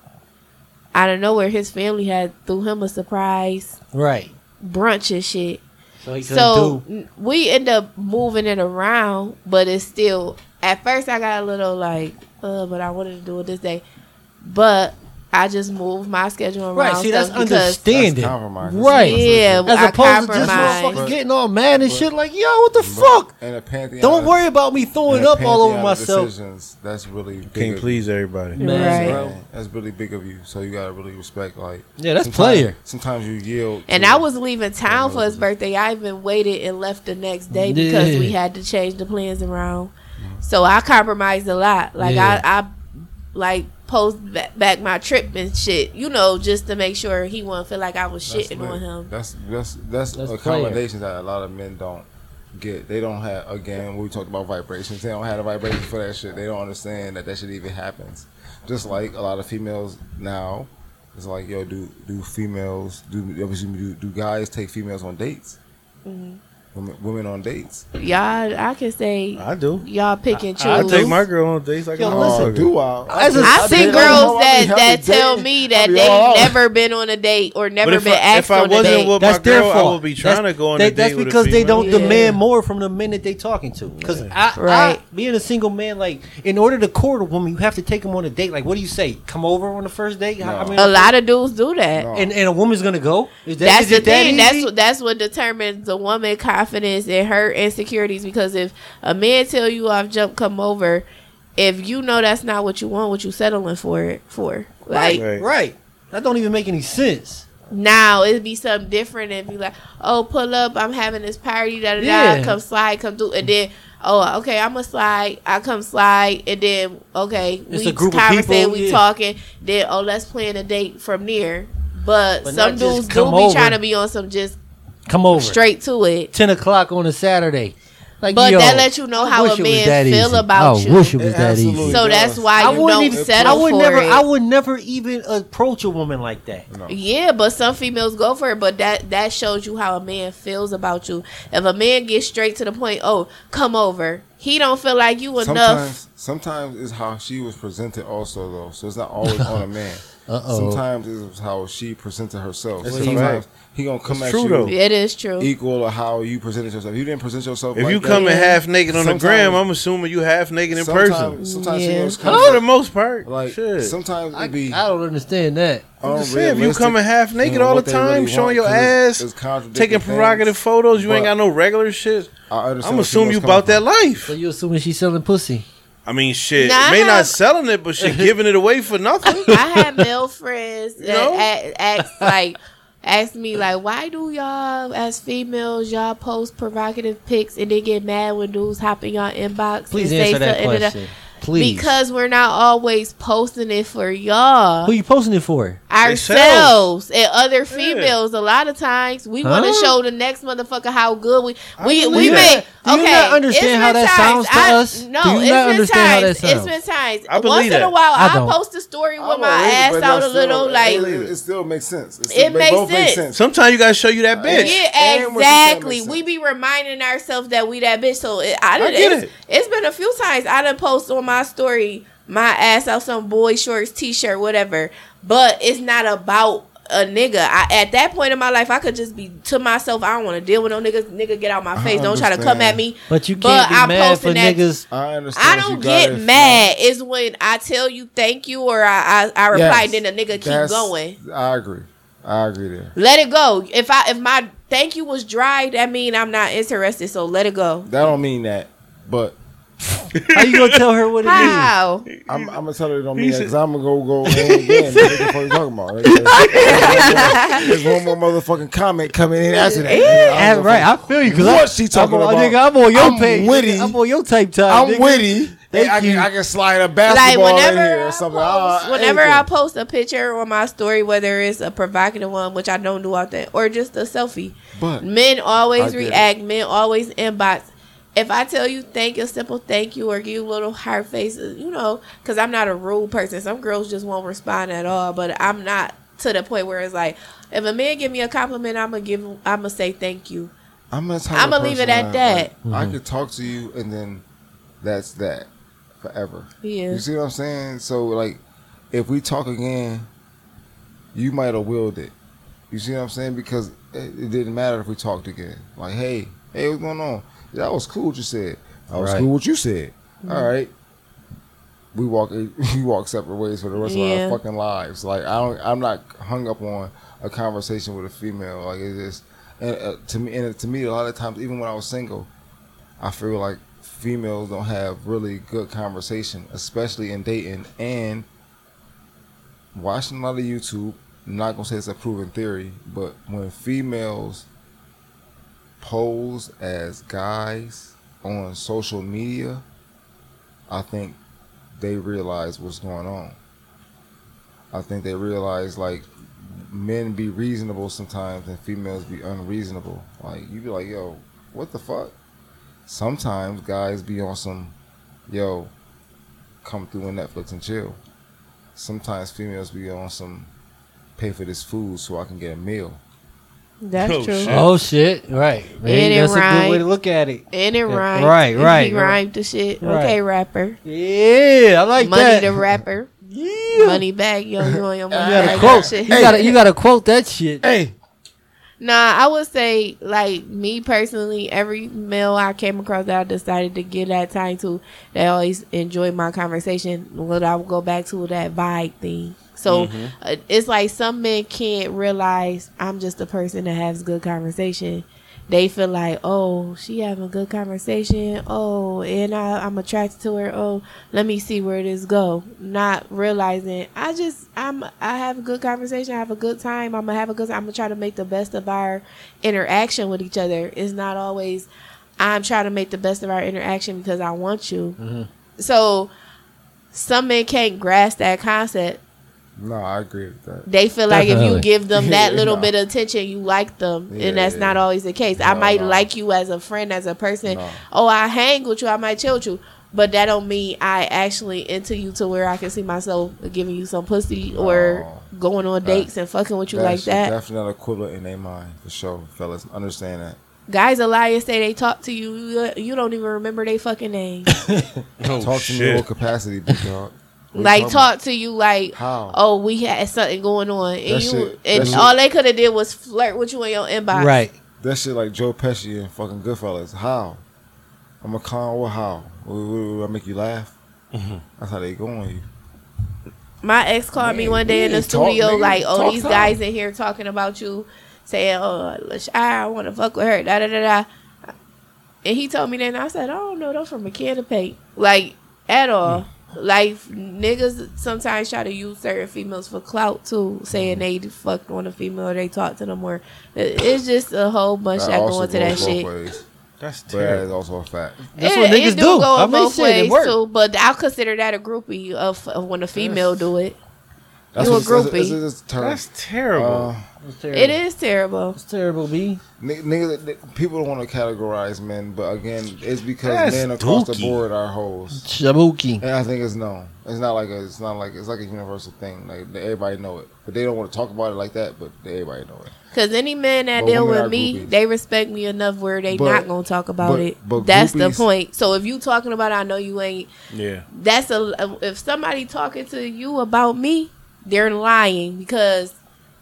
Speaker 5: out of nowhere, his family had threw him a surprise
Speaker 3: Right.
Speaker 5: brunch and shit.
Speaker 3: So he couldn't
Speaker 5: So
Speaker 3: do.
Speaker 5: n- we end up moving it around, but it's still. At first, I got a little like, uh, but I wanted to do it this day. But I just moved my schedule around.
Speaker 3: Right. See, that's
Speaker 5: stuff because-
Speaker 3: understanding.
Speaker 4: That's compromise.
Speaker 3: Right.
Speaker 5: Yeah,
Speaker 3: As
Speaker 5: I
Speaker 3: opposed to just
Speaker 5: compromised.
Speaker 3: motherfuckers getting all mad and
Speaker 4: But-
Speaker 3: shit like, yo, what the
Speaker 4: But
Speaker 3: fuck?
Speaker 4: In a pantheon.
Speaker 3: Don't worry about me throwing
Speaker 4: in a
Speaker 3: up all over
Speaker 4: pantheon of
Speaker 3: myself.
Speaker 4: Decisions, that's really big
Speaker 2: Can't
Speaker 4: of-
Speaker 2: please everybody.
Speaker 3: Man,
Speaker 5: Right.
Speaker 4: bro, That's really big of you. So you gotta really respect. Like
Speaker 3: Yeah, that's
Speaker 4: sometimes-
Speaker 3: player.
Speaker 4: Sometimes you yield.
Speaker 5: And
Speaker 4: to-
Speaker 5: I was leaving town for his birthday. I even waited and left the next day because
Speaker 3: Yeah.
Speaker 5: we had to change the plans around. So I compromised a lot. Like
Speaker 3: Yeah.
Speaker 5: I, I like post ba- back my trip and shit. You know, just to make sure he wouldn't feel like I was
Speaker 4: That's
Speaker 5: shitting
Speaker 4: lit.
Speaker 5: on him.
Speaker 4: That's that's that's,
Speaker 3: That's
Speaker 4: accommodations that a lot of men don't get. They don't have again. We talked about vibrations. They don't have the vibrations for that shit. They don't understand that that shit even happens. Just like a lot of females now, it's like yo, do do females do obviously do, do guys take females on dates?
Speaker 5: Mm-hmm.
Speaker 4: Women, women on dates.
Speaker 5: Y'all, I can say
Speaker 2: I do.
Speaker 5: y'all pick and choose.
Speaker 2: I take my girl on dates like
Speaker 3: Yo,
Speaker 2: a
Speaker 4: Oh,
Speaker 2: motherfucker.
Speaker 4: do I?
Speaker 3: As a-
Speaker 5: I
Speaker 3: I
Speaker 5: see
Speaker 3: be-
Speaker 5: girls that,
Speaker 4: I be
Speaker 5: that tell
Speaker 4: dating.
Speaker 5: me
Speaker 4: I
Speaker 5: that
Speaker 4: be
Speaker 5: they
Speaker 4: all out.
Speaker 5: never been on a date or never
Speaker 2: if
Speaker 5: been
Speaker 2: I-
Speaker 5: asked
Speaker 2: if I
Speaker 5: on a
Speaker 2: wasn't
Speaker 5: date.
Speaker 2: with-
Speaker 3: That's
Speaker 2: my
Speaker 3: their
Speaker 2: girl, I
Speaker 3: fault.
Speaker 2: would be
Speaker 3: That's-
Speaker 2: trying to go on
Speaker 3: they-
Speaker 2: a date
Speaker 3: That's
Speaker 2: with a
Speaker 3: because they
Speaker 2: female.
Speaker 3: don't
Speaker 5: Yeah.
Speaker 3: demand more from the men that they talking to. Because I, I,
Speaker 5: Right.
Speaker 3: being a single man, like in order to court a woman, you have to take them on a date. Like, what do you say? Come over on the first date? How-
Speaker 4: No.
Speaker 3: I mean,
Speaker 5: A lot of dudes do that.
Speaker 4: No.
Speaker 3: and and a woman's gonna go. Is that,
Speaker 5: That's
Speaker 3: is
Speaker 5: the
Speaker 3: it that
Speaker 5: thing.
Speaker 3: easy?
Speaker 5: That's what that's what determines a woman's confidence and her insecurities. Because if a man tell you off jump, come over, if you know that's not what you want, what you settling for it for? Like
Speaker 3: right,
Speaker 2: Right.
Speaker 3: right. That don't even make any sense.
Speaker 5: now it'd be something different and be like, oh, pull up, I'm having this party, da da
Speaker 3: Yeah.
Speaker 5: da, come slide, come do, and then. Oh, okay. I'm a slide. I come slide, and then okay,
Speaker 3: It's
Speaker 5: we
Speaker 3: a group of
Speaker 5: conversate,
Speaker 3: people,
Speaker 5: we
Speaker 3: yeah.
Speaker 5: talking. Then oh, let's plan a date from there. But,
Speaker 3: But
Speaker 5: some
Speaker 3: not just
Speaker 5: dudes do
Speaker 3: come
Speaker 5: be
Speaker 3: over.
Speaker 5: trying to be on some just
Speaker 3: Come over.
Speaker 5: straight to it.
Speaker 3: ten o'clock on a Saturday. Like,
Speaker 5: But
Speaker 3: yo,
Speaker 5: that lets you know
Speaker 3: I
Speaker 5: how
Speaker 3: wish
Speaker 5: a
Speaker 3: it was
Speaker 5: man
Speaker 3: that
Speaker 5: feel
Speaker 3: easy.
Speaker 5: about
Speaker 3: I
Speaker 5: you.
Speaker 3: wish it was
Speaker 4: It
Speaker 3: that
Speaker 4: absolutely-
Speaker 3: easy.
Speaker 5: so
Speaker 4: does.
Speaker 5: that's why
Speaker 3: I
Speaker 5: you
Speaker 3: wouldn't
Speaker 5: don't
Speaker 3: even. I
Speaker 5: settle
Speaker 3: would
Speaker 5: for
Speaker 3: never.
Speaker 5: it.
Speaker 3: I would never even approach a woman like that.
Speaker 4: No.
Speaker 5: yeah, but some females go for it, but that that shows you how a man feels about you. If a man gets straight to the point, oh, come over. He don't feel like you enough.
Speaker 4: Sometimes, sometimes it's how she was presented, also though. So it's not always on a man.
Speaker 3: Uh-oh.
Speaker 4: Sometimes it's how she presented herself.
Speaker 2: That's
Speaker 4: sometimes
Speaker 2: right.
Speaker 4: he gonna come
Speaker 2: That's
Speaker 4: at
Speaker 2: true,
Speaker 4: you
Speaker 2: though.
Speaker 5: It is true.
Speaker 4: equal to how you presented yourself. You didn't present yourself.
Speaker 2: If
Speaker 4: like
Speaker 2: you
Speaker 4: that,
Speaker 2: come in half naked on the
Speaker 4: Sometimes-
Speaker 2: gram, I'm assuming you half naked in person.
Speaker 4: sometimes, sometimes she
Speaker 5: Yeah.
Speaker 4: goes
Speaker 2: For the most part,
Speaker 4: like
Speaker 2: shit.
Speaker 4: sometimes
Speaker 3: I,
Speaker 4: it be.
Speaker 3: I don't understand that.
Speaker 2: I'm just saying, if you coming half naked
Speaker 4: and
Speaker 2: all
Speaker 4: what
Speaker 2: the
Speaker 4: they really
Speaker 2: time,
Speaker 4: want,
Speaker 2: showing your
Speaker 4: 'cause it's-
Speaker 2: ass,
Speaker 4: it's contradicting
Speaker 2: taking provocative
Speaker 4: things,
Speaker 2: photos, you ain't
Speaker 4: but
Speaker 2: got no regular shit.
Speaker 4: I understand
Speaker 2: I'm
Speaker 4: where
Speaker 2: assuming
Speaker 4: females
Speaker 2: you
Speaker 4: coming
Speaker 2: about that
Speaker 4: from.
Speaker 2: life.
Speaker 3: So you assuming she's selling pussy?
Speaker 2: I mean, shit.
Speaker 5: Nah, I
Speaker 2: May not
Speaker 5: have-
Speaker 2: selling it, but shit, giving it away for nothing.
Speaker 5: I had male friends that
Speaker 2: know?
Speaker 5: a- asked like asked me like why do y'all as females y'all post provocative pics and they get mad when dudes hop in y'all inbox
Speaker 3: Please
Speaker 5: and say
Speaker 3: answer that
Speaker 5: something and da-
Speaker 3: question. Please.
Speaker 5: Because we're not always posting it for y'all.
Speaker 3: who you posting it for?
Speaker 5: Ourselves and other females. A lot of times we want to
Speaker 3: Huh?
Speaker 5: show the next motherfucker how good we
Speaker 2: I
Speaker 5: we
Speaker 2: believe
Speaker 5: we
Speaker 2: that.
Speaker 5: make.
Speaker 3: Do you
Speaker 5: okay,
Speaker 3: not understand
Speaker 5: it's
Speaker 3: how
Speaker 5: been
Speaker 3: that
Speaker 5: times
Speaker 3: sounds to
Speaker 5: I-
Speaker 3: us?
Speaker 5: No,
Speaker 3: Do you
Speaker 5: it's
Speaker 3: not
Speaker 5: been
Speaker 3: understand how
Speaker 5: times.
Speaker 3: that sounds?
Speaker 5: It's been times.
Speaker 2: I believe
Speaker 5: Once in a
Speaker 2: that.
Speaker 5: while,
Speaker 3: I
Speaker 5: I,
Speaker 3: don't.
Speaker 5: post a story
Speaker 4: I
Speaker 5: with
Speaker 4: don't
Speaker 5: my
Speaker 4: really,
Speaker 5: ass
Speaker 4: but
Speaker 5: out a
Speaker 4: that's
Speaker 5: little
Speaker 4: still-
Speaker 5: like.
Speaker 4: it, it still makes sense. It,
Speaker 5: It makes
Speaker 4: both
Speaker 5: sense.
Speaker 2: Sometimes you gotta show you that bitch.
Speaker 4: Yeah.
Speaker 5: Yeah,
Speaker 4: And what you said
Speaker 5: exactly.
Speaker 4: makes
Speaker 5: We
Speaker 4: sense.
Speaker 5: be reminding ourselves that we that bitch. So it, I, done,
Speaker 2: I get
Speaker 5: it's,
Speaker 2: it.
Speaker 5: it's been a few times I done post on my story my ass out some boy shorts, t shirt, whatever. But it's not about a nigga. I, at that point in my life, I could just be to myself. I don't want to deal with no niggas. Nigga, get out my face. Don't try to come at
Speaker 4: understand.
Speaker 5: me.
Speaker 3: But you can't
Speaker 5: But
Speaker 3: be
Speaker 5: I'm
Speaker 3: mad
Speaker 5: posting
Speaker 3: for
Speaker 5: that-
Speaker 3: niggas.
Speaker 4: I understand.
Speaker 5: I
Speaker 4: if
Speaker 5: don't
Speaker 4: you got
Speaker 5: get
Speaker 4: it from-
Speaker 5: mad. Is when I tell you thank you or I I, I reply,
Speaker 4: Yes.
Speaker 5: then the nigga keep
Speaker 4: That's-
Speaker 5: going.
Speaker 4: I agree. I agree there.
Speaker 5: Let it go. If I if my thank you was dry, that mean I'm not interested. So let it go.
Speaker 4: That don't mean that, but
Speaker 3: How you gonna tell her what it is?
Speaker 5: How?
Speaker 4: I'm, I'm gonna tell her it don't
Speaker 2: He
Speaker 4: mean that
Speaker 2: said-
Speaker 4: because I'm gonna go go in again. What the fuck you talking about? There's one more motherfucking comment coming in after that. I
Speaker 3: Yeah,
Speaker 4: don't
Speaker 3: right.
Speaker 4: give a
Speaker 3: I feel you. 'cause
Speaker 4: What
Speaker 3: I-
Speaker 4: she talking
Speaker 3: I'm, on-
Speaker 4: about?
Speaker 3: Nigga, I'm on your
Speaker 4: I'm
Speaker 3: page. nigga.
Speaker 4: witty.
Speaker 3: I'm on your type
Speaker 4: fuck.
Speaker 3: time.
Speaker 4: I'm
Speaker 3: nigga.
Speaker 4: witty. Hey,
Speaker 3: Thank
Speaker 4: I, can,
Speaker 3: you.
Speaker 4: I can slide a
Speaker 5: Like
Speaker 4: basketball in
Speaker 5: whenever
Speaker 4: here
Speaker 5: I
Speaker 4: or something. Ah,
Speaker 5: post,
Speaker 4: I-
Speaker 5: whenever
Speaker 4: anything.
Speaker 5: I post a picture on my story, whether it's a provocative one, which I don't do often, or just a selfie,
Speaker 4: But
Speaker 5: men
Speaker 4: I
Speaker 5: always
Speaker 4: get it.
Speaker 5: react. Men always inbox. If I tell you thank you, a simple thank you, or give you a little heart faces, you know, because I'm not a rude person. Some girls just won't respond at all, but I'm not to the point where it's like, if a man give me a compliment, I'm gonna give, him, I'm gonna say thank you.
Speaker 4: I'm not
Speaker 5: I'ma leave it at that.
Speaker 4: I
Speaker 2: Mm-hmm.
Speaker 4: could talk to you and then that's that forever.
Speaker 5: Yeah.
Speaker 4: You see what I'm saying? So like, if we talk again, you might have willed it. You see what I'm saying? Because it, it didn't matter if we talked again. Like, hey, hey, what's going on? That was cool. What you said. That was
Speaker 3: Right.
Speaker 4: cool. What you said. All right. we walk we walk separate ways for the rest
Speaker 5: Yeah.
Speaker 4: of our fucking lives. Like I don't, I'm not hung up on a conversation with a female. Like it is, and uh, to me, and to me, a lot of times, even when I was single, I feel like females don't have really good conversation, especially in dating and watching a lot of YouTube. Not gonna say it's a proven theory, but when females pose as guys on social media, I think they realize what's going on. I think they realize like men be reasonable sometimes and females be unreasonable. Like you be like, yo, what the fuck? Sometimes guys be on some, yo, come through on Netflix and chill. Sometimes females be on some, pay for this food so I can get a meal.
Speaker 5: That's
Speaker 2: Oh,
Speaker 5: true.
Speaker 2: shit.
Speaker 3: Oh shit! Right. Hey,
Speaker 5: it
Speaker 3: that's a good way
Speaker 5: rhymed.
Speaker 3: to look at it.
Speaker 5: And it
Speaker 3: Yeah,
Speaker 5: rhymed.
Speaker 3: right,
Speaker 5: And
Speaker 3: right,
Speaker 5: He
Speaker 3: right.
Speaker 5: rhymed the shit.
Speaker 3: Right.
Speaker 5: Okay, rapper.
Speaker 3: Yeah, I like
Speaker 5: money
Speaker 3: that.
Speaker 5: the rapper.
Speaker 3: yeah.
Speaker 5: Money back, yo, you on your money.
Speaker 3: You gotta
Speaker 5: back,
Speaker 3: quote.
Speaker 5: that
Speaker 3: You
Speaker 5: shit.
Speaker 3: gotta you gotta quote that shit.
Speaker 4: Hey,
Speaker 5: Nah, I would say like me personally, every male I came across that I decided to give that time to, they always enjoyed my conversation. What I would go back to that vibe thing. So
Speaker 3: Mm-hmm.
Speaker 5: uh, it's like some men can't realize I'm just a person that has good conversation. They feel like, oh, she having good conversation. Oh, and I, I'm attracted to her. Oh, let me see where this go. Not realizing I just I'm I have a good conversation. I have a good time. I'm gonna have a good. I'm gonna try to make the best of our interaction with each other. It's not always I'm trying to make the best of our interaction because I want you.
Speaker 4: Mm-hmm.
Speaker 5: So some men can't grasp that concept.
Speaker 4: no, I agree with that.
Speaker 5: They feel like if
Speaker 3: Definitely.
Speaker 5: you give them that
Speaker 4: Yeah,
Speaker 5: little
Speaker 4: nah.
Speaker 5: bit of attention, you like them,
Speaker 4: Yeah,
Speaker 5: and that's
Speaker 4: yeah.
Speaker 5: not always the case. I
Speaker 4: No,
Speaker 5: might
Speaker 4: no.
Speaker 5: like you as a friend, as a person.
Speaker 4: No.
Speaker 5: Oh, I hang with you. I might chill with you. But that don't mean I actually into you to where I can see myself giving you some pussy or going on dates and fucking with you like that.
Speaker 4: Definitely not equivalent in their mind for sure, fellas. Understand that.
Speaker 5: Guys, Elias say they talk to you. You, you don't even remember they fucking name.
Speaker 2: Oh,
Speaker 4: Talk to me
Speaker 2: shit.
Speaker 4: in what capacity, big dog. What you
Speaker 5: like
Speaker 4: talking about?
Speaker 5: talk to you like
Speaker 4: How?
Speaker 5: oh we had something going on and
Speaker 4: That
Speaker 5: you
Speaker 4: shit- that
Speaker 5: and
Speaker 4: shit-
Speaker 5: all they could have did was flirt with you in your inbox
Speaker 3: Right.
Speaker 4: That shit like Joe Pesci and fucking Goodfellas. How? I'm a con with how? Will- will- will I make you laugh?
Speaker 2: Mm-hmm.
Speaker 4: That's how they go on you.
Speaker 5: my ex called me
Speaker 4: Man,
Speaker 5: one day
Speaker 4: we
Speaker 5: in the
Speaker 4: ain't talk,
Speaker 5: studio
Speaker 4: nigga.
Speaker 5: like oh
Speaker 4: Talk
Speaker 5: these
Speaker 4: time.
Speaker 5: guys in here talking about you saying oh Lash- i want to fuck with her da da da da and he told me that and i said oh no they're from a can of paint like at all Like niggas sometimes try to use certain females for clout too, saying they fucked on a female or they talked to them or it- it's just a whole bunch that, go into that
Speaker 4: goes both
Speaker 5: shit.
Speaker 4: Ways,
Speaker 2: That's
Speaker 4: but that
Speaker 2: terrible.
Speaker 4: is also a fact.
Speaker 3: That's what niggas do.
Speaker 5: Go
Speaker 3: I mean,
Speaker 5: both
Speaker 3: shit, it
Speaker 5: ways
Speaker 3: work.
Speaker 5: too, but I consider that a groupie of, of when a female do it.
Speaker 4: That's
Speaker 5: You
Speaker 4: what
Speaker 5: a
Speaker 4: it's- it's-
Speaker 5: groupie.
Speaker 4: it's- it's a term.
Speaker 2: That's terrible.
Speaker 4: Uh,
Speaker 5: It is terrible.
Speaker 3: It's terrible, B.
Speaker 4: Ni- Niggas, ni- people don't want to categorize men, but again, it's because
Speaker 2: That's
Speaker 4: men across
Speaker 2: dookie.
Speaker 4: the board are hoes,
Speaker 3: Shabuki.
Speaker 4: and I think it's known. It's not like a, it's not like it's like a universal thing. Like they- everybody know it, but they don't want to talk about it like that. But they- everybody know it.
Speaker 5: Cause any man that
Speaker 4: But
Speaker 5: deal
Speaker 4: women
Speaker 5: with
Speaker 4: are
Speaker 5: me,
Speaker 4: groupies.
Speaker 5: they respect me enough where they
Speaker 4: But-
Speaker 5: not gonna talk about
Speaker 4: but-
Speaker 5: it.
Speaker 4: but
Speaker 5: that's the
Speaker 4: groupies-
Speaker 5: point. So if you talking about, it, I know you ain't.
Speaker 2: yeah.
Speaker 5: That's a if somebody talking to you about me, they're lying because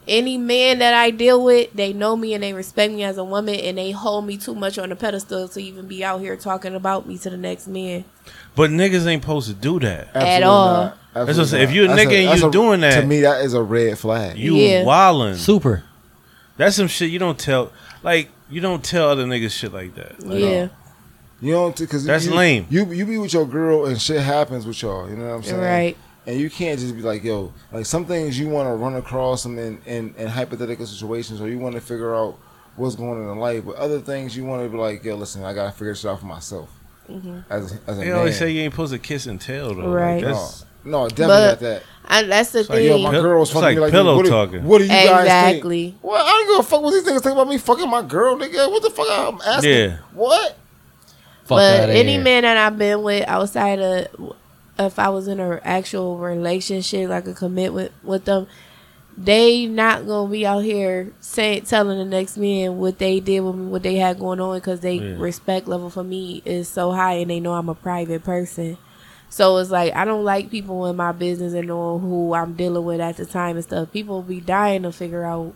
Speaker 5: any man that I deal with, they know me and they respect me as a woman and they hold me too much on a pedestal to even be out here talking about me to the next man.
Speaker 2: But niggas ain't supposed to do that.
Speaker 5: At
Speaker 4: Absolutely
Speaker 5: all.
Speaker 4: not.
Speaker 2: what I'm
Speaker 4: Absolutely
Speaker 2: saying. If
Speaker 4: not.
Speaker 2: you a
Speaker 4: That's
Speaker 2: nigga and
Speaker 4: that's
Speaker 2: you
Speaker 4: a-
Speaker 2: doing that-
Speaker 4: to me that is a red flag.
Speaker 2: You
Speaker 5: Yeah.
Speaker 2: wildin'.
Speaker 3: Super.
Speaker 2: That's some shit you don't tell. Like you don't tell other niggas shit like that. Like,
Speaker 5: yeah,
Speaker 4: You don't because
Speaker 2: That's
Speaker 4: you,
Speaker 2: lame.
Speaker 4: You you be with your girl and shit happens with y'all. You know what I'm saying?
Speaker 5: right.
Speaker 4: And you can't just be like, yo, like some things you want to run across them in, in, in hypothetical situations or you want to figure out what's going on in life. But other things you want to be like, yo, listen, I got to figure this out for myself.
Speaker 5: Mm-hmm.
Speaker 4: As, a- as a
Speaker 2: They
Speaker 4: man.
Speaker 2: always say you ain't supposed to kiss and tell though.
Speaker 5: Right.
Speaker 2: Like, that's,
Speaker 4: no, no, definitely
Speaker 5: But-
Speaker 4: not that.
Speaker 5: I, that's the
Speaker 2: like,
Speaker 4: Like, yo,
Speaker 5: thing.
Speaker 4: my
Speaker 2: Pill-
Speaker 4: girl's
Speaker 2: it's
Speaker 4: fucking
Speaker 2: like
Speaker 4: me like
Speaker 2: pillow
Speaker 4: what do-
Speaker 2: talking.
Speaker 4: What do you guys think?
Speaker 5: exactly.
Speaker 4: Well, I don't give a fuck what these niggas think about me fucking my girl, nigga. What the fuck I'm asking?
Speaker 2: Yeah.
Speaker 4: What?
Speaker 3: Fuck
Speaker 5: but
Speaker 3: outta
Speaker 5: any
Speaker 3: here.
Speaker 5: man that I've been with outside of if I was in an actual relationship, like a commitment with them, they not gonna be out here saying telling the next man what they did with me, what they had going on, because they
Speaker 2: Yeah.
Speaker 5: respect level for me is so high, and they know I'm a private person. So it's like I don't like people in my business and knowing who I'm dealing with at the time and stuff. People be dying to figure out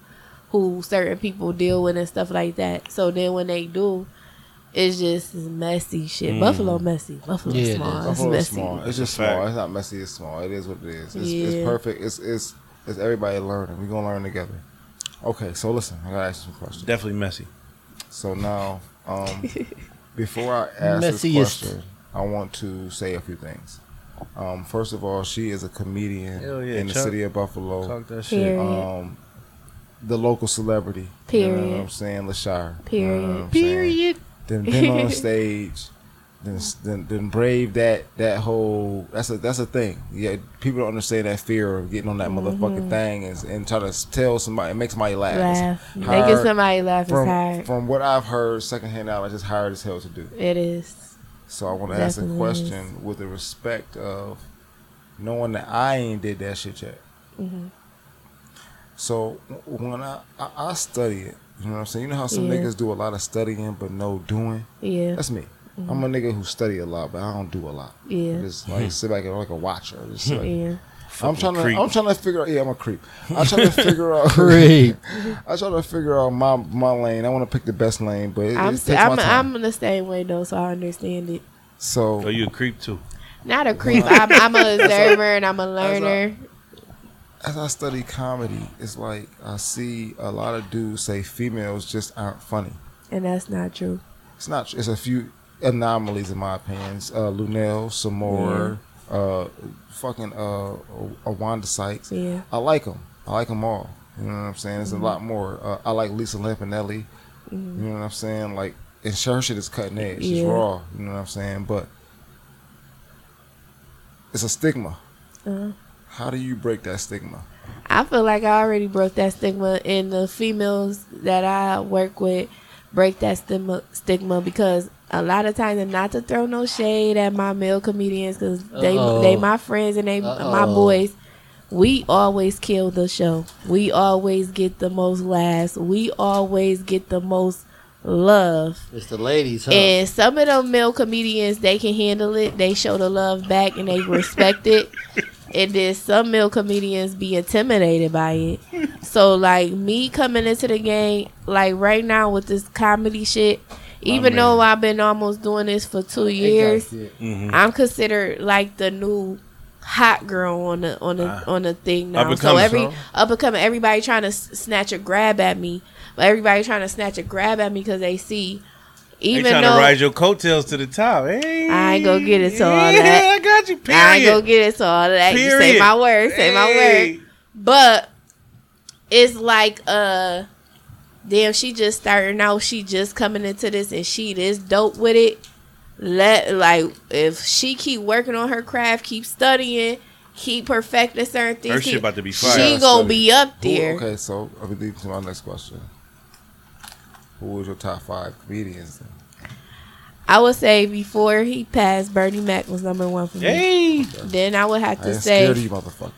Speaker 5: who certain people deal with and stuff like that. So then when they do, It's just it's messy shit. Buffalo messy. Buffalo
Speaker 3: Mm. Yeah, it
Speaker 5: small.
Speaker 3: is.
Speaker 5: It's
Speaker 4: Buffalo is
Speaker 5: Oh, messy.
Speaker 4: small. It's just
Speaker 2: Fact.
Speaker 4: small. It's not messy. It's small. It is what it is. It's,
Speaker 5: Yeah.
Speaker 4: it's perfect. It's it's it's everybody learning. We gonna learn together. Okay, so listen, I gotta ask you some questions.
Speaker 2: Definitely messy.
Speaker 4: So now, um, before I ask
Speaker 3: Messiest.
Speaker 4: this question, I want to say a few things. Um, first of all, she is a comedian
Speaker 2: Hell yeah,
Speaker 4: in the
Speaker 2: Chuck.
Speaker 4: city of Buffalo.
Speaker 2: Talk that shit.
Speaker 5: Period.
Speaker 4: Um, the local celebrity. You know what
Speaker 5: Period.
Speaker 4: I'm saying? LaShire. You know what I'm
Speaker 5: Period.
Speaker 4: saying? Then been on stage. Then, then, then brave that that whole that's a that's a thing. Yeah, people don't understand that fear of getting on that
Speaker 5: Mm-hmm.
Speaker 4: motherfucking thing and, and try to tell somebody and make somebody laugh. It's
Speaker 5: Laugh.
Speaker 4: hard
Speaker 5: Making somebody laugh is
Speaker 4: from,
Speaker 5: hard.
Speaker 4: from what I've heard, secondhand knowledge is hard as hell to do.
Speaker 5: It is.
Speaker 4: So I want to ask a
Speaker 5: Definitely
Speaker 4: question with the respect of knowing that I ain't did that shit yet.
Speaker 5: Mm-hmm.
Speaker 4: So w- when I, I I study it, you know what I'm saying. You know how some
Speaker 5: Yeah.
Speaker 4: niggas do a lot of studying but no doing.
Speaker 5: Yeah.
Speaker 4: That's me. I'm a nigga who study a lot, but I don't do a lot.
Speaker 5: Mm-hmm. Yeah.
Speaker 4: I just like sit back and like a watcher. Just, like-
Speaker 5: Yeah.
Speaker 4: I'm trying to.
Speaker 2: creep.
Speaker 4: I'm trying to figure out. Yeah, I'm a creep. I'm trying to figure out.
Speaker 3: Great.
Speaker 4: I try to figure out my my lane. I want to pick the best lane, but it,
Speaker 5: I'm
Speaker 4: it
Speaker 5: s-
Speaker 4: takes my
Speaker 5: I'm
Speaker 4: time.
Speaker 5: I'm the same way though, so I understand it.
Speaker 4: so
Speaker 2: Oh, you a creep too.
Speaker 5: Not a creep. I'm I'm an observer and I'm a learner.
Speaker 4: as I study comedy, it's like I see a lot of dudes say females just aren't funny.
Speaker 5: And that's not true.
Speaker 4: It's not. tr- It's a few anomalies in my opinions. Uh, Lunel, Samora, uh, fucking uh, uh, Wanda Sykes.
Speaker 5: Yeah. Mm-hmm.
Speaker 4: I like them. I like them all. You know what I'm saying? There's a lot more. Uh, I like Lisa Lampanelli. You know what I'm saying? Like, and her shit is cutting edge. She's
Speaker 5: Yeah.
Speaker 4: raw. You know what I'm saying? But it's a stigma.
Speaker 5: Uh,
Speaker 4: How do you break that stigma?
Speaker 5: I feel like I already broke that stigma, and the females that I work with break that stigma stigma because a lot of times, and not to throw no shade at my male comedians, because they
Speaker 3: Uh-oh.
Speaker 5: they my friends and they my
Speaker 3: Uh-oh.
Speaker 5: boys. We always kill the show. We always get the most laughs. We always get the most love.
Speaker 3: It's the ladies, huh?
Speaker 5: And some of them male comedians, they can handle it. They show the love back and they respect it. And then some male comedians be intimidated by it. So like me coming into the game, like right now with this comedy shit, even
Speaker 2: man.
Speaker 5: though I've been almost doing this for two years,
Speaker 2: Mm-hmm.
Speaker 5: I'm considered like the new hot girl on the on the
Speaker 2: Ah.
Speaker 5: on the thing
Speaker 2: Up
Speaker 5: now.
Speaker 2: and
Speaker 5: So
Speaker 2: coming,
Speaker 5: every
Speaker 2: huh?
Speaker 5: up and coming, everybody trying to s- snatch a grab at me, but everybody trying to snatch a grab at me because they see.
Speaker 2: They
Speaker 5: Even
Speaker 2: trying
Speaker 5: though
Speaker 2: to ride your coattails to the top. Hey,
Speaker 5: I ain't gonna get into all
Speaker 2: yeah, I
Speaker 5: that.
Speaker 2: got you. Period.
Speaker 5: I ain't gonna get into all that. You say
Speaker 2: Period.
Speaker 5: my word, say my
Speaker 2: Hey.
Speaker 5: word. But it's like uh damn, she just starting out, she just coming into this and she this dope with it. Let like if she keep working on her craft, keep studying, keep perfecting certain things.
Speaker 2: Her
Speaker 5: keep-
Speaker 2: shit about to be
Speaker 5: she
Speaker 2: fire.
Speaker 5: gonna be up
Speaker 4: Who-
Speaker 5: there.
Speaker 4: okay, so I will lead to my next question. Who was your top five comedians? Then?
Speaker 5: I would say before he passed, Bernie Mac was number one for me.
Speaker 2: Hey,
Speaker 5: Then I would have
Speaker 4: I
Speaker 5: to
Speaker 4: ain't
Speaker 5: say
Speaker 4: scared of you motherfuckers.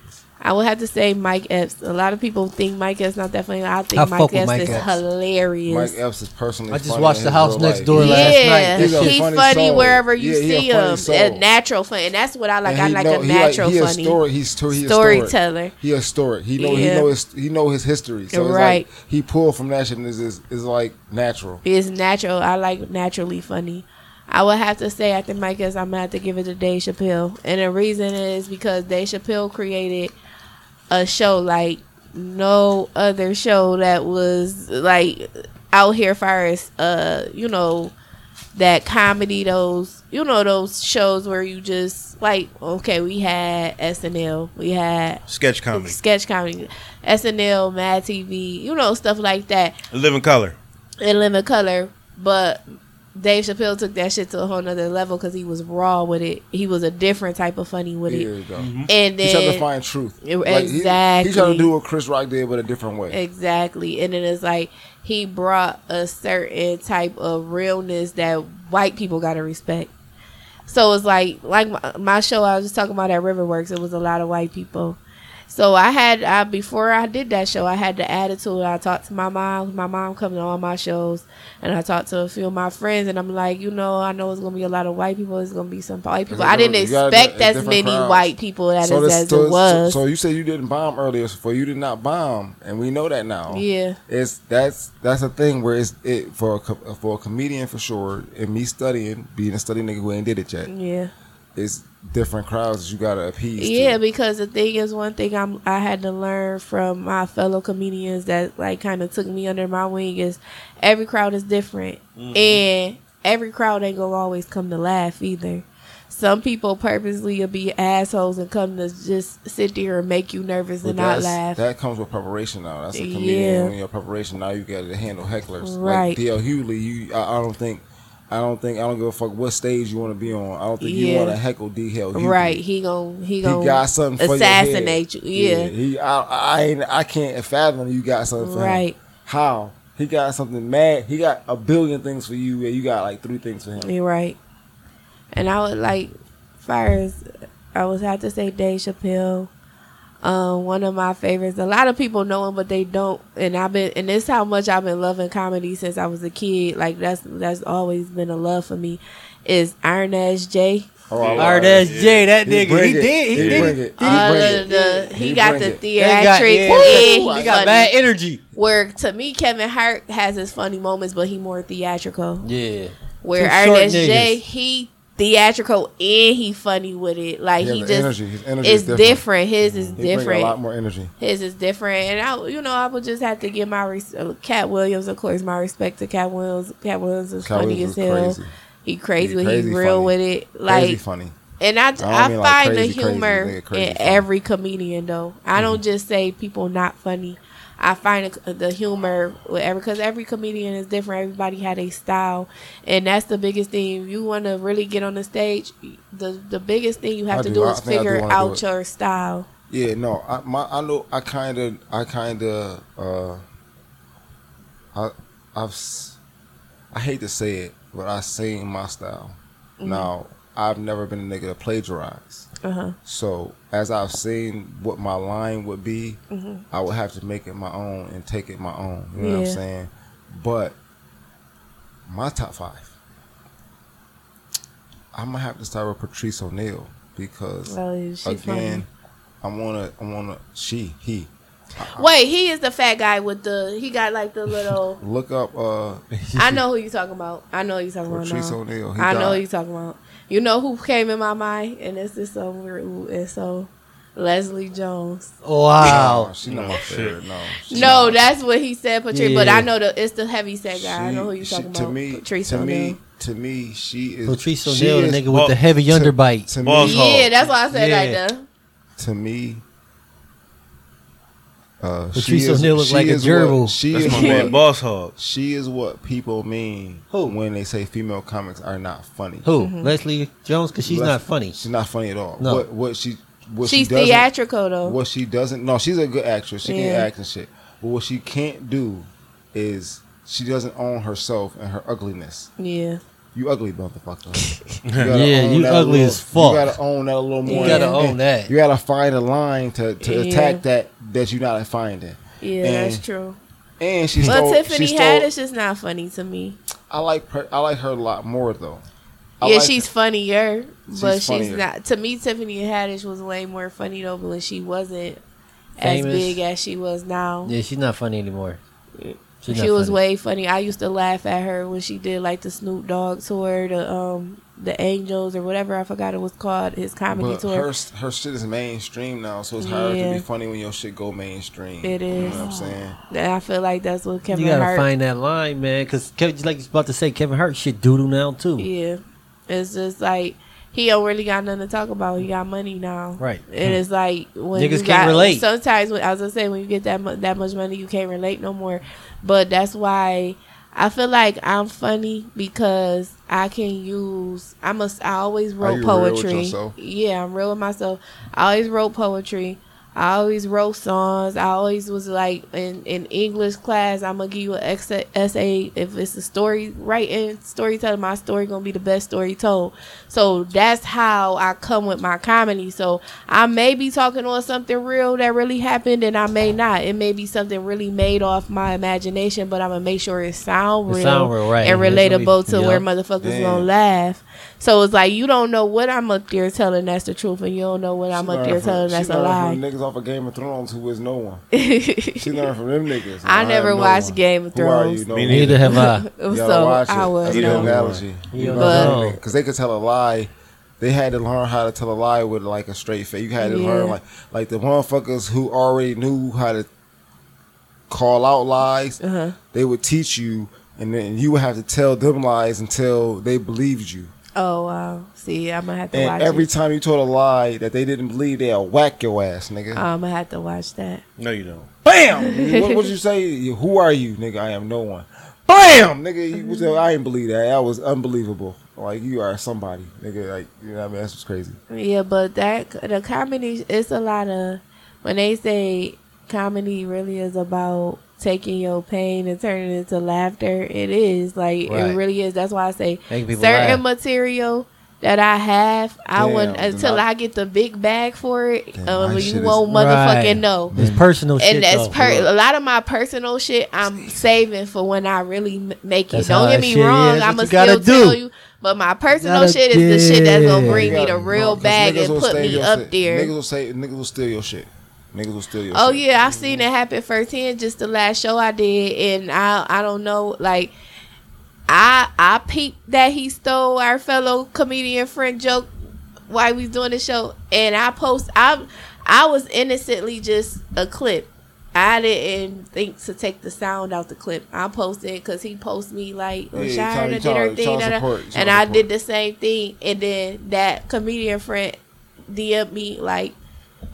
Speaker 5: I would have to say Mike Epps. A lot of people think Mike Epps not that funny. I think
Speaker 3: I fuck
Speaker 5: Mike
Speaker 3: with
Speaker 5: Epps
Speaker 3: Mike
Speaker 5: is
Speaker 3: Epps.
Speaker 5: hilarious.
Speaker 4: Mike Epps is personally.
Speaker 3: I just
Speaker 4: funny
Speaker 3: watched
Speaker 4: in
Speaker 3: The
Speaker 4: his
Speaker 3: House
Speaker 4: real
Speaker 3: Next
Speaker 4: life.
Speaker 3: Door last
Speaker 5: yeah,
Speaker 3: night.
Speaker 5: he's
Speaker 4: He's a
Speaker 5: funny,
Speaker 4: funny soul.
Speaker 5: wherever you
Speaker 4: Yeah, he a
Speaker 5: see
Speaker 4: funny
Speaker 5: him.
Speaker 4: soul.
Speaker 5: A natural funny, and that's what I like.
Speaker 4: And
Speaker 5: I
Speaker 4: he
Speaker 5: like
Speaker 4: know-
Speaker 5: a
Speaker 4: he like-
Speaker 5: natural
Speaker 4: he
Speaker 5: funny
Speaker 4: A story, he's to- he a story.
Speaker 5: storyteller.
Speaker 4: He a story. He know.
Speaker 5: Yeah.
Speaker 4: He know his. He know his history. So
Speaker 5: Right.
Speaker 4: it's like he pulled from that shit and is is, is like natural.
Speaker 5: It's natural. I like naturally funny. I would have to say after Mike Epps, I'm gonna have to give it to Dave Chappelle, and the reason is because Dave Chappelle created a show like no other show that was like out here far as uh you know that comedy those you know those shows where you just like okay we had SNL we had
Speaker 2: sketch comedy.
Speaker 5: sketch comedy SNL Mad TV you know stuff like that
Speaker 2: Live in color.
Speaker 5: in Living Color, but Dave Chappelle took that shit to a whole nother level because he was raw with it. He was a different type of funny with
Speaker 4: Here
Speaker 5: it.
Speaker 4: you go.
Speaker 5: And
Speaker 4: He tried to
Speaker 5: then
Speaker 4: find truth.
Speaker 5: It-
Speaker 4: he- He, tried
Speaker 5: exactly.
Speaker 4: to do what Chris Rock did, but a different way.
Speaker 5: exactly, and then it's like he brought a certain type of realness that white people gotta respect. So it's like like my, my show I was just talking about at Riverworks. It was a lot of white people, So I had I before I did that show, I had the attitude. I talked to my mom. My mom coming to all my shows, and I talked to a few of my friends, and I'm like, you know, I know it's gonna be a lot of white people. It's gonna be some white people. I didn't
Speaker 4: You gotta-
Speaker 5: expect
Speaker 4: it's
Speaker 5: as
Speaker 4: different
Speaker 5: many
Speaker 4: crowds.
Speaker 5: white people that
Speaker 4: so,
Speaker 5: as,
Speaker 4: this,
Speaker 5: as
Speaker 4: so,
Speaker 5: it
Speaker 4: so,
Speaker 5: was.
Speaker 4: so you said you didn't bomb earlier, so for you did not bomb, and we know that now.
Speaker 5: yeah,
Speaker 4: It's that's that's a thing where it's it for a, co- for a comedian for sure, and me studying being a study nigga who ain't did it yet.
Speaker 5: yeah.
Speaker 4: It's different crowds that you gotta appease. to.
Speaker 5: Yeah, because the thing is, one thing I'm I had to learn from my fellow comedians that like kind of took me under my wing is every crowd is different,
Speaker 4: Mm-hmm.
Speaker 5: and every crowd ain't gonna always come to laugh either. Some people purposely will be assholes and come to just sit there and make you nervous
Speaker 4: But
Speaker 5: and not
Speaker 4: that's-
Speaker 5: laugh.
Speaker 4: That comes with preparation now. That's a comedian.
Speaker 5: Yeah.
Speaker 4: When your preparation now, you got to handle hecklers.
Speaker 5: Right.
Speaker 4: Like DL Hughley, you. I, I don't think. I don't think. I don't give a fuck what stage you want to be on. I don't think you
Speaker 5: Yeah.
Speaker 4: want to heckle DL Hughley.
Speaker 5: right? He gon' he
Speaker 4: He
Speaker 5: gon'
Speaker 4: got something for
Speaker 5: assassinate
Speaker 4: your head.
Speaker 5: you. Yeah,
Speaker 4: He. I. I ain't. I can't fathom you got something for him.
Speaker 5: right.
Speaker 4: How he got something mad. He got a billion things for you, and you got like three things for him.
Speaker 5: You're right. And I would like, far as I would have to say, Dave Chappelle. Um, one of my favorites. A lot of people know him, but they don't. And I've been, and this how much I've been loving comedy since I was a kid. Like that's that's always been a love for me. Is Iron Ass J.
Speaker 4: Oh, I-
Speaker 3: Hard ass Jay, that
Speaker 4: He
Speaker 3: nigga.
Speaker 4: bring
Speaker 3: He
Speaker 4: it.
Speaker 3: did. He did.
Speaker 4: bring
Speaker 3: it.
Speaker 4: it. He
Speaker 5: All
Speaker 4: bring
Speaker 5: of
Speaker 4: it.
Speaker 5: the he,
Speaker 4: He
Speaker 5: got
Speaker 4: bring
Speaker 5: the
Speaker 4: it.
Speaker 5: theatrics.
Speaker 3: They got- yeah,
Speaker 5: Yeah, he
Speaker 3: He got
Speaker 5: funny.
Speaker 3: bad energy.
Speaker 5: Where to me, Kevin Hart has his funny moments, but he more theatrical.
Speaker 3: Yeah.
Speaker 5: Where
Speaker 3: Two short
Speaker 5: Ernest J,
Speaker 3: niggas.
Speaker 5: he theatrical and he funny with it. Like
Speaker 4: Yeah,
Speaker 5: he
Speaker 4: the
Speaker 5: just
Speaker 4: energy. His energy
Speaker 5: it's
Speaker 4: is
Speaker 5: different.
Speaker 4: different.
Speaker 5: His is
Speaker 4: He bring a lot
Speaker 5: different.
Speaker 4: more energy.
Speaker 5: His is different, and I, you know, I would just have to give my res- uh, Cat Williams, of course, my respect to Cat Williams. Cat Williams is
Speaker 4: Kyle
Speaker 5: funny
Speaker 4: Williams
Speaker 5: as
Speaker 4: was
Speaker 5: hell.
Speaker 4: crazy.
Speaker 5: He crazy,
Speaker 4: He
Speaker 5: when
Speaker 4: crazy
Speaker 5: he real
Speaker 4: funny.
Speaker 5: with it. Like,
Speaker 4: crazy funny.
Speaker 5: and I,
Speaker 4: don't
Speaker 5: I,
Speaker 4: mean, like,
Speaker 5: find
Speaker 4: crazy,
Speaker 5: the
Speaker 4: crazy.
Speaker 5: humor
Speaker 4: Nigga, crazy Mm-hmm.
Speaker 5: in
Speaker 4: funny.
Speaker 5: every comedian though. I don't just say people not funny. I find the- the humor with every because every comedian is different. Everybody had a style, and that's the biggest thing. If you want to really get on the stage, the the biggest thing you have
Speaker 4: I
Speaker 5: to
Speaker 4: do.
Speaker 5: do,
Speaker 4: I
Speaker 5: is
Speaker 4: think I do
Speaker 5: figure
Speaker 4: wanna do
Speaker 5: out
Speaker 4: it.
Speaker 5: your style.
Speaker 4: Yeah, no, I my I know I kind of I kind of uh I I've s- I hate to say it, but I seen my style.
Speaker 5: Mm-hmm.
Speaker 4: Now I've never been a nigga to plagiarize.
Speaker 5: Uh huh.
Speaker 4: So as I've seen what my line would be, I would have to make it my own and take it my own. You know what
Speaker 5: Mm-hmm. Yeah.
Speaker 4: I'm saying? But my top five, I'm gonna have to start with Patrice O'Neal because
Speaker 5: Well, she's
Speaker 4: again, I'm on a I'm on a she he.
Speaker 5: funny. Wait, he is the fat guy with the he got like the little.
Speaker 4: Look up uh
Speaker 5: I know who you talking about. I know who you talking about.
Speaker 4: Patrice
Speaker 5: now.
Speaker 4: O'Neal. Oh, He
Speaker 5: I know
Speaker 4: died.
Speaker 5: who you talking about. You know who came in my mind, and this is so weird. And so Leslie Jones.
Speaker 4: No,
Speaker 3: Oh, Wow.
Speaker 4: she not my favorite. No, she
Speaker 5: No,
Speaker 4: not.
Speaker 5: that's what he said, Patrice. But
Speaker 3: Yeah.
Speaker 5: I know the it's the heavy set guy. I know who you
Speaker 4: She-
Speaker 5: talking
Speaker 4: she-
Speaker 5: about.
Speaker 4: To me,
Speaker 5: Patrice
Speaker 4: to me,
Speaker 5: O'Neal.
Speaker 4: to me, she is
Speaker 3: Patrice
Speaker 4: she
Speaker 3: O'Neal, the
Speaker 4: is-
Speaker 3: nigga
Speaker 2: Well,
Speaker 3: with the heavy
Speaker 4: to-
Speaker 3: underbite.
Speaker 4: To
Speaker 2: Balls
Speaker 4: me,
Speaker 2: hole.
Speaker 5: Yeah, that's why I said
Speaker 3: Yeah.
Speaker 5: like that.
Speaker 4: to me, uh,
Speaker 3: Patrice O'Neal look
Speaker 4: she
Speaker 3: like a
Speaker 4: is
Speaker 3: gerbil.
Speaker 4: What, she
Speaker 2: That's
Speaker 4: is
Speaker 2: my
Speaker 4: what,
Speaker 2: man, Boss Hog.
Speaker 4: She is what people mean
Speaker 3: Who?
Speaker 4: when they say female comics are not funny.
Speaker 3: Who?
Speaker 5: Mm-hmm.
Speaker 3: Leslie Jones? Because she's
Speaker 4: Les-
Speaker 3: not funny.
Speaker 4: She's not funny at all.
Speaker 3: No.
Speaker 4: What what she what
Speaker 5: She's
Speaker 4: she doesn't,
Speaker 5: theatrical though.
Speaker 4: What she doesn't no, she's a good actress. She can
Speaker 5: Yeah.
Speaker 4: act and shit. But what she can't do is she doesn't own herself and her ugliness.
Speaker 5: Yeah,
Speaker 4: You ugly motherfucker. You
Speaker 3: Yeah,
Speaker 4: own
Speaker 3: you
Speaker 4: that a
Speaker 3: ugly
Speaker 4: little-
Speaker 3: as fuck.
Speaker 4: You gotta own that a little more.
Speaker 5: gotta
Speaker 4: And-
Speaker 3: own
Speaker 4: and
Speaker 3: that.
Speaker 4: You gotta find a line to, to
Speaker 5: Yeah.
Speaker 4: attack that that you're not finding.
Speaker 5: yeah,
Speaker 4: And-
Speaker 5: that's true.
Speaker 4: And she
Speaker 5: But
Speaker 4: stole.
Speaker 5: Tiffany
Speaker 4: she stole,
Speaker 5: Haddish is not funny to me.
Speaker 4: I like her, I like her a lot more though. I
Speaker 5: yeah,
Speaker 4: like
Speaker 5: she's funnier, but she's,
Speaker 4: funnier.
Speaker 5: not. To me, Tiffany Haddish was way more funny though, but when she wasn't
Speaker 3: Famous.
Speaker 5: as big as she was now.
Speaker 3: Yeah, she's not funny anymore. She's
Speaker 5: she
Speaker 3: not
Speaker 5: was
Speaker 3: funny.
Speaker 5: way funny. I used to laugh at her when she did like the Snoop Dogg tour, the um, the Angels or whatever I forgot it was called, his comedy
Speaker 4: But
Speaker 5: tour.
Speaker 4: her her shit is mainstream now, so it's hard to
Speaker 5: Yeah.
Speaker 4: be funny when your shit go mainstream.
Speaker 5: It
Speaker 4: You know
Speaker 5: is.
Speaker 4: what I'm saying?
Speaker 5: and I feel like that's what Kevin
Speaker 3: You gotta
Speaker 5: Hart.
Speaker 3: find that line, man. Because like you about to say, Kevin Hart shit doodle now too.
Speaker 5: yeah, it's just like he don't really got nothing to talk about. He got money now.
Speaker 3: Right.
Speaker 5: And it's like when
Speaker 3: Niggas
Speaker 5: you
Speaker 3: can't
Speaker 5: got-
Speaker 3: relate.
Speaker 5: Sometimes, when, I was gonna say, when you get that mu- that much money, you can't relate no more. But that's why I feel like I'm funny because I can use. I must. I always
Speaker 4: Are
Speaker 5: wrote
Speaker 4: you real with
Speaker 5: poetry.
Speaker 4: yourself?
Speaker 5: yeah, I'm real with myself. I always wrote poetry. I always wrote songs. I always was like in, in English class, I'm gonna give you an ex- essay. If it's a story writing, storytelling, my story gonna be the best story told. So that's how I come with my comedy. So I may be talking on something real that really happened, and I may not. It may be something really made off my imagination, but I'm gonna make sure it sound
Speaker 3: It
Speaker 5: real,
Speaker 3: sound real, right.
Speaker 5: and
Speaker 3: It's gonna be-
Speaker 5: relatable to where
Speaker 3: yeah.
Speaker 5: motherfuckers
Speaker 4: Yeah.
Speaker 5: gonna laugh. So it's like you don't know what I'm up there telling that's the truth, and you don't know what I'm
Speaker 4: She
Speaker 5: up there
Speaker 4: learned
Speaker 5: telling
Speaker 4: from-
Speaker 5: that's
Speaker 4: she
Speaker 5: a
Speaker 4: learned
Speaker 5: lie.
Speaker 4: from niggas off of Game of Thrones who is no one. She
Speaker 5: I
Speaker 4: learned from them niggas.
Speaker 5: never
Speaker 4: am no
Speaker 5: watched
Speaker 4: one.
Speaker 5: Game of
Speaker 4: Who are
Speaker 5: Thrones,
Speaker 4: you? No
Speaker 2: Me
Speaker 4: one.
Speaker 3: Neither have I.
Speaker 4: You gotta
Speaker 5: so
Speaker 4: watch
Speaker 5: I
Speaker 4: it.
Speaker 5: was
Speaker 4: That's a good
Speaker 5: no.
Speaker 3: know.
Speaker 4: analogy.
Speaker 3: You don't
Speaker 5: But-
Speaker 3: know.
Speaker 4: because they could tell a lie. They had to learn how to tell a lie with like a straight face. You had to
Speaker 5: Yeah.
Speaker 4: learn like like the motherfuckers who already knew how to call out lies.
Speaker 5: Uh-huh.
Speaker 4: They would teach you, and then you would have to tell them lies until they believed you.
Speaker 5: Oh wow! See, I'm gonna have to watch
Speaker 4: And every
Speaker 5: it.
Speaker 4: time you told a lie that they didn't believe, they'll whack your ass, nigga.
Speaker 5: I'm gonna have to watch that.
Speaker 2: No, you don't.
Speaker 4: Bam! what would you say? You- Who are you, nigga? I am no one. Bam! Nigga, you, was- I didn't believe that. That was unbelievable. Like, you are somebody, nigga. Like, you know what I mean? That's just crazy.
Speaker 5: Yeah, but that the comedy it's a lot of when they say comedy really is about taking your pain and turning it into laughter. It is like
Speaker 3: Right.
Speaker 5: it really is. That's why I say
Speaker 3: Making people
Speaker 5: certain
Speaker 3: laugh.
Speaker 5: material that I have, I
Speaker 4: Damn,
Speaker 5: wouldn't
Speaker 4: then
Speaker 5: until
Speaker 4: I-
Speaker 5: I get the big bag for it.
Speaker 4: Damn,
Speaker 5: um,
Speaker 4: my
Speaker 5: you
Speaker 4: shit
Speaker 5: won't
Speaker 4: is-
Speaker 5: motherfucking
Speaker 3: Right.
Speaker 5: know.
Speaker 3: It's personal shit.
Speaker 5: And
Speaker 3: though.
Speaker 5: that's per- a lot of my personal shit. I'm saving for when I really m- make it.
Speaker 3: That's how
Speaker 5: Don't get
Speaker 3: that
Speaker 5: me
Speaker 3: shit
Speaker 5: wrong.
Speaker 3: is. That's
Speaker 5: I'ma
Speaker 3: what you gotta
Speaker 5: still tell
Speaker 3: do.
Speaker 5: you, but my personal
Speaker 3: Gotta-
Speaker 5: shit is the shit that's gonna
Speaker 3: yeah.
Speaker 5: bring me
Speaker 4: Yeah,
Speaker 5: the real
Speaker 4: no, 'cause
Speaker 5: bag
Speaker 4: niggas
Speaker 5: and
Speaker 4: will
Speaker 5: put
Speaker 4: steal
Speaker 5: me
Speaker 4: your
Speaker 5: up
Speaker 4: shit.
Speaker 5: there.
Speaker 4: Niggas will say niggas will steal your shit. Niggas will steal your
Speaker 5: Oh
Speaker 4: shit.
Speaker 5: yeah, I've seen it happen firsthand. Just the last show I did, and I I don't know like. I I peeped that he stole our fellow comedian friend joke while we was doing the show, and I post I I was innocently just a clip. I didn't think to take the sound out the clip. I posted because he posted me like
Speaker 4: Yeah,
Speaker 5: "Oh, when
Speaker 4: you
Speaker 5: yeah,
Speaker 4: try-
Speaker 5: Shirena
Speaker 4: you
Speaker 5: did
Speaker 4: try-
Speaker 5: her
Speaker 4: you try
Speaker 5: thing, da, da,
Speaker 4: support, you try
Speaker 5: and I
Speaker 4: support.
Speaker 5: did the same thing. And then that comedian friend DM me like,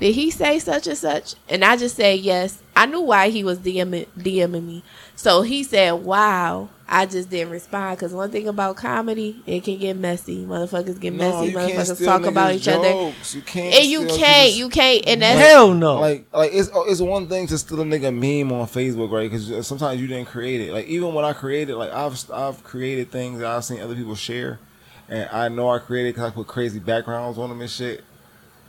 Speaker 5: "Did he say such and such?" And I just said yes. I knew why he was DMing, DMing me. So he said, "Wow." I just didn't respond because one thing about comedy, it can get messy. Motherfuckers get messy. Motherfuckers talk about each other,
Speaker 4: You can't.
Speaker 5: and you
Speaker 4: steal
Speaker 5: can't,
Speaker 4: people's-
Speaker 5: you can't, and that's
Speaker 3: Hell no.
Speaker 4: Like, like it's oh, it's one thing to steal a nigga meme on Facebook, right? Because sometimes you didn't create it. Like even when I created, like I've I've created things that I've seen other people share, and I know I created because I put crazy backgrounds on them and shit.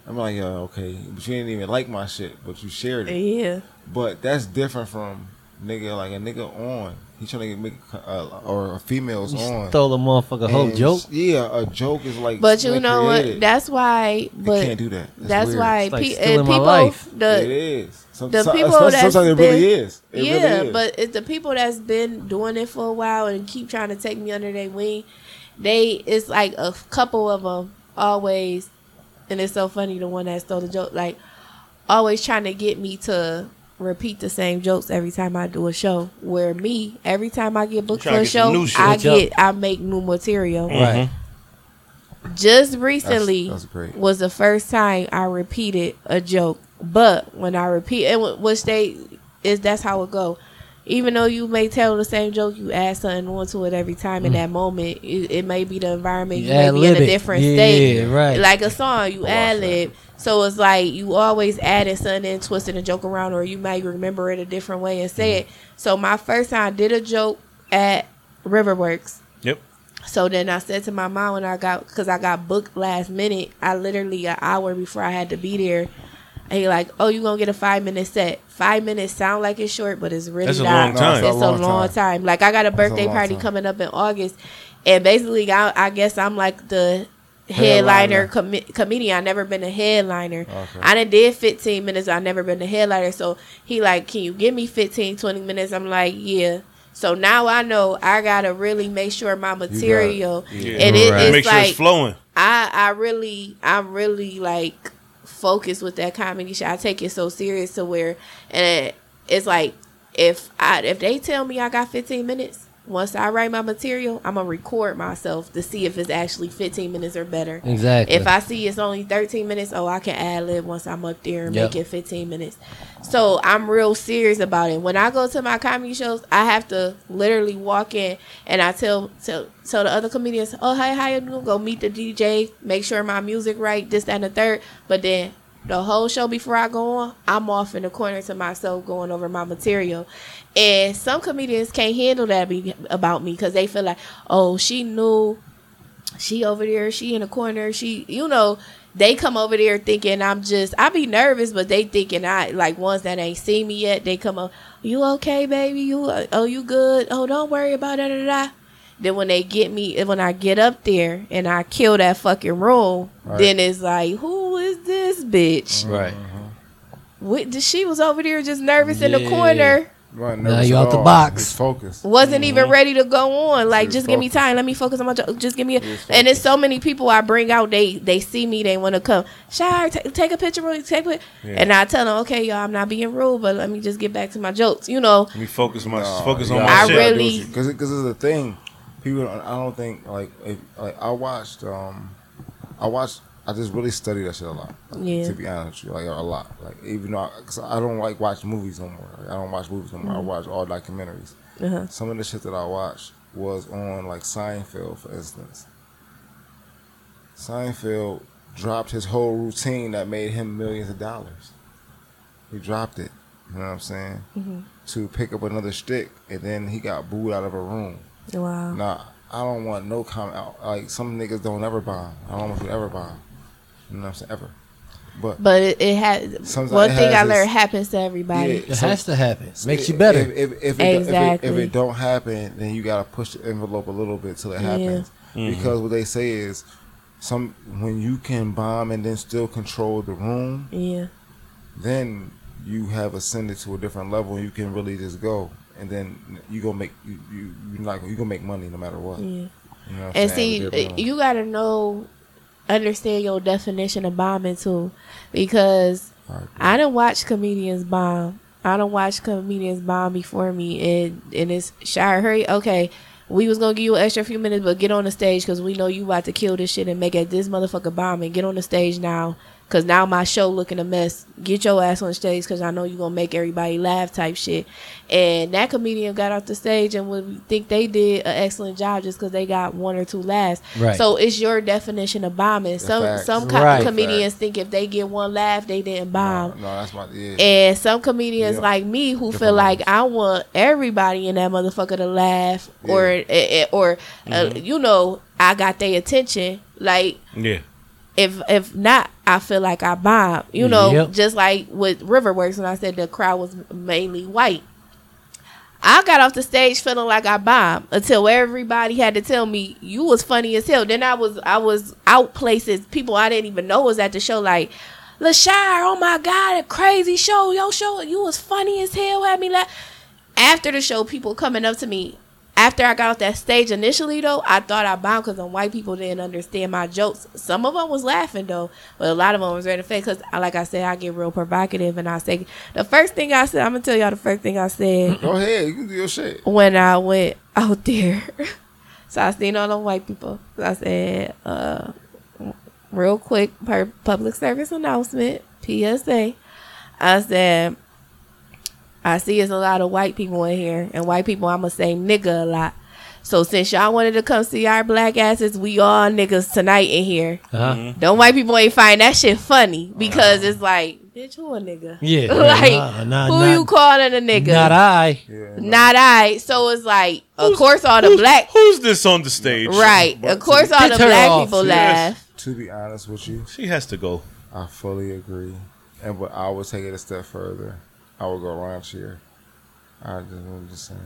Speaker 4: I'm like, yeah, okay, but you didn't even like my shit, but you shared it.
Speaker 5: yeah.
Speaker 4: But that's different from nigga like a nigga on. He trying to get make uh, or a female's
Speaker 3: you
Speaker 4: on.
Speaker 3: stole a motherfucker whole
Speaker 4: And,
Speaker 3: joke.
Speaker 4: Yeah, a joke is like.
Speaker 5: But you
Speaker 4: like,
Speaker 5: know what?
Speaker 4: created.
Speaker 5: That's why.
Speaker 4: You
Speaker 5: But
Speaker 4: can't do that. It's
Speaker 5: that's
Speaker 4: weird.
Speaker 5: why
Speaker 3: It's like
Speaker 5: pe- and
Speaker 3: stealing my
Speaker 5: people.
Speaker 3: life.
Speaker 4: it
Speaker 5: The
Speaker 4: is. Some,
Speaker 5: the
Speaker 4: some-
Speaker 5: people
Speaker 4: especially-
Speaker 5: that's
Speaker 4: sometimes it really is. It really
Speaker 5: yeah,
Speaker 4: is.
Speaker 5: but it's the people that's been doing it for a while and keep trying to take me under their wing. They it's like a couple of them always, and it's so funny. The one that stole the joke, like always trying to get me to repeat the same jokes every time I do a show. Where me, every time I get booked
Speaker 2: trying
Speaker 5: for a
Speaker 2: to get some
Speaker 5: show,
Speaker 2: new shit.
Speaker 5: I
Speaker 3: Good job.
Speaker 5: get I make new material.
Speaker 3: Right.
Speaker 2: Mm-hmm.
Speaker 5: Just recently
Speaker 4: Mm. that's great.
Speaker 5: was the first time I repeated a joke. But when I repeat and wh- which they is that's how it go. Even though you may tell the same joke, you add something onto it every time
Speaker 3: Mm.
Speaker 5: in that moment. It, it may be the environment, you, may be in
Speaker 3: ad-lib
Speaker 5: a
Speaker 3: it.
Speaker 5: different
Speaker 3: yeah,
Speaker 5: state
Speaker 3: right.
Speaker 5: like a song you
Speaker 4: I watched
Speaker 5: ad lib so it's like you always adding something and twisting a joke around or you might remember it a different way and
Speaker 3: Mm.
Speaker 5: say it so my first time I did a joke at riverworks
Speaker 2: Yep.
Speaker 5: so then i said to my mom when i got because i got booked last minute i literally an hour before i had to be there and he like oh you gonna get a five minute set five minutes sound like it's short but it's really
Speaker 2: That's a long
Speaker 5: not
Speaker 2: time.
Speaker 5: it's a long, time. Like I got a
Speaker 4: That's a
Speaker 5: birthday
Speaker 4: long
Speaker 5: party
Speaker 4: time.
Speaker 5: coming up in August, and basically, I, I guess I'm like the headliner
Speaker 4: Headliner.
Speaker 5: com- comedian. I never been a headliner.
Speaker 4: Okay.
Speaker 5: I done did 15 minutes. I never been a headliner. So he like, can you give me 15, 20 minutes? I'm like, yeah. So now I know I gotta really make sure my material
Speaker 4: Yeah.
Speaker 5: and it,
Speaker 3: Right.
Speaker 5: it's
Speaker 2: Make sure
Speaker 5: like
Speaker 2: it's flowing.
Speaker 5: I I really I'm really like focused with that comedy shit. I take it so serious to where and it's like if I if they tell me I got 15 minutes, once I write my material, I'm gonna record myself to see if it's actually 15 minutes or better.
Speaker 3: exactly.
Speaker 5: If I see it's only 13 minutes, oh, I can ad lib once I'm up there and
Speaker 3: Yep.
Speaker 5: make it 15 minutes. So I'm real serious about it. When I go to my comedy shows, I have to literally walk in and I tell tell, tell the other comedians, oh, hey, how you doing? Go meet the DJ, make sure my music right, this, that, and the third. But then the whole show before I go on, I'm off in the corner to myself going over my material. And some comedians can't handle that be- about me because they feel like, oh, she knew, she over there, she in the corner, she, you know, they come over there thinking I'm just, I be nervous, but they thinking I, like, ones that ain't seen me yet, they come up, you okay, baby? You, oh, you good? Oh, don't worry about it, da, da, da. Then when they get me, when I get up there and I kill that fucking room,
Speaker 4: Right.
Speaker 5: then it's like, who is this bitch?
Speaker 3: Right.
Speaker 5: What, the- she was over there just nervous in the
Speaker 3: Yeah.
Speaker 5: corner,
Speaker 4: Right,
Speaker 3: Now
Speaker 4: nervous
Speaker 3: you
Speaker 4: at
Speaker 3: out the
Speaker 4: all.
Speaker 3: box.
Speaker 4: oh, Just Focus.
Speaker 5: wasn't even ready to go on. Like,
Speaker 4: Mm-hmm. was
Speaker 5: just give me
Speaker 4: focused.
Speaker 5: time. Let me focus on my job. Just give me. A,
Speaker 4: was
Speaker 5: and there's
Speaker 4: focused.
Speaker 5: so many people I bring out. They they see me. They want to come. Shire, ta take a picture. Really, take it.
Speaker 2: Yeah.
Speaker 5: And I tell them, okay, y'all, I'm not being rude, but let me just get back to my jokes. You know,
Speaker 2: Let me focus my
Speaker 4: Nah,
Speaker 2: focus
Speaker 4: you
Speaker 2: on
Speaker 4: gotta-
Speaker 2: my
Speaker 5: I
Speaker 2: shit.
Speaker 5: really-
Speaker 4: because because it's a thing. People, don't- I don't think like if, like I watched um, I watched I just really studied that shit a lot. Like,
Speaker 5: Yeah.
Speaker 4: To be honest, with you, like a lot. Like even though I, cause I don't like watch movies no more. Like, I don't watch movies no more. I watch all documentaries.
Speaker 5: Mm-hmm. Uh-huh.
Speaker 4: Some of the shit that I watched was on like Seinfeld, for instance. Seinfeld dropped his whole routine that made him millions of dollars. He dropped it. You know what I'm saying?
Speaker 5: Mm-hmm.
Speaker 4: To pick up another stick, and then he got booed out of a room.
Speaker 5: wow.
Speaker 4: Nah, I don't want no comment. Like some niggas don't ever bomb. I don't want you to ever bomb. You know what I'm saying? Ever. But
Speaker 5: But it, it had
Speaker 4: Sometimes
Speaker 5: one
Speaker 4: it
Speaker 5: thing I
Speaker 4: has
Speaker 5: learned
Speaker 4: its-
Speaker 5: happens to everybody.
Speaker 4: Yeah.
Speaker 3: It
Speaker 4: So-
Speaker 3: has to happen. Makes you better.
Speaker 4: If, if, if, it,
Speaker 5: Exactly.
Speaker 4: if, it, if it don't happen, then you gotta push the envelope a little bit till it
Speaker 5: Yeah.
Speaker 4: happens.
Speaker 3: Mm-hmm.
Speaker 4: Because what they say is, some when you can bomb and then still control the room,
Speaker 5: Yeah,
Speaker 4: then you have ascended to a different level and you can really just go and then you gonna make you you you're not you gonna make money no matter what.
Speaker 5: yeah.
Speaker 4: You know what I'm saying?
Speaker 5: And see, eh,
Speaker 4: At a different
Speaker 5: you gotta know, understand your definition of bombing too, because
Speaker 4: level.
Speaker 5: I don't watch comedians bomb. I don't watch comedians bomb before me, and and it's Shire. Hurry, okay. We was gonna give you an extra few minutes, but get on the stage because we know you about to kill this shit and make it this motherfucker bomb and get on the stage now. Cause now my show looking a mess. Get your ass on stage, cause I know you gonna make everybody laugh type shit. And that comedian got off the stage and would think they did an excellent job just cause they got one or two laughs.
Speaker 3: Right.
Speaker 5: So it's your definition of bombing. Some
Speaker 4: facts.
Speaker 5: some co-
Speaker 3: Right.
Speaker 5: comedians think if they get one laugh, they didn't
Speaker 4: No,
Speaker 5: bomb.
Speaker 4: no, that's my yeah.
Speaker 5: And some comedians
Speaker 4: Yeah.
Speaker 5: like me who feel
Speaker 4: Different
Speaker 5: like I want everybody in that motherfucker to laugh or eh, eh, or uh,
Speaker 4: Mm-hmm.
Speaker 5: you know I got their attention. Like
Speaker 2: Yeah.
Speaker 5: if if not, I feel like I bomb. You know,
Speaker 3: Yep.
Speaker 5: just like with Riverworks when I said the crowd was mainly white. I got off the stage feeling like I bombed until everybody had to tell me you was funny as hell. Then I was I was out places people I didn't even know was at the show like Lashire, oh my god, a crazy show, yo show, you was funny as hell, had me laugh. After the show, people coming up to me. After I got off that stage initially though, I thought I bombed because some white people didn't understand my jokes. Some of them was laughing though, but a lot of them was ready to fake because, like I said, I get real provocative and I say the first thing I said. I'm gonna tell y'all the first thing I said
Speaker 4: Go ahead, you can do your shit.
Speaker 5: when I went out there. so I seen all them white people. So I said, uh, real quick, per public service announcement, PSA. I said, I see there's a lot of white people in here, and white people, I'm going to say nigga a lot. So since y'all wanted to come see our black asses, we all niggas tonight in here.
Speaker 3: Uh-huh.
Speaker 2: Mm-hmm.
Speaker 5: Them white people ain't find that shit funny because it's like, bitch, who a nigga?
Speaker 3: Yeah,
Speaker 5: like,
Speaker 3: nah, nah,
Speaker 5: who
Speaker 3: nah.
Speaker 5: you calling a nigga?
Speaker 3: Not I.
Speaker 4: Yeah, no.
Speaker 5: Not I. So it's like, of
Speaker 2: Who's-
Speaker 5: course, all the
Speaker 2: who's-
Speaker 5: black,
Speaker 2: Who's this on the stage?
Speaker 5: right?
Speaker 4: But
Speaker 5: Of course, all
Speaker 3: Get
Speaker 5: the
Speaker 3: her
Speaker 5: black
Speaker 3: off.
Speaker 5: people
Speaker 2: Yes.
Speaker 5: laugh.
Speaker 4: To be honest with you,
Speaker 2: She has to go.
Speaker 4: I fully agree, and but I would take it a step further. I would go Ron Shear. I just, I'm just saying,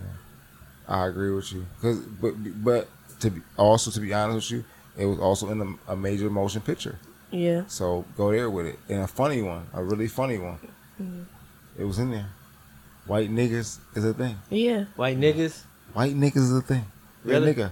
Speaker 4: I agree with you. Cause, but, but to be, also to be honest with you, it was also in a, a major motion picture.
Speaker 5: Yeah,
Speaker 4: So go there with it, and a funny one, a really funny one. It was in there. White niggas is a thing.
Speaker 5: yeah.
Speaker 3: White niggas.
Speaker 4: White niggas is a thing. They're
Speaker 3: Really?
Speaker 4: nigga.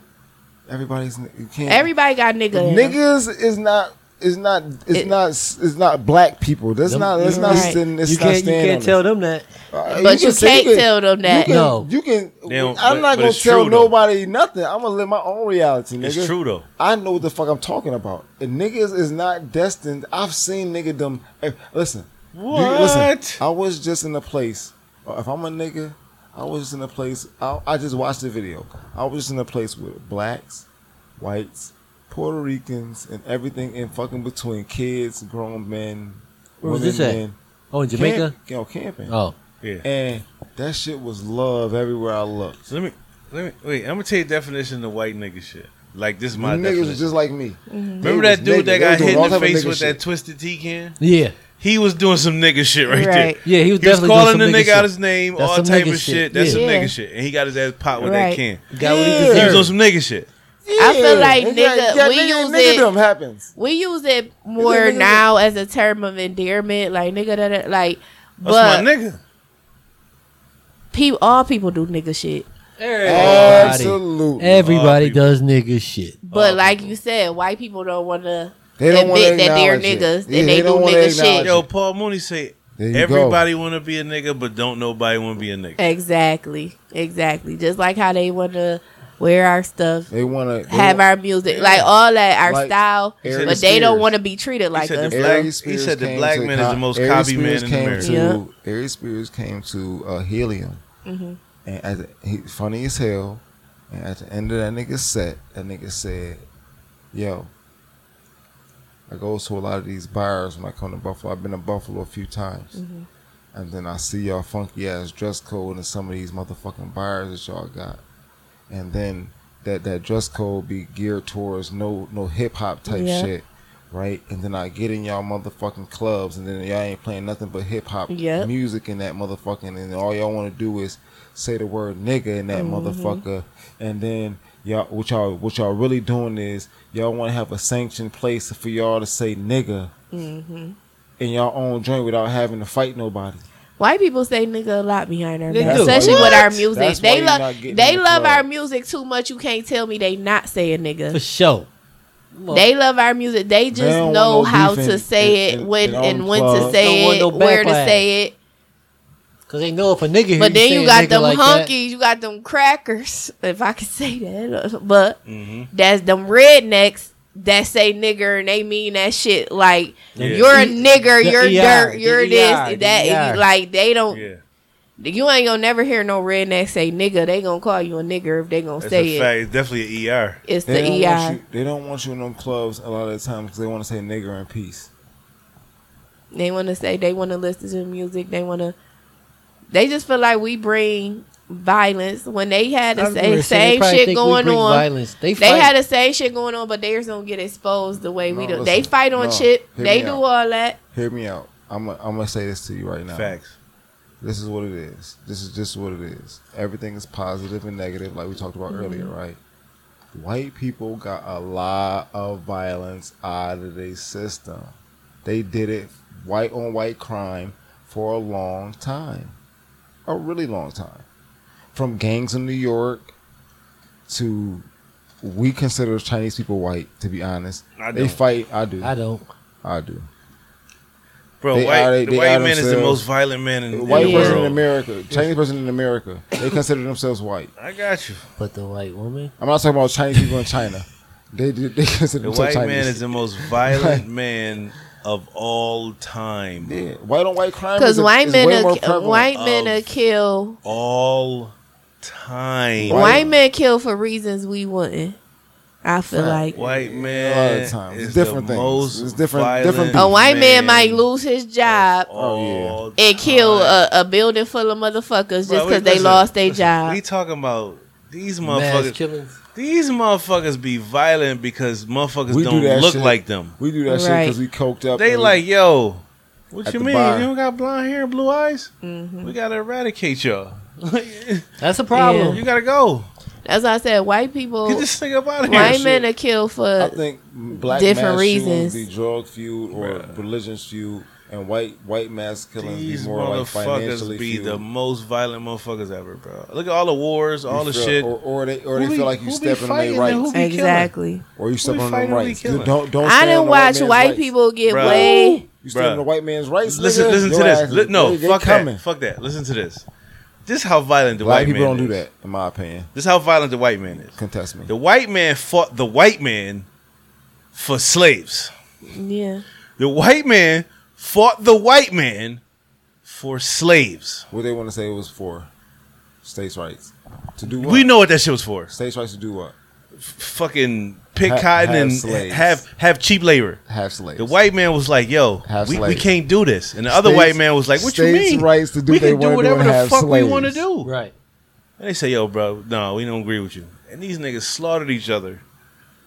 Speaker 4: Everybody's n- you can't.
Speaker 5: Everybody got nigga. in 'em.
Speaker 4: niggas is not is not it's
Speaker 5: It-
Speaker 4: not it's not black people. That's
Speaker 3: Them-
Speaker 4: not that's
Speaker 5: You're
Speaker 4: not
Speaker 5: right.
Speaker 4: stand, that's
Speaker 3: you
Speaker 4: not
Speaker 3: can't. You
Speaker 4: stand
Speaker 3: can't
Speaker 4: on
Speaker 3: tell
Speaker 4: it.
Speaker 3: them that.
Speaker 4: Uh,
Speaker 5: But you
Speaker 4: say-
Speaker 5: can't tell them that.
Speaker 4: You can,
Speaker 3: No.
Speaker 4: you can.
Speaker 2: They don't-
Speaker 4: I'm
Speaker 2: but-
Speaker 4: not
Speaker 2: but
Speaker 4: gonna
Speaker 2: it's
Speaker 4: tell
Speaker 2: true, though.
Speaker 4: nobody nothing. I'm gonna live my own reality, nigga.
Speaker 2: It's true though.
Speaker 4: I know what the fuck I'm talking about. And niggas is not destined. I've seen nigga them. eh, Listen, you-
Speaker 2: What?
Speaker 4: I was just in a place. uh, If I'm a nigga, I was just in a place. I, I just watched the video. I was just in a place with blacks, whites, Puerto Ricans, and everything in fucking between. Kids, grown men,
Speaker 3: Where was
Speaker 4: women,
Speaker 3: this at?
Speaker 4: men,
Speaker 3: Oh, in Jamaica.
Speaker 4: Camp, you know, camping.
Speaker 3: Oh,
Speaker 2: Yeah.
Speaker 4: And that shit was love everywhere I looked.
Speaker 2: So let me let me wait. I'm gonna tell you definition of white nigga shit. Like this is my
Speaker 4: Them niggas
Speaker 2: definition.
Speaker 4: was just like me.
Speaker 2: Remember
Speaker 4: They
Speaker 2: that
Speaker 4: was
Speaker 2: dude that
Speaker 4: niggas. They was
Speaker 2: got
Speaker 4: doing
Speaker 2: hit
Speaker 4: all
Speaker 2: in the
Speaker 4: type of
Speaker 2: face
Speaker 4: nigga
Speaker 2: with
Speaker 4: shit.
Speaker 2: that twisted tea can?
Speaker 3: yeah,
Speaker 2: He was doing some nigga shit right,
Speaker 5: Right.
Speaker 2: there.
Speaker 3: yeah. He was
Speaker 2: He was
Speaker 3: definitely
Speaker 2: calling the
Speaker 3: doing some
Speaker 2: nigga
Speaker 3: nigga
Speaker 2: out
Speaker 3: shit.
Speaker 2: his name,
Speaker 3: That's
Speaker 2: all
Speaker 3: some
Speaker 2: type
Speaker 3: nigga
Speaker 2: of
Speaker 3: shit.
Speaker 2: shit. That's some
Speaker 5: Yeah.
Speaker 2: nigga shit, and he got his ass popped with that
Speaker 5: Right.
Speaker 2: can.
Speaker 3: Got what he
Speaker 4: Yeah.
Speaker 2: He was
Speaker 3: deserved.
Speaker 2: on some nigga shit.
Speaker 5: I feel like
Speaker 4: It's
Speaker 5: nigga-
Speaker 4: yeah,
Speaker 5: we
Speaker 4: nigga,
Speaker 5: use
Speaker 4: nigga
Speaker 5: it-
Speaker 4: them happens.
Speaker 5: We use it more
Speaker 4: nigga, nigga.
Speaker 5: now as a term of endearment, like nigga, da, da, like.
Speaker 2: That's
Speaker 5: But
Speaker 2: my nigga.
Speaker 5: pe- all people do nigga shit.
Speaker 3: Everybody,
Speaker 4: Absolutely.
Speaker 3: everybody
Speaker 2: people.
Speaker 3: does nigga shit.
Speaker 5: But
Speaker 2: All
Speaker 5: like
Speaker 2: people.
Speaker 5: you said, white people don't want to.
Speaker 4: they don't want to
Speaker 5: admit that they're
Speaker 4: acknowledge it.
Speaker 5: niggas, that
Speaker 4: Yeah,
Speaker 5: they do
Speaker 4: don't wanna
Speaker 5: nigga shit.
Speaker 4: acknowledge
Speaker 2: Yo,
Speaker 4: it.
Speaker 2: Paul Mooney say
Speaker 4: There you go.
Speaker 2: everybody want to be a nigga, but don't nobody want to be a nigga.
Speaker 5: Exactly, exactly. Just like how they want to wear our stuff,
Speaker 4: They want to
Speaker 5: have our music, like all that, our
Speaker 4: Like
Speaker 5: style.
Speaker 2: He said
Speaker 5: But
Speaker 2: the
Speaker 5: they don't want to be treated
Speaker 2: He
Speaker 5: like
Speaker 2: said
Speaker 5: us.
Speaker 2: the black-
Speaker 5: though.
Speaker 2: he said the black man is the most copy man in America.
Speaker 4: To, Ari Spears came to uh, Helium, and at the, he funny as hell. And at the end of that nigga set, that nigga said, "Yo, I go to a lot of these bars when I come to Buffalo. I've been to Buffalo a few times, and then I see y'all funky ass dress code in some of these motherfucking bars that y'all got, and then." That, that dress code be geared towards no no hip hop type
Speaker 5: Yeah.
Speaker 4: shit right? And then I get in y'all motherfucking clubs, and then y'all ain't playing nothing but hip hop
Speaker 5: Yep.
Speaker 4: music in that motherfucking, and all y'all want to do is say the word nigga in that
Speaker 5: Mm-hmm.
Speaker 4: motherfucker, and then y'all what y'all what y'all really doing is y'all want to have a sanctioned place for y'all to say nigga
Speaker 5: Mm-hmm.
Speaker 4: in y'all own joint without having to fight nobody.
Speaker 5: White people say nigga a lot behind our
Speaker 3: They
Speaker 5: back,
Speaker 3: do.
Speaker 5: especially
Speaker 4: What?
Speaker 5: with our music.
Speaker 4: That's why
Speaker 5: they
Speaker 4: you're not
Speaker 5: love
Speaker 4: getting
Speaker 5: they
Speaker 4: in the
Speaker 5: love
Speaker 4: club.
Speaker 5: our music too much. You can't tell me they not say a
Speaker 3: For
Speaker 5: nigga.
Speaker 3: sure. Well,
Speaker 5: They love our music. They just
Speaker 4: don't want
Speaker 5: know
Speaker 4: no
Speaker 5: how
Speaker 4: beef
Speaker 5: to
Speaker 4: in-
Speaker 5: say
Speaker 4: in-
Speaker 5: it
Speaker 4: in-
Speaker 5: when
Speaker 4: in all
Speaker 5: and
Speaker 4: them
Speaker 5: when to
Speaker 4: clubs.
Speaker 3: Don't
Speaker 5: say
Speaker 3: want
Speaker 5: it,
Speaker 3: no
Speaker 5: where to
Speaker 3: backlash.
Speaker 5: say it.
Speaker 3: Cause they know if a nigga.
Speaker 5: But
Speaker 3: hear
Speaker 5: then you
Speaker 3: say a
Speaker 5: got
Speaker 3: nigga
Speaker 5: them
Speaker 3: like that-
Speaker 5: hunkies, you got them crackers, if I could say that. uh, But
Speaker 2: Mm-hmm.
Speaker 5: that's them rednecks that say nigger and they mean that shit like
Speaker 2: Yeah.
Speaker 5: you're a
Speaker 3: E-
Speaker 5: nigger,
Speaker 3: the
Speaker 5: you're
Speaker 3: ER,
Speaker 5: dirt,
Speaker 3: the
Speaker 5: you're
Speaker 3: ER,
Speaker 5: this,
Speaker 3: the
Speaker 5: that.
Speaker 3: ER.
Speaker 5: Like they don't
Speaker 2: Yeah,
Speaker 5: You ain't gonna never hear no redneck say nigga. They gonna call you a nigger if they gonna
Speaker 2: that's
Speaker 5: say
Speaker 2: a
Speaker 5: it.
Speaker 2: fact. It's definitely an ER.
Speaker 5: It's
Speaker 4: They don't
Speaker 5: the E
Speaker 4: want
Speaker 5: EI.
Speaker 4: you. They don't want you in them clubs a lot of the times because they want to say nigga in peace.
Speaker 5: They wanna say they wanna listen to music. They wanna. They just feel like we bring violence when they had
Speaker 3: I
Speaker 5: the
Speaker 3: was gonna say, they
Speaker 5: same, same
Speaker 3: probably
Speaker 5: shit
Speaker 3: think we
Speaker 5: going
Speaker 3: bring
Speaker 5: on.
Speaker 3: Violence. They,
Speaker 5: They
Speaker 3: fight.
Speaker 5: had the same shit going on, but theirs don't get exposed the way we
Speaker 4: No,
Speaker 5: do.
Speaker 4: listen,
Speaker 5: they fight on
Speaker 4: no,
Speaker 5: shit.
Speaker 4: hear
Speaker 5: They
Speaker 4: me
Speaker 5: do
Speaker 4: out.
Speaker 5: all that.
Speaker 4: Hear me out. I'm i I'm gonna say this to you right now.
Speaker 2: Facts.
Speaker 4: this is what it is. This is just what it is. Everything is positive and negative, like we talked about
Speaker 2: Mm-hmm.
Speaker 4: earlier, right? White people got a lot of violence out of their system. They did it white on white crime for a long time, a really long time, from gangs in New York to we consider Chinese people white. To be honest,
Speaker 2: I
Speaker 4: they
Speaker 2: don't.
Speaker 4: fight. I do.
Speaker 3: I don't.
Speaker 4: I do.
Speaker 2: Bro,
Speaker 4: They
Speaker 2: white,
Speaker 4: are- they-
Speaker 2: the
Speaker 4: they
Speaker 2: white
Speaker 4: are
Speaker 2: man is the
Speaker 4: themselves.
Speaker 2: most violent man in, in
Speaker 4: White
Speaker 2: the
Speaker 4: person in
Speaker 2: world.
Speaker 4: America, Chinese person in America, they consider themselves white.
Speaker 2: I got you.
Speaker 3: But the white woman.
Speaker 4: I'm not talking about Chinese people in China. They they, they
Speaker 2: The
Speaker 4: consider themselves
Speaker 2: white
Speaker 4: Chinese.
Speaker 2: man is the most violent man of all time.
Speaker 4: yeah, white on white crime.
Speaker 5: Because
Speaker 4: is a-
Speaker 5: white
Speaker 4: is
Speaker 5: men,
Speaker 4: way more
Speaker 5: are,
Speaker 4: prevalent.
Speaker 5: white men
Speaker 2: Of-
Speaker 4: Um,
Speaker 5: are kill.
Speaker 2: All time.
Speaker 4: White-
Speaker 5: White men kill for reasons we wouldn't. I feel
Speaker 4: Right.
Speaker 5: like
Speaker 2: White
Speaker 4: a lot
Speaker 2: man.
Speaker 4: of times.
Speaker 2: Is
Speaker 4: It's different
Speaker 2: the
Speaker 4: things.
Speaker 2: Most
Speaker 4: It's different- different
Speaker 2: violent
Speaker 5: a white man, might lose his job
Speaker 4: Oh,
Speaker 5: and kill
Speaker 2: us.
Speaker 5: a, a building full of motherfuckers just
Speaker 2: Bro,
Speaker 5: because
Speaker 2: wait,
Speaker 5: they
Speaker 2: listen,
Speaker 5: lost their
Speaker 2: listen,
Speaker 5: job.
Speaker 2: We talking about these
Speaker 3: Mass
Speaker 2: motherfuckers.
Speaker 3: killings.
Speaker 2: These motherfuckers be violent because motherfuckers
Speaker 4: We do
Speaker 2: don't
Speaker 4: that
Speaker 2: look
Speaker 4: shit.
Speaker 2: like them.
Speaker 4: We do that shit
Speaker 5: Right.
Speaker 4: because we coked up.
Speaker 2: They
Speaker 4: and we-
Speaker 2: like, yo, what
Speaker 4: At
Speaker 2: you
Speaker 4: the
Speaker 2: mean?
Speaker 4: bar.
Speaker 2: You don't got blonde hair and blue eyes?
Speaker 5: Mm-hmm.
Speaker 2: We gotta eradicate y'all. you
Speaker 3: That's a problem.
Speaker 5: Yeah.
Speaker 2: gotta go.
Speaker 5: That's why I said white people,
Speaker 2: Get this nigga up out of here.
Speaker 5: Oh. white
Speaker 4: shit.
Speaker 5: men are killed
Speaker 4: I
Speaker 5: for
Speaker 4: think black
Speaker 5: uh, different
Speaker 4: mass
Speaker 5: reasons.
Speaker 4: shootings be drug fueled or religion fueled, and white white mass killings
Speaker 2: These
Speaker 4: be more
Speaker 2: motherfuckers
Speaker 4: like financially
Speaker 2: be
Speaker 4: fueled.
Speaker 2: the most violent motherfuckers ever, bro. Look at all the wars, all
Speaker 4: You
Speaker 2: the
Speaker 4: feel-
Speaker 2: shit.
Speaker 4: or, or they or
Speaker 2: Who
Speaker 4: they
Speaker 2: be-
Speaker 4: feel like
Speaker 2: who
Speaker 4: you
Speaker 2: be
Speaker 4: stepping on
Speaker 2: fighting
Speaker 4: their
Speaker 2: and who
Speaker 4: rights,
Speaker 2: be killing?
Speaker 5: exactly.
Speaker 4: or you stepping on
Speaker 2: fighting
Speaker 4: their
Speaker 2: and who be
Speaker 4: rights.
Speaker 2: killing?
Speaker 4: Dude, don't don't.
Speaker 5: I
Speaker 4: stand on
Speaker 5: didn't
Speaker 4: a
Speaker 5: watch
Speaker 4: man's
Speaker 5: white
Speaker 4: rights.
Speaker 5: people get
Speaker 2: Bruh.
Speaker 5: way.
Speaker 4: You stand on
Speaker 2: Bruh.
Speaker 4: a white man's rights.
Speaker 2: Listen,
Speaker 4: nigga,
Speaker 2: listen to
Speaker 4: your ass
Speaker 2: this.
Speaker 4: is-
Speaker 2: Li- no,
Speaker 4: they- they
Speaker 2: fuck
Speaker 4: coming.
Speaker 2: that. Fuck that. Listen to this. This is how violent the
Speaker 4: Black
Speaker 2: white
Speaker 4: people
Speaker 2: man
Speaker 4: don't do
Speaker 2: is.
Speaker 4: that, in my opinion.
Speaker 2: This is how violent the white man is.
Speaker 4: Contest me.
Speaker 2: The white man fought the white man for slaves.
Speaker 5: Yeah,
Speaker 2: The white man fought the white man for slaves.
Speaker 4: What they want to say it was for states' rights to do what?
Speaker 2: We know what that shit was for.
Speaker 4: states' rights to do what?
Speaker 2: f- fucking pick
Speaker 4: Ha-
Speaker 2: cotton
Speaker 4: have
Speaker 2: and
Speaker 4: slaves.
Speaker 2: have have cheap labor.
Speaker 4: half slaves.
Speaker 2: The white man was like, "Yo,
Speaker 4: Have
Speaker 2: we, we
Speaker 4: slaves.
Speaker 2: can't do this," and the other white
Speaker 4: States-
Speaker 2: man was like, "What you
Speaker 4: states'
Speaker 2: mean?
Speaker 4: rights to do
Speaker 2: we
Speaker 4: they
Speaker 2: can do
Speaker 4: wanna do
Speaker 2: whatever
Speaker 4: and
Speaker 2: the
Speaker 4: have
Speaker 2: fuck we want to
Speaker 4: slaves."
Speaker 2: do."
Speaker 3: Right.
Speaker 2: And they say, "Yo, bro, no, we don't agree with you." And these niggas slaughtered each other,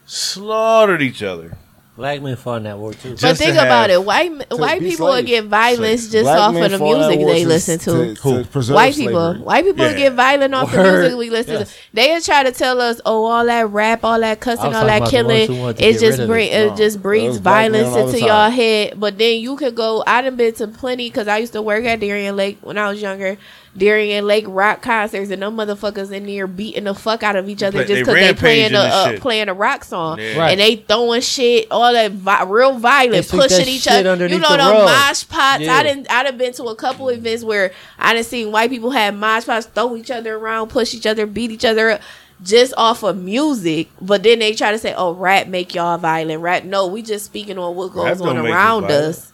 Speaker 2: slaughtered each other.
Speaker 3: Black men fought in that war too.
Speaker 2: Just-
Speaker 5: but
Speaker 2: to
Speaker 5: think
Speaker 2: have-
Speaker 5: about it. White m- white
Speaker 4: be
Speaker 5: people would
Speaker 4: slaves.
Speaker 5: get violence just
Speaker 4: Black
Speaker 5: off
Speaker 4: men
Speaker 5: of the
Speaker 4: fought at
Speaker 5: music
Speaker 4: war
Speaker 5: they listen to.
Speaker 2: Who?
Speaker 4: preserve
Speaker 5: White people,
Speaker 4: slavery.
Speaker 5: white people
Speaker 2: Yeah.
Speaker 5: get violent off the
Speaker 3: Word.
Speaker 5: music we listen
Speaker 3: Yes.
Speaker 5: to. They try to tell us, oh, all that rap, all that
Speaker 3: I
Speaker 5: cussing,
Speaker 3: was
Speaker 5: all
Speaker 3: talking about
Speaker 5: that
Speaker 3: the ones
Speaker 5: killing,
Speaker 3: who wanted to
Speaker 5: it
Speaker 3: get
Speaker 5: just
Speaker 3: rid of
Speaker 5: bring,
Speaker 3: it.
Speaker 5: it just brings
Speaker 4: those black men
Speaker 5: violence
Speaker 4: all the
Speaker 5: into
Speaker 4: time.
Speaker 5: y'all head. But then you could go. I done been to plenty because I used to work at Darien Lake when I was younger. Darien Lake rock concerts and them motherfuckers in there beating the fuck out of each other
Speaker 2: But
Speaker 5: just
Speaker 2: they
Speaker 5: because they,
Speaker 2: rampaging
Speaker 5: playing a
Speaker 2: and
Speaker 5: uh,
Speaker 2: shit.
Speaker 5: playing a rock song
Speaker 2: Yeah.
Speaker 3: Right.
Speaker 5: and they throwing shit, all that vi- real
Speaker 3: They
Speaker 5: violent,
Speaker 3: sweep that
Speaker 5: pushing each
Speaker 3: shit
Speaker 5: other. You
Speaker 3: underneath
Speaker 5: know
Speaker 3: the
Speaker 5: the
Speaker 3: rug.
Speaker 5: mosh pots.
Speaker 3: Yeah.
Speaker 5: I didn't. I'd have been to a couple events where I done seen white people have mosh pots, throw each other around, push each other, beat each other up. Just off of music, but then they try to say, "Oh, rap make y'all violent." Rap, no, we just speaking on what
Speaker 2: Rap
Speaker 5: goes
Speaker 2: don't
Speaker 5: on
Speaker 2: make you
Speaker 5: around
Speaker 2: violent.
Speaker 5: us.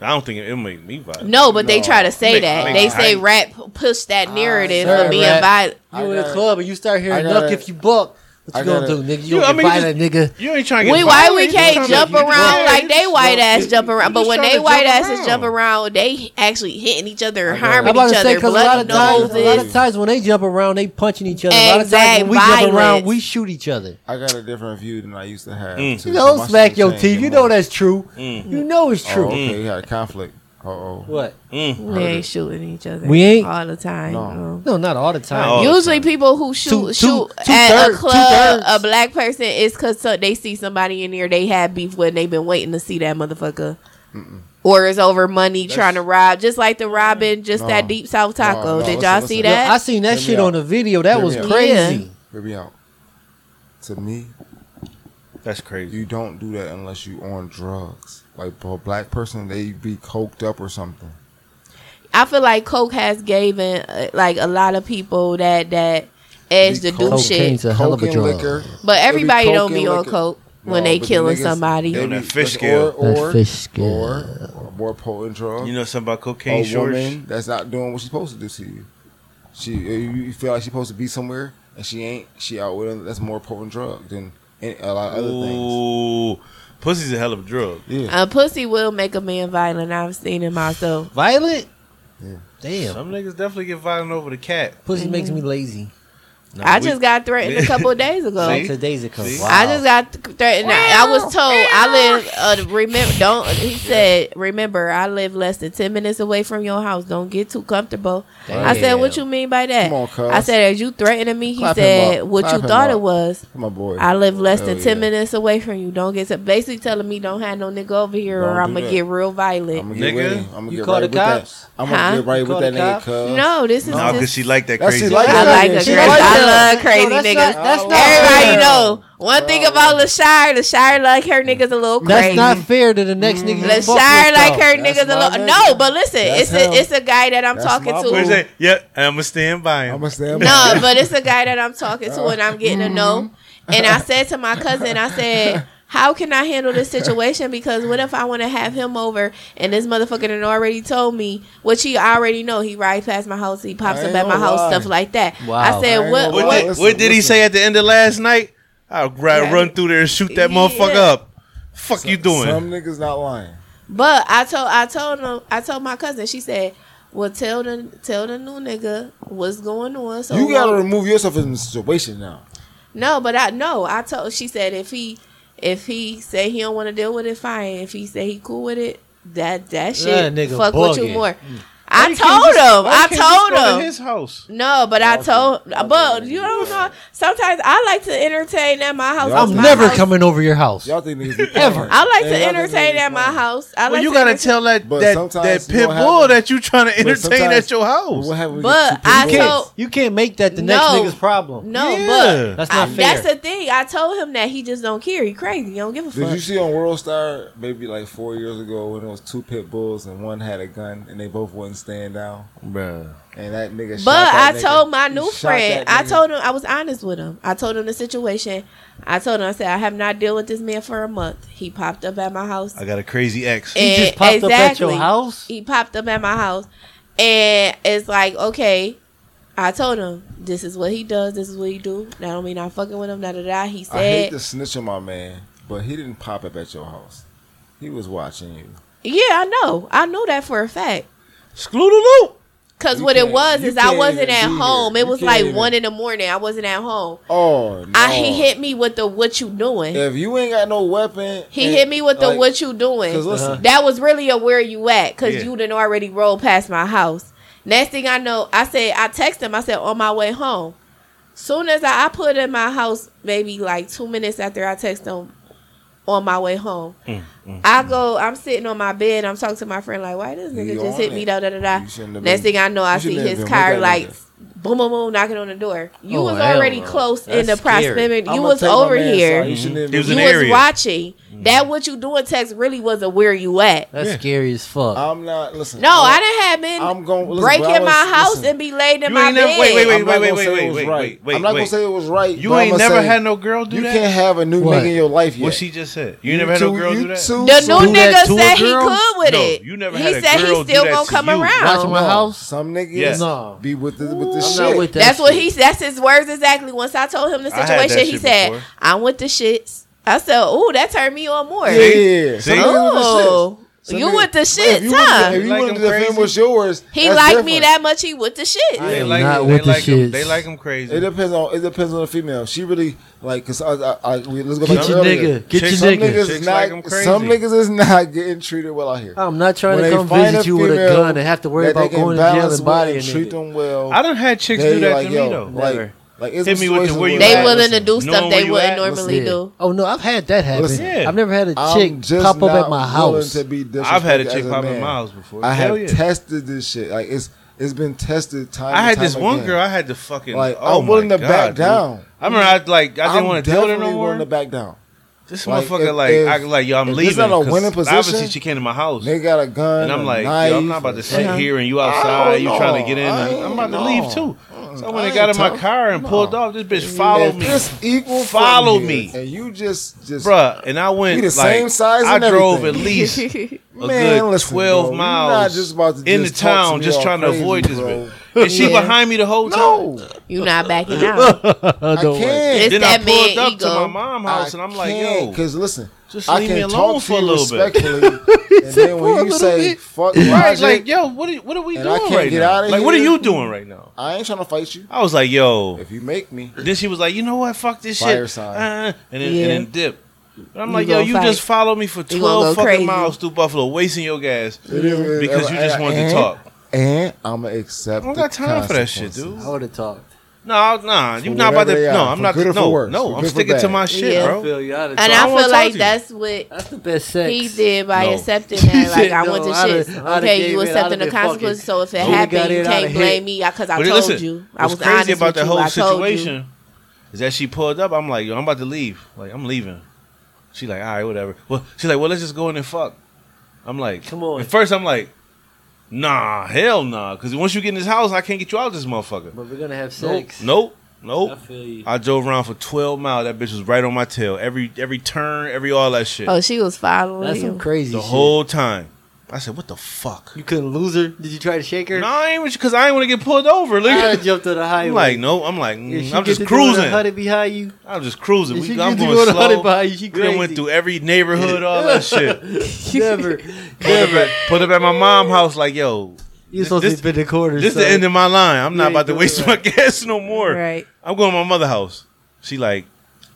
Speaker 2: I don't think it, will make me violent.
Speaker 5: No, but they
Speaker 4: No.
Speaker 5: try to say
Speaker 2: Make-
Speaker 5: that.
Speaker 2: make
Speaker 5: they
Speaker 2: you
Speaker 5: say
Speaker 2: hype.
Speaker 5: rap push that
Speaker 4: Ah,
Speaker 5: narrative
Speaker 4: sir,
Speaker 5: for being
Speaker 3: rap.
Speaker 5: violent.
Speaker 4: I
Speaker 3: You in the
Speaker 4: gotta-
Speaker 3: club and you start
Speaker 4: I
Speaker 3: hearing
Speaker 4: gotta-
Speaker 3: "Look if you buck." What
Speaker 4: I
Speaker 3: you gonna do,
Speaker 4: gotta-
Speaker 3: nigga? You
Speaker 2: You- I
Speaker 3: gonna
Speaker 2: mean,
Speaker 3: get violent, nigga?
Speaker 2: You ain't trying to get
Speaker 5: We, why
Speaker 2: violent.
Speaker 5: we
Speaker 2: You
Speaker 5: can't
Speaker 2: tryna-
Speaker 5: jump
Speaker 2: you just-
Speaker 5: around
Speaker 2: Yeah,
Speaker 5: like
Speaker 2: you
Speaker 5: they
Speaker 2: just-
Speaker 5: white
Speaker 2: you
Speaker 5: ass
Speaker 2: just-
Speaker 5: jump around?
Speaker 2: you
Speaker 5: But
Speaker 2: just
Speaker 5: when
Speaker 2: tryna
Speaker 5: they white
Speaker 2: jump
Speaker 5: asses jump around, they actually hitting each other,
Speaker 4: I know.
Speaker 3: I'm
Speaker 5: harming
Speaker 3: about
Speaker 5: each
Speaker 3: to say
Speaker 5: other,
Speaker 3: because a lot
Speaker 5: bloody
Speaker 3: of times, a lot of
Speaker 5: noses.
Speaker 3: times when they jump around, they punching each other. A lot of times when we
Speaker 5: Exact
Speaker 3: jump around,
Speaker 5: violence.
Speaker 3: we shoot each other.
Speaker 4: I got a different view than I used to have.
Speaker 2: Mm.
Speaker 4: too,
Speaker 3: You
Speaker 4: so
Speaker 3: know,
Speaker 4: my shit
Speaker 3: smack
Speaker 4: was
Speaker 3: your
Speaker 4: changing
Speaker 3: teeth. You
Speaker 4: more.
Speaker 3: know that's true.
Speaker 5: Mm.
Speaker 3: You know it's
Speaker 4: Oh,
Speaker 3: true. Mm.
Speaker 4: okay, you had a conflict. Uh oh.
Speaker 3: What?
Speaker 2: Mm.
Speaker 5: They ain't shooting each other.
Speaker 3: We ain't-
Speaker 5: all the time.
Speaker 4: No.
Speaker 5: Um,
Speaker 3: No, not all the time.
Speaker 2: No. all the
Speaker 5: Usually,
Speaker 2: time.
Speaker 5: people who shoot
Speaker 3: Two- two-
Speaker 5: shoot
Speaker 3: two
Speaker 5: at
Speaker 3: third- two
Speaker 5: a
Speaker 3: thirds.
Speaker 5: club, a black person, is because so, they see somebody in there they had beef with, and they've been waiting to see that motherfucker. Or it's over money trying to rob, just like the robbing, just
Speaker 4: No.
Speaker 5: that deep south
Speaker 4: no,
Speaker 5: taco. Did
Speaker 4: listen,
Speaker 5: y'all
Speaker 4: listen.
Speaker 5: see
Speaker 4: Yo,
Speaker 3: Yo,
Speaker 5: that?
Speaker 3: I seen that
Speaker 4: Hear me
Speaker 3: shit
Speaker 4: out.
Speaker 3: on a video. That
Speaker 4: Hear
Speaker 3: was
Speaker 4: me out.
Speaker 3: crazy.
Speaker 4: Hear me out. To me,
Speaker 2: That's crazy.
Speaker 4: you don't do that unless you on drugs. Like for a black person, they be coked up or something.
Speaker 5: I feel like coke has given uh, like a lot of people that that edge to do
Speaker 4: Coke
Speaker 5: shit,
Speaker 3: Cocaine's a hell of
Speaker 4: Coke
Speaker 3: a
Speaker 4: and
Speaker 3: drug.
Speaker 4: liquor.
Speaker 5: but
Speaker 4: be
Speaker 5: everybody
Speaker 4: coke
Speaker 5: don't
Speaker 4: and
Speaker 5: be on
Speaker 4: liquor.
Speaker 5: coke when
Speaker 4: No,
Speaker 5: they
Speaker 4: but the
Speaker 5: killing
Speaker 4: niggas-
Speaker 5: somebody.
Speaker 4: they
Speaker 2: On that
Speaker 4: be-
Speaker 2: fish
Speaker 4: or-
Speaker 2: scale.
Speaker 4: Or,
Speaker 3: That fish scale.
Speaker 4: Or, or more potent drug.
Speaker 2: You know something about cocaine
Speaker 4: a
Speaker 2: shorts?
Speaker 4: Oh, woman that's not doing what she's supposed to do to you. She, you you feel like she's supposed to be somewhere and she ain't. She out with another- that's more potent drug than any, a lot of other things.
Speaker 2: Ooh, pussy's a hell of a drug.
Speaker 4: Yeah,
Speaker 5: A Uh, pussy will make a man violent. I've seen it myself.
Speaker 3: Violent.
Speaker 4: Yeah.
Speaker 3: Damn,
Speaker 2: Some niggas definitely get violent over the cat.
Speaker 3: pussy makes me lazy.
Speaker 2: Nah,
Speaker 5: I
Speaker 2: we-
Speaker 5: just got threatened a couple days ago.
Speaker 2: See?
Speaker 3: Today's it comes.
Speaker 2: See?
Speaker 3: Wow.
Speaker 5: I just got th- threatened. I I was told I live. Uh, remember, don't. He said, "Remember, I live less than ten minutes away from your house. Don't get too comfortable." I said, "What
Speaker 3: Damn.
Speaker 5: you mean by that?"
Speaker 4: Come on, cuz.
Speaker 5: I said, "As you threatening me," he
Speaker 4: Clap him
Speaker 5: said,
Speaker 4: up.
Speaker 5: "What
Speaker 4: Clap
Speaker 5: you
Speaker 4: him
Speaker 5: thought it
Speaker 4: up.
Speaker 5: was."
Speaker 4: my boy.
Speaker 5: I live less than
Speaker 4: Hell
Speaker 5: ten
Speaker 4: yeah.
Speaker 5: minutes away from you. Don't get to basically telling me don't have no nigga over here, or
Speaker 4: Don't
Speaker 5: I'm
Speaker 4: do
Speaker 5: gonna
Speaker 4: that.
Speaker 5: get real
Speaker 4: I'm
Speaker 5: violent.
Speaker 4: gonna get
Speaker 2: Nigga,
Speaker 4: ready. I'm gonna
Speaker 3: you
Speaker 4: get
Speaker 3: call
Speaker 4: right
Speaker 3: the
Speaker 4: with that.
Speaker 3: cops?
Speaker 4: I'm gonna
Speaker 5: Huh?
Speaker 4: get right
Speaker 3: You call
Speaker 4: with that
Speaker 3: the
Speaker 4: nigga.
Speaker 3: cops?
Speaker 4: Cuz.
Speaker 5: No, this is
Speaker 2: No, because
Speaker 5: just.
Speaker 2: she like that
Speaker 4: That's-
Speaker 2: crazy.
Speaker 4: she like
Speaker 5: I
Speaker 4: that.
Speaker 5: like a
Speaker 4: She
Speaker 5: crazy.
Speaker 4: like that.
Speaker 5: I love crazy
Speaker 3: No, that's
Speaker 5: niggas.
Speaker 3: not- that's not
Speaker 5: Everybody
Speaker 3: fair.
Speaker 5: know one thing about Lashire. Lashire like her niggas a little
Speaker 3: That's
Speaker 5: crazy.
Speaker 3: not fair to the next
Speaker 4: Mm-hmm.
Speaker 3: nigga. you fuck
Speaker 5: Lashire
Speaker 3: with,
Speaker 5: like
Speaker 3: though.
Speaker 5: her
Speaker 4: That's
Speaker 5: niggas a
Speaker 4: my
Speaker 5: little.
Speaker 4: nigga.
Speaker 5: No, but listen,
Speaker 4: That's
Speaker 5: it's a
Speaker 4: him.
Speaker 5: it's a guy that I'm
Speaker 4: That's
Speaker 5: talking
Speaker 4: my
Speaker 5: to.
Speaker 4: boy.
Speaker 2: Where's that? Yeah, I'ma stand by him.
Speaker 4: I'm gonna stand. by
Speaker 5: No,
Speaker 4: you.
Speaker 5: but it's a guy that I'm talking to, and I'm getting to know. And I said to my cousin, I said, "How can I handle this situation? Because what if I want to have him over, and this motherfucker done already told me, which he already know. He rides past my house, he pops
Speaker 4: I
Speaker 5: up
Speaker 4: ain't
Speaker 5: at my
Speaker 4: gonna
Speaker 5: house,
Speaker 4: lie.
Speaker 5: stuff like that.
Speaker 3: Wow.
Speaker 5: I
Speaker 4: I
Speaker 5: said,
Speaker 4: ain't
Speaker 5: what,
Speaker 4: gonna
Speaker 2: What,
Speaker 4: lie.
Speaker 5: what
Speaker 2: did,
Speaker 4: listen,
Speaker 2: what did he
Speaker 4: listen.
Speaker 2: say at the end of last night? I'll grab,
Speaker 5: Yeah.
Speaker 2: run through there and shoot that
Speaker 5: Yeah.
Speaker 2: motherfucker up. Fuck you doing?
Speaker 4: Some niggas not lying.
Speaker 5: But I told I told him I told my cousin. She said, "Well, tell the tell the new nigga what's going on." So
Speaker 4: You gotta
Speaker 5: we'll-
Speaker 4: remove yourself from the situation now.
Speaker 5: no, but I no. I told she said if he if he say he don't want to deal with it, fine. If he say he cool with it, that that shit
Speaker 3: That nigga
Speaker 5: fuck with you
Speaker 3: bugging.
Speaker 5: more.
Speaker 2: Mm. Why
Speaker 5: I
Speaker 2: you can't
Speaker 5: told
Speaker 2: just-
Speaker 5: him.
Speaker 2: why you
Speaker 5: I
Speaker 2: can't just go to
Speaker 5: told him.
Speaker 2: his house.
Speaker 5: No, but I
Speaker 4: Y'all
Speaker 5: told.
Speaker 4: can- y'all
Speaker 5: But
Speaker 4: can-
Speaker 5: you don't know. Sometimes I like to entertain at my house.
Speaker 4: Y'all
Speaker 3: I'm
Speaker 5: It's
Speaker 4: can-
Speaker 5: my
Speaker 3: never
Speaker 5: house.
Speaker 3: coming over your house.
Speaker 4: Y'all think niggas be
Speaker 3: Ever.
Speaker 4: playing.
Speaker 5: I like
Speaker 4: Y'all
Speaker 5: to
Speaker 4: think niggas
Speaker 5: entertain
Speaker 4: be
Speaker 5: at my
Speaker 4: playing.
Speaker 5: house. I like
Speaker 2: well, you
Speaker 5: to
Speaker 2: gotta
Speaker 5: entertain-
Speaker 2: tell that
Speaker 4: But
Speaker 2: that, that
Speaker 4: sometimes you
Speaker 2: pit
Speaker 4: gonna
Speaker 2: bull
Speaker 4: have-
Speaker 2: that you trying to
Speaker 4: But
Speaker 2: entertain
Speaker 4: sometimes-
Speaker 2: at your house.
Speaker 4: What happened?
Speaker 5: But I
Speaker 3: You can't,
Speaker 5: told-
Speaker 3: you can't make that the next
Speaker 5: No.
Speaker 3: nigga's problem.
Speaker 5: No,
Speaker 2: Yeah.
Speaker 5: but
Speaker 3: That's not
Speaker 5: I-
Speaker 3: fair.
Speaker 5: That's the thing. I told him that he just don't care. He crazy. He don't give a
Speaker 4: Did
Speaker 5: fuck.
Speaker 4: you see on World Star maybe like four years ago when it was two pit bulls and one had a gun and they both wouldn't stand down
Speaker 2: Bruh.
Speaker 4: and that nigga. shot
Speaker 5: but
Speaker 4: that
Speaker 5: I
Speaker 4: nigga.
Speaker 5: told my
Speaker 4: He
Speaker 5: new
Speaker 4: shot that
Speaker 5: friend. I
Speaker 4: nigga.
Speaker 5: told him I was honest with him. I told him the situation. I told him I said I have not dealt with this man for a month. He popped up at my house.
Speaker 2: I got a crazy ex.
Speaker 5: And-
Speaker 4: Eh,
Speaker 3: He just popped up at
Speaker 5: exactly.
Speaker 3: your house.
Speaker 5: He popped up at my house, and it's like okay. I told him this is what he does. This is what he do. That don't mean I'm fucking with him. Da da da. He
Speaker 4: I hate
Speaker 5: said,
Speaker 4: to snitch on my man, but he didn't pop up at your house. He was watching you.
Speaker 5: "Yeah, I know. I know that for a fact."
Speaker 2: Skloodaloop.
Speaker 5: Cause
Speaker 4: You
Speaker 5: what it
Speaker 4: can't-
Speaker 5: was
Speaker 4: you
Speaker 5: is I
Speaker 4: can't
Speaker 5: wasn't
Speaker 4: even
Speaker 5: at
Speaker 4: be here.
Speaker 5: home. It
Speaker 4: You
Speaker 5: was
Speaker 4: can't
Speaker 5: like
Speaker 4: even-
Speaker 5: one in the morning. I wasn't at home.
Speaker 4: Oh no!
Speaker 5: I he hit me with the what you doing.
Speaker 4: If you ain't got no weapon,
Speaker 5: He
Speaker 4: and,
Speaker 5: hit me with the
Speaker 4: like,
Speaker 5: what you doing. Uh-huh.
Speaker 4: 'cause listen-
Speaker 5: That was really a where you at because
Speaker 2: Yeah.
Speaker 5: you done already rolled past my house. Next thing I know, I said I text him. I said on my way home. Soon as I, I put in my house, maybe like two minutes after I text him on my way home,
Speaker 4: Mm,
Speaker 5: I go. I'm sitting on my bed. I'm talking to my friend like, why this nigga
Speaker 4: You
Speaker 5: just
Speaker 4: on
Speaker 5: hit me?
Speaker 4: it.
Speaker 5: Da da da da.
Speaker 4: You shouldn't have
Speaker 5: Next
Speaker 4: been-
Speaker 5: thing I know, I
Speaker 4: you
Speaker 5: see
Speaker 4: shouldn't have
Speaker 5: his
Speaker 4: been
Speaker 5: car
Speaker 4: with that nigga.
Speaker 5: lights. Boom, boom, boom, knocking on the door. You
Speaker 3: Oh,
Speaker 5: was
Speaker 3: hell
Speaker 5: already
Speaker 3: no.
Speaker 5: close in the
Speaker 3: That's scary.
Speaker 5: proximity. You
Speaker 4: I'ma
Speaker 5: was
Speaker 4: take my
Speaker 5: over
Speaker 4: man's
Speaker 5: here.
Speaker 4: side. You shouldn't have
Speaker 2: He was
Speaker 4: been-
Speaker 2: an
Speaker 5: You
Speaker 2: area.
Speaker 5: was watching. That what you doing text really was a where you at.
Speaker 3: That's
Speaker 2: Yeah.
Speaker 3: scary as fuck.
Speaker 4: I'm not. Listen.
Speaker 5: No, I
Speaker 4: I'm-
Speaker 5: didn't have been
Speaker 4: Oh, I'm gon- listen,
Speaker 5: breaking
Speaker 4: but I was-
Speaker 5: my house
Speaker 4: listen.
Speaker 5: and be laid in
Speaker 2: You
Speaker 5: my
Speaker 2: ain't never-
Speaker 5: bed.
Speaker 2: wait, wait,
Speaker 4: I'm not
Speaker 2: wait,
Speaker 4: gonna
Speaker 2: wait,
Speaker 4: say
Speaker 2: wait,
Speaker 4: it was
Speaker 2: wait,
Speaker 4: right.
Speaker 2: wait, wait,
Speaker 4: I'm not gonna
Speaker 2: wait.
Speaker 4: say it was right.
Speaker 2: You
Speaker 4: but
Speaker 2: ain't
Speaker 4: I'ma
Speaker 2: never
Speaker 4: say,
Speaker 2: had no girl do
Speaker 4: You
Speaker 2: that?
Speaker 4: can't have a new
Speaker 3: What?
Speaker 4: nigga in your life yet.
Speaker 2: What she just said. You, never had no
Speaker 4: two-
Speaker 2: girl
Speaker 4: you
Speaker 2: do that?
Speaker 4: two-
Speaker 5: The
Speaker 4: so
Speaker 5: new
Speaker 3: do that
Speaker 5: nigga
Speaker 3: to a
Speaker 5: said he
Speaker 3: girl?
Speaker 5: could with
Speaker 2: No,
Speaker 5: it.
Speaker 2: you never
Speaker 5: he
Speaker 2: had a
Speaker 5: said
Speaker 2: girl
Speaker 5: he
Speaker 2: do
Speaker 5: still
Speaker 2: that
Speaker 5: gonna
Speaker 2: to
Speaker 5: come
Speaker 2: you.
Speaker 3: Watch
Speaker 5: around.
Speaker 3: my house?
Speaker 4: Some niggas
Speaker 2: Yes.
Speaker 3: No.
Speaker 4: be with this with this
Speaker 3: I'm not
Speaker 4: shit.
Speaker 3: with that.
Speaker 5: That's what
Speaker 3: shit.
Speaker 5: he. That's his words exactly. Once I told him the
Speaker 2: I had that
Speaker 5: situation, he
Speaker 2: shit
Speaker 5: said,
Speaker 2: before.
Speaker 5: "I'm with the shits." I said, "Ooh, that turned me on more."
Speaker 4: Yeah, yeah,
Speaker 2: See?
Speaker 4: yeah. Some niggas with the shits.
Speaker 5: Ooh,
Speaker 4: Some
Speaker 5: Oh. you
Speaker 4: niggas-
Speaker 5: with the
Speaker 4: If
Speaker 5: shits,
Speaker 4: you wanted to-
Speaker 5: huh?
Speaker 4: If you
Speaker 2: Like
Speaker 4: wanted to
Speaker 2: them
Speaker 4: defend
Speaker 2: crazy?
Speaker 4: what's yours,
Speaker 5: He
Speaker 4: that's
Speaker 5: liked
Speaker 4: different.
Speaker 5: me that much. He with the shits.
Speaker 2: They
Speaker 3: am
Speaker 2: like,
Speaker 3: not
Speaker 2: they
Speaker 3: with the
Speaker 2: like him. They
Speaker 3: shits.
Speaker 2: like him crazy.
Speaker 4: It depends on it depends on the female. She really like cause I, I, I we- let's go back
Speaker 3: Get
Speaker 4: to
Speaker 3: your
Speaker 4: earlier.
Speaker 3: nigga. Get your
Speaker 2: Chicks-
Speaker 4: Some
Speaker 2: Some
Speaker 3: nigga.
Speaker 4: niggas
Speaker 2: Chicks
Speaker 4: is
Speaker 2: like
Speaker 4: not
Speaker 2: 'em crazy.
Speaker 4: some niggas is not getting treated well out here.
Speaker 3: I'm not trying
Speaker 4: When
Speaker 3: to
Speaker 4: they
Speaker 3: come
Speaker 4: find
Speaker 3: visit
Speaker 4: a
Speaker 3: you with a
Speaker 4: female
Speaker 3: gun and have to worry
Speaker 4: that they
Speaker 3: about
Speaker 4: can
Speaker 3: going to jail
Speaker 4: balance
Speaker 3: and
Speaker 4: well
Speaker 3: bodying a
Speaker 4: treat
Speaker 3: nigga.
Speaker 4: them well.
Speaker 2: I done had chicks
Speaker 4: they
Speaker 2: do that
Speaker 4: like,
Speaker 2: to
Speaker 4: yo,
Speaker 2: me though.
Speaker 4: Like,
Speaker 3: Never.
Speaker 4: like it's
Speaker 2: Hit me with the
Speaker 4: situations
Speaker 2: where you
Speaker 5: They
Speaker 2: at.
Speaker 5: willing to do
Speaker 2: Listen,
Speaker 5: stuff
Speaker 2: knowing
Speaker 5: they
Speaker 2: where you
Speaker 5: wouldn't
Speaker 2: at,
Speaker 5: normally
Speaker 3: Yeah.
Speaker 5: do.
Speaker 3: Oh no, I've had that happen.
Speaker 4: Listen.
Speaker 2: Yeah.
Speaker 3: I've never had a
Speaker 4: I'm
Speaker 3: chick
Speaker 4: just
Speaker 3: pop up at
Speaker 4: not
Speaker 3: my
Speaker 4: willing
Speaker 3: house.
Speaker 4: To be
Speaker 2: I've had a
Speaker 4: disrespected
Speaker 2: chick
Speaker 4: as
Speaker 2: pop in
Speaker 4: man.
Speaker 2: my house before.
Speaker 4: I
Speaker 2: Hell
Speaker 4: have
Speaker 2: yeah.
Speaker 4: tested this shit. Like it's it's been tested time.
Speaker 2: I
Speaker 4: and
Speaker 2: had
Speaker 4: time
Speaker 2: this one
Speaker 4: again.
Speaker 2: girl. I had to fucking.
Speaker 4: Like,
Speaker 2: oh
Speaker 4: I'm willing
Speaker 2: my
Speaker 4: to back
Speaker 2: God, dude.
Speaker 4: down.
Speaker 2: I remember I like I didn't
Speaker 4: I'm
Speaker 2: want to deal with her no
Speaker 4: definitely
Speaker 2: more.
Speaker 4: willing to back down.
Speaker 2: This
Speaker 4: Like,
Speaker 2: motherfucker,
Speaker 4: if-
Speaker 2: like,
Speaker 4: if-
Speaker 2: I like, yo, I'm
Speaker 4: if
Speaker 2: leaving.
Speaker 4: this not a
Speaker 2: 'cause
Speaker 4: winning position,
Speaker 2: Obviously, she came to my house,
Speaker 4: They got a gun.
Speaker 2: and I'm
Speaker 4: a
Speaker 2: like,
Speaker 4: knife,
Speaker 2: yo, I'm not about to sit
Speaker 4: Yeah.
Speaker 2: here and you
Speaker 4: I
Speaker 2: outside.
Speaker 4: don't
Speaker 2: You trying
Speaker 4: know.
Speaker 2: to get in?
Speaker 4: I
Speaker 2: and
Speaker 4: ain't-
Speaker 2: I'm about to
Speaker 4: no.
Speaker 2: leave too. So when
Speaker 4: I
Speaker 2: I got
Speaker 4: ain't
Speaker 2: in my
Speaker 4: tough.
Speaker 2: car and
Speaker 4: No.
Speaker 2: pulled off, this bitch followed
Speaker 4: if
Speaker 2: me,
Speaker 4: This equal. from
Speaker 2: Follow
Speaker 4: here,
Speaker 2: me.
Speaker 4: And you just just
Speaker 2: bruh. And I went
Speaker 4: We the
Speaker 2: like
Speaker 4: same size
Speaker 2: I
Speaker 4: and
Speaker 2: drove at
Speaker 4: everything.
Speaker 2: least a
Speaker 4: Man,
Speaker 2: good
Speaker 4: listen,
Speaker 2: twelve
Speaker 4: bro, you
Speaker 2: miles
Speaker 4: not just about to
Speaker 2: in the
Speaker 4: just talk to
Speaker 2: town,
Speaker 4: me
Speaker 2: just
Speaker 4: all
Speaker 2: trying
Speaker 4: crazy,
Speaker 2: to avoid this
Speaker 4: bro.
Speaker 2: bitch. And she
Speaker 5: Yeah.
Speaker 2: behind me the whole time.
Speaker 4: No,
Speaker 5: You not backing out.
Speaker 4: I can't.
Speaker 5: It's
Speaker 2: Then I
Speaker 5: that
Speaker 2: pulled
Speaker 5: man
Speaker 2: up to
Speaker 5: ego.
Speaker 2: my mom house, and I'm like, yo,
Speaker 4: because listen,
Speaker 2: just
Speaker 4: I
Speaker 2: leave
Speaker 4: can
Speaker 2: me alone
Speaker 4: talk
Speaker 2: for a
Speaker 4: to you
Speaker 2: little bit.
Speaker 4: respectfully, and then
Speaker 3: for a
Speaker 4: when you
Speaker 3: little
Speaker 4: say
Speaker 3: bit.
Speaker 4: fuck
Speaker 2: Right,
Speaker 4: logic,
Speaker 2: like, yo, what are, what are we
Speaker 4: And I
Speaker 2: doing
Speaker 4: can't
Speaker 2: right
Speaker 4: get
Speaker 2: now?
Speaker 4: outta
Speaker 2: Like, what are
Speaker 4: here.
Speaker 2: you doing right now?
Speaker 4: I ain't trying to fight you.
Speaker 2: I was like, yo.
Speaker 4: If you make me,
Speaker 2: Then she was like, you know what? Fuck this
Speaker 4: Fire
Speaker 2: shit.
Speaker 4: sign.
Speaker 2: Uh, and, then,
Speaker 5: Yeah.
Speaker 2: and then dip. And I'm
Speaker 5: You
Speaker 2: like, yo,
Speaker 5: gonna
Speaker 2: you
Speaker 5: fight.
Speaker 2: just followed me for
Speaker 5: gonna
Speaker 2: 12
Speaker 5: go
Speaker 2: fucking
Speaker 5: crazy.
Speaker 2: miles through Buffalo, wasting your gas
Speaker 4: It is- it-
Speaker 2: because you
Speaker 4: and-
Speaker 2: just wanted to
Speaker 4: and-
Speaker 2: talk.
Speaker 4: and I'm gonna accept.
Speaker 2: I don't
Speaker 4: the
Speaker 2: got time for that shit, dude.
Speaker 4: consequences.
Speaker 3: I would have talked.
Speaker 2: No, I- nah, you
Speaker 4: For
Speaker 2: not about to.
Speaker 4: whatever they
Speaker 2: No,
Speaker 4: are,
Speaker 2: I'm
Speaker 4: for
Speaker 2: not.
Speaker 4: good or for
Speaker 2: no,
Speaker 4: worse,
Speaker 2: no,
Speaker 4: for
Speaker 2: I'm
Speaker 4: good or for
Speaker 2: sticking to
Speaker 4: bad.
Speaker 2: my shit,
Speaker 5: Yeah.
Speaker 2: bro.
Speaker 3: you. I'd
Speaker 5: And
Speaker 2: I
Speaker 5: I
Speaker 2: wanna
Speaker 5: feel
Speaker 2: talk
Speaker 5: like
Speaker 2: to you.
Speaker 5: that's what
Speaker 3: That's the best sex.
Speaker 5: he did by
Speaker 2: No.
Speaker 5: accepting that. Like
Speaker 3: said,
Speaker 5: I
Speaker 3: "No,
Speaker 5: went to
Speaker 3: I'da-
Speaker 5: shit.
Speaker 3: I'da
Speaker 5: Okay,
Speaker 3: gave
Speaker 5: you
Speaker 3: in,
Speaker 5: accepting
Speaker 3: I'da
Speaker 5: the
Speaker 3: been fucking-
Speaker 5: consequences. So if it
Speaker 3: I'da got
Speaker 5: happened, you
Speaker 3: in, I'da
Speaker 5: can't blame
Speaker 3: hit.
Speaker 5: me because I
Speaker 2: But
Speaker 5: told
Speaker 2: listen,
Speaker 5: you. I
Speaker 2: what's
Speaker 5: was honest
Speaker 2: crazy about
Speaker 5: with
Speaker 2: the
Speaker 5: you.
Speaker 2: whole
Speaker 5: I told you.
Speaker 2: situation is that she pulled up. I'm like, yo, I'm about to leave. Like, I'm leaving. She like, all right, whatever. Well, she's like, well, let's just go in and fuck. I'm like,
Speaker 3: Come on.
Speaker 2: At first, I'm like, nah, hell nah, because once you get in this house, I can't get you out of this motherfucker.
Speaker 3: But we're gonna have
Speaker 2: Nope,
Speaker 3: sex.
Speaker 2: nope, nope.
Speaker 3: I feel you.
Speaker 2: I drove around for 12 miles. That bitch was right on my tail. Every every turn, every all that shit.
Speaker 5: Oh, she was following
Speaker 3: That's some
Speaker 5: you.
Speaker 3: crazy
Speaker 2: the
Speaker 3: shit.
Speaker 2: whole time. I said, what the fuck?
Speaker 3: You couldn't lose her. Did you try to shake her?
Speaker 2: No, I ain't because I ain't want to get pulled over. Look,
Speaker 3: I
Speaker 2: at-
Speaker 3: jumped to the highway.
Speaker 2: I'm like, no, I'm like,
Speaker 3: If
Speaker 2: mm,
Speaker 3: she
Speaker 2: I'm
Speaker 3: get
Speaker 2: just
Speaker 3: to doing a
Speaker 2: cruising.
Speaker 3: hundred behind you.
Speaker 2: I'm just cruising.
Speaker 3: If she
Speaker 2: We, I'm
Speaker 3: get to
Speaker 2: going
Speaker 3: doing a hundred
Speaker 2: slow.
Speaker 3: behind you, she
Speaker 2: We done went
Speaker 3: crazy.
Speaker 2: through every neighborhood, all that shit.
Speaker 3: Never.
Speaker 2: Put up, at, put up at my mom's house, like, yo,
Speaker 3: You supposed
Speaker 2: This-
Speaker 3: to be in the corner.
Speaker 2: this is
Speaker 3: so.
Speaker 2: the end of my line. I'm
Speaker 3: You
Speaker 2: not
Speaker 3: ain't
Speaker 2: about to
Speaker 3: doing
Speaker 2: waste
Speaker 3: right.
Speaker 2: my gas no more.
Speaker 5: Right.
Speaker 2: I'm going to my mother's house. She like,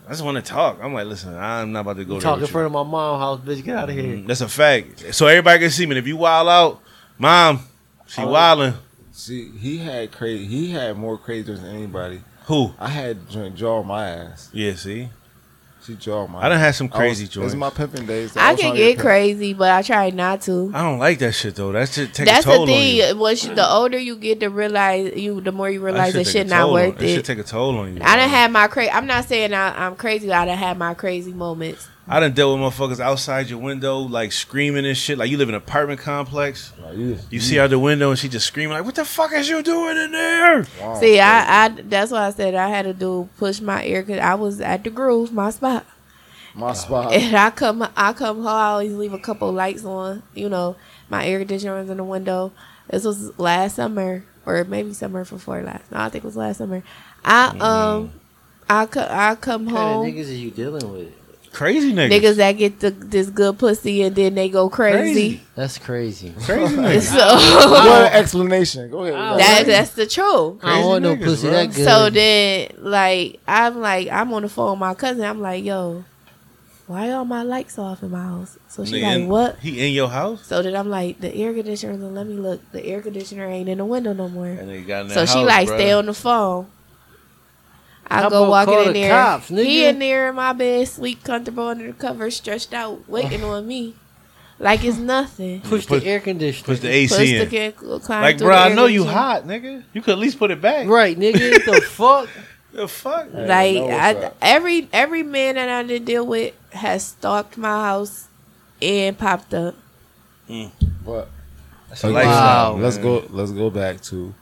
Speaker 2: I just want to talk. I'm like, listen, I'm not about to go
Speaker 3: You
Speaker 2: there
Speaker 3: talk in
Speaker 2: with you.
Speaker 3: front of my mom house, bitch. Get out of here.
Speaker 2: Mm, That's a fact. So everybody can see me. And if you wild out, mom, she
Speaker 3: Oh.
Speaker 2: wilding.
Speaker 4: See, he had crazy. He had more crazy than anybody.
Speaker 2: Who?
Speaker 4: I had drink jaw my ass.
Speaker 2: Yeah, see,
Speaker 4: She jaw my.
Speaker 2: I done
Speaker 4: ass.
Speaker 2: had some crazy
Speaker 4: I was,
Speaker 2: joints.
Speaker 4: It's my pimping days.
Speaker 5: I
Speaker 4: was
Speaker 5: can
Speaker 4: trying to
Speaker 5: get
Speaker 4: pimped.
Speaker 5: crazy, but I try not to.
Speaker 2: I don't like that shit though. That shit take
Speaker 5: That's
Speaker 2: a toll
Speaker 5: the
Speaker 2: on you.
Speaker 5: thing. Once you, the older you get, to realize you, the more you realize that
Speaker 2: take a
Speaker 5: shit not
Speaker 2: toll on-
Speaker 5: worth
Speaker 2: That shit
Speaker 5: it.
Speaker 2: take a toll on you.
Speaker 5: I
Speaker 2: bro.
Speaker 5: done had my crazy. I'm not saying I, I'm crazy. but I done had my crazy moments.
Speaker 2: I done dealt with motherfuckers outside your window, like screaming and shit. Like you live in an apartment complex.
Speaker 4: Like, you,
Speaker 2: You see out the window and she just screaming like, "What the fuck is you doing in there?"
Speaker 4: wow,
Speaker 5: See,
Speaker 4: crazy.
Speaker 5: I, I that's why I said I had to do push my ear because I was at the groove, my spot,
Speaker 4: my spot.
Speaker 5: and I come I come home. I always leave a couple lights on. You know, my air conditioner was in the window. This was last summer, or maybe summer before last. No, I think it was last summer. I um, I co- I come
Speaker 3: What
Speaker 5: home.
Speaker 3: kind of niggas is you dealing with?
Speaker 2: Crazy niggas.
Speaker 5: Niggas that get the, this good pussy and then they go crazy.
Speaker 3: That's crazy.
Speaker 2: Crazy niggas.
Speaker 5: So
Speaker 4: What an explanation. Go ahead.
Speaker 3: I-
Speaker 5: that that's the truth.
Speaker 3: I
Speaker 2: Crazy
Speaker 3: don't want no
Speaker 2: niggas,
Speaker 3: pussy
Speaker 2: bro.
Speaker 3: that good.
Speaker 5: So then, like, I'm like, I'm on the phone with my cousin. I'm like, yo, why all my lights off in my house? So she
Speaker 2: Nigga in-
Speaker 5: like, what?
Speaker 2: He in your house?
Speaker 5: So then I'm like, the air conditioner. Let me look. The air conditioner ain't in the window no more.
Speaker 2: That nigga got in
Speaker 5: So
Speaker 2: that
Speaker 5: she
Speaker 2: house,
Speaker 5: like,
Speaker 2: bruh.
Speaker 5: stay on the phone. I
Speaker 3: How
Speaker 5: go
Speaker 3: about call
Speaker 5: walking in
Speaker 3: the
Speaker 5: there.
Speaker 3: cops,
Speaker 5: he
Speaker 3: nigga?
Speaker 5: in there in my bed, sleep comfortable under the cover, stretched out, waiting on me, like it's nothing.
Speaker 3: push,
Speaker 2: Push-
Speaker 3: the air conditioner.
Speaker 2: Push the
Speaker 5: Push
Speaker 2: AC
Speaker 5: the
Speaker 2: in.
Speaker 5: kid, climb
Speaker 2: Like,
Speaker 5: through
Speaker 2: bro,
Speaker 5: the
Speaker 2: I
Speaker 5: air
Speaker 2: know you
Speaker 5: conditioner.
Speaker 2: hot, nigga. You could at least put it back.
Speaker 3: Right, nigga. the fuck?
Speaker 2: The fuck?
Speaker 4: Hey,
Speaker 5: like
Speaker 4: know what's
Speaker 5: I,
Speaker 4: up.
Speaker 5: every every man that I did deal with has stalked my house and popped up.
Speaker 4: But
Speaker 2: That's a
Speaker 4: Again,
Speaker 2: lifestyle.
Speaker 4: Let's
Speaker 2: man.
Speaker 4: go. Let's go back to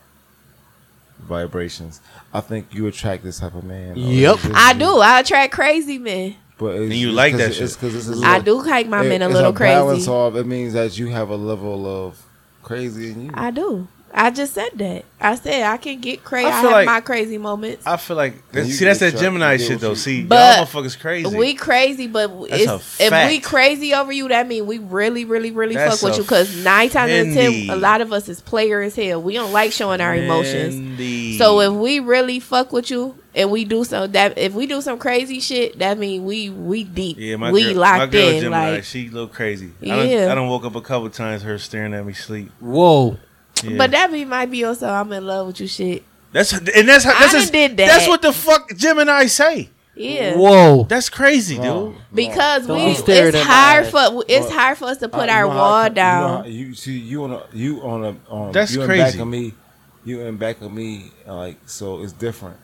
Speaker 4: vibrations. I think you attract this type of man. though.
Speaker 3: Yep.
Speaker 4: It's just-
Speaker 5: I do. I attract crazy men.
Speaker 4: But it's,
Speaker 2: And you
Speaker 4: it's
Speaker 2: like
Speaker 4: 'cause
Speaker 2: that
Speaker 4: it's-
Speaker 2: shit.
Speaker 4: It's because it's a
Speaker 5: I
Speaker 4: little-
Speaker 5: do like my
Speaker 4: it-
Speaker 5: men a
Speaker 4: it's
Speaker 5: little
Speaker 4: Balance
Speaker 5: crazy.
Speaker 4: off. It means that you have a level of crazy in you.
Speaker 5: I do. I just said that. I said I can get
Speaker 2: I
Speaker 5: crazy. I,
Speaker 2: feel
Speaker 5: have
Speaker 2: like-
Speaker 5: my crazy moments.
Speaker 2: I feel like
Speaker 4: When you
Speaker 2: see that's
Speaker 4: get
Speaker 2: that
Speaker 4: shot,
Speaker 2: Gemini
Speaker 4: you do
Speaker 2: shit
Speaker 4: what
Speaker 2: though.
Speaker 4: you-
Speaker 2: See, y'all
Speaker 5: But
Speaker 2: motherfuckers crazy.
Speaker 5: We crazy, but
Speaker 2: That's
Speaker 5: it's,
Speaker 2: a
Speaker 5: if we
Speaker 2: fact.
Speaker 5: crazy over you, that mean we really, really, really
Speaker 2: That's
Speaker 5: fuck with
Speaker 2: a
Speaker 5: you. Because nine times out of ten,
Speaker 2: fendi.
Speaker 5: a lot of us is player as hell. We don't like showing our emotions.
Speaker 2: Indeed.
Speaker 5: So if we really fuck with you and we do some that if we do some crazy shit, that mean we we deep.
Speaker 2: yeah, my
Speaker 5: we
Speaker 2: girl, my
Speaker 5: locked
Speaker 2: girl
Speaker 5: in.
Speaker 2: Gemini,
Speaker 5: Like
Speaker 2: she a little crazy. I done,
Speaker 5: Yeah.
Speaker 2: I done woke up a couple times her staring at me sleep.
Speaker 3: Whoa.
Speaker 2: Yeah.
Speaker 5: But that be might be also I'm in love with you shit.
Speaker 2: that's and that's how
Speaker 5: I
Speaker 2: that's
Speaker 5: done
Speaker 2: just-
Speaker 5: did that.
Speaker 2: that's what the fuck Gemini say.
Speaker 5: Yeah.
Speaker 3: Whoa.
Speaker 2: That's crazy,
Speaker 4: Oh,
Speaker 2: dude.
Speaker 5: Because
Speaker 3: Don't
Speaker 5: we
Speaker 3: be staring
Speaker 5: it's
Speaker 3: at my
Speaker 5: hard
Speaker 3: ass.
Speaker 5: for it's
Speaker 4: Well,
Speaker 5: hard for us to put
Speaker 4: I- Uh, you
Speaker 5: our
Speaker 4: know how I
Speaker 5: wall
Speaker 4: come- you know how-
Speaker 5: down.
Speaker 4: You, see, you on a you on a on
Speaker 2: That's
Speaker 4: you in
Speaker 2: crazy.
Speaker 4: back of me. You in back of me, like so it's different.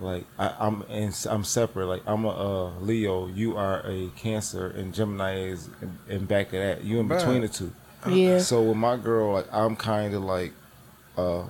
Speaker 4: Like I, I'm and I'm separate. Like I'm a uh, Leo. You are a Cancer, and Gemini is in, in back of that. You in
Speaker 2: Bruh.
Speaker 4: between the two.
Speaker 5: yeah.
Speaker 4: So with my girl, like I'm kind of like uh,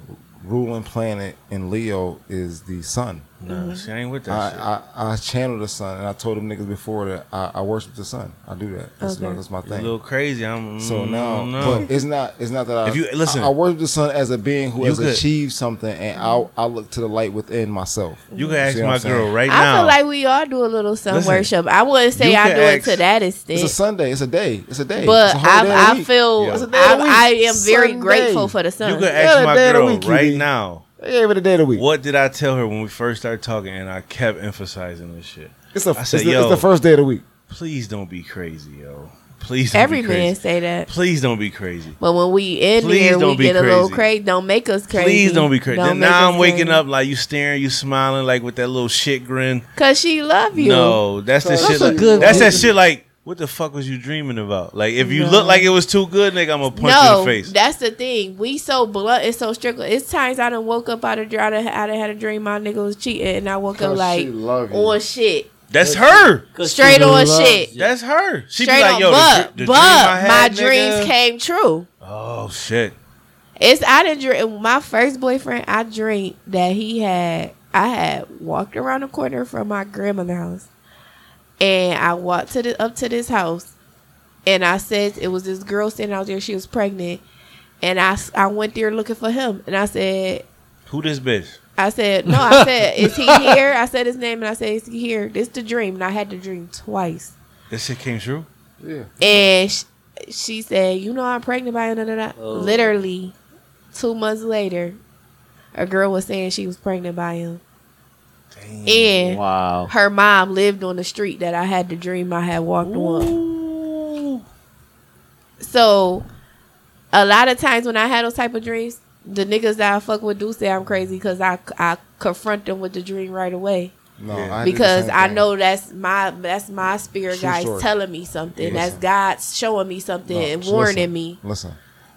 Speaker 4: ruling planet in Leo is the sun.
Speaker 2: No, she ain't with that shit.
Speaker 4: I, I I channel the sun, and I told them niggas before that I, I worship the sun. I do that. That's,
Speaker 5: Okay.
Speaker 4: my, that's my
Speaker 2: It's a
Speaker 4: thing.
Speaker 2: little crazy. I'm
Speaker 4: So
Speaker 2: mm,
Speaker 4: now,
Speaker 2: no.
Speaker 4: but it's not. It's not that I.
Speaker 2: If you- listen.
Speaker 4: I, I worship the sun as a being who
Speaker 2: You
Speaker 4: has
Speaker 2: could-
Speaker 4: achieved something, and I I look to the light within myself.
Speaker 2: you can ask
Speaker 4: See what
Speaker 2: my
Speaker 4: I'm saying?
Speaker 2: girl right
Speaker 5: I
Speaker 2: now.
Speaker 5: feel like we all do a little sun
Speaker 2: Listen,
Speaker 5: worship. I wouldn't say
Speaker 2: you
Speaker 5: I
Speaker 2: can
Speaker 5: do
Speaker 2: ask-
Speaker 5: it to that
Speaker 4: It's a
Speaker 5: extent.
Speaker 4: Sunday. It's a day. It's a day.
Speaker 5: But
Speaker 4: it's a whole day of the
Speaker 5: I, I
Speaker 4: week.
Speaker 5: feel
Speaker 2: Yeah. It's
Speaker 4: a day of the
Speaker 5: I, I
Speaker 4: week.
Speaker 5: am very
Speaker 4: Sunday.
Speaker 5: grateful for the sun.
Speaker 2: you can
Speaker 4: Yeah,
Speaker 2: ask
Speaker 4: the
Speaker 2: my
Speaker 4: day of the
Speaker 2: girl
Speaker 4: week, you
Speaker 2: right
Speaker 4: be.
Speaker 2: now.
Speaker 4: yeah, but a day of the week.
Speaker 2: What did I tell her when we first started talking? And I kept emphasizing this shit.
Speaker 4: It's, a,
Speaker 2: I
Speaker 4: it's,
Speaker 2: said,
Speaker 4: the, it's
Speaker 2: yo.
Speaker 4: the first day of the week.
Speaker 2: Please don't be crazy, yo. Please. Don't
Speaker 5: Every
Speaker 2: be crazy.
Speaker 5: man say that.
Speaker 2: Please don't be crazy.
Speaker 5: But when we in
Speaker 2: Please
Speaker 5: there, we
Speaker 2: don't be
Speaker 5: get a little
Speaker 2: crazy.
Speaker 5: crazy. Don't make us crazy.
Speaker 2: Please don't be crazy.
Speaker 5: Don't
Speaker 2: Then
Speaker 5: make
Speaker 2: now
Speaker 5: us
Speaker 2: I'm waking
Speaker 5: crazy.
Speaker 2: up like you staring, you smiling, like with that little shit grin.
Speaker 5: cause she love you.
Speaker 2: No, that's that
Speaker 4: That's
Speaker 2: shit.
Speaker 3: a
Speaker 2: Like,
Speaker 3: good
Speaker 2: that's that
Speaker 3: reason.
Speaker 2: shit. Like, what the fuck was you dreaming about? Like, if you
Speaker 5: No.
Speaker 2: look like it was too good, nigga, I'm gonna punch you in the face.
Speaker 5: that's the thing. We so blunt and so strict. It's times I done woke up out of I done, I done had a dream my nigga was cheating, and I woke up like on shit,
Speaker 2: that's her.
Speaker 5: straight on shit.
Speaker 2: That's her. She
Speaker 5: straight
Speaker 2: be like,
Speaker 5: on.
Speaker 2: yo, the
Speaker 5: but
Speaker 2: dr- the,
Speaker 5: but
Speaker 2: dream I had,
Speaker 5: my
Speaker 2: nigga.
Speaker 5: dreams came true.
Speaker 2: Oh shit.
Speaker 5: It's I didn't dream. My first boyfriend, I dreamed that he had. I had walked around the corner from my grandmother's house, and I walked to the up to this house, and I said it was this girl standing out there. She was pregnant, and I s- I went there looking for him, and I said.
Speaker 2: Who this bitch?
Speaker 5: I said, no, I said, is he here? I said his name and I said, is he here? This the dream. And I had the dream twice.
Speaker 2: This shit came true.
Speaker 4: Yeah.
Speaker 5: And she, she said, you know, I'm pregnant by you. da, da, da."
Speaker 3: Oh.
Speaker 5: Literally, two months later, a girl was saying she was pregnant by him.
Speaker 2: Damn.
Speaker 4: Mm,
Speaker 5: And
Speaker 3: Wow.
Speaker 5: her mom lived on the street that I had the dream I had walked on.
Speaker 2: Ooh.
Speaker 5: So, a lot of times when I had those type of dreams, the niggas that I fuck with do say I'm crazy because I, I confront them with the dream right away.
Speaker 4: No,
Speaker 2: Yeah.
Speaker 4: I did the
Speaker 5: because
Speaker 4: same
Speaker 5: I
Speaker 4: thing.
Speaker 5: know that's my that's my spirit
Speaker 4: True
Speaker 5: guys
Speaker 4: story.
Speaker 5: telling me something.
Speaker 4: Yeah.
Speaker 5: That's God showing me something
Speaker 4: No,
Speaker 5: and
Speaker 4: listen,
Speaker 5: warning me.
Speaker 4: Listen,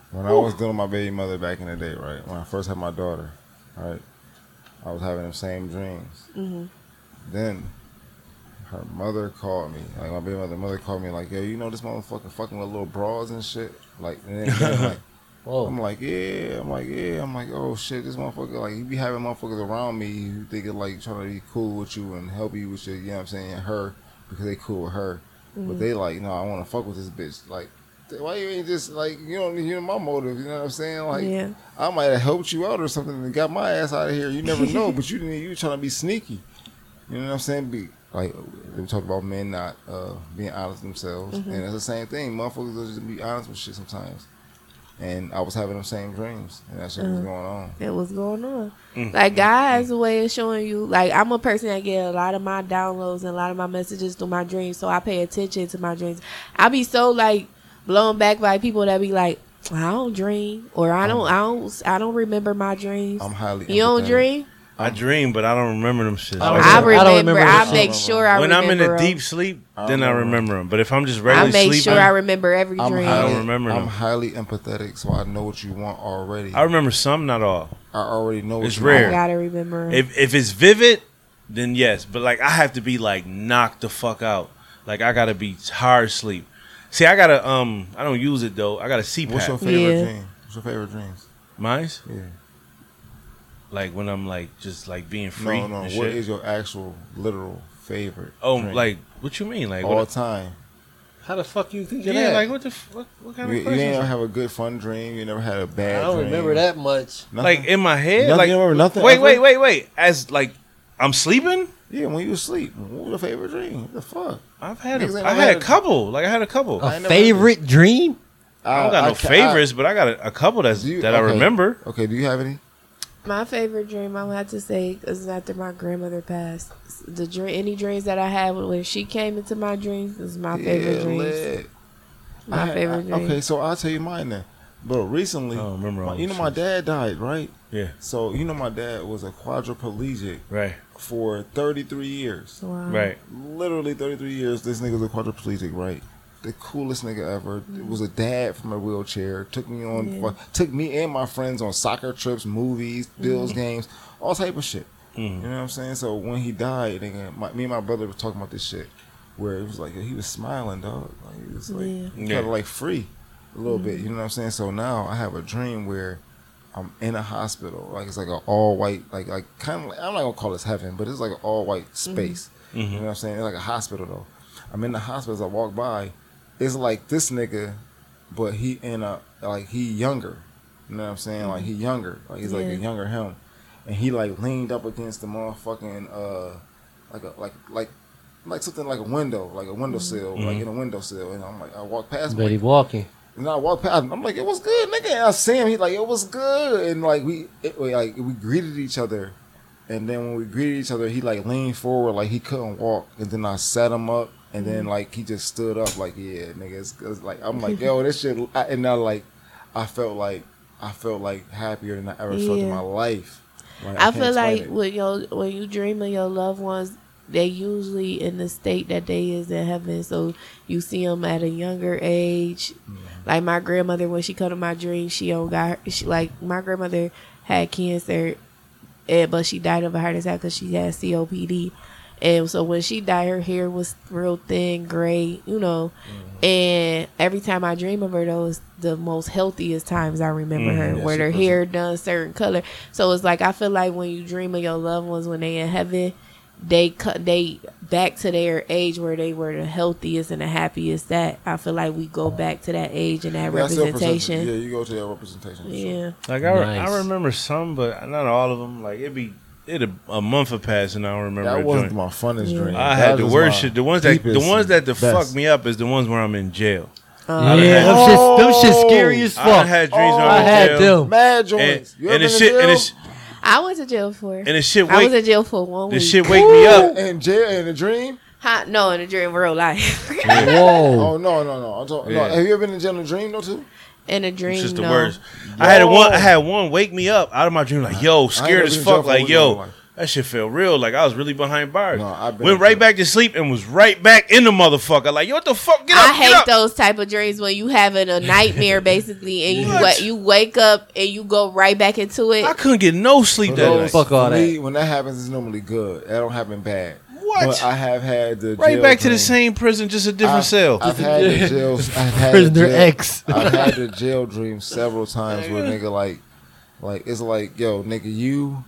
Speaker 4: when I was dealing with my baby mother back in the day, right? When I first had my daughter, right? I was having them same dreams.
Speaker 5: Mhm.
Speaker 4: Then her mother called me, like my baby mother, mother called me, like, yo, you know this motherfucker fucking with little bras and shit, like. And then, then, like I'm
Speaker 3: Whoa.
Speaker 4: like, yeah, I'm like, yeah, I'm like, oh shit, this motherfucker, like, you be having motherfuckers around me who think it like trying to be cool with you and help you with your, you know what I'm saying, her, because they cool with her. But they like, no, I want to fuck with this bitch. Like, why you ain't just like you don't hear my motive? You know what I'm saying? Like
Speaker 5: Yeah.
Speaker 4: I might have helped you out or something and got my ass out of here. You never know, but you didn't. You were trying to be sneaky. You know what I'm saying? Be like we talked about men not uh, being honest with themselves,
Speaker 5: Mm-hmm.
Speaker 4: and it's the same thing. Motherfuckers will just be honest with shit sometimes. And I was having the same dreams, and that shit
Speaker 5: Mm.
Speaker 4: was going on.
Speaker 5: that was going on. Like God's way of showing you. Like I'm a person that get a lot of my downloads and a lot of my messages through my dreams, so I pay attention to my dreams. I be so like blown back by people that be like, I don't dream or I don't, I don't, I don't remember my dreams.
Speaker 4: I'm highly.
Speaker 5: you don't
Speaker 4: empathetic.
Speaker 5: dream.
Speaker 2: I dream, but I don't remember them shit.
Speaker 3: I
Speaker 5: I
Speaker 3: don't
Speaker 5: remember. I,
Speaker 3: remember that shit.
Speaker 5: make sure Oh, I
Speaker 2: when I'm
Speaker 5: remember.
Speaker 2: in a
Speaker 5: them.
Speaker 2: deep sleep,
Speaker 4: I
Speaker 2: then I
Speaker 4: remember.
Speaker 2: remember them. But if I'm just
Speaker 5: I
Speaker 2: regularly
Speaker 5: make
Speaker 2: sleeping,
Speaker 5: sure I remember every
Speaker 4: I'm
Speaker 5: dream.
Speaker 2: I
Speaker 4: highly,
Speaker 2: don't remember
Speaker 4: I'm
Speaker 2: them.
Speaker 4: highly empathetic, so I know what you want already.
Speaker 2: I
Speaker 4: I,
Speaker 2: remember some, not all.
Speaker 4: already know what
Speaker 2: It's
Speaker 4: you
Speaker 5: I
Speaker 2: rare.
Speaker 4: want.
Speaker 5: gotta remember. 'em.
Speaker 2: If if it's vivid, then yes. But like I have to be like knocked the fuck out. Like I gotta be hard sleep. See, I gotta um. I don't use it though. I gotta CPAP.
Speaker 4: What's your favorite
Speaker 5: Yeah.
Speaker 4: dream? What's your favorite dreams?
Speaker 2: Mine's
Speaker 4: Yeah.
Speaker 2: like when I'm like just like being free.
Speaker 4: no, no. What
Speaker 2: and
Speaker 4: is
Speaker 2: shit.
Speaker 4: your actual literal favorite?
Speaker 2: Oh,
Speaker 4: dream?
Speaker 2: like what you mean? Like
Speaker 4: all
Speaker 2: what,
Speaker 4: time.
Speaker 3: How the fuck you think of
Speaker 2: yeah,
Speaker 3: that?
Speaker 2: like what the f- what, what kind
Speaker 4: You,
Speaker 2: of
Speaker 4: you
Speaker 2: question?
Speaker 4: ain't ever have a good fun dream. You never had a
Speaker 3: I
Speaker 4: bad.
Speaker 3: don't
Speaker 4: dream.
Speaker 3: remember that much.
Speaker 4: Nothing?
Speaker 2: like in my head,
Speaker 4: Nothing,
Speaker 2: like
Speaker 4: you remember nothing
Speaker 2: Wait,
Speaker 4: ever?
Speaker 2: wait, wait, wait. As like I'm sleeping.
Speaker 4: yeah, when you asleep, what was your favorite dream? What the fuck?
Speaker 2: I've had
Speaker 4: Niggas
Speaker 2: a,
Speaker 4: ain't
Speaker 2: I
Speaker 4: never
Speaker 2: had
Speaker 4: had
Speaker 2: a
Speaker 4: a-
Speaker 2: couple. Like I had a couple.
Speaker 4: I
Speaker 3: A
Speaker 4: ain't never-
Speaker 3: favorite dream?
Speaker 2: I don't got no
Speaker 4: ca-
Speaker 2: favorites, but I got a, a couple that's
Speaker 4: Do you-
Speaker 2: that I
Speaker 4: okay.
Speaker 2: remember.
Speaker 4: okay, do you have any?
Speaker 5: My favorite dream, I would have to say, is after my grandmother passed. The dream, any dreams that I had when she came into my dreams is my favorite
Speaker 4: Yeah,
Speaker 5: dreams.
Speaker 4: lit.
Speaker 5: My
Speaker 4: I-
Speaker 5: favorite
Speaker 4: I-
Speaker 5: dream.
Speaker 4: Okay, so I'll tell you mine then. But recently,
Speaker 2: I
Speaker 3: Oh,
Speaker 2: don't remember all
Speaker 4: my- you know,
Speaker 2: this
Speaker 4: my
Speaker 2: shit.
Speaker 4: dad died, right?
Speaker 2: Yeah,
Speaker 4: So you know, my dad was a quadriplegic
Speaker 2: right,
Speaker 4: for 33 years.
Speaker 5: Wow.
Speaker 2: right.
Speaker 4: Literally 33 years. This nigga's a quadriplegic, right? The coolest nigga ever. It was a dad from a wheelchair. Took me on,
Speaker 5: Yeah.
Speaker 4: took me and my friends on soccer trips, movies, Bills
Speaker 5: Mm-hmm.
Speaker 4: games, all type of shit.
Speaker 2: Mhm.
Speaker 4: You know what I'm saying? So when he died, nigga, my, me and my brother were talking about this shit, where it was like he was smiling, dog. Like he was like
Speaker 5: Yeah.
Speaker 2: Yeah.
Speaker 4: kind of like free a little bit. You know what I'm saying? So now I have a dream where I'm in a hospital, like it's like an all white, like like kind of. Like, I'm not gonna call this heaven, but it's like an all white
Speaker 5: Mm-hmm.
Speaker 4: space. You know what I'm saying? It's like a hospital though. I'm in the hospital as I walk by. It's like this nigga, but he in a like he younger. You know what I'm saying? Like he younger. Like he's like
Speaker 5: Mm-hmm. Yeah.
Speaker 4: a younger him, and he like leaned up against the motherfucking uh, like a like like. Like something like a window, like a windowsill,
Speaker 5: Mm-hmm.
Speaker 4: like in a windowsill, and I'm like, I walk past, him,
Speaker 3: But
Speaker 4: like,
Speaker 3: he walking.
Speaker 4: and I walked past him. I'm like, it was good, nigga. And I see him. He like, it was good. And like we, it, we like we greeted each other. And then when we greeted each other, he like leaned forward like he couldn't walk. And then I set him up. And
Speaker 5: Mm-hmm.
Speaker 4: then like he just stood up like, yeah, nigga. It's, it's like I'm like, yo, this shit. I, and I like, I felt like I felt like happier than I ever felt in
Speaker 5: Yeah.
Speaker 4: my life. Like,
Speaker 5: I,
Speaker 4: can't
Speaker 5: feel
Speaker 4: explain
Speaker 5: like
Speaker 4: it.
Speaker 5: when your when you dream of your loved ones, they usually in the state that they is in heaven. So you see them at a younger age.
Speaker 4: Mm-hmm.
Speaker 5: Like my grandmother, when she come to my dream, she don't got her, she, like my grandmother had cancer, and but she died of a heart attack because she had COPD. And so when she died, her hair was real thin, gray, you know.
Speaker 4: Mm-hmm.
Speaker 5: And every time I dream of her, though, it's the most healthiest times I remember her,
Speaker 4: yeah,
Speaker 5: where
Speaker 4: she
Speaker 5: her
Speaker 4: present.
Speaker 5: hair done certain color. So it's like I feel like when you dream of your loved ones when they in heaven, they cut they back to their age where they were the healthiest and the happiest. That I feel like we go back to that age and that
Speaker 4: Yeah, I still present it. Yeah,
Speaker 5: representation.
Speaker 4: you go to that representation. for sure.
Speaker 5: Yeah,
Speaker 2: Like I, re- I
Speaker 3: Nice.
Speaker 2: remember some, but not all of them. Like it'd be it a, a month would pass and I don't remember. a
Speaker 4: That wasn't
Speaker 2: joint.
Speaker 4: my funnest
Speaker 5: Yeah.
Speaker 4: dream.
Speaker 2: I
Speaker 4: That
Speaker 2: had the
Speaker 4: is
Speaker 2: worst
Speaker 4: my
Speaker 2: shit. The ones that the
Speaker 4: deepest
Speaker 2: ones that the
Speaker 4: best.
Speaker 2: fuck me up is the ones where I'm in jail.
Speaker 5: Um,
Speaker 2: Yeah,
Speaker 3: them shit- them shit scary as
Speaker 2: I done had dreams where
Speaker 4: Oh,
Speaker 2: I'm
Speaker 4: I
Speaker 2: in
Speaker 3: had
Speaker 2: jail.
Speaker 3: them.
Speaker 4: Mad
Speaker 2: And,
Speaker 4: joints. You
Speaker 2: and
Speaker 4: ever
Speaker 2: it's
Speaker 4: been
Speaker 2: shit
Speaker 4: in
Speaker 2: and
Speaker 4: jail?
Speaker 2: it's
Speaker 5: I went to jail for.
Speaker 2: and it's shit
Speaker 5: I was
Speaker 2: wake
Speaker 5: in jail for one
Speaker 2: the
Speaker 5: week.
Speaker 2: shit wake me up.
Speaker 4: in jail in a dream.
Speaker 5: Huh? no, in a dream, real life.
Speaker 3: Whoa.
Speaker 4: Oh no no no! I'm talking,
Speaker 2: Yeah.
Speaker 4: no. Have you ever been in jail in a dream though too?
Speaker 5: in a dream,
Speaker 2: It's just the
Speaker 5: no.
Speaker 2: worst. I had a
Speaker 4: Yo.
Speaker 2: one. I had one wake me up out of my dream. Like yo, scared
Speaker 4: never
Speaker 2: as
Speaker 4: been
Speaker 2: fuck.
Speaker 4: jumped
Speaker 2: Like
Speaker 4: over no
Speaker 2: yo,
Speaker 4: one.
Speaker 2: that shit felt real. Like I was really behind bars.
Speaker 4: No, I've been
Speaker 2: Went
Speaker 4: in
Speaker 2: right
Speaker 4: jail.
Speaker 2: back to sleep and was right back in the motherfucker. Like yo, what the fuck? Get up!
Speaker 5: I
Speaker 2: get
Speaker 5: hate
Speaker 2: up.
Speaker 5: those type of dreams when you having a nightmare basically, and you
Speaker 2: What?
Speaker 5: wa- you wake up and you go right back into it.
Speaker 2: I couldn't get no sleep that
Speaker 3: Bro,
Speaker 2: night.
Speaker 3: fuck all
Speaker 4: For me,
Speaker 3: that.
Speaker 4: When that happens, it's normally good. That don't happen bad.
Speaker 2: What?
Speaker 4: But I have had the
Speaker 2: Right
Speaker 4: jail
Speaker 2: back to the
Speaker 4: dream.
Speaker 2: same prison, just a different
Speaker 4: I've,
Speaker 2: cell.
Speaker 4: I've had the jail. I've had
Speaker 3: Prisoner
Speaker 4: the jail,
Speaker 3: X.
Speaker 4: I've had the jail dream several times where nigga like, like it's like yo nigga you,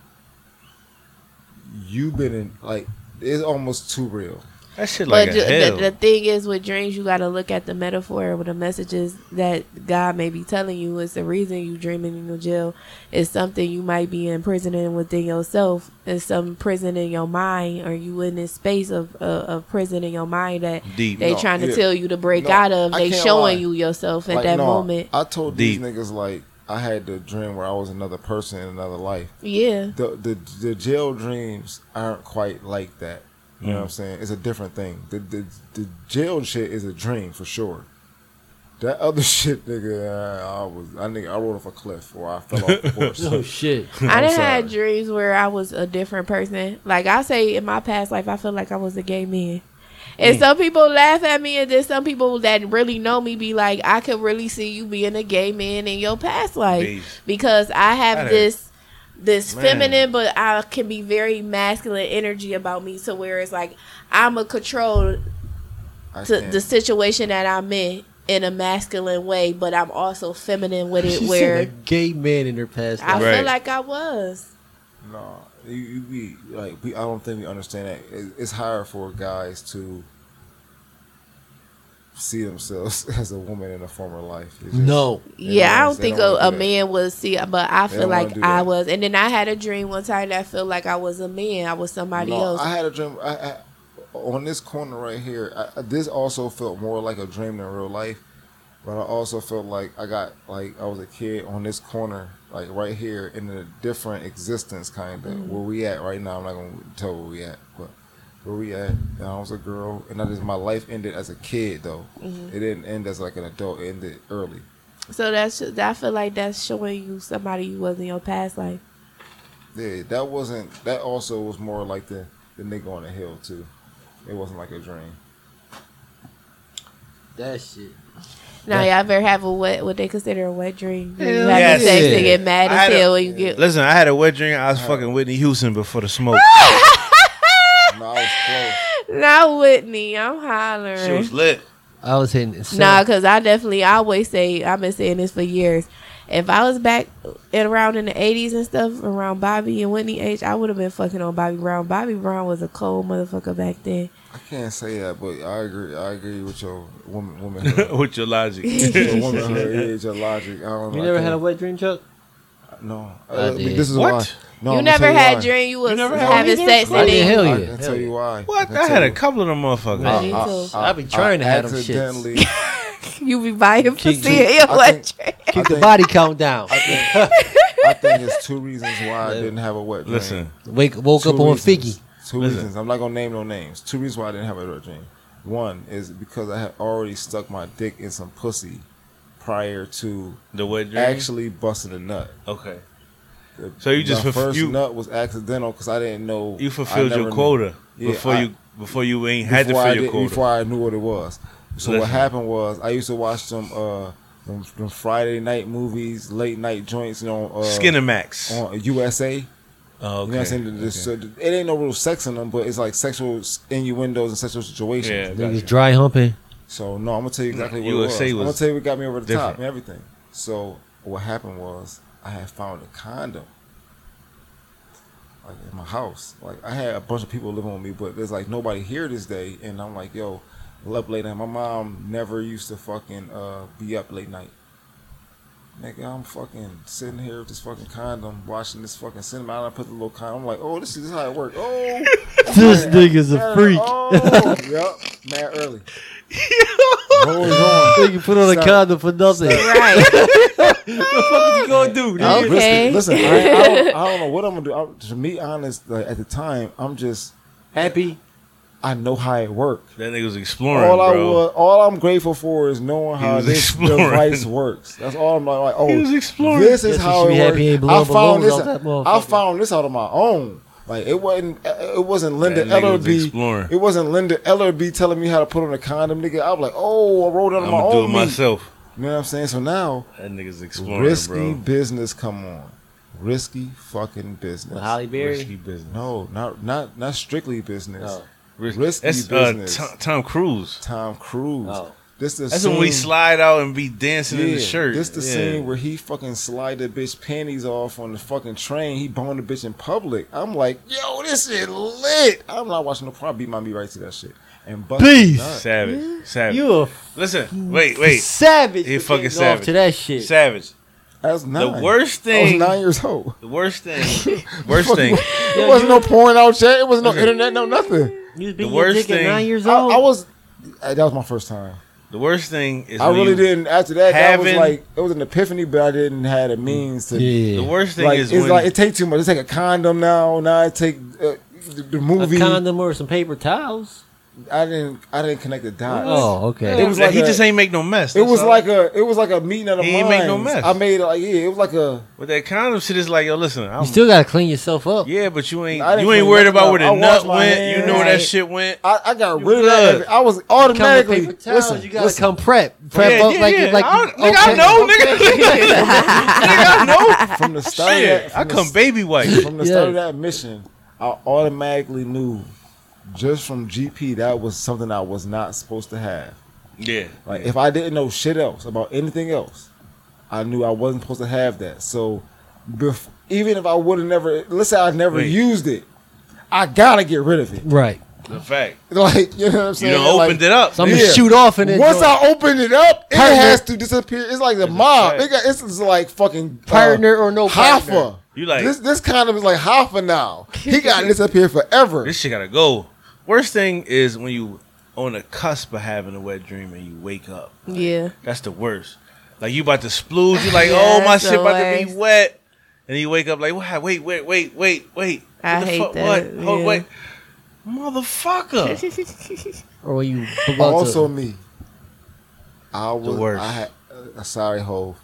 Speaker 4: you been in like it's almost too real.
Speaker 2: That shit like
Speaker 5: But
Speaker 2: a
Speaker 5: ju-
Speaker 2: hell.
Speaker 5: the, the thing is, with dreams, you got to look at the metaphor with the messages that God may be telling you. It's the reason you dreaming in your jail. It's something you might be imprisoning within yourself. It's some prison in your mind, or you in this space of uh, of prison in your mind that
Speaker 2: Deep.
Speaker 5: they
Speaker 4: No,
Speaker 5: trying to
Speaker 4: yeah.
Speaker 5: tell you to break
Speaker 4: No,
Speaker 5: out of.
Speaker 4: I
Speaker 5: They
Speaker 4: can't
Speaker 5: showing
Speaker 4: lie.
Speaker 5: you yourself at
Speaker 4: Like,
Speaker 5: that
Speaker 4: no,
Speaker 5: moment.
Speaker 4: I told
Speaker 2: Deep.
Speaker 4: these niggas like I had the dream where I was another person in another life.
Speaker 5: yeah,
Speaker 4: The the the jail dreams aren't quite like that. You know what I'm saying? It's a different thing. The the the jail shit is a dream for sure. That other shit, nigga, I was I nigga, I rolled off a cliff or I fell off the horse.
Speaker 3: Oh shit.
Speaker 5: I
Speaker 4: I'm
Speaker 5: done had
Speaker 4: sorry.
Speaker 5: dreams where I was a different person. Like I say in my past life, I feel like I was a gay man. And
Speaker 4: Mm.
Speaker 5: some people laugh at me, and then some people that really know me be like, "I could really see you being a gay man in your past life
Speaker 2: Beast.
Speaker 5: because I have
Speaker 2: That
Speaker 5: this." This
Speaker 2: Man.
Speaker 5: feminine, but I can be very masculine energy about me, to where it's like I'm a control
Speaker 4: I
Speaker 5: to
Speaker 4: can't.
Speaker 5: the situation that I'm in in a masculine way, but I'm also feminine with
Speaker 3: She said
Speaker 5: it,
Speaker 3: a
Speaker 5: where
Speaker 3: gay man in her past
Speaker 5: I
Speaker 3: life.
Speaker 2: Right.
Speaker 5: feel like I was.
Speaker 4: No, you, you we like we. I don't think we understand that. It, it's hard for guys to see themselves as a woman in a former life. It's just-
Speaker 3: No.
Speaker 4: they
Speaker 5: Yeah, I
Speaker 4: wanna-
Speaker 5: don't
Speaker 4: they
Speaker 5: think
Speaker 4: wanna
Speaker 5: a,
Speaker 4: do
Speaker 5: a
Speaker 4: that.
Speaker 5: man would see, but I
Speaker 4: They
Speaker 5: feel
Speaker 4: don't wanna
Speaker 5: like
Speaker 4: do
Speaker 5: I
Speaker 4: that.
Speaker 5: was. And then I had a dream one time that I felt like I was a man. I was somebody
Speaker 4: No,
Speaker 5: else.
Speaker 4: I had a dream. I, I, on this corner right here, I, I- this also felt more like a dream than real life. But I also felt like I got like I was a kid on this corner, like right here, in a different existence, kind of where we at right now. I'm not gonna tell where we at, but where we at. And I was a girl, and that is my life ended as a kid though. It didn't end as like an adult. It ended early.
Speaker 5: so that's ju- I feel like that's showing you somebody you was in your past life.
Speaker 4: Yeah, that wasn't. That also was more like the the nigga on the hill too. It wasn't like a dream.
Speaker 3: That shit.
Speaker 5: Now y'all ever have a wet what they consider a wet dream? You
Speaker 3: Hell
Speaker 5: have
Speaker 2: yes.
Speaker 5: sex and get mad
Speaker 2: I
Speaker 5: as
Speaker 2: had a-
Speaker 5: hell when you get.
Speaker 2: Listen, I had a wet dream. I was fucking Whitney Houston before the smoke.
Speaker 4: No, I was close.
Speaker 5: Not Whitney, I'm
Speaker 2: she
Speaker 5: hollering.
Speaker 2: was lit.
Speaker 3: I was hitting so,
Speaker 5: Nah, because I definitely I always say I've been saying this for years. If I was back and around in the '80s and stuff, around Bobby and Whitney H, I would have been fucking on Bobby Brown. Bobby Brown was a cold motherfucker back then.
Speaker 4: I can't say that, but I agree. I agree with your woman, woman,
Speaker 2: With your logic.
Speaker 4: your woman, her age, your logic. I don't know.
Speaker 3: You
Speaker 4: I
Speaker 3: never had a
Speaker 4: think-
Speaker 3: wet dream, Chuck?
Speaker 4: no.
Speaker 3: I
Speaker 4: Uh,
Speaker 3: did.
Speaker 4: this is
Speaker 2: What?
Speaker 4: why. No,
Speaker 5: you
Speaker 4: I'm gonna
Speaker 5: never
Speaker 4: tell
Speaker 5: had
Speaker 4: why.
Speaker 5: dream you was
Speaker 2: never had
Speaker 5: having
Speaker 2: one
Speaker 5: sex
Speaker 3: I
Speaker 5: and
Speaker 3: did.
Speaker 5: then
Speaker 3: Hell
Speaker 4: I
Speaker 3: yeah.
Speaker 4: can tell
Speaker 3: Hell yeah.
Speaker 4: you why.
Speaker 2: What?
Speaker 4: can
Speaker 2: I
Speaker 4: tell
Speaker 2: had
Speaker 4: you
Speaker 2: a couple of them motherfuckers.
Speaker 3: Right.
Speaker 5: Me too.
Speaker 3: I be trying to have them shits.
Speaker 4: accidentally.
Speaker 5: you be buying for
Speaker 3: Keep-
Speaker 5: seeing
Speaker 4: I
Speaker 5: your wet dream.
Speaker 4: I
Speaker 3: Keep the
Speaker 4: think-
Speaker 3: body count down.
Speaker 4: I think it's two reasons why I didn't have a wet dream.
Speaker 2: Listen,
Speaker 3: Wake woke
Speaker 4: Two
Speaker 3: up on
Speaker 4: reasons.
Speaker 3: Figgy.
Speaker 4: Two
Speaker 2: Listen.
Speaker 4: reasons. I'm not gonna name no names. Two reasons why I didn't have a wet dream. One is because I had already stuck my dick in some pussy prior to
Speaker 2: the wet dream.
Speaker 4: actually busting a nut.
Speaker 2: okay.
Speaker 4: The-
Speaker 2: So you just
Speaker 4: my
Speaker 2: fulf-
Speaker 4: first
Speaker 2: you-
Speaker 4: nut was accidental because I didn't know
Speaker 2: You
Speaker 4: I
Speaker 2: fulfilled
Speaker 4: never
Speaker 2: your
Speaker 4: knew-
Speaker 2: quota
Speaker 4: Yeah,
Speaker 2: before
Speaker 4: I-
Speaker 2: you before you ain't
Speaker 4: before
Speaker 2: had to
Speaker 4: I
Speaker 2: fill your
Speaker 4: did-
Speaker 2: quota.
Speaker 4: before I knew what it was. So what
Speaker 2: Listen.
Speaker 4: happened was I used to watch some uh them, them Friday night movies, late night joints, you know, uh,
Speaker 2: Skinner Max.
Speaker 4: on USA.
Speaker 2: Oh,
Speaker 4: You know what I'm saying? The- the- so the- it ain't no real sex in them, but it's like sexual s- innuendos and sexual situations.
Speaker 2: Yeah,
Speaker 3: Niggas
Speaker 2: gotcha.
Speaker 3: dry humping.
Speaker 4: So no, I'm gonna tell you exactly what
Speaker 2: USA
Speaker 4: it was. I'm gonna
Speaker 2: was
Speaker 4: tell you what got me over the top
Speaker 2: different.
Speaker 4: and everything. So what happened was I had found a condom, like in my house. Like I had a bunch of people living with me, but there's like nobody here this day, and I'm like, yo, I'm up late night. My mom never used to fucking uh, be up late night. Nigga, I'm fucking sitting here with this fucking condom, watching this fucking cinema. And I put the little condom. I'm like, oh, this is this is how it works. Oh,
Speaker 3: This nigga's a
Speaker 4: man,
Speaker 3: freak.
Speaker 4: Oh, yep, mad early. Rolls on.
Speaker 3: Nigga put on a
Speaker 4: Stop.
Speaker 3: condom for nothing. What
Speaker 5: Right.
Speaker 3: the fuck you gonna do?
Speaker 5: Oh.
Speaker 3: nigga?
Speaker 5: Okay.
Speaker 4: Listen, listen I, I, don't, I don't know what I'm gonna do. I'm, to be honest, like, at the time, I'm just
Speaker 3: Happy.
Speaker 4: I know how it works.
Speaker 2: That nigga was exploring,
Speaker 4: All I
Speaker 2: bro.
Speaker 4: was, all I'm grateful for is knowing how
Speaker 2: was
Speaker 4: this
Speaker 2: exploring.
Speaker 4: device works. That's all I'm like. like, oh,
Speaker 2: He was exploring.
Speaker 4: This is
Speaker 3: Guess you
Speaker 4: how
Speaker 3: should be
Speaker 4: it
Speaker 3: happy he ain't
Speaker 4: works.
Speaker 3: blow
Speaker 4: I
Speaker 3: up
Speaker 4: found
Speaker 3: balloons
Speaker 4: this.
Speaker 3: off that
Speaker 4: I
Speaker 3: motherfucker.
Speaker 4: found this out on my own. Like it wasn't. It wasn't Linda
Speaker 2: That nigga was
Speaker 4: Ellerby.
Speaker 2: exploring.
Speaker 4: It wasn't Linda Ellerby telling me how to put on a condom, nigga. I was like, oh, I rolled
Speaker 2: I'm
Speaker 4: out on my
Speaker 2: gonna do it
Speaker 4: own. meat.
Speaker 2: myself.
Speaker 4: You know what I'm saying? So now
Speaker 2: That nigga's exploring,
Speaker 4: risky
Speaker 2: bro.
Speaker 4: business come on risky fucking business
Speaker 3: With Holly Berry.
Speaker 2: Risky business.
Speaker 4: no not not not strictly business
Speaker 3: Oh.
Speaker 2: Ris-
Speaker 4: risky
Speaker 2: that's,
Speaker 4: business
Speaker 2: Uh, Tom, Tom Cruise.
Speaker 4: tom cruise
Speaker 3: Oh.
Speaker 4: This the
Speaker 2: That's
Speaker 4: scene,
Speaker 2: when we slide out and be dancing in the
Speaker 4: Yeah,
Speaker 2: shirt.
Speaker 4: This the
Speaker 2: Yeah.
Speaker 4: scene where he fucking slide the bitch panties off on the fucking train. He boned the bitch in public. I'm like, yo, this is lit. I'm not watching no problem. Beat my me right to that shit. And bust
Speaker 3: Peace.
Speaker 4: it nut.
Speaker 2: savage, savage.
Speaker 3: You a
Speaker 2: Listen, wait, wait,
Speaker 3: savage.
Speaker 2: He
Speaker 3: for
Speaker 2: fucking
Speaker 3: getting off
Speaker 2: savage.
Speaker 3: to that shit.
Speaker 2: savage.
Speaker 4: That's nine.
Speaker 2: The worst
Speaker 4: I was
Speaker 2: thing,
Speaker 4: nine years old.
Speaker 2: the worst thing, worst thing.
Speaker 4: There wasn't no porn out yet. It was no internet, no nothing.
Speaker 3: You was
Speaker 2: The
Speaker 3: being your
Speaker 2: worst
Speaker 3: dick
Speaker 2: thing-
Speaker 3: at nine years
Speaker 4: I,
Speaker 3: old.
Speaker 4: I was. uh, That was my first time.
Speaker 2: The worst thing is
Speaker 4: I
Speaker 2: when
Speaker 4: really
Speaker 2: you-
Speaker 4: didn't. After that, that was
Speaker 2: having-
Speaker 4: like it was an epiphany, but I didn't have the means to.
Speaker 2: The worst thing
Speaker 4: Like
Speaker 2: is
Speaker 4: it's
Speaker 2: when
Speaker 4: like it take too much. It take a condom now. Now it take uh, the, the
Speaker 3: a
Speaker 4: movie.
Speaker 3: condom or some paper towels.
Speaker 4: I didn't. I didn't connect the dots.
Speaker 3: Oh, okay.
Speaker 4: It was
Speaker 2: Like,
Speaker 4: like
Speaker 2: he
Speaker 4: a-
Speaker 2: just ain't make no mess.
Speaker 4: It
Speaker 2: that's
Speaker 4: was
Speaker 2: all.
Speaker 4: like a. It was like a meeting of the
Speaker 2: He
Speaker 4: minds.
Speaker 2: ain't make no mess.
Speaker 4: I made it like yeah. It was like a.
Speaker 2: with that condom shit. Is like yo, listen, I'm,
Speaker 3: You still gotta clean yourself up.
Speaker 2: yeah, but you ain't
Speaker 4: I didn't
Speaker 2: you ain't
Speaker 4: clean
Speaker 2: worried
Speaker 4: nothing
Speaker 2: about
Speaker 4: up.
Speaker 2: where the
Speaker 4: I
Speaker 2: nut
Speaker 4: washed my
Speaker 2: went.
Speaker 4: hands.
Speaker 2: You know where that
Speaker 3: Right.
Speaker 2: shit went.
Speaker 4: I, I got
Speaker 2: You
Speaker 4: rid of
Speaker 2: good.
Speaker 4: that. I was
Speaker 3: Come with
Speaker 4: automatically.
Speaker 3: paper towels.
Speaker 4: Listen,
Speaker 3: you gotta
Speaker 4: listen.
Speaker 3: come prep. Prep
Speaker 2: yeah,
Speaker 3: up
Speaker 2: yeah,
Speaker 3: like
Speaker 2: yeah.
Speaker 3: like.
Speaker 2: I, nigga, I
Speaker 3: okay.
Speaker 2: know, nigga. nigga, I know.
Speaker 4: from the start. of that,
Speaker 2: Shit,
Speaker 4: from
Speaker 2: I
Speaker 4: the
Speaker 2: come baby white.
Speaker 4: from the start of that mission, I automatically knew just from GP that was something I was not supposed to have.
Speaker 2: Yeah,
Speaker 4: Like if I didn't know shit else about anything else, I knew I wasn't supposed to have that. So, bef- even if I would have never, let's say I never
Speaker 2: Wait.
Speaker 4: used it, I gotta get rid of it.
Speaker 3: Right.
Speaker 2: the fact
Speaker 4: Like you know what I'm
Speaker 2: you
Speaker 4: saying?
Speaker 2: done opened it up.
Speaker 3: So I'm gonna
Speaker 4: Yeah.
Speaker 3: shoot off and then
Speaker 4: Once I open it up, it
Speaker 3: Partner.
Speaker 4: has to disappear. It's like the mob.
Speaker 2: fact.
Speaker 4: It got, it's, it's like fucking uh,
Speaker 3: partner or no partner.
Speaker 4: Hoffa.
Speaker 2: You like-
Speaker 4: this? This kind of is like Hoffa now. He got to disappear forever.
Speaker 2: This shit gotta go. Worst thing is when you on the cusp of having a wet dream and you wake up.
Speaker 5: Yeah.
Speaker 2: That's the worst. Like you about to splooge, you like,
Speaker 5: Yeah,
Speaker 2: oh my
Speaker 5: that's
Speaker 2: shit
Speaker 5: the
Speaker 2: about to be
Speaker 5: worst.
Speaker 2: wet, and you wake up like, what? Wait, wait, wait, wait, wait. What
Speaker 5: I
Speaker 2: the
Speaker 5: hate
Speaker 2: fuck?
Speaker 5: that,
Speaker 2: What? Hold,
Speaker 5: yeah.
Speaker 2: wait, motherfucker.
Speaker 3: or when you about
Speaker 4: also
Speaker 3: to,
Speaker 4: me. I was.
Speaker 2: worst.
Speaker 4: I had, uh, sorry, Hov.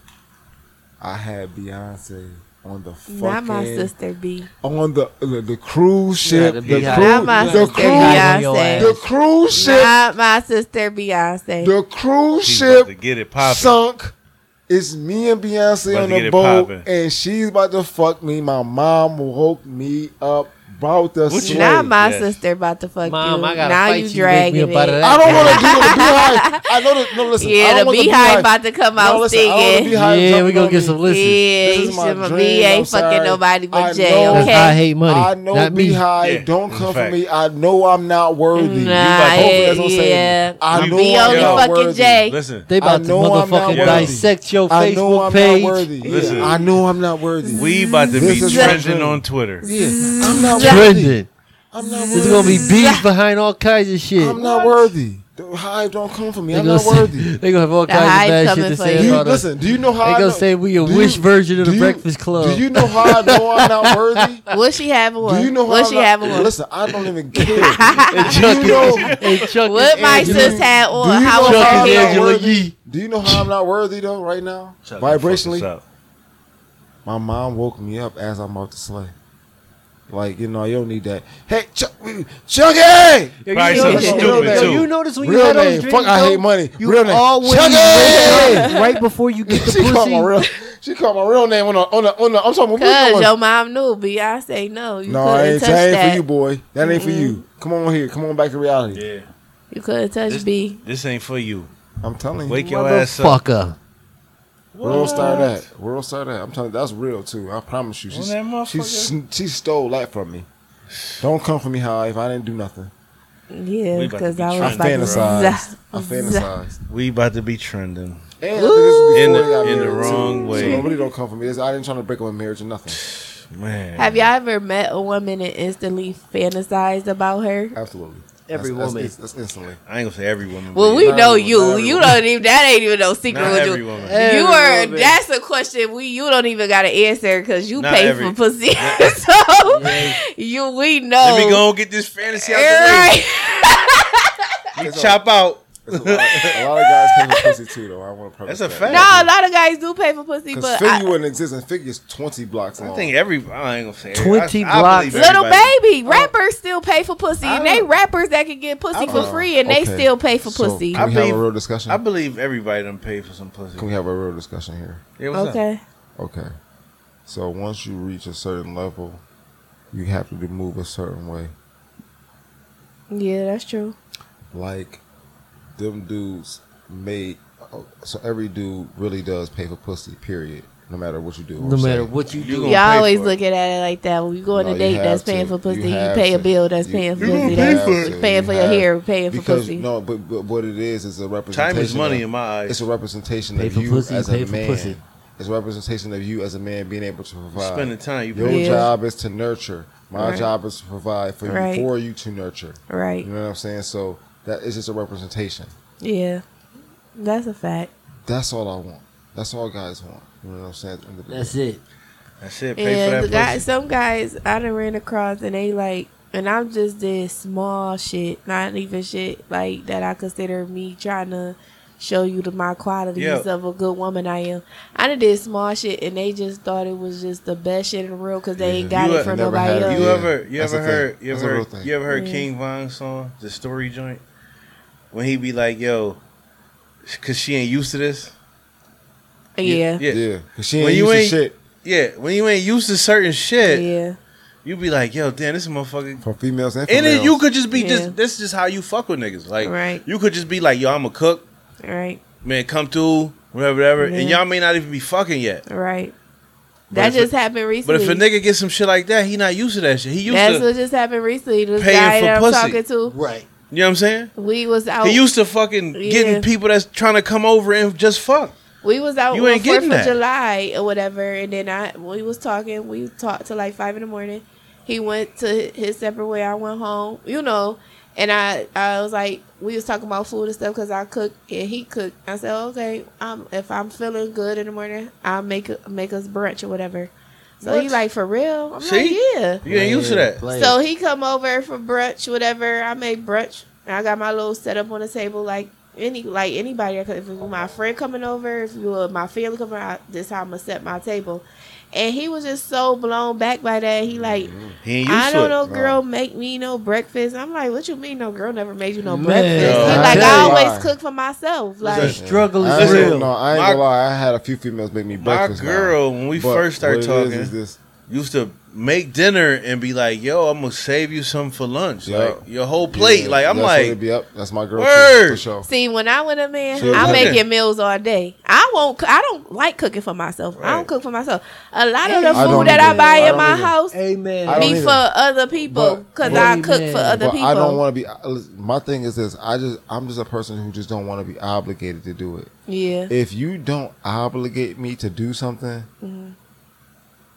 Speaker 4: I had Beyonce on the fucking
Speaker 5: Not my sister B.
Speaker 4: on the the, the cruise
Speaker 3: Yeah,
Speaker 4: ship.
Speaker 3: the
Speaker 4: the,
Speaker 3: Beehive.
Speaker 4: cruise,
Speaker 5: Not my
Speaker 4: the
Speaker 5: sister
Speaker 4: cruise,
Speaker 3: Beyonce.
Speaker 4: the cruise ship,
Speaker 5: Not my sister Beyonce.
Speaker 4: the cruise
Speaker 2: She's about
Speaker 4: ship
Speaker 2: to get it popping.
Speaker 4: sunk. It's me and Beyonce
Speaker 2: About
Speaker 4: on
Speaker 2: to get
Speaker 4: the
Speaker 2: it
Speaker 4: boat,
Speaker 2: poppin'.
Speaker 4: and she's about to fuck me. My mom woke me up, about the
Speaker 2: What you-
Speaker 4: slave.
Speaker 5: Not my
Speaker 2: Yes.
Speaker 5: sister about to fuck
Speaker 3: Mom,
Speaker 5: you.
Speaker 3: I gotta
Speaker 5: now
Speaker 3: fight
Speaker 5: you
Speaker 3: you, wake me
Speaker 5: dragging
Speaker 3: up out of
Speaker 5: it.
Speaker 3: that.
Speaker 4: I don't want to do the beehive. I know that. No, listen. I
Speaker 5: Yeah,
Speaker 4: don't
Speaker 5: the
Speaker 4: want
Speaker 5: beehive about to come
Speaker 4: No,
Speaker 5: out
Speaker 4: listen, I don't want the
Speaker 5: singing.
Speaker 4: beehive
Speaker 3: yeah, we
Speaker 4: jumping
Speaker 3: gonna
Speaker 4: on
Speaker 3: get
Speaker 4: me.
Speaker 3: some
Speaker 5: Yeah,
Speaker 3: listens.
Speaker 5: you
Speaker 4: is my
Speaker 5: should-
Speaker 4: dream,
Speaker 5: me ain't
Speaker 4: I'm
Speaker 5: fucking
Speaker 4: sorry.
Speaker 5: nobody
Speaker 4: I
Speaker 5: but Jay,
Speaker 4: know-
Speaker 3: That's how I
Speaker 5: okay?
Speaker 3: hate money.
Speaker 4: I know
Speaker 3: not me.
Speaker 4: beehive.
Speaker 2: Yeah,
Speaker 4: Don't
Speaker 2: that's a
Speaker 4: come for
Speaker 2: fact.
Speaker 4: me. I know I'm not worthy.
Speaker 5: Nah,
Speaker 2: about to-
Speaker 5: yeah,
Speaker 4: Hopefully that's what I'm saying.
Speaker 5: yeah.
Speaker 4: I know
Speaker 5: Me
Speaker 4: I'm
Speaker 5: only
Speaker 4: not
Speaker 5: fucking
Speaker 4: worthy.
Speaker 5: Jay.
Speaker 2: Listen,
Speaker 3: They
Speaker 4: I
Speaker 3: about to
Speaker 4: know I'm not
Speaker 3: motherfucking
Speaker 2: worthy.
Speaker 3: dissect your
Speaker 4: I know
Speaker 3: Facebook
Speaker 4: I'm
Speaker 3: page.
Speaker 4: not worthy. Yeah,
Speaker 2: Listen.
Speaker 4: I know I'm not worthy.
Speaker 2: we about to
Speaker 4: This
Speaker 2: be
Speaker 4: is my
Speaker 2: trending
Speaker 4: dream.
Speaker 2: on Twitter.
Speaker 4: Yeah, I'm not worthy.
Speaker 3: Trending.
Speaker 4: I'm not
Speaker 3: There's
Speaker 4: worthy.
Speaker 3: gonna be bees behind all kinds of shit.
Speaker 4: I'm not worthy. The hive don't come for me.
Speaker 3: They
Speaker 4: I'm
Speaker 3: gonna
Speaker 4: not
Speaker 3: say-
Speaker 4: worthy.
Speaker 3: They gonna have all
Speaker 5: The
Speaker 3: kinds
Speaker 5: hype
Speaker 3: of bad
Speaker 5: coming
Speaker 3: shit to
Speaker 5: for
Speaker 3: say
Speaker 5: you.
Speaker 4: Do you,
Speaker 3: about us.
Speaker 4: listen, do you know how
Speaker 3: They
Speaker 4: I
Speaker 3: gonna
Speaker 4: know-
Speaker 3: say we a
Speaker 4: do you-
Speaker 3: wish version of the
Speaker 4: do you-
Speaker 3: Breakfast Club.
Speaker 4: Do you know how I know I'm not worthy?
Speaker 5: What she having
Speaker 4: Do
Speaker 5: one?
Speaker 4: you know how
Speaker 5: what
Speaker 4: I'm
Speaker 5: she
Speaker 4: not-
Speaker 5: having one?
Speaker 4: Listen, I don't even care.
Speaker 3: and Chuck
Speaker 4: you know-
Speaker 3: is- and Chuck
Speaker 5: What
Speaker 3: is
Speaker 5: my
Speaker 3: Angela-
Speaker 5: sis had
Speaker 4: Do you
Speaker 5: on?
Speaker 4: know
Speaker 5: How was
Speaker 4: how
Speaker 5: her
Speaker 3: Chuck
Speaker 4: I'm
Speaker 3: is
Speaker 4: not
Speaker 5: hair?
Speaker 3: Angela
Speaker 4: worthy?
Speaker 3: Yee.
Speaker 4: Do you know how I'm not worthy though right now?
Speaker 2: Shut the fuck us
Speaker 4: Vibrationally,
Speaker 2: up.
Speaker 4: my mom woke me up as I'm about to slay. Like you know, you don't need that. Hey, Chuck, Chucky,
Speaker 2: Probably
Speaker 3: you
Speaker 4: something
Speaker 3: notice-
Speaker 4: stupid,
Speaker 3: yo,
Speaker 4: too.
Speaker 3: You notice when you
Speaker 4: real
Speaker 3: had those
Speaker 4: name.
Speaker 3: dreams,
Speaker 4: Fuck, I
Speaker 3: though,
Speaker 4: hate money.
Speaker 3: You
Speaker 4: real name.
Speaker 3: always
Speaker 4: Chucky.
Speaker 3: wake up right before you get the
Speaker 4: she called my real.
Speaker 3: pussy.
Speaker 4: She called my real name on the on the on the. I'm talking about
Speaker 5: Cause your mom knew Beyonce. No, you
Speaker 4: No, I
Speaker 5: couldn't
Speaker 4: ain't,
Speaker 5: touch
Speaker 4: that ain't
Speaker 5: that.
Speaker 4: for you, boy. That ain't for you. Come on here. Come on back to reality.
Speaker 2: Yeah,
Speaker 5: You couldn't touch
Speaker 2: This-
Speaker 5: B.
Speaker 2: this ain't for you.
Speaker 4: I'm telling you.
Speaker 2: Wake your ass up.
Speaker 3: Motherfucker.
Speaker 4: World star that. World star that. I'm telling you, that's real too. I promise you. She,
Speaker 2: On that motherfucker.
Speaker 4: she, sn- she stole that from me. Don't come for me, high if I didn't do nothing.
Speaker 5: Yeah,
Speaker 2: We about to
Speaker 5: because
Speaker 2: be
Speaker 5: I was
Speaker 4: I
Speaker 5: about
Speaker 2: trending,
Speaker 5: to
Speaker 4: fantasized. I
Speaker 5: zap.
Speaker 4: fantasized.
Speaker 2: We about to be trending.
Speaker 4: And I think this was
Speaker 2: In the-
Speaker 4: before they got
Speaker 2: in the
Speaker 4: married,
Speaker 2: wrong
Speaker 4: too.
Speaker 2: way.
Speaker 4: So nobody don't come for me. It's- I didn't try to break up a marriage or nothing.
Speaker 2: Man,
Speaker 5: Have y'all ever met a woman and instantly fantasized about her?
Speaker 4: Absolutely.
Speaker 3: Every
Speaker 4: that's,
Speaker 3: woman.
Speaker 4: That's, that's instantly.
Speaker 2: I ain't gonna say every woman.
Speaker 5: Well,
Speaker 2: but
Speaker 5: we
Speaker 4: Not
Speaker 5: know
Speaker 4: everyone,
Speaker 5: you.
Speaker 4: not
Speaker 5: You
Speaker 4: everyone.
Speaker 5: don't even. That ain't even no secret
Speaker 2: Not
Speaker 5: with
Speaker 2: every
Speaker 5: you.
Speaker 2: woman.
Speaker 3: Every
Speaker 5: you are.
Speaker 3: woman.
Speaker 5: That's a question we. You don't even got to answer because you
Speaker 2: Not
Speaker 5: pay
Speaker 2: every-
Speaker 5: for pussy. so you. We know.
Speaker 2: let me go and get this fantasy out the
Speaker 5: Right.
Speaker 2: way.
Speaker 4: It's a-
Speaker 2: Chop out.
Speaker 4: it's a, lot, a lot of guys pay for pussy too, though. I want to preface
Speaker 2: That's a
Speaker 4: that.
Speaker 2: fact.
Speaker 5: No, a lot of guys do pay for pussy,
Speaker 4: Because
Speaker 5: but
Speaker 4: figure
Speaker 5: I,
Speaker 4: wouldn't exist, and figure's twenty blocks long.
Speaker 2: I think every I ain't gonna say
Speaker 3: 20
Speaker 2: I- I believe
Speaker 3: blocks.
Speaker 5: little
Speaker 2: everybody. Oh.
Speaker 5: baby rappers still pay for pussy, and they rappers that can get pussy for
Speaker 4: Uh,
Speaker 5: free, and they
Speaker 4: okay.
Speaker 5: still pay for
Speaker 4: So, Can
Speaker 5: pussy.
Speaker 4: we
Speaker 2: I
Speaker 4: have
Speaker 2: believe-
Speaker 4: a real discussion?
Speaker 2: I believe everybody done paid for some pussy.
Speaker 4: Can we have a real discussion here?
Speaker 2: Yeah, what's up?
Speaker 5: Okay.
Speaker 4: Okay. So once you reach a certain level, you have to move a certain way.
Speaker 5: Yeah, that's true.
Speaker 4: Like them dudes made oh, so every dude really does pay for pussy. Period. No matter what you do.
Speaker 3: No
Speaker 4: I'm
Speaker 3: matter
Speaker 4: saying.
Speaker 3: what you
Speaker 2: You
Speaker 3: do,
Speaker 2: gonna pay
Speaker 5: Y'all always
Speaker 2: for it.
Speaker 5: look at it like that. When you go on
Speaker 4: No,
Speaker 5: a
Speaker 4: you
Speaker 5: date, that's
Speaker 4: have
Speaker 5: paying
Speaker 4: to.
Speaker 5: for pussy. You,
Speaker 4: have
Speaker 5: pay a
Speaker 4: to.
Speaker 5: bill, that's
Speaker 4: You-
Speaker 5: paying for
Speaker 4: you
Speaker 5: pussy.
Speaker 4: have
Speaker 5: That's
Speaker 4: to.
Speaker 5: paying for your
Speaker 4: have
Speaker 5: hair,
Speaker 4: to.
Speaker 5: paying for
Speaker 4: because,
Speaker 5: pussy.
Speaker 4: No, but, but what it is is a representation.
Speaker 2: Time is money
Speaker 4: of-
Speaker 2: in my eyes.
Speaker 4: It's a representation
Speaker 3: Pay
Speaker 4: of
Speaker 3: for
Speaker 4: you
Speaker 3: pussy,
Speaker 4: as
Speaker 3: pay
Speaker 4: a
Speaker 3: for
Speaker 4: man.
Speaker 3: pussy.
Speaker 4: It's a representation of you as a man being able to provide.
Speaker 2: Spending time, you
Speaker 4: Your
Speaker 2: pay-
Speaker 5: Yeah.
Speaker 4: job is to nurture. My
Speaker 5: Right.
Speaker 4: job is to provide for
Speaker 5: Right.
Speaker 4: you, for you to nurture.
Speaker 5: Right.
Speaker 4: You know what I'm saying? So that is just a representation.
Speaker 5: Yeah. That's a fact.
Speaker 4: That's all I want. That's all guys want. You know what I'm saying? At the end of the
Speaker 3: that's
Speaker 4: day.
Speaker 3: it.
Speaker 2: That's it. Pay for that
Speaker 5: And the
Speaker 2: pussy.
Speaker 5: guy, some guys I done ran across, and they like, and I'm just this small shit, not even shit like that. I consider me trying to show you the my qualities
Speaker 2: Yeah.
Speaker 5: of a good woman I am. I done did small shit, and they just thought it was just the best shit in the world because they ain't
Speaker 2: Yeah.
Speaker 5: got
Speaker 2: You
Speaker 5: it
Speaker 2: a-
Speaker 5: from
Speaker 4: never
Speaker 5: nobody
Speaker 4: had
Speaker 5: else.
Speaker 4: it.
Speaker 2: You
Speaker 4: Yeah,
Speaker 2: ever you
Speaker 4: that's
Speaker 2: ever
Speaker 4: a thing.
Speaker 2: heard you
Speaker 4: That's
Speaker 2: ever
Speaker 4: a real
Speaker 2: heard,
Speaker 4: thing.
Speaker 2: you ever heard
Speaker 5: Yeah.
Speaker 2: King Von's song, the story joint? When he be like, yo, cause she ain't used to this.
Speaker 5: Yeah.
Speaker 2: Yeah.
Speaker 4: Yeah. 'Cause she ain't
Speaker 2: When you
Speaker 4: used to
Speaker 2: ain't-
Speaker 4: shit.
Speaker 2: Yeah. When you ain't used to certain shit,
Speaker 5: Yeah.
Speaker 2: you be like, yo, damn, this motherfucker
Speaker 4: From females and from
Speaker 2: And
Speaker 4: males.
Speaker 2: then you could just be
Speaker 5: Yeah.
Speaker 2: just this is how you fuck with niggas. Like
Speaker 5: Right.
Speaker 2: you could just be like, yo, I'm a cook,
Speaker 5: Right.
Speaker 2: man, come through, whatever, whatever. And
Speaker 5: Yeah.
Speaker 2: y'all may not even be fucking yet.
Speaker 5: Right.
Speaker 2: But
Speaker 5: That
Speaker 2: if it-
Speaker 5: just happened
Speaker 2: But
Speaker 5: recently.
Speaker 2: if a nigga gets some shit like that, he not used to that shit. He used
Speaker 5: That's
Speaker 2: to
Speaker 5: what just happened recently. This
Speaker 2: paying
Speaker 5: guy
Speaker 2: for
Speaker 5: that I'm
Speaker 2: pussy.
Speaker 5: talking to,
Speaker 3: Right.
Speaker 2: you know what I'm saying?
Speaker 5: we was out.
Speaker 2: He used to fucking
Speaker 5: Oh. Yeah.
Speaker 2: getting people that's trying to come over and just fuck.
Speaker 5: We was out
Speaker 2: You
Speaker 5: on
Speaker 2: ain't
Speaker 5: Fourth
Speaker 2: getting
Speaker 5: of
Speaker 2: that.
Speaker 5: July or whatever, and then I we was talking. We talked till like five in the morning. He went to his separate way. I went home. You know, and I I was like we was talking about food and stuff because I cook and he cooked. I said okay, um, if I'm feeling good in the morning, I'll make make us brunch or whatever. So he
Speaker 2: What?
Speaker 5: like for real. I'm
Speaker 2: See?
Speaker 5: like yeah.
Speaker 2: You ain't used to that.
Speaker 5: So he come over for brunch, whatever. I made brunch. I got my little setup on the table, like any like anybody. If it was my friend coming over, if it was my family coming, over, I, this how I'm gonna set my table. And he was just so blown back by that. He like,
Speaker 2: He ain't used
Speaker 5: I
Speaker 2: to
Speaker 5: don't
Speaker 2: it.
Speaker 5: know,
Speaker 4: No.
Speaker 5: girl, make me no breakfast. I'm like, what you mean, no girl never made you no
Speaker 3: Man,
Speaker 5: breakfast?
Speaker 2: no.
Speaker 5: He like, I
Speaker 4: That's
Speaker 5: always
Speaker 4: why.
Speaker 5: cook for myself.
Speaker 3: The
Speaker 5: Like,
Speaker 2: Listen,
Speaker 3: struggle
Speaker 4: I
Speaker 3: is
Speaker 4: ain't
Speaker 2: Listen,
Speaker 4: gonna,
Speaker 3: real.
Speaker 4: no, I ain't
Speaker 2: My-
Speaker 4: gonna lie. I had a few females make me
Speaker 2: My
Speaker 4: breakfast. now.
Speaker 2: girl, when we
Speaker 4: But
Speaker 2: first
Speaker 4: what
Speaker 2: started
Speaker 4: it
Speaker 2: talking,
Speaker 4: is, is this
Speaker 2: used to make dinner and be like, yo, I'm gonna save you some for lunch.
Speaker 4: Yeah.
Speaker 2: Like your whole plate.
Speaker 4: yeah,
Speaker 2: like I'm
Speaker 4: that's what it
Speaker 2: like
Speaker 4: be up. That's my girl.
Speaker 2: Word.
Speaker 4: Too, for sure.
Speaker 5: See, when I went a man,
Speaker 4: Sure.
Speaker 5: I'm
Speaker 2: Okay.
Speaker 5: making meals all day. I won't. I don't like cooking for myself. I
Speaker 2: Right.
Speaker 5: don't cook for myself. A lot of the
Speaker 4: I
Speaker 5: food
Speaker 4: don't
Speaker 5: that I
Speaker 4: either.
Speaker 5: buy
Speaker 4: I
Speaker 5: in
Speaker 4: don't
Speaker 5: my
Speaker 4: either.
Speaker 5: house
Speaker 3: Amen.
Speaker 4: I don't
Speaker 5: be
Speaker 4: either.
Speaker 5: for other people
Speaker 4: But-
Speaker 5: because
Speaker 4: but-
Speaker 5: I cook for
Speaker 3: Amen.
Speaker 5: other
Speaker 4: But
Speaker 5: people.
Speaker 4: I don't want to be. I- listen, My thing is this. I just I'm just a person who just don't want to be obligated to do it.
Speaker 5: yeah,
Speaker 4: If you don't obligate me to do something,
Speaker 5: Mm-hmm.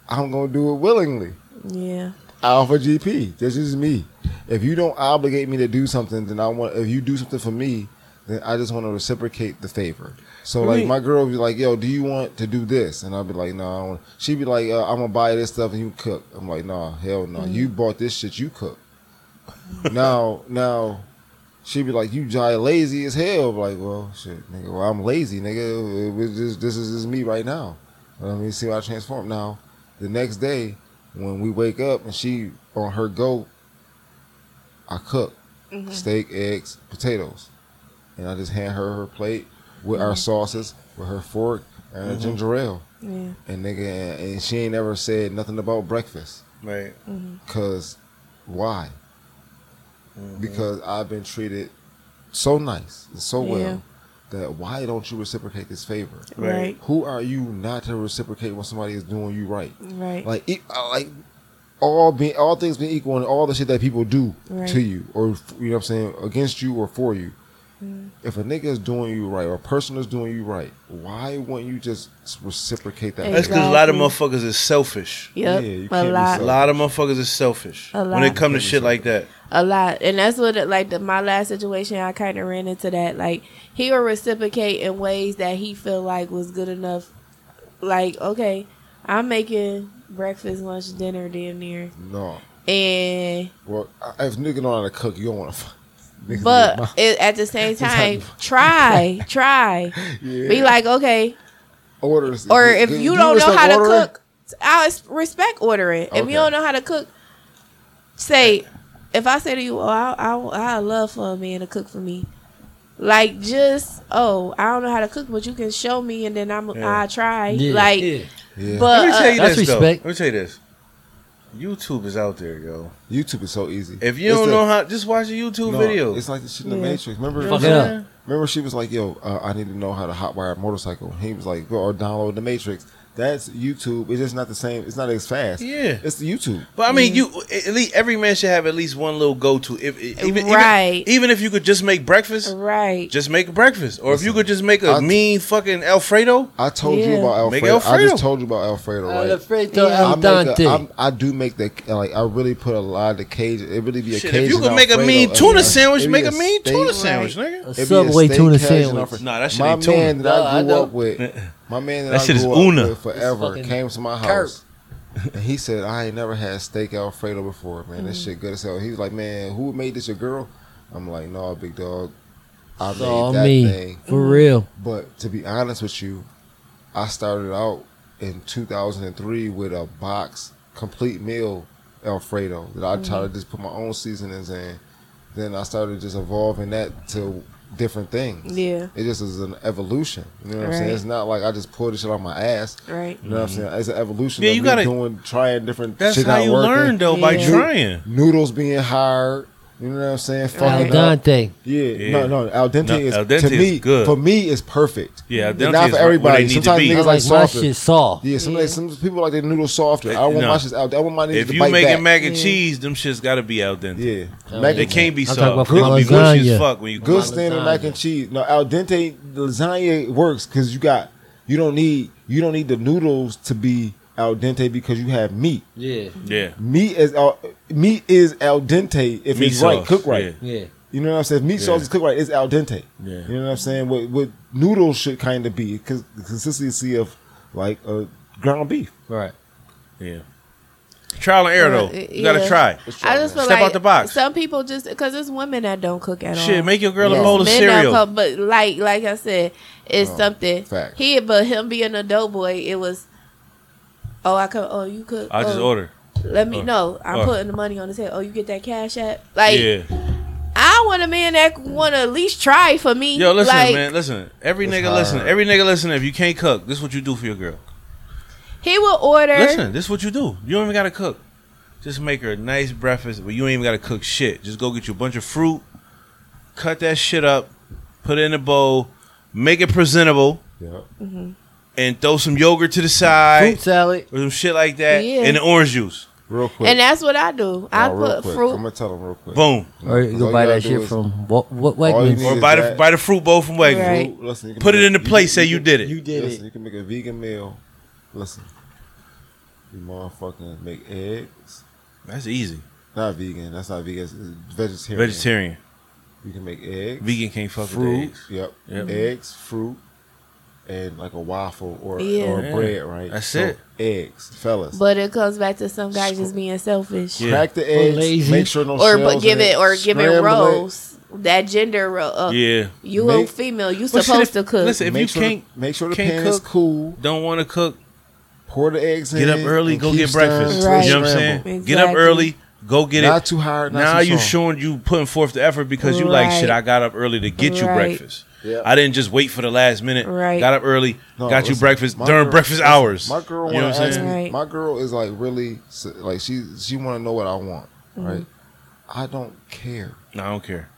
Speaker 4: I'm gonna do it willingly.
Speaker 5: yeah,
Speaker 4: Alpha GP. This is me. If you don't obligate me to do something, then I want. If you do something for me, then I just want to reciprocate the favor. So
Speaker 2: What do
Speaker 4: like
Speaker 2: you
Speaker 4: my girl would be like, "Yo, do you want to do this?" And I'll be like, "No, I don't." want-" She'd be like, uh, "I'm gonna buy this stuff and you cook." I'm like, "No, hell no. You bought this shit. You cook." now, now, she'd be like, "You giant lazy as hell." I'm like, well, shit, nigga. Well, I'm lazy, nigga. It was just- this is just me right now. Let me see how I transform. Now, the next day when we wake up and she on her go, I cook steak, eggs, potatoes, and I just hand her her plate with our sauces, with her fork, and a ginger ale.
Speaker 5: yeah.
Speaker 4: And nigga, and she ain't ever said nothing about breakfast.
Speaker 2: Right.
Speaker 4: Cause why? Because I've been treated so nice and so well that why don't you reciprocate this favor?
Speaker 5: Right,
Speaker 2: Right.
Speaker 4: Who are you not to reciprocate when somebody is doing you right?
Speaker 5: right,
Speaker 4: like e- uh, like all being all things being equal and all the shit that people do
Speaker 5: Right.
Speaker 4: to you or f- you know what I'm saying against you or for you.
Speaker 5: Mm.
Speaker 4: If a nigga is doing you right or a person is doing you right, why wouldn't you just s- reciprocate that?
Speaker 2: That's because a lot of motherfuckers is selfish.
Speaker 5: yep,
Speaker 4: Yeah, you
Speaker 5: a
Speaker 4: can't be
Speaker 5: lot,
Speaker 2: A lot of motherfuckers is selfish
Speaker 5: A
Speaker 2: when
Speaker 5: lot.
Speaker 2: it comes to shit like that.
Speaker 5: a lot, and that's what it, like the, my last situation. I kind of ran into that. Like he will reciprocate in ways that he feel like was good enough. Like okay, I'm making breakfast, lunch, dinner, damn near,
Speaker 4: No.
Speaker 5: and
Speaker 4: Well, I- if nigga know how to cook, you don't want to. Niggas need
Speaker 5: but
Speaker 4: my-
Speaker 5: it, at the same time,
Speaker 4: Sometimes-
Speaker 5: try, try,
Speaker 4: yeah.
Speaker 5: be like okay,
Speaker 4: orders,
Speaker 5: or
Speaker 4: Nigga,
Speaker 5: if you don't know
Speaker 4: respect
Speaker 5: how to
Speaker 4: ordering?
Speaker 5: cook, I res- respect ordering. If
Speaker 4: Okay.
Speaker 5: you don't know how to cook, say if I say to you, "Oh, I, I, I love for a man to cook for me," like just oh, I don't know how to cook, but you can show me, and then I'm
Speaker 2: Yeah.
Speaker 5: I try.
Speaker 3: Yeah,
Speaker 5: like,
Speaker 3: yeah.
Speaker 4: yeah.
Speaker 5: but
Speaker 2: Let me tell you
Speaker 5: uh,
Speaker 3: That's
Speaker 2: this
Speaker 3: respect.
Speaker 2: though. Let me tell you this. YouTube is out there, yo.
Speaker 4: YouTube is so easy.
Speaker 2: If you
Speaker 4: It's
Speaker 2: don't
Speaker 4: the-
Speaker 2: know how, just watch a YouTube
Speaker 4: no,
Speaker 2: video.
Speaker 4: It's like the shit in
Speaker 5: Yeah.
Speaker 4: the Matrix. Remember,
Speaker 3: Fuck
Speaker 2: You know what
Speaker 3: it
Speaker 2: I'm
Speaker 3: up.
Speaker 2: saying?
Speaker 4: Remember, she was like, "Yo, uh, I need to know how to hotwire a motorcycle." He was like, "Or download the Matrix." That's YouTube. It's just not the same. It's not as fast.
Speaker 2: Yeah.
Speaker 4: it's the YouTube.
Speaker 2: But I mean, you at least every man should have at least one little go to. If even, even-
Speaker 5: Right.
Speaker 2: even if you could just make breakfast,
Speaker 5: Right.
Speaker 2: just make breakfast, or if you
Speaker 4: Listen,
Speaker 2: could just make a
Speaker 4: I-
Speaker 2: mean fucking Alfredo.
Speaker 4: I told you
Speaker 5: Yeah.
Speaker 4: about
Speaker 2: Make
Speaker 4: Alfredo. I
Speaker 2: Alfredo.
Speaker 4: just told you about Alfredo. Right?
Speaker 3: Uh, Alfredo
Speaker 5: Yeah.
Speaker 4: I,
Speaker 3: Al
Speaker 4: make a-
Speaker 3: Dante.
Speaker 4: I'm- I do make the like. I really put a lot of the cage. It really be a
Speaker 2: Shit,
Speaker 4: cage.
Speaker 2: if you could make a mean tuna sandwich, make a mean tuna
Speaker 5: steak.
Speaker 2: sandwich, nigga.
Speaker 3: a Subway tuna sandwich.
Speaker 2: Nah, that shit
Speaker 4: my
Speaker 2: ain't tuna.
Speaker 4: man that
Speaker 3: Nah, I
Speaker 4: I grew
Speaker 3: know.
Speaker 4: up with, my man that,
Speaker 2: That
Speaker 4: I
Speaker 2: shit is
Speaker 4: grew
Speaker 2: Una.
Speaker 4: up with forever
Speaker 3: fucking
Speaker 4: came to my
Speaker 3: curb.
Speaker 4: house, and he said I ain't never had steak Alfredo before, man.
Speaker 3: Mm.
Speaker 4: This shit good as hell. He was like, man, who made this? Your girl? I'm like, no, big dog. I
Speaker 3: It's all
Speaker 4: made that
Speaker 3: me.
Speaker 4: thing.
Speaker 3: For real.
Speaker 4: But to be honest with you, I started out in 2003 with a box complete meal Alfredo that I
Speaker 5: Mm-hmm.
Speaker 4: tried to just put my own seasonings in. Then I started just evolving that to different things.
Speaker 5: Yeah.
Speaker 4: It just is an evolution. You know what I'm
Speaker 5: Right. Mm-hmm.
Speaker 4: saying? It's not like I just pulled this shit on my ass.
Speaker 5: Right.
Speaker 4: You know what I'm saying? It's an evolution
Speaker 2: Yeah,
Speaker 4: of
Speaker 2: you
Speaker 4: me
Speaker 2: gotta-
Speaker 4: doing, trying different
Speaker 2: That's
Speaker 4: shit
Speaker 2: how
Speaker 4: not
Speaker 2: you
Speaker 4: working.
Speaker 2: learn though by
Speaker 5: Yeah.
Speaker 2: trying.
Speaker 4: Noodles being hard. You know what I'm saying?
Speaker 5: Right.
Speaker 3: Al
Speaker 4: Fucking up.
Speaker 3: Dante.
Speaker 4: Yeah,
Speaker 2: Yeah.
Speaker 4: no, no. Al dente
Speaker 2: No,
Speaker 4: is
Speaker 2: al dente
Speaker 4: to
Speaker 2: is
Speaker 4: me
Speaker 2: good.
Speaker 4: for me is perfect.
Speaker 2: Yeah, al
Speaker 4: But
Speaker 2: dente is
Speaker 4: not for
Speaker 2: where- where
Speaker 4: everybody.
Speaker 2: they need to
Speaker 4: Sometimes
Speaker 2: be.
Speaker 3: I
Speaker 4: niggas
Speaker 3: like
Speaker 4: like
Speaker 3: my
Speaker 4: softer.
Speaker 3: shit soft.
Speaker 4: Yeah, some, like- some people like their noodles softer. I
Speaker 2: Uh,
Speaker 4: want
Speaker 2: no.
Speaker 4: my shit out. I want my noodles
Speaker 2: If
Speaker 4: to
Speaker 2: you
Speaker 4: bite
Speaker 2: making
Speaker 4: back.
Speaker 2: mac and
Speaker 5: Yeah.
Speaker 2: cheese, them shits gotta be al dente.
Speaker 4: yeah,
Speaker 3: Oh,
Speaker 4: mac
Speaker 2: They
Speaker 4: and
Speaker 2: can't be
Speaker 3: I'm talking
Speaker 2: soft.
Speaker 3: about
Speaker 2: They gonna be mushy
Speaker 3: lasagna.
Speaker 2: as fuck when you
Speaker 4: good
Speaker 2: cook. it.
Speaker 4: standard mac and cheese. No, al dente lasagna works because you got you don't need you don't need the noodles to be al dente because you have meat.
Speaker 3: Yeah.
Speaker 2: Yeah,
Speaker 4: Meat is al, meat is al dente if
Speaker 2: Meat
Speaker 4: it's right,
Speaker 2: sauce,
Speaker 4: cook right.
Speaker 2: yeah.
Speaker 3: Yeah.
Speaker 4: You know what I'm saying? Meat
Speaker 2: Yeah.
Speaker 4: sauce is cooked right. It's al dente.
Speaker 2: Yeah.
Speaker 4: You know what I'm saying? What what noodles should kind of be because the consistency of like uh, ground beef.
Speaker 3: Right.
Speaker 2: yeah. Trial and error though.
Speaker 5: Uh,
Speaker 2: You gotta
Speaker 5: yeah.
Speaker 2: try.
Speaker 5: I just feel
Speaker 2: Step
Speaker 5: like
Speaker 2: out the box.
Speaker 5: Some people just because it's women that don't cook at all.
Speaker 2: Shit, make your girl a
Speaker 4: Yeah.
Speaker 2: bowl of
Speaker 5: Men don't
Speaker 2: cereal.
Speaker 5: cook, but like like I said, it's
Speaker 4: Oh,
Speaker 5: something.
Speaker 4: fact.
Speaker 5: He but him being a doughboy, it was. Oh, I could. Oh, you could.
Speaker 2: I just
Speaker 5: oh,
Speaker 2: order.
Speaker 5: Let me
Speaker 2: uh,
Speaker 5: know. I'm
Speaker 2: uh.
Speaker 5: putting the money on his head. Oh, you get that cash app? Like
Speaker 2: yeah.
Speaker 5: I want a man that want to at least try for me.
Speaker 2: Yo, listen,
Speaker 5: like,
Speaker 2: man. Listen. Every
Speaker 4: It's
Speaker 2: nigga,
Speaker 4: hard.
Speaker 2: listen. Every nigga, listen. If you can't cook, this is what you do for your girl.
Speaker 5: He will order.
Speaker 2: Listen, this is what you do. You don't even gotta cook. Just make her a nice breakfast, but you ain't even gotta cook shit. Just go get you a bunch of fruit, cut that shit up, put it in a bowl, make it presentable,
Speaker 4: Yeah.
Speaker 2: and throw some yogurt to the side
Speaker 3: Fruit salad.
Speaker 2: or some shit like that,
Speaker 5: Yeah.
Speaker 2: and the orange juice.
Speaker 4: Real quick.
Speaker 5: and that's what I do.
Speaker 4: Oh,
Speaker 5: I put
Speaker 4: I'm
Speaker 5: fruit.
Speaker 4: gonna tell them real quick.
Speaker 2: Boom.
Speaker 3: Or you
Speaker 4: All
Speaker 3: go buy
Speaker 4: gotta
Speaker 3: that
Speaker 4: do
Speaker 3: shit
Speaker 4: is-
Speaker 3: from what what
Speaker 4: you
Speaker 3: Wegmans.
Speaker 2: Or
Speaker 4: Is
Speaker 2: buy the
Speaker 4: that-
Speaker 2: buy the fruit bowl from Wegmans.
Speaker 5: Right.
Speaker 4: Fruit, listen, you can
Speaker 2: Put
Speaker 4: make
Speaker 2: it
Speaker 4: a-
Speaker 2: into place. Say
Speaker 4: can-
Speaker 2: you did it.
Speaker 3: You did
Speaker 4: listen,
Speaker 3: it.
Speaker 4: You can make a vegan meal. Listen, you motherfucking make eggs.
Speaker 2: That's easy.
Speaker 4: Not vegan. That's not vegan. It's vegetarian.
Speaker 2: Vegetarian.
Speaker 4: You can make eggs.
Speaker 2: Vegan can't fuck with
Speaker 4: fruit.
Speaker 2: eggs.
Speaker 4: Yep.
Speaker 2: Yep.
Speaker 4: Eggs, fruit, and like a waffle or
Speaker 5: Yeah.
Speaker 4: or
Speaker 2: Yeah.
Speaker 4: bread. Right.
Speaker 2: That's
Speaker 4: So,
Speaker 2: it.
Speaker 4: Eggs, fellas.
Speaker 5: But it comes back to some guys just being selfish.
Speaker 2: Yeah.
Speaker 4: Crack the eggs.
Speaker 3: lazy.
Speaker 4: Make sure no
Speaker 5: or
Speaker 4: shells
Speaker 5: but give
Speaker 4: in
Speaker 5: it or give it
Speaker 4: Scramble
Speaker 5: roles that gender role. Uh,
Speaker 2: Yeah.
Speaker 5: You a
Speaker 4: Make-
Speaker 5: female, you
Speaker 2: Well, shit,
Speaker 5: supposed
Speaker 2: if-
Speaker 5: to cook.
Speaker 2: listen, if
Speaker 4: make
Speaker 2: you
Speaker 4: sure
Speaker 2: can't-
Speaker 4: the, make sure the
Speaker 2: can't
Speaker 4: pan is
Speaker 2: cook-
Speaker 4: cool.
Speaker 2: Don't want to cook.
Speaker 4: Pour the eggs in.
Speaker 2: Get up early,
Speaker 4: and
Speaker 2: go
Speaker 4: keep
Speaker 2: get
Speaker 4: stirring
Speaker 2: breakfast.
Speaker 4: till it
Speaker 5: Right.
Speaker 2: You know what I'm saying?
Speaker 4: scramble.
Speaker 2: Get up
Speaker 5: Exactly.
Speaker 2: early, go get
Speaker 4: Not
Speaker 2: it.
Speaker 4: too hard. Not
Speaker 2: Now
Speaker 4: too
Speaker 2: you
Speaker 4: soft.
Speaker 2: showing you putting forth the effort because you like
Speaker 5: Right.
Speaker 2: shit. I got up early to get you
Speaker 5: Right.
Speaker 2: breakfast.
Speaker 4: Yeah.
Speaker 2: I didn't just wait for the last minute.
Speaker 5: Right.
Speaker 2: Got up early,
Speaker 4: No,
Speaker 2: got you
Speaker 4: listen,
Speaker 2: breakfast
Speaker 4: my
Speaker 2: during
Speaker 4: girl-
Speaker 2: breakfast
Speaker 4: listen,
Speaker 2: hours.
Speaker 4: My girl
Speaker 2: You know
Speaker 4: want
Speaker 2: what
Speaker 4: to
Speaker 2: I'm
Speaker 4: ask
Speaker 2: saying?
Speaker 4: me.
Speaker 5: Right.
Speaker 4: My girl is like really s- like she she want to know what I want, right? I don't care,
Speaker 2: No, I don't care.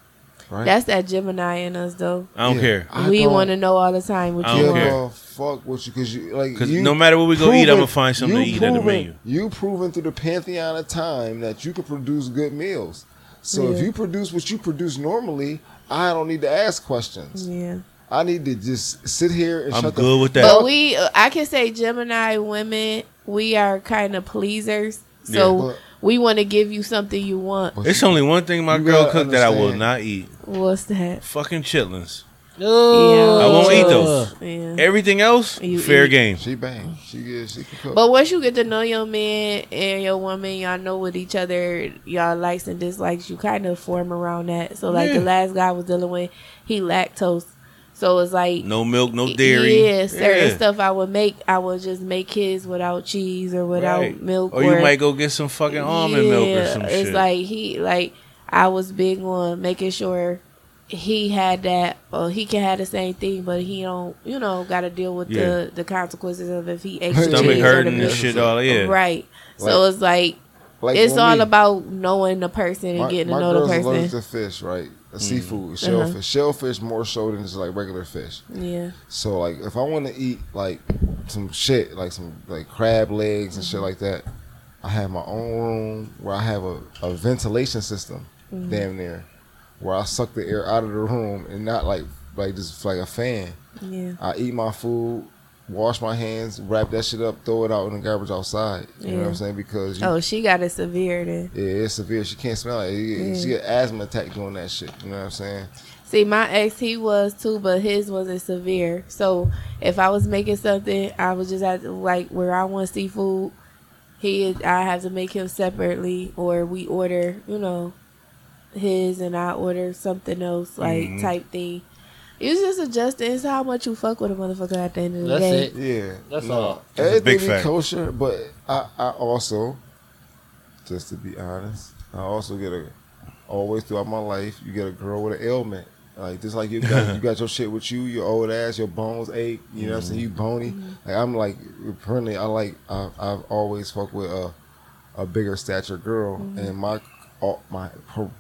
Speaker 4: right?
Speaker 5: Mm-hmm. That's that Gemini in us though.
Speaker 2: I don't
Speaker 4: Yeah.
Speaker 2: care.
Speaker 4: I
Speaker 5: we
Speaker 4: don't
Speaker 5: want to know all the time what
Speaker 2: I
Speaker 5: you
Speaker 4: give
Speaker 2: don't
Speaker 5: want.
Speaker 2: care.
Speaker 4: a fuck what you because you like
Speaker 2: 'Cause
Speaker 4: you
Speaker 2: no matter where we go eat,
Speaker 4: proven-
Speaker 2: I'ma find something to
Speaker 4: you
Speaker 2: eat at the
Speaker 4: proven-
Speaker 2: menu.
Speaker 4: You proven through the pantheon of time that you can produce good meals. So if
Speaker 5: Yeah.
Speaker 4: you produce what you produce normally, I don't need to ask questions.
Speaker 5: Yeah,
Speaker 4: I need to just sit here and
Speaker 2: I'm
Speaker 4: shut
Speaker 2: good
Speaker 4: the
Speaker 2: with
Speaker 5: but
Speaker 2: that.
Speaker 5: we, uh, I can say Gemini women, we are kind of pleasers,
Speaker 4: Yeah.
Speaker 5: so
Speaker 4: But-
Speaker 5: we want to give you something you want.
Speaker 4: But
Speaker 2: It's
Speaker 4: you-
Speaker 2: only one thing my
Speaker 4: you
Speaker 2: girl
Speaker 4: gotta
Speaker 2: cooked that I will
Speaker 4: understand.
Speaker 2: not eat.
Speaker 5: What's that?
Speaker 2: Fucking chitlins.
Speaker 3: Oh.
Speaker 5: Yeah.
Speaker 2: I won't eat those.
Speaker 5: Yeah.
Speaker 2: Everything else,
Speaker 5: Mm-hmm. You
Speaker 2: fair
Speaker 5: eat.
Speaker 2: game.
Speaker 4: She bang. She good. She can cook.
Speaker 5: But once you get to know your man and your woman, y'all know what each other y'all likes and dislikes. You kind of form around that. So like
Speaker 2: Yeah.
Speaker 5: the last guy I was dealing with, he lactose, so it's like
Speaker 2: No milk, no dairy.
Speaker 5: Yeah, certain
Speaker 2: Yeah.
Speaker 5: stuff I would make, I would just make his without cheese or without
Speaker 2: Right.
Speaker 5: milk.
Speaker 2: Or you might go get some fucking almond milk or some
Speaker 5: it's
Speaker 2: shit.
Speaker 5: like he like I was big on making sure he had that or he can have the same thing but he don't you know gotta deal with
Speaker 2: Yeah.
Speaker 5: the the consequences of if he ate the
Speaker 4: Stomach
Speaker 5: cheese or the
Speaker 2: Stomach hurting and
Speaker 5: milk.
Speaker 2: shit, all yeah.
Speaker 5: Right. So
Speaker 4: Like-
Speaker 5: it's like
Speaker 4: Like
Speaker 5: it's
Speaker 4: with
Speaker 5: all
Speaker 4: me,
Speaker 5: about knowing the person and
Speaker 4: my-
Speaker 5: getting
Speaker 4: my
Speaker 5: to know the
Speaker 4: girl's allergic
Speaker 5: person. Uh-huh.
Speaker 4: to fish, right?
Speaker 2: Mm.
Speaker 4: Seafood, shellfish, shellfish more so than just like regular fish.
Speaker 5: Yeah.
Speaker 4: So like, if I want to eat like some shit, like some like crab legs and
Speaker 5: Mm-hmm.
Speaker 4: shit like that, I have my own room where I have a, a ventilation system,
Speaker 5: Mm-hmm.
Speaker 4: damn near, where I suck the air out of the room and not like like just like a fan.
Speaker 5: Yeah.
Speaker 4: I eat my food, wash my hands, wrap that shit up, throw it out in the garbage outside. You know what
Speaker 5: Yeah.
Speaker 4: I'm saying? Because you,
Speaker 5: Oh, she got it severe then.
Speaker 4: yeah, it's severe. She can't smell it. You get- She
Speaker 5: Yeah.
Speaker 4: get asthma attack doing that shit. You know what I'm saying?
Speaker 5: See, my ex, he was too, but his wasn't severe. So if I was making something, I was just at like where I want seafood. He, I have to make him separately, or we order, you know, his and I order something else, like
Speaker 3: Mm-hmm.
Speaker 2: Mhm.
Speaker 5: type thing. It's just adjusting. It's how much you fuck with a motherfucker at the end of the
Speaker 3: That's
Speaker 5: day.
Speaker 3: it.
Speaker 4: Yeah,
Speaker 3: That's
Speaker 4: no,
Speaker 3: all.
Speaker 2: That's a big
Speaker 4: everything be
Speaker 2: fact.
Speaker 4: kosher, but I, I also, just to be honest, I also get a always throughout my life you get a girl with an ailment. Like just like you got you got your shit with you, your old ass, your bones ache. You know what I'm saying? You bony.
Speaker 3: Mm-hmm.
Speaker 4: Like I'm like apparently I like I, I've always fucked with a a bigger stature girl,
Speaker 3: Mm-hmm.
Speaker 4: and my all, my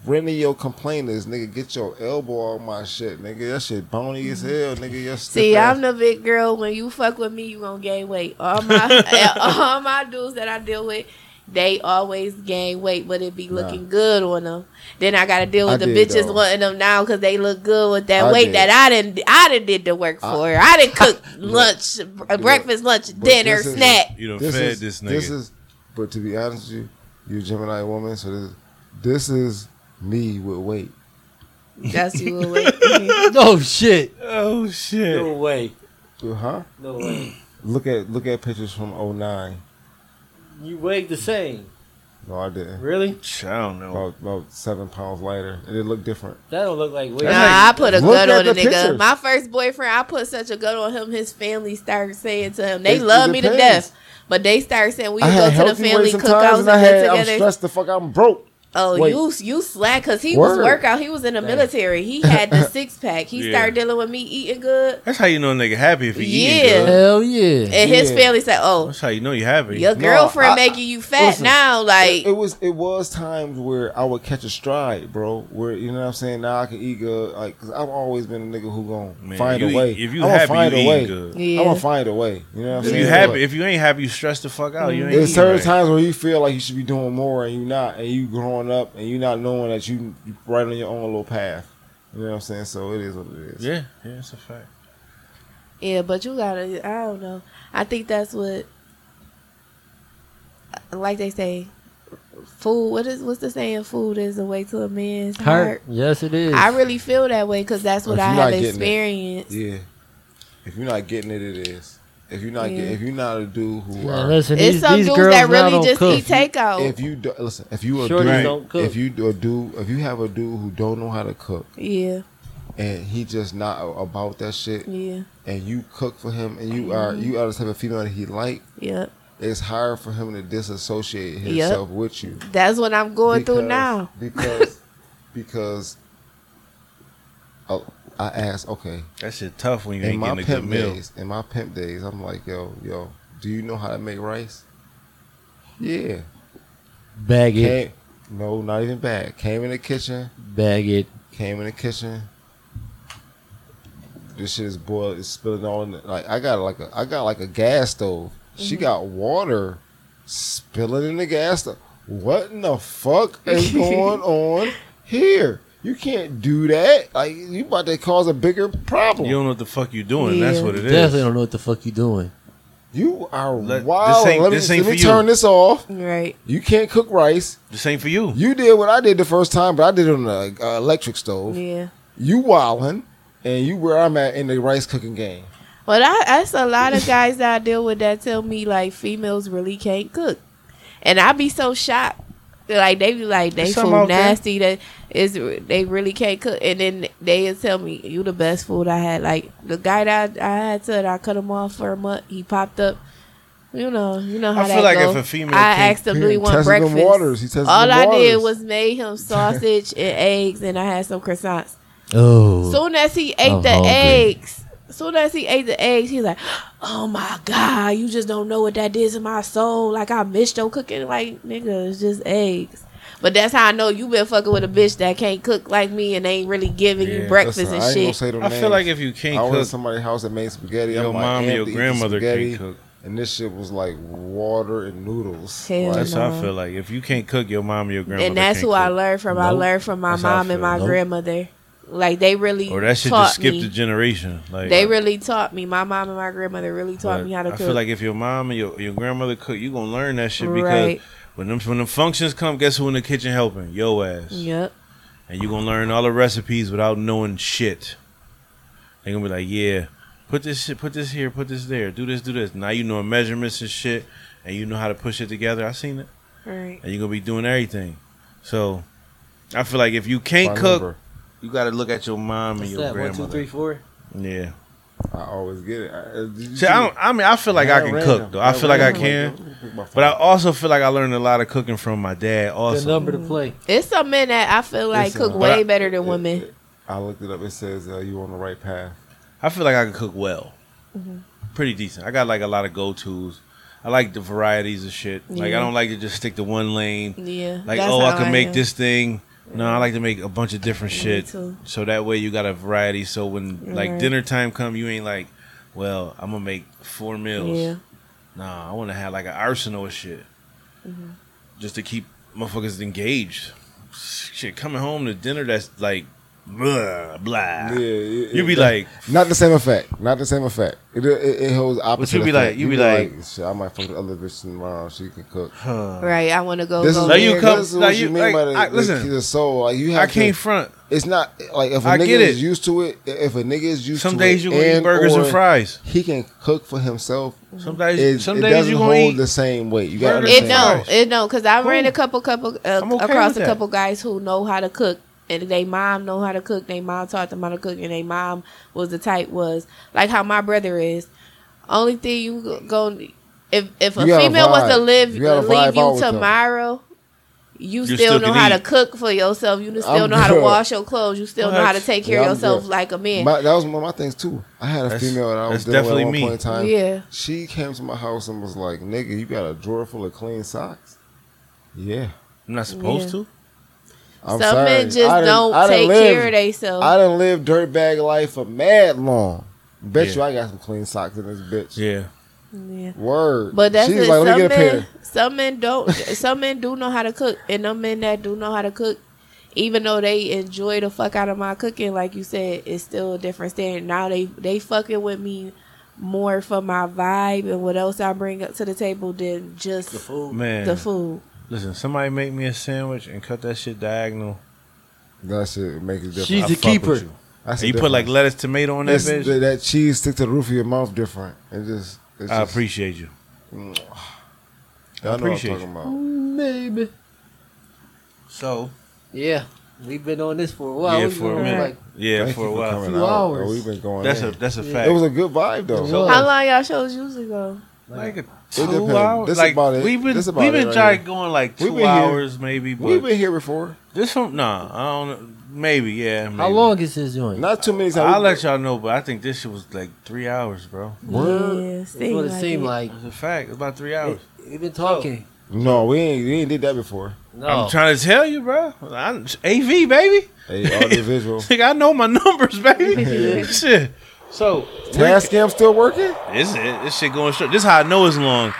Speaker 4: perennial complaint is nigga get your elbow on my shit, nigga that shit bony as hell,
Speaker 3: Mm-hmm.
Speaker 4: nigga your
Speaker 5: See, I'm the big girl. When you fuck with me, you gonna gain weight. All my all my dudes that I deal with, they always gain weight, but it be looking good on them. Then I gotta deal
Speaker 4: I
Speaker 5: with the
Speaker 4: did,
Speaker 5: bitches
Speaker 4: though.
Speaker 5: wanting them now because they look good with that
Speaker 4: I
Speaker 5: weight
Speaker 4: did.
Speaker 5: that I didn't I didn't did the work
Speaker 4: I-
Speaker 5: for. I didn't cook lunch, uh,
Speaker 4: look,
Speaker 5: breakfast, lunch,
Speaker 4: but
Speaker 5: dinner,
Speaker 4: this is-
Speaker 5: snack.
Speaker 2: You done fed
Speaker 4: is,
Speaker 2: this nigga.
Speaker 4: This is, but to be honest with you, you're a Gemini woman, so this, this is me with weight.
Speaker 5: That's you with weight.
Speaker 3: No shit.
Speaker 2: oh shit.
Speaker 3: No way.
Speaker 5: Uh-huh.
Speaker 4: Huh?
Speaker 3: No way.
Speaker 4: Look at look at pictures from '09.
Speaker 3: You weighed the same.
Speaker 4: No, I didn't.
Speaker 3: Really?
Speaker 2: Sh- I don't know.
Speaker 4: About, about seven pounds lighter, and it looked different.
Speaker 3: That don't look like weight.
Speaker 5: Nah,
Speaker 2: like-
Speaker 5: I put a
Speaker 4: Look
Speaker 5: gut
Speaker 4: at
Speaker 5: on a
Speaker 4: the
Speaker 5: nigga.
Speaker 4: pictures.
Speaker 5: My first boyfriend, I put such a gut on him. His family started saying to him, they
Speaker 4: It- it
Speaker 5: love me to
Speaker 4: depends.
Speaker 5: death, but they started saying we
Speaker 4: I
Speaker 5: go
Speaker 4: had
Speaker 5: to the
Speaker 4: healthy
Speaker 5: family
Speaker 4: weight sometimes,
Speaker 5: cookouts and
Speaker 4: and I had
Speaker 5: get
Speaker 4: I'm
Speaker 5: together.
Speaker 4: stressed the fuck. out, I'm broke.
Speaker 5: oh,
Speaker 4: Wait.
Speaker 5: you you slack because he was
Speaker 4: Word.
Speaker 5: workout. He was in the military. He had the six pack. He
Speaker 2: Yeah.
Speaker 5: started dealing with me eating good,
Speaker 2: That's how you know a nigga happy if he eating
Speaker 5: Yeah.
Speaker 2: good.
Speaker 3: Hell yeah.
Speaker 5: and his
Speaker 4: Yeah.
Speaker 5: family said, "Oh,
Speaker 2: That's how you know you happy.
Speaker 5: your
Speaker 4: No,
Speaker 5: girlfriend
Speaker 4: I-
Speaker 5: making you fat
Speaker 4: listen,
Speaker 5: now."
Speaker 4: It,
Speaker 5: Like
Speaker 4: it was it was times where I would catch a stride, bro. Where you know what I'm saying? Now I can eat good, like because I've always been a nigga who gonna
Speaker 2: Man,
Speaker 4: find
Speaker 2: you
Speaker 4: a way.
Speaker 2: eat- If you
Speaker 4: I'm
Speaker 2: happy,
Speaker 4: find
Speaker 2: you
Speaker 4: a
Speaker 2: eating
Speaker 4: way.
Speaker 2: good.
Speaker 5: yeah,
Speaker 4: I'm gonna find a way. You know what I'm
Speaker 2: If
Speaker 4: saying?
Speaker 2: you
Speaker 4: So,
Speaker 2: happy,
Speaker 4: like,
Speaker 2: if you ain't happy, you stress the fuck out. You ain't
Speaker 4: There's
Speaker 2: eating
Speaker 4: certain
Speaker 2: right.
Speaker 4: times where you feel like you should be doing more and you not, and you growing up and you not knowing that you you right on your own little path. You know what I'm saying? So it is what it is.
Speaker 2: Yeah, yeah, it's a fact.
Speaker 5: Yeah, but you gotta. I don't know. I think that's what, like they say, food. What is what's the saying? Food is the way to a man's heart.
Speaker 3: Hurt. Yes, it is.
Speaker 5: I really feel that way because that's what
Speaker 4: If
Speaker 5: I
Speaker 4: you're
Speaker 5: have
Speaker 4: not getting it.
Speaker 5: experienced.
Speaker 4: Yeah. If you're not getting it, it is. If you're not
Speaker 5: Yeah.
Speaker 4: get, if you're not a dude who
Speaker 3: Man,
Speaker 4: are,
Speaker 3: listen,
Speaker 5: It's
Speaker 3: these,
Speaker 5: some
Speaker 3: these
Speaker 5: dudes
Speaker 3: girls
Speaker 5: that
Speaker 3: now
Speaker 5: really
Speaker 3: don't
Speaker 5: just
Speaker 3: cook.
Speaker 5: eat takeout.
Speaker 4: if you do, listen, if you a
Speaker 3: Shorties
Speaker 4: dude,
Speaker 3: don't cook.
Speaker 4: if you do- a dude, if you have a dude who don't know how to cook
Speaker 5: yeah,
Speaker 4: and he just not a- about that shit,
Speaker 5: yeah,
Speaker 4: and you cook for him and you are you are the type of female that he like,
Speaker 5: yeah.
Speaker 4: it's hard for him to disassociate
Speaker 5: Yep.
Speaker 4: himself with you.
Speaker 5: That's what I'm going through
Speaker 4: Because-
Speaker 5: now.
Speaker 4: because because oh, I asked, okay,
Speaker 2: That shit tough when you
Speaker 4: in
Speaker 2: ain't
Speaker 4: my
Speaker 2: getting a good
Speaker 4: pimp
Speaker 2: meal.
Speaker 4: days, in my pimp days, I'm like, yo, yo, do you know how to make rice? Yeah,
Speaker 3: Bag it.
Speaker 4: Came- no, not even bad. Came in the kitchen,
Speaker 3: Bag it.
Speaker 4: came in the kitchen. This shit is boiled, it's spilling all in. The, like I got like a, I got like a gas stove. She got water spilling in the gas stove. What in the fuck is going on here? You can't do that. Like you about to cause a bigger problem.
Speaker 2: You don't
Speaker 4: You,
Speaker 2: know what the fuck you doing. That's
Speaker 5: Yeah.
Speaker 2: what it is.
Speaker 3: Definitely don't know what the fuck you doing.
Speaker 4: are
Speaker 2: Let- this
Speaker 4: wild.
Speaker 2: ain't-
Speaker 4: let me,
Speaker 2: this ain't
Speaker 4: let me
Speaker 2: for you.
Speaker 4: turn this off.
Speaker 5: Right.
Speaker 4: You can't cook rice.
Speaker 2: This ain't for you.
Speaker 4: You did what I did the first time, but I did it on an uh, electric stove.
Speaker 5: Yeah.
Speaker 4: you wildin', and you where I'm at in the rice cooking game.
Speaker 5: But I, that's a lot of guys that I deal with that tell me like females really can't cook, and I be so shocked. Like they be like they
Speaker 2: There's some
Speaker 5: so
Speaker 2: out there.
Speaker 5: nasty that is they really can't cook, and then they will tell me you the best food I had. Like the guy that I, I had to, I cut him off for a month. He popped up. You know, you know how
Speaker 2: I
Speaker 5: that
Speaker 2: feel like
Speaker 5: go.
Speaker 2: if a female
Speaker 5: I
Speaker 2: can't
Speaker 5: asked him, "Do
Speaker 4: He
Speaker 5: you want
Speaker 4: tested them
Speaker 5: breakfast?"
Speaker 4: waters. He tested
Speaker 5: All
Speaker 4: them
Speaker 5: I did
Speaker 4: waters.
Speaker 5: was made him sausage and eggs, and I had some croissants.
Speaker 3: Oh.
Speaker 5: Soon as he ate
Speaker 3: I'm
Speaker 5: the
Speaker 3: hungry.
Speaker 5: eggs, soon as he ate the eggs, he's like, "Oh my god, you just don't know what that did to my soul. Like I missed your cooking. Like nigga, it's just eggs." But that's how I know you been fucking with a bitch that can't cook like me and ain't really giving
Speaker 2: Yeah,
Speaker 5: you
Speaker 2: that's
Speaker 5: breakfast and
Speaker 4: I ain't gonna
Speaker 5: shit.
Speaker 4: say no
Speaker 2: I
Speaker 4: names.
Speaker 2: feel like if you can't
Speaker 4: I went to
Speaker 2: cook,
Speaker 4: somebody's house that made spaghetti.
Speaker 2: your
Speaker 4: and my
Speaker 2: mom
Speaker 4: aunt
Speaker 2: and your
Speaker 4: to eat
Speaker 2: grandmother
Speaker 4: spaghetti,
Speaker 2: can't cook.
Speaker 4: And this shit was like water and noodles.
Speaker 5: Hell
Speaker 4: Like,
Speaker 2: That's how I
Speaker 5: no.
Speaker 2: feel like. If you can't cook, your mom and your grandmother
Speaker 5: Uh-huh. and that's
Speaker 2: can't
Speaker 5: who I
Speaker 2: cook.
Speaker 5: learned from. I
Speaker 3: Nope.
Speaker 5: learned from my
Speaker 2: That's how I
Speaker 5: mom and
Speaker 2: feel.
Speaker 5: my
Speaker 2: Nope.
Speaker 5: grandmother. Like they really
Speaker 2: Or that shit
Speaker 5: taught
Speaker 2: just skipped
Speaker 5: me.
Speaker 2: a generation. Like
Speaker 5: They really taught me. My mom and my grandmother really taught
Speaker 2: But
Speaker 5: me how to
Speaker 2: I
Speaker 5: cook.
Speaker 2: feel like if your mom and your, your grandmother cook, you gonna learn that shit because
Speaker 5: Right.
Speaker 2: when them when the functions come, guess who in the kitchen helping? Yo ass.
Speaker 5: yep.
Speaker 2: And you gonna learn all the recipes without knowing shit. They gonna be like, yeah, put this shit, put this here, put this there, do this, do this. Now you know measurements and shit, and you know how to push it together. I seen it,
Speaker 5: Right.
Speaker 2: and you gonna be doing everything. So, I feel like if you can't
Speaker 4: I
Speaker 2: cook,
Speaker 4: remember,
Speaker 2: you gotta look at your mom and
Speaker 3: What's
Speaker 2: your
Speaker 3: that? One,
Speaker 2: grandmother.
Speaker 3: two, three, four.
Speaker 2: Yeah.
Speaker 4: I always get it. I, uh, did you
Speaker 2: See, I don't. I mean, I feel like I
Speaker 4: Mad
Speaker 2: can
Speaker 4: random.
Speaker 2: cook though. I
Speaker 4: Mad
Speaker 2: feel like I
Speaker 4: random.
Speaker 2: can.
Speaker 4: Let me pick my
Speaker 2: But I
Speaker 4: phone.
Speaker 2: also feel like I learned a lot of cooking from my dad.
Speaker 3: The
Speaker 2: Also,
Speaker 3: number to play.
Speaker 5: It's some men that I feel like
Speaker 4: It's,
Speaker 5: cook
Speaker 4: uh,
Speaker 2: but
Speaker 5: way
Speaker 2: I-
Speaker 5: better than
Speaker 4: It-
Speaker 5: women.
Speaker 4: it- I looked it up. It says uh, you on the right path.
Speaker 2: I feel like I can cook well, pretty decent. I got like a lot of go tos. I like the varieties of shit. Like I
Speaker 5: Yeah.
Speaker 2: don't like to just stick to one lane.
Speaker 5: yeah.
Speaker 2: Like
Speaker 5: that's
Speaker 2: oh, I
Speaker 5: how
Speaker 2: can make
Speaker 5: am.
Speaker 2: this thing. No, I like to make a bunch of different shit.
Speaker 5: too.
Speaker 2: So that way you got a variety. So when like
Speaker 5: Right.
Speaker 2: dinner time come, you ain't like, well, I'm gonna make four meals.
Speaker 5: Yeah.
Speaker 2: Nah, I want to have like an arsenal of shit,
Speaker 5: Mm-hmm.
Speaker 2: just to keep motherfuckers engaged. Shit, coming home to dinner that's like, blah, blah.
Speaker 4: Yeah, it-
Speaker 2: Ah. you
Speaker 4: it-
Speaker 2: be like,
Speaker 4: Not the same effect. Not the same effect. It it, it holds opposite.
Speaker 2: you be
Speaker 4: effect.
Speaker 2: like- you be
Speaker 4: shit, I might fuck the other bitch tomorrow. She can cook.
Speaker 2: huh.
Speaker 5: Right. I want to go.
Speaker 4: This
Speaker 5: go
Speaker 4: is,
Speaker 2: Now you
Speaker 5: there.
Speaker 2: come-
Speaker 4: this is
Speaker 2: now
Speaker 4: what
Speaker 2: you-
Speaker 4: you mean
Speaker 2: like,
Speaker 4: by the,
Speaker 2: I- listen.
Speaker 4: the, the soul. Like you
Speaker 2: I
Speaker 4: have
Speaker 2: can't
Speaker 4: to,
Speaker 2: front.
Speaker 4: It's not like if a
Speaker 2: I
Speaker 4: nigga
Speaker 2: get
Speaker 4: is
Speaker 2: it.
Speaker 4: used to it. If a nigga is used
Speaker 2: Some
Speaker 4: to it,
Speaker 2: days you gonna eat
Speaker 4: and
Speaker 2: burgers and
Speaker 4: or
Speaker 2: fries.
Speaker 4: He can cook for himself.
Speaker 5: Mm-hmm.
Speaker 2: Some days,
Speaker 4: It,
Speaker 2: some
Speaker 4: it
Speaker 2: days
Speaker 4: doesn't
Speaker 2: you
Speaker 4: hold
Speaker 2: gonna eat.
Speaker 4: the same weight. You gotta
Speaker 2: Burgers
Speaker 5: It
Speaker 2: and
Speaker 4: understand.
Speaker 5: no.
Speaker 2: fries.
Speaker 5: It no. Cause I ran
Speaker 2: Cool.
Speaker 5: a couple couple uh,
Speaker 2: I'm okay
Speaker 5: across
Speaker 2: with
Speaker 5: a
Speaker 2: that.
Speaker 5: couple guys who know how to cook. And they mom know how to cook. They mom taught them how to cook, and they mom was the type was like how my brother is. Only thing you go- go if if a
Speaker 4: You gotta
Speaker 5: female was to
Speaker 4: vibe.
Speaker 5: live
Speaker 4: You gotta
Speaker 5: leave
Speaker 4: vibe out
Speaker 5: you
Speaker 4: with them.
Speaker 5: tomorrow, you,
Speaker 2: You
Speaker 5: still,
Speaker 2: still
Speaker 5: know
Speaker 2: can
Speaker 5: how to
Speaker 2: eat.
Speaker 5: cook for yourself. You still
Speaker 4: I'm
Speaker 5: know how to
Speaker 4: good.
Speaker 5: wash your clothes. You still know how to
Speaker 2: What?
Speaker 5: take care
Speaker 4: Yeah,
Speaker 5: of
Speaker 4: I'm
Speaker 5: yourself
Speaker 4: good.
Speaker 5: like a man.
Speaker 4: My, that was one of my things too. I had a
Speaker 2: That's-
Speaker 4: female that I was
Speaker 2: that's
Speaker 4: dealing with at
Speaker 2: definitely
Speaker 4: one
Speaker 2: me.
Speaker 4: point in time.
Speaker 5: Yeah.
Speaker 4: She came to my house and was like, "Nigga, you got a drawer full of clean socks." Yeah,
Speaker 2: I'm not supposed
Speaker 5: Yeah.
Speaker 2: to.
Speaker 4: I'm
Speaker 5: Some
Speaker 4: sorry.
Speaker 5: men just
Speaker 4: I done-
Speaker 5: don't
Speaker 4: I done
Speaker 5: take
Speaker 4: lived-
Speaker 5: care of themselves.
Speaker 4: I done lived dirtbag life for mad long. Bet
Speaker 2: Yeah.
Speaker 4: you I got some clean socks in this bitch.
Speaker 2: Yeah,
Speaker 5: Yeah.
Speaker 4: Word.
Speaker 5: But that's
Speaker 4: she was
Speaker 5: it.
Speaker 4: like, "Let me
Speaker 5: some
Speaker 4: get a
Speaker 5: men,
Speaker 4: pair."
Speaker 5: some men don't. some men do know how to cook, and them men that do know how to cook, even though they enjoy the fuck out of my cooking, like you said, it's still a different standard. Now they they fucking with me more for my vibe and what else I bring up to the table than just the food.
Speaker 2: man. Listen, somebody make me a sandwich and cut that shit diagonal.
Speaker 4: That shit make it different.
Speaker 3: She's
Speaker 4: I
Speaker 3: the
Speaker 4: fuck with
Speaker 3: keeper.
Speaker 4: you. That's
Speaker 2: And you
Speaker 4: the
Speaker 2: put like
Speaker 4: difference.
Speaker 2: lettuce, tomato on that
Speaker 4: It's-
Speaker 2: bitch.
Speaker 4: that, that cheese stick to the roof of your mouth different. It just. It's
Speaker 2: I
Speaker 4: just,
Speaker 2: appreciate you.
Speaker 4: Y'all know what I'm
Speaker 2: appreciate
Speaker 4: talking
Speaker 2: you.
Speaker 4: about.
Speaker 3: Maybe.
Speaker 2: So
Speaker 3: Yeah, we've been on this for a while.
Speaker 2: yeah,
Speaker 3: We've
Speaker 2: for a
Speaker 3: been
Speaker 2: minute.
Speaker 3: Like,
Speaker 2: yeah,
Speaker 4: Thank
Speaker 2: for
Speaker 4: you
Speaker 2: a while.
Speaker 4: coming
Speaker 3: Few
Speaker 4: out.
Speaker 3: hours.
Speaker 4: Oh, we've been going.
Speaker 2: That's
Speaker 4: in.
Speaker 2: a that's a fact.
Speaker 4: It was a good vibe though.
Speaker 3: It was.
Speaker 5: How long y'all shows usually go?
Speaker 2: like a
Speaker 4: depends.
Speaker 2: two hours.
Speaker 4: This
Speaker 2: like
Speaker 4: about it.
Speaker 2: we've been
Speaker 4: This about
Speaker 2: we've
Speaker 4: it
Speaker 2: been
Speaker 4: right
Speaker 2: trying
Speaker 4: here.
Speaker 2: going like
Speaker 4: We've
Speaker 2: two
Speaker 4: been here.
Speaker 2: hours maybe. But
Speaker 4: We've been here before.
Speaker 2: this one nah, I don't know. Maybe yeah. Maybe.
Speaker 3: How long is this joint?
Speaker 4: Not too many times.
Speaker 2: I'll
Speaker 4: we-
Speaker 2: let y'all know, but I think this shit was like three hours, bro.
Speaker 4: Word.
Speaker 5: Yeah,
Speaker 3: That's
Speaker 5: seem
Speaker 3: what it
Speaker 5: like
Speaker 3: seemed
Speaker 5: it.
Speaker 3: like.
Speaker 2: It's a fact. About three hours.
Speaker 3: We've been talking.
Speaker 4: No, we ain't. We ain't did that before.
Speaker 3: No.
Speaker 2: I'm trying to tell you, bro. I'm, AV baby.
Speaker 4: Hey, audio visual.
Speaker 2: Like I know my numbers, baby. shit. So
Speaker 4: Task cam still working?
Speaker 2: This it. This shit going straight. This how I know it's long.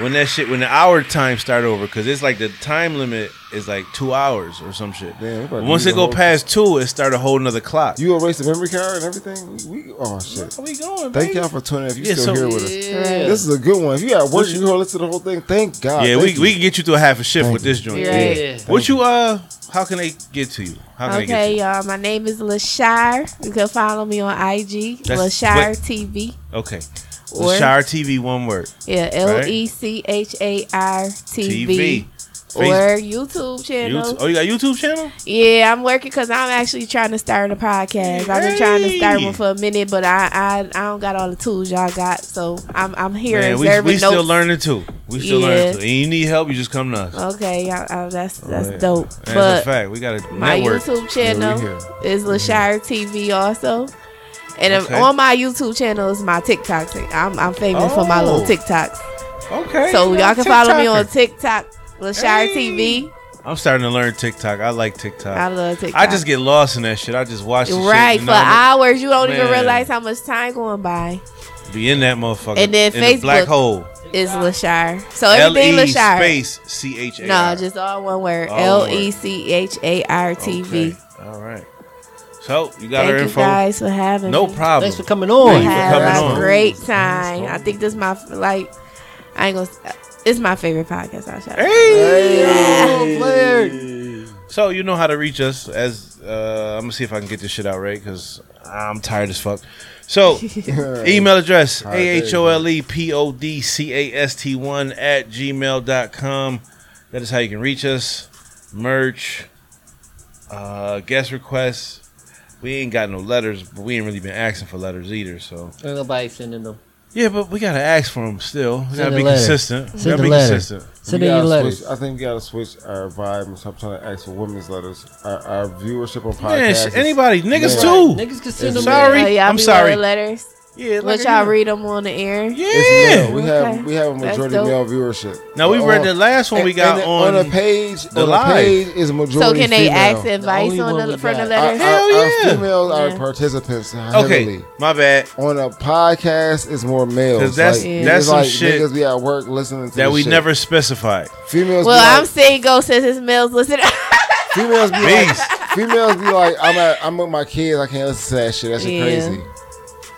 Speaker 2: When that shit, when the hour time start over, because it's like the time limit is like two hours or some shit.
Speaker 4: Damn, we about to
Speaker 2: Once
Speaker 4: do
Speaker 2: it
Speaker 4: the
Speaker 2: go
Speaker 4: whole-
Speaker 2: past two, it start a whole nother clock.
Speaker 4: You erased the memory card and everything. We, we- oh shit.
Speaker 2: Where we going,
Speaker 4: Thank
Speaker 2: baby?
Speaker 4: y'all for tuning. in. If you
Speaker 2: Yeah,
Speaker 4: still
Speaker 2: so-
Speaker 4: here with us,
Speaker 3: Yeah.
Speaker 4: this is a good one. If you got work,
Speaker 2: What
Speaker 4: you
Speaker 2: you-
Speaker 4: gonna listen to the whole thing. Thank God.
Speaker 2: yeah, we,
Speaker 4: Thank you.
Speaker 2: we can get you through a half a shift
Speaker 4: Thank
Speaker 2: with
Speaker 4: you.
Speaker 2: this joint.
Speaker 5: Yeah.
Speaker 2: Yeah.
Speaker 3: Yeah.
Speaker 2: What you uh? How can they get to you? How can they
Speaker 5: Okay,
Speaker 2: get
Speaker 5: y'all. My name is Lashire. You can follow me on IG,
Speaker 2: That's-
Speaker 5: Lashire
Speaker 2: wait.
Speaker 5: TV.
Speaker 2: to you? Okay.
Speaker 5: Or-
Speaker 2: Shire TV, one word.
Speaker 5: Yeah,
Speaker 2: Right.
Speaker 5: L E C H A R T
Speaker 2: TV.
Speaker 5: V. Or YouTube channel.
Speaker 2: YouTube. Oh, you got YouTube channel?
Speaker 5: Yeah, I'm working because I'm actually trying to start a podcast. I've been trying to start
Speaker 2: Hey.
Speaker 5: one for a minute, but I I, I don't got all the tools y'all got, so I'm I'm here
Speaker 2: Man, we,
Speaker 5: observing
Speaker 2: we still
Speaker 5: notes.
Speaker 2: learning too. We still
Speaker 5: Yeah.
Speaker 2: learning too. And you need help, you just come to us.
Speaker 5: Okay, y'all, uh, that's that's
Speaker 2: yeah.
Speaker 5: dope.
Speaker 2: That's a
Speaker 5: but
Speaker 2: fact. We got a
Speaker 5: my
Speaker 2: network.
Speaker 5: YouTube
Speaker 4: Yeah, we
Speaker 5: channel
Speaker 4: here.
Speaker 5: is Lashire TV also. And if-
Speaker 2: Okay.
Speaker 5: on my YouTube channel is my TikToks. I'm, I'm famous for my little
Speaker 2: Oh.
Speaker 5: TikToks.
Speaker 2: Okay.
Speaker 5: So
Speaker 2: you
Speaker 5: y'all
Speaker 2: a
Speaker 5: can follow me
Speaker 2: TikToker.
Speaker 5: on TikTok, Lashire
Speaker 2: Hey.
Speaker 5: TV.
Speaker 2: I'm starting to learn TikTok. I like TikTok.
Speaker 5: I love TikTok.
Speaker 2: I just get lost in that shit. I just watch the shit.
Speaker 5: right
Speaker 2: and
Speaker 5: for
Speaker 2: I'm-
Speaker 5: hours. You don't even
Speaker 2: Man.
Speaker 5: realize how much time going by.
Speaker 2: Be in that motherfucker.
Speaker 5: And then
Speaker 2: in the black
Speaker 5: Facebook. Oh,
Speaker 2: hole.
Speaker 5: Is Lashire. So
Speaker 2: L
Speaker 5: everything
Speaker 2: E
Speaker 5: Lashire.
Speaker 2: space C H A.
Speaker 5: No, just all one word.
Speaker 2: All
Speaker 5: L
Speaker 2: one word.
Speaker 5: E C H A R T V.
Speaker 2: Okay. All right. So you got
Speaker 5: Thank
Speaker 2: our
Speaker 5: you
Speaker 2: info.
Speaker 5: guys for having
Speaker 2: No
Speaker 5: me.
Speaker 2: problem.
Speaker 3: Thanks for coming
Speaker 5: I
Speaker 3: on.
Speaker 2: Thank you for
Speaker 5: had
Speaker 2: coming on.
Speaker 5: a great time. I think this is my like. I ain't gonna. It's my favorite podcast. I'll shout. out.
Speaker 3: Oh, Blair.
Speaker 2: So you know how to reach us. As uh, I'm gonna see if I can get this shit out right because I'm tired as fuck. So email address
Speaker 4: All right, there you
Speaker 2: a
Speaker 4: go.
Speaker 2: h o l e p o d c a s t one at gmail.com. That is how you can reach us. Merch, uh, guest requests. We ain't got no letters, but we ain't really been asking for letters either. So
Speaker 3: Ain't nobody sending them.
Speaker 2: yeah, but we gotta ask for them still. We
Speaker 3: Send
Speaker 2: gotta
Speaker 3: a
Speaker 2: be
Speaker 3: letter.
Speaker 2: consistent. We
Speaker 3: Send
Speaker 2: gotta
Speaker 3: a
Speaker 2: be
Speaker 3: letter.
Speaker 2: consistent.
Speaker 3: Send
Speaker 4: We
Speaker 3: in your
Speaker 4: gotta
Speaker 3: letters.
Speaker 4: Switch, I think we gotta switch our vibe and stop trying to ask for women's letters. Our, our viewership on
Speaker 2: Man,
Speaker 4: podcasts.
Speaker 2: sh-
Speaker 4: is-
Speaker 2: anybody, niggas
Speaker 4: Yeah.
Speaker 2: too.
Speaker 3: Niggas can send them.
Speaker 2: Sorry.
Speaker 5: Oh, y'all
Speaker 2: I'm
Speaker 5: be
Speaker 2: sorry.
Speaker 5: writing Letters.
Speaker 2: Yeah,
Speaker 5: Let
Speaker 2: like-
Speaker 5: y'all read them on the air.
Speaker 4: It's
Speaker 2: Yeah.
Speaker 4: male. We
Speaker 5: Okay.
Speaker 4: have we have a
Speaker 5: That's
Speaker 4: majority
Speaker 5: dope.
Speaker 4: male viewership.
Speaker 2: Now we
Speaker 4: But
Speaker 2: read
Speaker 4: on-
Speaker 2: the last one we
Speaker 4: and-
Speaker 2: got
Speaker 4: and
Speaker 2: on.
Speaker 4: on a page.
Speaker 2: the
Speaker 4: on
Speaker 2: live.
Speaker 4: a page is majority.
Speaker 5: So can they
Speaker 4: female.
Speaker 5: ask advice
Speaker 3: only one
Speaker 5: on
Speaker 3: we
Speaker 5: the, from the
Speaker 3: got.
Speaker 4: Our,
Speaker 5: letters?
Speaker 2: Hell
Speaker 4: our, our
Speaker 2: yeah.
Speaker 4: females are
Speaker 5: Yeah.
Speaker 4: participants heavily.
Speaker 2: Okay, my bad.
Speaker 4: On a podcast, it's more males.
Speaker 2: 'Cause that's-
Speaker 4: like,
Speaker 5: Yeah.
Speaker 2: that's
Speaker 4: niggas
Speaker 2: some
Speaker 4: like,
Speaker 2: shit
Speaker 4: niggas be at work listening to
Speaker 2: That
Speaker 4: this
Speaker 2: we
Speaker 4: shit.
Speaker 2: never specified.
Speaker 4: females.
Speaker 5: well,
Speaker 4: be
Speaker 5: I'm single since his males listen.
Speaker 4: like, females be
Speaker 2: Beast.
Speaker 4: like females be like I'm at, I'm with my kids. I can't listen to that shit. That shit
Speaker 5: Yeah.
Speaker 4: crazy.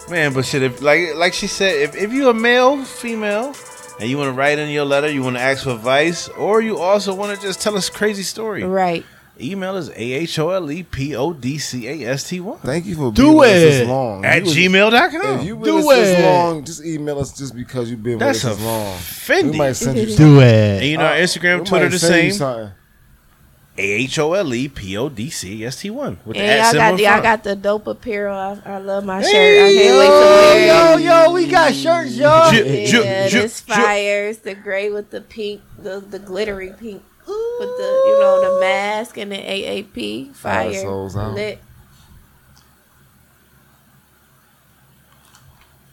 Speaker 2: Man, but shit, if like like she said, if, if you're a male, female, and you want to write in your letter, you want to ask for advice, or you also want to just tell us a crazy story,
Speaker 5: right.
Speaker 2: email is a h o l e p o d c a s t one
Speaker 4: Thank you for
Speaker 3: Do
Speaker 4: being with us
Speaker 3: it.
Speaker 4: this long.
Speaker 2: at
Speaker 4: You was- If
Speaker 2: gmail.com.
Speaker 4: you've been
Speaker 3: Do
Speaker 4: with us this
Speaker 3: it.
Speaker 4: long, just email us just because you've been
Speaker 2: That's
Speaker 4: with us this long. We might
Speaker 2: offending.
Speaker 4: send you
Speaker 3: Do
Speaker 2: And
Speaker 3: it.
Speaker 2: you know, our Instagram,
Speaker 4: We
Speaker 2: Twitter,
Speaker 4: might
Speaker 2: the
Speaker 4: send you
Speaker 2: same.
Speaker 4: something.
Speaker 2: A h o l e p o d c a s t one with the
Speaker 5: And
Speaker 2: at
Speaker 5: y'all
Speaker 2: symbol
Speaker 5: got
Speaker 2: in
Speaker 5: y'all
Speaker 2: front.
Speaker 5: got the dope apparel. I, I love my shirt. I
Speaker 3: Hey,
Speaker 5: can't wait to wear it.
Speaker 3: yo, yo, yo, we got shirts, y'all.
Speaker 2: Ju- ju-
Speaker 5: Yeah,
Speaker 2: ju-
Speaker 5: this
Speaker 2: ju-
Speaker 5: fire is the gray with the pink, the the glittery pink with the you know the mask and the AAP
Speaker 4: Fire
Speaker 5: fire
Speaker 4: souls out.
Speaker 5: lit.